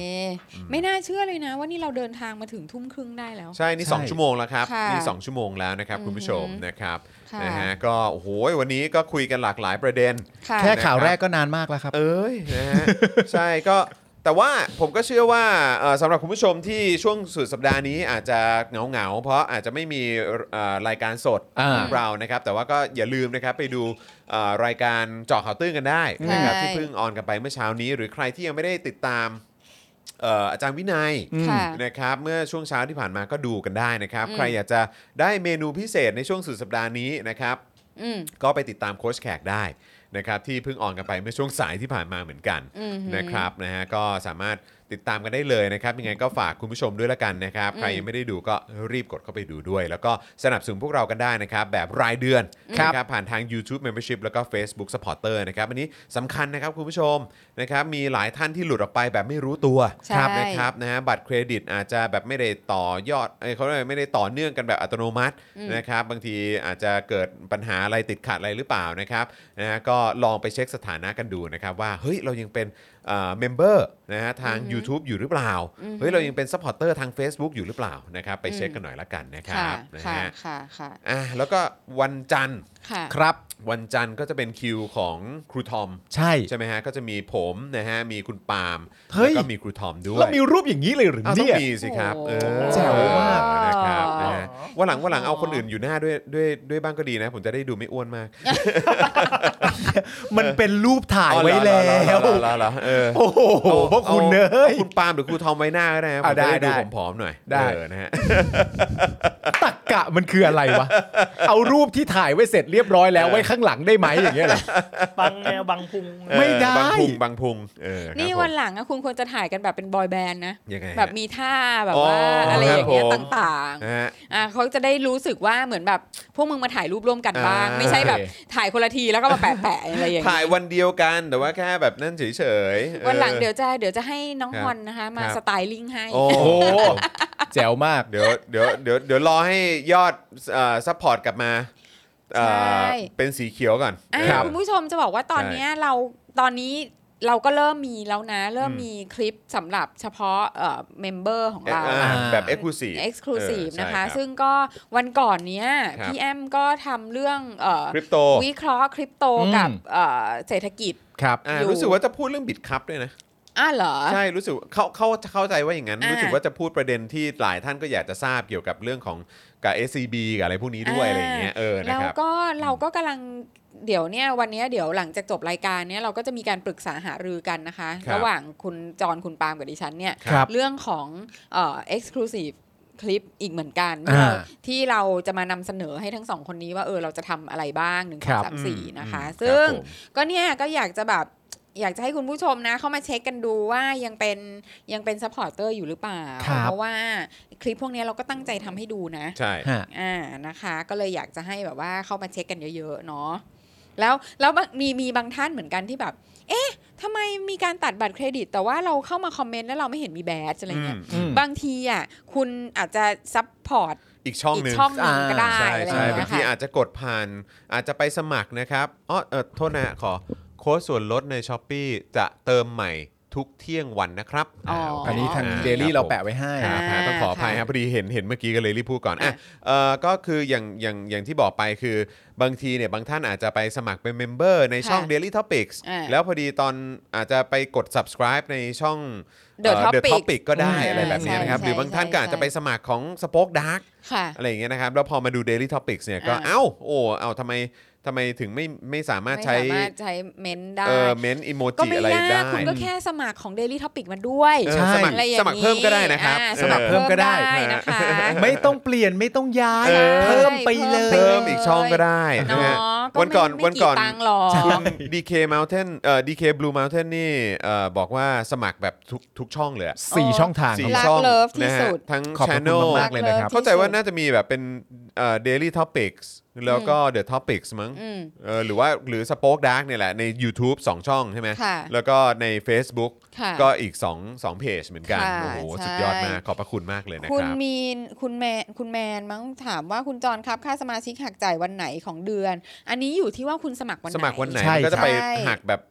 C: ไม่น่าเชื่อเลยนะว่านี่เราเดินทางมาถึงทุ่มครึ่งได้แล้ว
A: ใช่นี่
B: ใช่
A: 2 ชั่วโมงแล้วครับ
C: ค่ะ
A: นี่ 2 ชั่วโมงแล้วนะครับคุณผู้ชม
C: อือหือ
A: นะครับ
C: ค่ะ
A: นะฮะก็โอ้โหวันนี้ก็คุยกันหลากหลายประเด็น
C: ค่ะ
B: แค่ข่าวแรกก็นานมากแล้วครับ
A: เอ้ยนะ ฮะ ใช่ก็แต่ว่าผมก็เชื่อว่าเอ่อสำหรับคุณผู้ชมที่ช่วงสุดสัปดาห์นี้อาจจะเหงาเหงาๆเพราะอาจจะไม่มีเอ่อรายการสด
B: อ่า
A: ของเรานะครับ แต่ว่าก็อย่าลืมนะครับไปดูเอ่อรายการเจาะข่าวตื้นกันได้นะครับ
C: ใช่
A: ที่เพิ่งออนกันไปเมื่อเช้านี้ หรือใครที่ยังไม่ได้ติดตามเอ่ออาจารย์วินัย
C: ค่ะ
A: นะครับเมื่อช่วงเช้าที่ผ่านมาก็ดูกันได้นะครับ
C: อืม
A: ใครอยากจะได้เมนูพิเศษในช่วงสุดสัปดาห์นี้นะครับ
C: อืม
A: ก็ไปติดตามโค้ชแขกได้นะครับที่เพิ่งออนกันไปเมื่อช่วงสายที่ผ่านมาเหมือนกัน
C: อือหือ
A: นะครับนะฮะก็สามารถติดตามกันได้เลยนะครับยังไงก็ฝากคุณผู้ชมด้วยละกันนะครับใครยังไม่ได้ดูก็รีบกดเข้าไปดูด้วย แล้วก็สนับสนุนพวกเรากันได้นะครับแบบรายเดือน
B: ครับ
A: นะครับผ่านทาง YouTube Membership แล้วก็ Facebook Supporter นะครับอันนี้สำคัญนะครับคุณผู้ชมนะครับมีหลายท่านที่หลุดออกไปแบบไม่รู้ตัว
C: ใช่
A: ครับนะครับนะฮะบัตรเครดิตอาจจะแบบไม่ได้ต่อยอดเอ้ยเขาเรียกว่าไม่ได้ต่อเนื่องกันแบบอัตโนมัติ นะครับบางทีอาจจะเกิดปัญหาอะไรติดขัดอะไรหรือเปล่านะครับนะฮะก็ลองไปเช็คสถานะกันดูนะครับว่าเฮ้ยเรายังเป็นเมมเบอร์นะฮะทาง YouTube อยู่หรือเปล่าเฮ้ยเรายังเป็นซัพพอร์เตอร์ทาง Facebook อยู่หรือเปล่านะครับไปเช็คกันหน่อยละกันนะค
C: ค่ะ
A: รับนะ
C: ค่ะ
A: ฮะ
C: ค่ะค่ะ
A: อ่ะแล้วก็วันจันทร์
C: ค่ะ
B: ครับ
A: วันจันทร์ก็จะเป็นคิวของครูทอม
B: ใช่
A: ใช่ไหมฮะก็จะมีผมนะฮะมีคุณปาล์ม
B: เฮ้
A: แล้ว
B: ย
A: ก็มีครูทอมด้วย
B: เรามีรูปอย่างนี้เลยหรือ
A: อ้าวต้อง
B: เนี่ย
A: มีสิครับ
C: โอ้
A: เออ
B: แจ๋วมาก
A: นะครับนะฮะ
D: อ๋อ
A: วันหลังวันหลัง
C: อ๋อ
A: เอาคนอื่นอยู่หน้าด้วยด้วยด้วยบ้างก็ดีนะ ผมจะได้ดูไม่อ้วนมาก
B: มันเป็นรูปถ่ายไว้แล้
A: อ๋อ
B: ว
A: เหรอเหรอเหรอเหรอเหรอเออ
B: โอ้โหพวกคุณเนย
A: าคุณปาล์มหรือครูทอมไว้หน้าก็ได้นะผม
B: อ่ะ
A: จะได้
B: ได้
A: ดู
B: ได้
A: ผอมๆหน่อย
B: ได้
A: เออนะฮะ
B: ตักกะมันคืออะไรวะ เอารูปที่ถ่ายไว้เสร็จเรียบร้อยแล้วไว้ข้างหลังได้ไหมอย่างเงี้ยเหรอ
D: บางแนวบางพุง
A: เออ
B: ไม่ได้
A: บางพุงบางพุงเออครับ
C: นี่
A: ผม
C: วันหลังอะคุณควรจะถ่ายกันแบบเป็นบอยแบนด์นะ
A: ยังไงฮะ
C: แบบมีท่าแบบ
A: อ๋อ
C: ว่าอะไรอย่างเงี้ย
A: ครั
C: ต
A: บผม
C: ่าง
A: นะฮะ
C: ๆอ่ะเขาจะได้รู้สึกว่าเหมือนแบบพวกมึงมาถ่ายรูปร่วมกันบ้าง
A: อ่า
C: ไม่ใช่แบบ
B: โอเค
C: ถ่ายคนละทีแล้วก็มาแปะๆอะไรอย่างเงี้ย
A: ถ่ายวันเดียวกันแต่ว่าแค่แบบนั่นเฉยๆออ
C: วันหลังเดี๋ยวจะเดี๋ยวจะให้น้อง
A: ครับ
C: ฮอนนะคะ มา
A: ครับ
C: สไตลิ่งให้
A: โอ้
B: โอ้โหแจ๋วมาก
A: เดี๋ยวเดี๋ยวเดี๋ยวเดี๋ยวรอให้ยอดเอ่อซัพพอร์ตกลับมาเอ่อ
C: ใช่
A: เป็นสีเขียวก่อน
C: อ่า
A: ครับ
C: คุณผู้ชมจะบอกว่าตอน
A: ใช่
C: เนี้ยเราตอนนี้เราก็เริ่มมีแล้วนะ เริ่ม
A: อืม
C: มีคลิปสำหรับเฉพาะเมมเบอร์ของเรา
A: อ่าแบบ exclusive เอ็กซ์คลูซีฟ
C: Exclusive นะคะ ซึ่งก็วันก่อนเนี้ย
A: ครับ
C: พี่แอมก็ทำเรื่องเอ่อ
A: คริปโต
C: วิเคราะห์คริปโต
B: อืม
C: กับเอ่อเศรษฐกิจ
B: ครับ
A: อ่า
C: อยู่
A: รู้สึกว่าจะพูดเรื่องบิตคัพด้วยนะ
C: อ้าวเหรอ
A: ใช่ รู้สึกเขาเขาเข้าใจว่าอย่างนั้น
C: อ่ารู้
A: รู้สึกว่าจะพูดประเด็นที่หลายท่านก็อยากจะทราบเกี่ยวกับเรื่องของกับ SCB กับอะไรพวกนี้ด้วย
C: อ่า
A: อะไรอย่างเงี้ยเออนะ
C: แล้ว
A: ครับ
C: ก็เราก็กำลังเดี๋ยวเนี่ยวันเนี้ยเดี๋ยวหลังจากจบรายการเนี่ยเราก็จะมีการปรึกษาหารือกันนะคะ
A: ครับ
C: ระหว่างคุณจรคุณปาล์มกับดิฉันเนี่ย
B: ครับ
C: เรื่องของเอ่อ exclusive คลิปอีกเหมือนกันที่เรา
B: อ่า
C: ที่เราจะมานำเสนอให้ทั้งสองคนนี้ว่าเออเราจะทำอะไรบ้างหนึ่ง
B: ค
C: สอ
B: รั
C: ง
B: บ
C: สาม
A: อืม
C: สี่นะคะ
A: อืม
C: ซึ่ง
A: ครับผม
C: ก็เนี่ยก็อยากจะแบบอยากจะให้คุณผู้ชมนะ เข้ามาเช็คกันดูว่ายังเป็นยังเป็น supporter อยู่หรือเปล่า
B: ครับ
C: เพราะว่าคลิปพวกเนี้ยเราก็ตั้งใจทำให้ดูนะ
A: ใช่
B: ฮะ
C: อ่านะคะ ก็เลยอยากจะให้แบบว่าเข้ามาเช็คกันเยอะ ๆ เนาะแล้วแล้วบางมีมีบางท่านเหมือนกันที่แบบ เอ๊ะทำไมมีการตัดบัตรเครดิต แต่ว่าเราเข้ามาคอมเมนต์แล้วเราไม่เห็นมีแบดอะไรเงี้ย
A: อืม
B: อืม
C: บางทีอ่ะคุณอาจจะซับพอร์ต
A: อีกช่อง
C: อีก
A: หนึ่ง
C: ช่องหนึงก็ได้
A: ใช่
C: อะไร
A: ใช่
C: เงี้
A: บาง
C: ย
A: ที
C: ค่ะ
A: อาจจะกดผ่าน อาจจะไปสมัครนะครับอ๋อเออโทษนะขอโค้ดส่วนลดใน s h อ p e e จะเติมใหม่ทุกเที่ยงวันนะครับ
C: อ๋อ
A: าโเค
B: อันนี้ทาง
A: อ่
B: เดลี่
A: คบ
B: เรา
A: ผม
B: แปะไว้ให้
A: ครับ
C: อ่า
A: ต้องขออภัยค
C: ค่ะ
A: รับพอดีเห็นเห็นเมื่อกี้ก็เลยรีบพูดก่อนอ่ะ
C: อ่ะ
A: เอ่อก็คืออย่างอย่างอย่างที่บอกไปคือบางทีเนี่ยบางท่านอาจจะไปสมัครเป็นเมมเบอร์ในช่อง
C: ค่ะ
A: Daily Topics
C: อ่ะ
A: แล้วพอดีตอนอาจจะไปกด subscribe ในช่อง
C: The
A: เอ่อ
C: Topic
A: Topic ก็ได้
B: อ่า
A: อะไรแบบนี้นะครับ
C: ใช่
A: หรือบางท่านก็อาจจะไปสมัครของ Spoke Dark
C: ค่ะ
A: อะไรอย่างเงี้ยนะครับ แล้วพอมาดู Daily Topics เนี่ยก็
C: อ่า
A: เอ้าโอ้เอ้าทำไม ทำไมถึงไม่ไม่สามารถ
C: ไม่
A: ใช้
C: สามารถใช้เม้นได้
A: เออเมนอิโม
C: ก็
A: จิ
C: ไม่
A: อะไร
C: ยาก
A: ได้
C: คุณก็แค่สมัครของ Daily Topic มาด้วย
A: เออ
B: ใช่
A: สมัคร
C: อะไรอย่าง
A: สมัครเพิ่มก็ได้นะครับ
C: อ่า
A: ออ
C: สมัครเพิ่มก็ได้นะคะ
B: ไม่ต้องเปลี่ยนไม่ต้องย้าย
A: เออ
B: เพิ่มไปเลย
A: เพิ่มอีกช่องก็ได้
C: เนา
A: นะฮะ
C: ะ
A: วันก่อน
C: ไม่
A: วันก่อน
C: ไม่ตังค์หรอก
A: คุณ DK Mountain เอ่อ DK Blue Mountain นี่เอ่อบอกว่าสมัครแบบทุกทุกช่องเลยอะ
B: สี่ช่องทาง
A: สี่
C: รัก
A: ช่อง
C: เลิฟที่
A: นะฮะ
C: สุด
A: ทั้ง
B: ขอบพระคุณ
A: Channel
B: มากๆเลยนะครับ
A: เข้าใจว่าน่าจะมีแบบเป็นเอ่อ Daily Topics แล้วก็ The Topics มั้ง
C: อืม
A: เออหรือว่าหรือ Spoke Dark เนี่ยแหละใน YouTube สองช่องใช่ไหม
C: ค่ะ
A: แล้วก็ใน Facebook
C: ค่ะ
A: ก็อีก2งเพจเหมือนกัน
C: ค่ะ
A: โอ้โห
C: ใช่
A: สุดยอดมาก ขอบพระคุณมากเลยนะ
C: คุ
A: ค
C: ณ
A: รับ
C: มีนคุณแมนคุณแมนมั้งถามว่าคุณจอนครับค่าสมาชิกหักจ่ายวันไหนของเดือน อันนี้อยู่ที่ว่าคุณสมัครวันไหน
A: สมัครวันไหน
B: ใช่
A: มันก็จะไป
C: ใช่
A: หักแบบ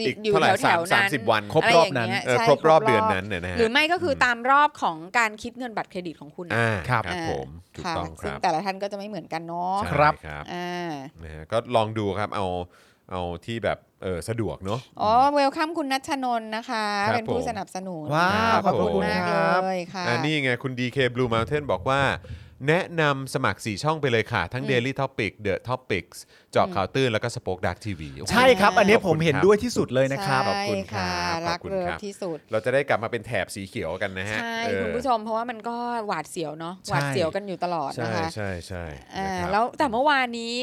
A: อีก
C: อยู่
A: เท่าไหร่
C: แถวแถ
A: สาม
C: ว
A: สา
C: นั้
A: ม
C: น
A: สิบวัน
B: ครบรอบนั้น
C: ะไย่างเงี้ย
A: เออ
C: ใช่
A: ครบรอบเดือนนั้นเนี่ยนะฮะ
C: หรือไม่ก็คือตามรอบของการคิดเงินบัตรเครดิตของคุณ
A: อ่าค
B: ครั
A: รับบ ผมถูก
C: ค่ะ
A: ต้องค
C: ซึ่ง
A: รับ
C: แต่ละท่านก็จะไม่เหมือนกันเนาะ
A: ใช่
B: ครับ
A: ครับ
C: อ่า
A: นะฮะก็ลองดูครับเอาเอาที่แบบเออสะดวกเนาะ
C: อ๋อเวลคัมคุณนัชนนท์นะคะ
A: ครับ
C: เป็นผู้
A: ผม
C: สนับสนุน
B: ว้า
A: ครับ
B: วขอบ
C: ขอบ
B: คุ
C: คุณ
B: ณ
C: มาก
B: ค
C: เล
B: รับ
C: ยค่ะ
A: อ่านี่ไง คุณ DK Blue Mountain บอกว่า แนะนำสมัคร 4 ช่องไปเลยค่ะ ทั้ง Daily Topic The Topics เจาะข่าวตื้นแล้วก็ Spoke Dark TV โอ้โห
B: ใช่ครับ อันนี้
A: ขบ
B: ผ
A: คุ
B: ม
A: ณ
B: เห็น
A: ครับ
B: ด้วยที่สุดเลยนะครับ
A: ขอบคุณครั
C: ใช่
A: บข
C: ค่ะ
A: อบ
C: รัก
A: คุณ
C: เลิ
A: ครั
C: ฟ
A: บ
C: ที่สุด
A: เราจะได้กลับมาเป็นแถบสีเขียวกันนะฮะ
C: ใช่
A: เออ
C: คุณผู้ชมเพราะว่ามันก็หวาดเสียวเนาะหวาด
B: ใช่
C: เสียวกันอยู่ตลอด
A: ใช่
C: นะคะ
A: ใช่ใช่
C: อ่า
A: นะครับ
C: แล้วแต่เมื่อวานนี้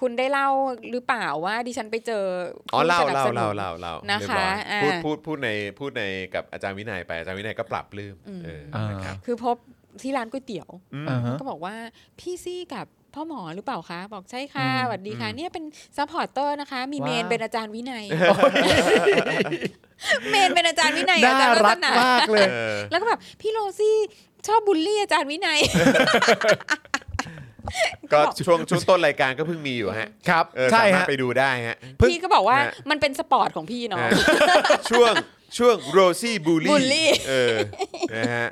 C: คุณได้เล่าหรือเปล่าว่าดิฉันไปเจอ
A: อ๋อ
C: ผู้
A: เล่า
C: สนับ
A: เล่า
C: สนุ
A: เล่าน เล่าเล่า
C: นะ
A: เรียบ
C: คะ
A: ร้อย
C: อ่า
A: พูดพูดพูดในพูดในกับอาจารย์วินัยไปอาจารย์วินัยก็ปรับปลื้มเออ
B: อ่าน
A: นะครับ
C: คือพบที่ร้านก๋วยเตี๋ยว
A: อืม
B: อ่าฮะ
C: ก็บอกว่าพี่ซี่กับพ่อหมอหรือเปล่าคะ บอกใช่ค่ะ
B: อืม
C: สวัสดีค่ะ เนี่ยเป็นซัพพอร์ตเตอร์นะคะ มี
B: ว้าว
C: เมนเป็นอาจารย์วินัย เมนเป็นอาจารย์วินัยกับ
B: น่า
C: อาจารย์
B: รั
C: วั
B: ก
C: ฒนาม
B: ากเลย
A: เออ
C: แล้วก็แบบพี่โรซี่ชอบบูลลี่อาจารย์วินัย
A: ก็ช่วงช่วงต้นรายการก็เพิ่งมีอยู่ฮะ
B: ครับ
A: เออ
B: ใช่
A: สามารถ
B: ฮะ
A: ไปดูได้ฮะ
B: เพิ่ง
C: พี่ก็บอกว่า
A: ฮะ
C: มันเป็นสปอร์ตของพี่เนาะ
A: นะช่วงช่วงโรซี่บูล
C: บูลลี่
A: ลี่เออนะฮะ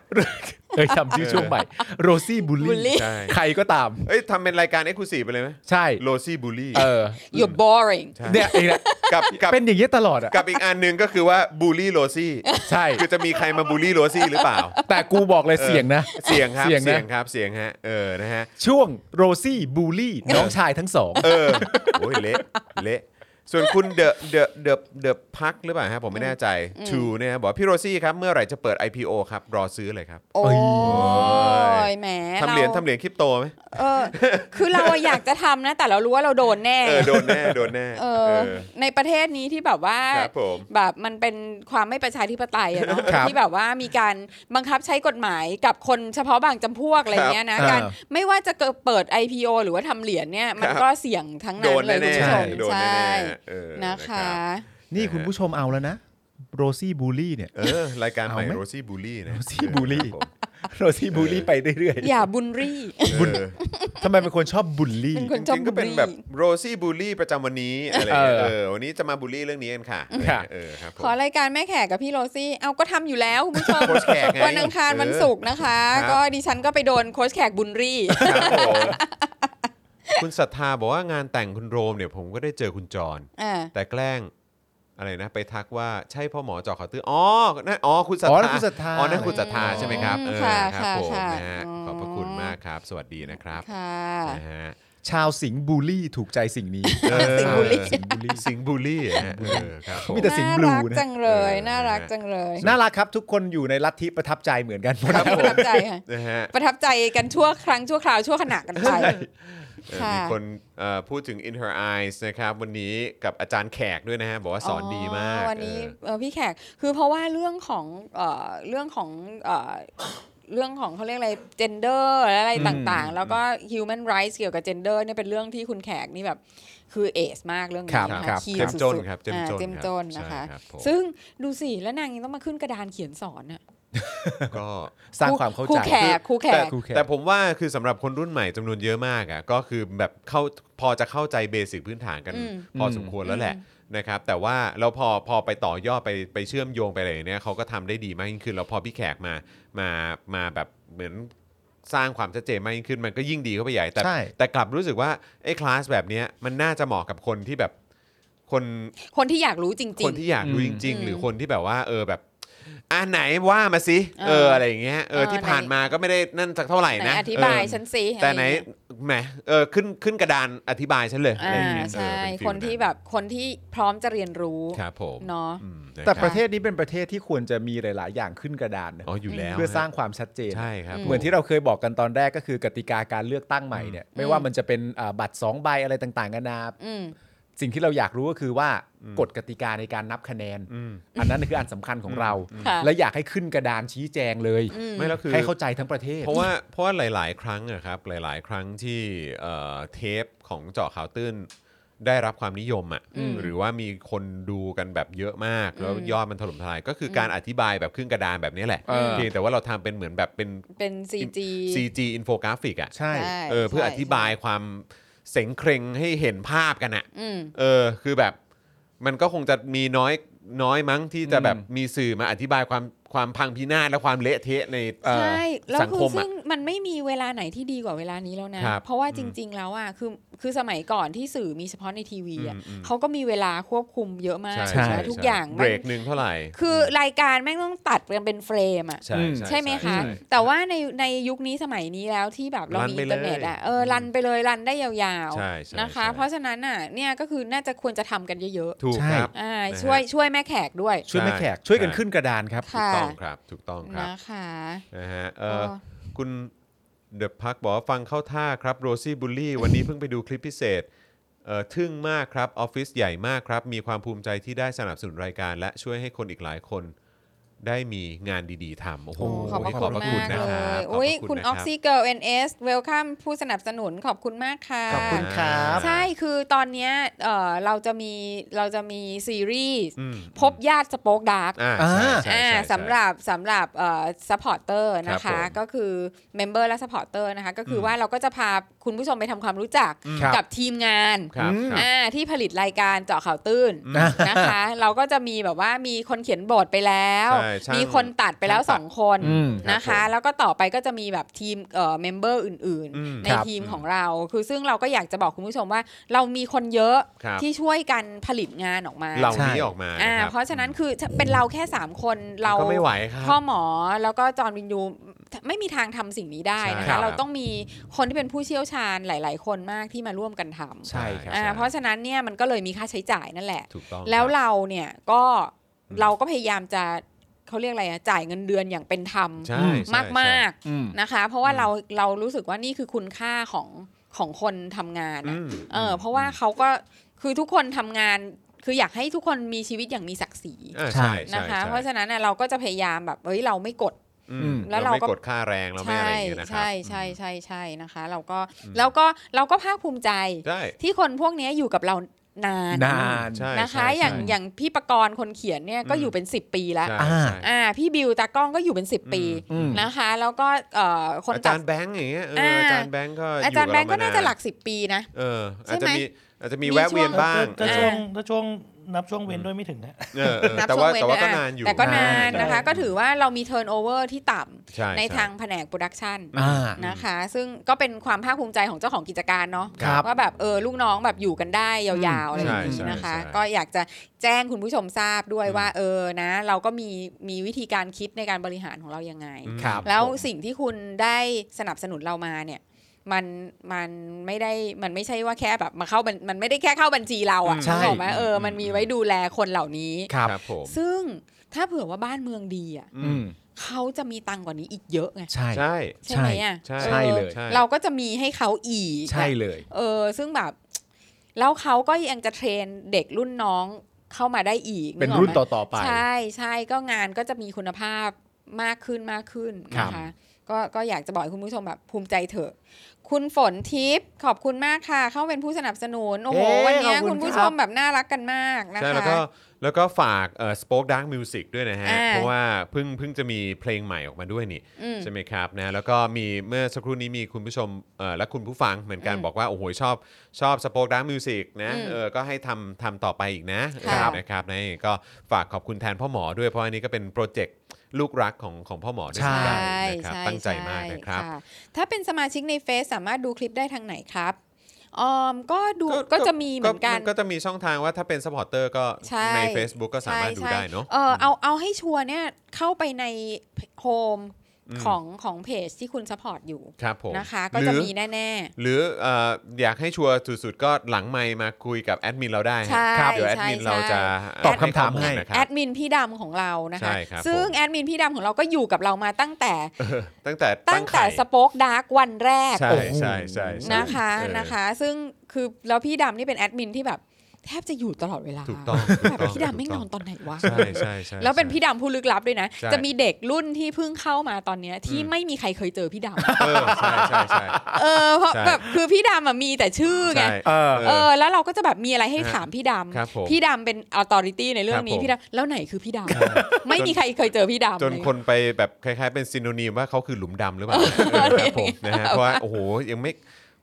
B: เคยทำชื่อช่วงใหม่โรซี่บุล
C: บูล
B: ลี่
C: ลี่
A: ใช่
B: ใครก็ตาม
A: เอ้ยทำเป็นรายการเอ็กซ์คลูซีฟไปเลยไหม
B: ใช่
A: โรซี่บูลลี่
B: เออ
C: you're boring
A: ใช่
B: เนี่ยเองแหละ
A: กับกับ
B: เป็นอย่างนี้ยตลอดอ่ะ
A: กับอีกอันหนึ่งก็คือว่าบูลลี่โรซี่
B: ใช่
A: คือจะมีใครมาบูลลี่โรซี่หรือเปล่า
B: แต่กูบอกเลยเสียงนะ
A: เสียงครับ
B: เสี
A: เสี
B: ยงนะ
A: ยงครับเสียงฮะเออนะฮะ
B: ช่วงโรซี่บูลลี่น้องชายทั้งสอง
A: เออโอ้ยเละเละส่วนคุณเดอะเดอะเดอะเดอะพักหรือเปล่าฮะผมไม่แน่ใจทูเนี่ยบอกว่าพี่โรซี่ครับ เมื่อไหร่จะเปิด IPO ครับ รอซื้อเลยครับ
C: โอ้
A: ย
C: ยแหม
A: ทำเหรียญทำเหรียญคริปโตไหม
C: เออคือเราอะอยากจะทำนะ แต่เรารู้ว่าเราโดนแน่
A: เออ โดนแน่ โดนแน่
C: เอ
A: เอ
C: อ
A: อ
C: ในประเทศนี้ที่แบบว่า
A: ครับผม
C: แบบมันเป็นความไม่ประชาธิปไตยอะเนาะ
B: ครับ
C: ที่แบบว่ามีการบังคับใช้กฎหมายกับคนเฉพาะบางจำพวกอะไรเงี้ยนะ
B: ครับ
C: การไม่ว่าจะเกิดเปิด IPO หรือว่าทำเหรียญเนี่ยมั
A: ค
C: น
A: รับ
C: ก็เสี่ยงทั้ง
A: โด
C: นั้น
A: น
C: เลย
A: แน่
C: คุณ
A: ๆ
C: ผู้ชม
A: โดนแน่ๆเออ
C: นะคะ
A: รับ
B: นี่คุณผู้ชมเอาแล้วนะโรซี่บูลลี่เนี่ย
A: เออ รายการใหม่
B: เอาไหม
A: โรซี่บูลลี่นะ
B: Rosie Bully โรซี่บูลลี่ไปเรื่อย
C: อย่าบุนรี่
A: บุ
B: ๆทำไมเป็นคนชอบบูลลี่
C: เป็น
A: จ
C: ค
A: ริง
C: นชอบ
A: ๆก็เป็น
C: บูลลี่
A: แบบโรซี่บูลลี่ประจำวันนี้อะไรอย่างเงี้ย
B: เอ
A: เอ
B: อ
A: อวันนี้จะมาบูลลี่เรื่องนี้กันค่ะ
B: ค่ะ
A: เออครับผม
C: ขอรายการแม่แขกกับพี่โรซี่ เอาก็ทำอยู่แล้วคุณผู้ชม
A: โค้ชแขกไง
C: วันอังคารวันศุกร์นะคะ
A: ครับ
C: ก็ดิฉันก็ไปโดนโค้ชแขกบุน รี่
A: ครับผมคุณศรัทธาบอกว่างานแต่งคุณโรมเนี่ยผมก็ได้เจอคุณจร
C: อ่า
A: แต่แกล้งอะไรนะ ไปทักว่าใช่พ่อหมอเจอขอตื้ออ๋อนั่นอ๋อคุณศรัท
B: อ๋อ
A: ธา
B: นั่นคุณศรัทธา
A: อ๋อนั่นคุณศรัทธาใช่ไหมครับเออ
C: ค่ะ
A: ครับผม
C: ค่ะ
A: นะฮะ
C: ค่ะ
A: ขอบพระคุณมากครับ สวัสดีนะครับ
C: ค่ะ
A: นะฮะ
B: ชาวสิงห์บูลลี่ถูกใจสิ่งนี้
C: สิงห์บูลลี่
B: สิงห์บูลลี่
A: สิงห์บูลลี่นะฮะเออครับผม
B: มีแต่ สิงห์
C: น่า
B: บลู
C: รัก
B: นะ
C: จังเลย
A: เออ
C: น่ารักจังเลย
B: น่ารักครับทุกคนอยู่ในลัทธิประทับใจเหมือนกันหมด
A: ครับ
C: ป
A: ผ
C: ระ
A: ม
C: ทับใจค่ะ
A: นะฮะ
C: ประทับใจกันชั่วครั้งชั่วคราวชั่วขณะกันไป
A: เออ
C: ค่ะ
A: มีคนเอ่อพูดถึง In Her Eyes นะครับ วันนี้กับอาจารย์แขกด้วยนะฮะ บอกว่าสอนดีมาก
C: วันนี้
A: เออ
C: เออพี่แขกคือเพราะว่าเรื่องของเอ่อเรื่องของเอ่อเรื่องของเขาเรียกอะไร gender และอะไรต่างๆ แล้วก็ human rights เกี่ยวกับ gender เนี่ยเป็นเรื่องที่คุณแขกนี่แบบคือเอสมากเรื่องนี้นะ
A: ครั
C: คะ
A: บ
C: คี
A: เจ้ม
C: สุด
A: จน
C: ๆ
A: ครับเจ้ม
C: อ่า
A: จน
C: เจ้มจนนะ
A: ครั
C: คะ
A: บใช่ครับผม
C: ซึ่งดูสิ แล้วนางยังต้องมาขึ้นกระดานเขียนสอนอะ
A: ก็
B: สร้างความเข้า
C: ครู
B: ใจ
C: แขกครูแข
A: แต่
C: ก
B: ครูแขก
A: แต่ผมว่าคือสำหรับคนรุ่นใหม่จำนวนเยอะมากอ่ะก็คือแบบเข้าพอจะเข้าใจเบสิกพื้นฐานกัน
C: อืม
A: พอสมควรแล้วแหละนะครับ แต่ว่าเราพอพอไปต่อยอดไปไปเชื่อมโยงไปอะไรอย่างเนี้ยเขาก็ทำได้ดีมากยิ่งขึ้น แล้วพอพี่แขกมามามาแบบเหมือนสร้างความชัดเจนมากยิ่งขึ้นมันก็ยิ่งดีเข้าไปใหญ่แต่
B: ใช่
A: แต่กลับรู้สึกว่าไอ้คลาสแบบเนี้ยมันน่าจะเหมาะกับคนที่แบบคน
C: คนที่อยากรู้จริง
A: คนที่อยากรู้จริง
C: อื
A: ๆ
C: ม
A: หรือคนที่แบบว่า เออแบบ อ่ะไหนว่ามาสิเอ
C: เอ
A: อ
C: อ
A: อะไรอย่างเงี้ยเออ
C: เออ
A: ที่
C: ไหน
A: ผ่านมาก็ไม่ได้นั่นสักเท่าไหร่
C: ไหน
A: นะ
C: อธิบาย
A: เออ
C: ฉันสิ
A: แต่ไหน
C: อะไรอย่างเงี้ย
A: แหมเออขึ้นขึ้นกระดานอธิบายฉันเลยอะไร
C: อ่า
A: อย่างเงี้ย
C: ใช่
A: เออเป็ฟิล
C: คนที่แบบคนที่พร้อมจะเรียนรู้
A: ครับผม
C: เนาะ
A: อืม
B: แต่
A: นคบ
B: ประเทศนี้เป็นประเทศที่ควรจะมีหลาย ๆ อย่างขึ้นกระดานนะ
A: อ๋ออยู่แล้ว
B: เพื่อสร้างความชัดเจน
A: ใช่ครับ
B: เหมือนที่เราเคยบอกกันตอนแรกก็คือกติกาการเลือกตั้งใหม่เนี่ยไม่ว่ามันจะเป็นอ่าบัตรสองใบอะไรต่างๆกันานา
C: อืม
B: สิ่งที่เราอยากรู้ก็คือว่ากฎกติกาในการนับคะแนน
A: อืม
B: อันนั้นคืออันสำคัญของเรา
C: ค่ะ
B: และอยากให้ขึ้นกระดานชี้แจงเลย
C: อืม
A: ไม่แล้วคือ
B: ให้เข้าใจทั้งประเทศ
A: เพราะว่าเพราะว่าหลาย ๆ ครั้งอะครับหลาย ๆ ครั้งที่เอ่อเทปของเจาะข่าวตื้นได้รับความนิยมอะ
C: อืม
A: หรือว่ามีคนดูกันแบบเยอะมาก แล้ว
C: อืม
A: ยอดมันถล่มทลายก็คือการอธิบายแบบครึ่งกระดานแบบนี้แหละ
B: เออ
A: เพียงแต่ว่าเราทำเป็นเหมือนแบบเป็น
C: เป็น CG
A: CG infographic อะ
B: ใช่
C: ได้
A: เออเพื่ออ
C: ใช่
A: ธิบายความเสงเครงให้เห็นภาพกันอะ
C: อืม
A: เออคือแบบมันก็คงจะมีน้อยน้อยมั้งที่จะแบบมีสื่อมาอธิบายความความพังพินาศและความเละเทะใน
C: ใช่ แล้ว
A: สัง
C: คื
A: ค
C: อ
A: มอะ
C: ซึ่งมันไม่มีเวลาไหนที่ดีกว่าเวลานี้แล้วนะ
A: ครับ
C: เพราะว่าจริง ๆ แล้วอ่ะคือคือสมัยก่อนที่สื่อมีเฉพาะในทีวีอ่ะ
A: อืมอืม
C: เขาก็มีเวลาควบคุมเยอะมาก
A: ใช่
C: นะทุกอย่าง
A: เบ
C: มั
A: ร
C: น
A: กหนึ่งเท่าไหร่
C: คือรายการแม่งต้องตัดกันเป็นเฟรมอ่ะ
A: ใช่
C: ใช่ไหมคะ
A: ใช่
C: แต่ว่าในในยุคนี้สมัยนี้แล้วที่แบบเรา
A: รันไป
C: มีอินเทอร์เน็ตอ่ะ
A: เลย
C: เออรันไปเลยรันได้ยาว
A: ใช่ใช่
C: ๆนะคะ
A: ใช่
C: เพราะฉะนั้นอ่ะเนี่ยก็คือน่าจะควรจะทำกันเยอะ
A: ถูกครับ
C: ๆอ่า
A: นะฮะ
C: ช่วยช่วยแม่แขกด้วย
B: ช่วยแม่แขก
A: ใช่
B: ช่วยกันขึ้นกระดานครับ
A: ถูก
C: ค่ะ
A: ต้องครับถูกต้องครับ
C: นะคะ
A: นะฮะเออ
C: ก็
A: คุณเดอะพักบอกว่าฟังเข้าท่าครับโรซี่บุลลี่วันนี้เพิ่งไปดูคลิปพิเศษเออทึ่งมากครับ ออฟฟิศใหญ่มากครับ มีความภูมิใจที่ได้สนับสนุนรายการ และช่วยให้คนอีกหลายคนได้มีงานดีๆทำโอ้โห
C: โอ้ขอบพระ
A: ข
C: คุ
A: อบ
C: ณ
A: พระ
C: มา
A: คุณ
C: ก
A: นะ
C: เล
A: ครับข
C: ย
A: บพระ
C: อุ้ยคุณอ
A: นะ
C: อก
A: รับ
C: ซิเกิลเอ็นเอสเวลคัมผู้สนับสนุนขอบคุณมากค่ะ
B: ขอบคุณ รับ
C: ใช่คือตอนเนี้ยเอ่อเราจะมีเราจะมีซีรีส์
A: อืม
C: พบญาติสป็อกดาร์ก
A: อ่าใช่ใช่
C: อ่า
A: ใช่ใช่
C: สำหรับสำหรับเอ่อซัพพอร์เตอร์นะ
A: ครั
C: คะ
A: บผม
C: ก็คือเมมเบอร์และซัพพอร์เตอร์นะคะ ก็คืออ
A: ม
C: ว่าเราก็จะพาคุณผู้ชมไปทำความรู้จัก
B: ครับ
C: กับทีมงาน
A: ครับครับ
C: อ่าที่ผลิตรายการเจาะข่าวตื้น
A: อ่า
C: นะคะ เราก็จะมีแบบว่ามีคนเขียนบทไปแล้ว
A: ใช่ช่าง
C: มีคนตัดไปแล้ว
A: ช่างตัด
C: สองคน
B: อืม
C: นะ
A: ครั
C: คะ
A: บผม
C: แล้วก็ต่อไปก็จะมีแบบทีมเอ่อเมมเบอร์อื่น
A: อืม
C: ใน
B: ครับ
C: ทีมของเรา คือซึ่งเราก็อยากจะบอกคุณผู้ชมว่า เรามีคนเยอะ
A: ครับ
C: ที่ช่วยกันผลิตงานออกมา
A: เหล่า
B: ใช่
A: นี้ออกมา
C: อ่า
A: ครับ
C: เพราะฉะนั้นคือถ้าเป็นเราแค่ 3 คนเรา
A: ก็ไม่ไหวครับ
C: พ่อหมอแล้วก็จอร์นวินยูไม่มีทางทำสิ่งนี้ได้นะ
A: ใช่ครั
C: คะ
A: บ
C: เราต้องมีคนที่เป็นผู้เชี่ยวชาญหลาย ๆ คนมากที่มาร่วมกันทำ
B: ใช่ครับ
C: อ่าเพราะฉะนั้นเนี่ยมันก็เลยมีค่าใช้จ่ายนั่นแหละ
A: ถูกต้อง
C: แล้ว
A: ครับ
C: เราเนี่ยก็
A: อืม
C: เราก็พยายามจะเขาเรียกอะไรอะจ่ายเงินเดือนอย่างเป็นธรรม
A: ใช่ใช่
C: มากมากๆ
B: อืม
C: นะคะ เพราะว่าเราเรารู้สึกว่านี่คือคุณค่าของของคนทำงาน
A: อื
C: อะ
A: ม
C: เอออเพราะว่าเขาก็คือทุกคนทำงาน คืออยากให้ทุกคนมีชีวิตอย่างมีศักดิ์ศรี
A: อ่า
B: ใช่
A: ใช่
C: นะ
A: ใช่
C: คะ
A: ใช่
C: เพราะฉะนั้นน่ะเราก็จะพยายามแบบเอ้ยเราไม่กด
A: อื
B: อื
A: ม
B: ม
C: แล้ว
A: เราไม่
C: เราก็
A: กดค่าแรงเราไม่อะไรอย่างเงี้ยนะครับ
C: ใช่ใช่ใช่ใช่นะคะ เราก็แล้วก็เราก็ภาคภูมิใจ
A: ใช่
C: ที่คนพวกเนี้ยอยู่กับเรานาน
B: นาน
A: ใช่
C: นะคะ
A: ใช่
C: อย่าง
A: ใช่
C: อย่างพี่ประกรณ์คนเขียนเนี่ยก็
A: อืม
C: อยู่เป็น 10 ปีแล้ว
A: ใช่
B: อ่า
A: ใช่
C: อ่าพี่บิวตากล้องก็อยู่เป็น
A: อืม
C: 10 ปี
B: อืม
C: นะคะ แล้วก็เอ่อคน
A: อา
C: ตั
A: จา
C: ด
A: รย์แบงค์อย่างเงี้ยเอออา อาจารย์แบงค์ก็
C: อาจารย์แบงก์ก็น่าจะหลัก 10 ปีนะ
A: เออ
C: ใช่
A: อาจจะ
C: ไหม
A: มีอาจจะมี
C: มี
A: แวะเวียน
C: ช่วง
A: บ้าง
D: ถ้า
A: เอ
D: ช่ว
A: อง
D: ถ้าช่วงนับช่วงเว้นด้วยไม่ถึงนะ
A: เออเออ
C: นับ
A: แต่
C: ช่ว
A: ว่าง
C: เว้น
A: แต่ว่าก็
C: ด้วยอ่ะ
A: นานอยู่
C: แต่ก็นาน
A: ใช่
C: นะคะ ก็ถือว่าเรามีเทิร์นโอเวอร์ที่ต่
A: ใช่
C: ำใน
A: ช่
C: ทางแผนกโปรดักชัน
B: อ่า
C: นะคะ ซึ่งก็เป็นความภาคภูมิใจของเจ้าของกิจการเนาะ
B: ครับ
C: ว่าแบบเออลูกน้องแบบอยู่กันได้ยาวๆอะไรอย่าง
A: ใช่
C: นี้
A: ใช่
C: นะคะ
A: ใช่
C: ก็อยากจะแจ้งคุณผู้ชมทราบด้วยว่าเออนะ เราก็มีมีวิธีการคิดในการบริหารของเรายังไง
A: อืม
B: ครับ
C: แล้วสิ่งที่คุณได้สนับสนุนเรามาเนี่ย มันมันไม่ได้มันไม่ใช่ว่าแค่แบบมาเข้าบัญมันไม่ได้แค่เข้าบัญชีเราอะ
B: ใช่
C: นึกออกไหมเออมันมีไว้ดูแลคนเหล่านี้
B: ครับ
A: ครับผม
C: ซึ่งถ้าเผื่อว่าบ้านเมืองดีอะ
A: อื
B: อื
A: ม
B: ม
C: เขาจะมีตังค์กว่านี้อีกเยอะไง
B: ใช่
A: ใช่
C: ใช่ไหมอะ
A: ใช่
C: ออ
B: ใช่เลย
A: ใช่
C: เราก็จะมีให้เขาอีกอะ
B: ใช่เลย
C: เออ ซึ่งแบบ แล้วเขาก็ยังจะเทรนเด็กรุ่นน้องเข้ามาได้อีก
B: เป็น
C: กออก
B: รุ่น
C: ไหม
B: ต่อ ๆ ไป
C: ใช่ใช่ก็งานก็จะมีคุณภาพมากขึ้นมากขึ้น
B: ครับ
C: นะคะก็ก็อยากจะบอกให้คุณผู้ชมแบบภูมิใจเถอะ คุณฝนทิพย์ขอบคุณมากค่ะ เข้าเป็นผู้สนับสนุน โอ้โห
B: เอ๊ะ
C: วันเนี้ย
B: ขอบคุณ
C: คุณผู้
B: ค
C: ช
B: รับ
C: มแบบน่ารักกันมากนะ
A: ใช่แล้ว
C: คะ
A: ก็แล้วก็ฝากเอ่อ Spoke Dark Music ด้วยนะฮะ
C: อ่า
A: เพราะว่าเพิ่งเพิ่งจะมีเพลงใหม่ออกมาด้วยนี่
C: อืม
A: ใช่ไหมครับนะแล้วก็มีเมื่อสักครู่นี้มีคุณผู้ชมเอ่อและคุณผู้ฟังเหมือนกัน
C: อืม
A: บอกว่าโอ้โหชอบชอบสป o อ e ดั r มิวสิกนะ
C: อืม
A: เออก็ให้ทำทำต่อไปอีกนะ
C: ค่ะ
A: เออนะครับนี่ก็ฝากขอบคุณแทนพ่อหมอด้วยเพราะอันนี้ก็เป็นโปรเจกต์ลูกรักของของพ่อหมอด้วย
B: ใช่
A: เหมือนกันนะค
C: ใช่
A: รับ
C: ใช่
A: ตั้งใจมากนะครับ
C: ใช่ถ้าเป็นสามารถชิกในเฟซสามารถดูคลิปได้ทางไหนครับ ออมก็ดูก็จะมีเหมือนกัน
A: ก็จะมีช่องทางว่าถ้าเป็นสปอร์เตอร์ก็
C: ใช่
A: ใน Facebook ก็สามารถดู
C: ใช่
A: ได้เนาะ
C: เออเอาเอาให้ชัวร์เนี่ยเข้าไปในโฮม
A: อืม
C: ของของเพจที่คุณสปอร์ตอยู่
A: ครับผม
C: นะคะ ก็
A: ห
C: จะ
A: รือ
C: มีแน่
A: หรือเอ่ออยากให้ชัวร์สุดๆก็หลังไมค์มาคุยกับแอดมินเราได้ฮะ
C: ใช่
A: ครับเดี๋ยวแอดมิน
C: ใช่
A: เราจะ
C: ใช่
B: ตอบคำถามให้
A: นะค
C: แอ
A: รับ
C: ดมินพี่ดำของเรานะคะ
A: ใช่ครับ
C: ซึ่ง
A: ผม
C: แอดมินพี่ดำของเราก็อยู่กับเรามาตั้งแต่
A: ตั้งแต่
C: ตั้งแต่
A: ไข่
C: สป็อกดาร์กวันแรก
A: ใช่ใช่ใช่ใช่
C: นะคะ
A: เออ
C: นะคะ ซึ่งคือแล้วพี่ดำนี่เป็นแอดมินที่แบบ แทบจะอยู่ตลอดเวลา
A: ถูกต้องถูก
C: แบบ
A: ต้อง
C: พี่ดำไม่
A: ถูก
C: น
A: ต้
C: อ
A: อง
C: นตอนไหนวะ
A: ใช่ใช่ใช่
C: แล้วเป็นพี่ดำผู้ลึกลับด้วยนะ
A: ใช่
C: จะมีเด็กรุ่นที่เพิ่งเข้ามาตอนเนี้ยที่
A: อืม
C: ไม่มีใครเคยเจอพี่ด
A: เออใช่ใช่ใช่
C: ำ เออเพราะ
A: ใช่
C: แบบคือพี่ดำอะมีแต่ชื่อไง
A: ใช่
B: เออ
C: เออแล้วเราก็จะแบบมีอะไรให้
A: ฮะ
C: ถามพี่ด
A: ครับผม
C: ำพี่ดำเป็นอ u ตอริตี้ในเรื่อง
A: ค
C: นี้
A: รับผม
C: พี่ดำแล้วไหนคือพี่ดำไม่มีใครเคยเจอพี่ดำ
A: จน
C: เลย
A: คนไปแบบคล้าย ๆ เป็นซินโนนีมว่าเขาคือหลุมดำหรือเปล่าครับผมนะฮะเพราะว่าโอ้โหยังไม่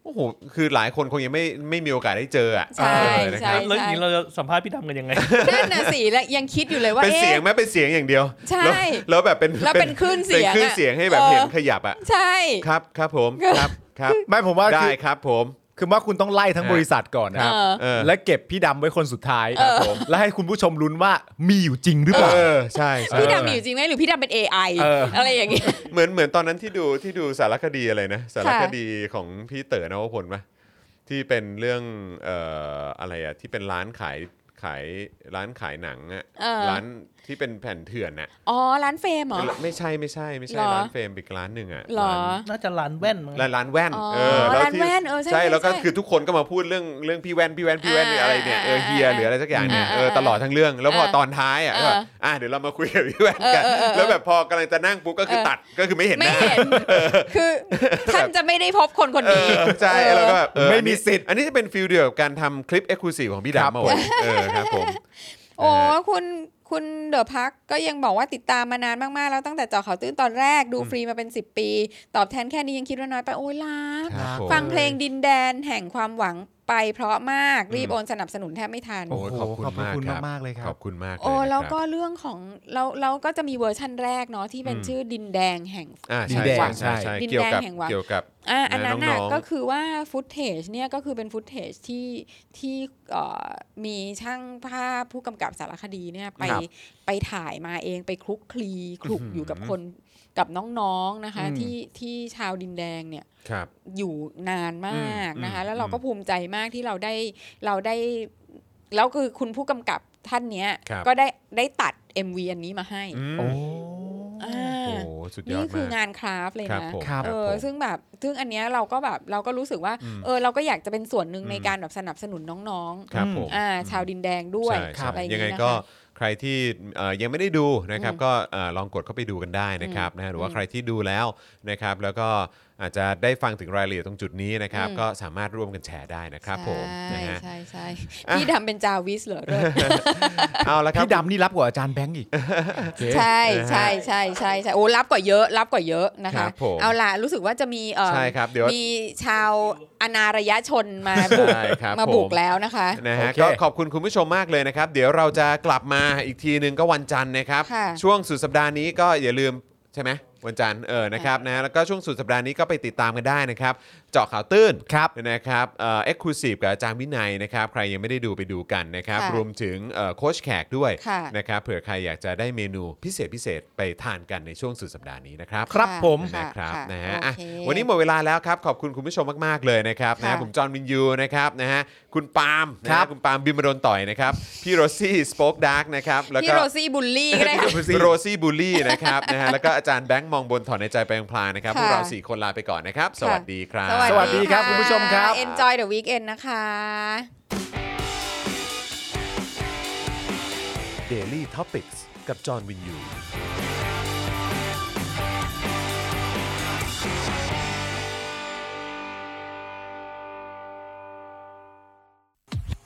A: โอ้โหคือหลายคนคงยังไม่ไม่มีโอกาสได้เจออ่ะ
C: ใช่
A: เออนะค
C: ใช่
A: รับ
D: แล้วอย่างนี้เราจะสัมภาษณ์พี่ดำกันยังไง
C: นั่นน่ะสิและยังคิดอยู่เลยว่า
A: เป็นเสียง
C: เอ๊ะ
A: ไหมเป็นเสียงอย่างเดียว
C: ใช่
A: แล้วแล้วแบบเป็น
C: แล้วเป็นคลื่นเสียง
A: ป็คลื่น
C: อะ
A: เสียงให้แบบ
C: เออ
A: เห็นขยับอ่ะ
C: ใช่
A: ครับครับผม ครับครับ
B: ไม่ผมว่า
A: ได้
B: คือ
A: ครับผม
B: คือว่าคุณต้องไล่ทั้งบริษัทก่อน
A: ค
B: นะ
A: รับ
C: เออ
A: เออ
B: และเก็บพี่ดำไว้คนสุดท้าย
A: ครับผม
B: และให้คุณผู้ชมลุ้นว่ามีอยู่จริงหรือเปล่า
A: เออใช่ใช่
C: พี่ดำมีอยู่จริงไหมหรือพี่ดำเป็น AI
B: เอออ
C: อะไรอย่างเงี้ย
A: เหมือนเหมือนตอนนั้นที่ดูที่ดูสารคดีอะไรนะสารคดีของพี่เต๋อนวพลปะที่เป็นเรื่องเอ่ออะไรอ่ะที่เป็นร้านขายขายร้านขายหนังอ่ะ
C: เออ
A: ร้านที่เป็นแผ่นเถื่อนอ่ะ
C: อ๋อ ร้านเฟรมเหรอ
A: ไม่ใช่ไม่ใช่ไม่ใช่
C: เหรอ
A: ร้านเฟรมอีกร้านหนึ่งอ่ะ
C: เหรอ
A: ร้าน
D: น่าจะร้านแว่นมั้ง
A: ร้านร้านแว่น
C: อ๋อ
A: เออล้ว
C: ร้าน
A: ที่
C: แว่นเออใช่ใช่
A: แล้วก็
C: ใช่
A: คือทุกคนก็มาพูดเรื่องเรื่องพี่แว่นพี่แว่นพี่แว่น
C: อ่า
A: อะไรเนี่ยเออ
C: อ่า
A: เฮียหรืออะไรสักอย่างเนี่ย
C: อ่า
A: เออตลอดทั้งเรื่องแล้วพอ
C: เออ
A: ตอนท้ายอ่ะ
C: เออ
A: ก็แบบอ่ะเดี๋ยวเรามาคุยกับพี่แว่นกัน
C: เออเออเออ
A: แล้วแบบพอกำลังจะนั่งปุ๊บก็คือ
C: เออ
A: ตัดก็คือไม่เห็นห
C: ไม่
A: น้า
C: เห็น คือท่านจะไม่ได้พบคนคน
A: เอ
C: นี้
A: อใช่เราก็แบบเออ
B: ไม่
A: อันนี้
B: มีสิทธิ์
A: อันนี้จะเป็นฟิลเดียวกับการทำคลิปเอ็กซ์คลูซีฟของพี่ดำมาไว้เออครับผม
C: โอ้คุณคุณเดอะพักก็ยังบอกว่าติดตามมานานมาก ๆ แล้วตั้งแต่เจอเขาวตื้นตอนแรกดู
A: อืม
C: ฟรีมาเป็น 10 ปี ตอบแทนแค่นี้ยังคิดว่าน้อยไป โอ้ยลาบ
A: ครับผม
C: ฟังเพลงดินแดนแห่งความหวังไปเพราะมากรีบ
A: อืม
C: โอนสนับสนุนแทบไม่ทัน
A: โอ้ยขอบคุณ
B: ขอบพระ
A: มาก
B: คุณ
A: ครับ
B: มากๆเลยครับ
A: ขอบคุณมากเย
C: โอ้
A: นะครับ
C: แล้วก็เรื่องของเราเราก็จะมีเวอร์ชั่นแรกเนาะที่เป็นชื่อดินแดงแห่ง
A: อ่าใช่
B: ดินแดง
A: ใช่ใช่ใช่
C: ดินแดง
A: เกี่ยวกับ
C: แห่งวัง
A: เกี่ยวกับ
C: อ่ะอันนั้นน่ะ
A: น้องๆ
C: ก็คือว่าฟุตเทจเนี่ยก็คือเป็นฟุตเทจที่ที่เอ่อมีช่างภาพผู้กำกับสารคดีเนี่ยไป
B: ครับ
C: ไปถ่ายมาเองไปคลุกคลีคลุกอยู่กับคนกับน้องๆนะคะ
B: อืม
C: ที่ที่ชาวดินแดงเนี่ย
A: ครับ
C: อยู่นานมากนะคะ
A: อืม
C: แล้วเราก็
A: อืม
C: ภูมิใจมากที่เราได้เราได้ แล้วคือคุณผู้กำกับท่านเนี้ย
A: ครับ
C: ก็ได้ได้ตัด MV อันนี้มาให้
A: อืม
B: โอ้
C: อ่า
A: โอ้โหสุดยอด
C: นี่
A: มาก
C: คืองานคราฟต์เลย
A: ครับ
C: นะ
A: ผม
B: ครับ
A: ค
C: เอ
A: รับ
C: อ
A: ผม
C: ซึ่งแบบซึ่งอันเนี้ยเราก็แบบเราก็รู้สึกว่า
A: อืม
C: เออเราก็อยากจะเป็นส่วนหนึ่ง
A: อืม
C: ในการแบบสนับสนุนน้อง
A: ครับ
B: อืม
A: ผม
C: ๆอ่าชาวดินแดงด้วย
A: ใช่
C: อะไรอ
A: ใช่
C: ย่า
A: ยัง
C: ง
A: ไง
C: งี้นะ
A: ก็
C: คะ
A: ใครที่เอ่อยังไม่ได้ดูนะครับ
C: อืม
A: ก็เอ่อลองกดเข้าไปดูกันได้นะครับนะฮะหรือว่า
C: อืม
A: ใครที่ดูแล้วนะครับ แล้วก็อาจจะได้ฟังถึงรายละเอียดตรงจุดนี้นะครับ
C: อืม
A: ก็สามารถร่วมกันแชร์ได้นะครับผม
C: ใช่
A: นะฮะ
C: ใช่ใช่
A: อ่ะ
C: พี่ดำเป็นจาวิสเหรอเริ่ ม
A: เอาละครับ
B: พี่ดำนี่รับกว่าอาจารย์แบงค์อีกโอเค
C: ใช่
A: นะฮะ
C: ใช่ใช่ใช่ใช่โอ้รับกว่าเยอะรับกว่าเยอะนะ
A: ครั
C: คะ
A: บผม
C: เอาล่ะรู้สึกว่าจะมีเออ
A: ใช่ครับเดี๋ยว
C: มีชาวอนาระยะชนมาบุก
A: ใช่ครับ
C: มาบุ
A: ผ
C: ก
A: ม
C: แล้วนะคะ
A: นะฮะ
B: โอเค
A: ก็ขอบคุณคุณผู้ชมมากเลยนะครับ เดี๋ยวเราจะกลับมาอีกทีหนึ่งก็วันจันทร์นะครับ
C: ค่ะ
A: ช่วงสุดสัปดาห์นี้ก็อย่าลืมใช่ไหมวันจันทร์เออนะครับนะแล้วก็ช่วงสุดสัปดาห์นี้ก็ไปติดตามกันได้นะครับ เจาะข่าวตื้นครับนะครับเอ็กซ์คลูซีฟกับอาจารย์วินัยนะครับ ใครยังไม่ได้ดูไปดูกันนะครับ
C: ค่ะ
A: รวมถึงเอ่อโค้ชแขกด้วย
C: ค่ะ
A: นะครับเผื่อใครอยากจะได้เมนูพิเศษพิเศษไปทานกันในช่วงสุดสัปดาห์นี้นะครับ
B: ครับ
C: ค่ะ
B: ผม
A: นะ
C: ค่ะ
A: ครับ
C: ค่ะ
A: นะฮะ
C: โอ
A: อ่ะ
C: เค
A: วันนี้หมดเวลาแล้วครับ ขอบคุณคุณผู้ชมมาก ๆ เลยนะครับนะ
C: ค่ะ
A: ฮะผมจอห์นวินยูนะครับนะฮะคุณปาล์มนะฮะ
B: ครับ
A: คุณปาล์มบิมมาโดนต่อยนะครับ พี่โรซี่สป็อกดาร์กนะครับแล้ว
C: พี่
A: ก็
C: โรซี่บุลลี่ก็ได้ค่ะ
A: โรซี่บูลลี่นะครับ นะฮะแล้วก็อาจารย์แบงค์มองบนถอนในใจไปพลางๆนะครับพ
C: ค่ะ
A: วกเรา 4 คนลาไปก่อนนะครับ ส
C: ค่ะ
A: วัสดีครับ
B: สวัสดีครับ
C: ะ
B: คุณผู้ชมครับ
C: Enjoy the weekend นะคะ
A: Daily Topics กับจอห์นวินยู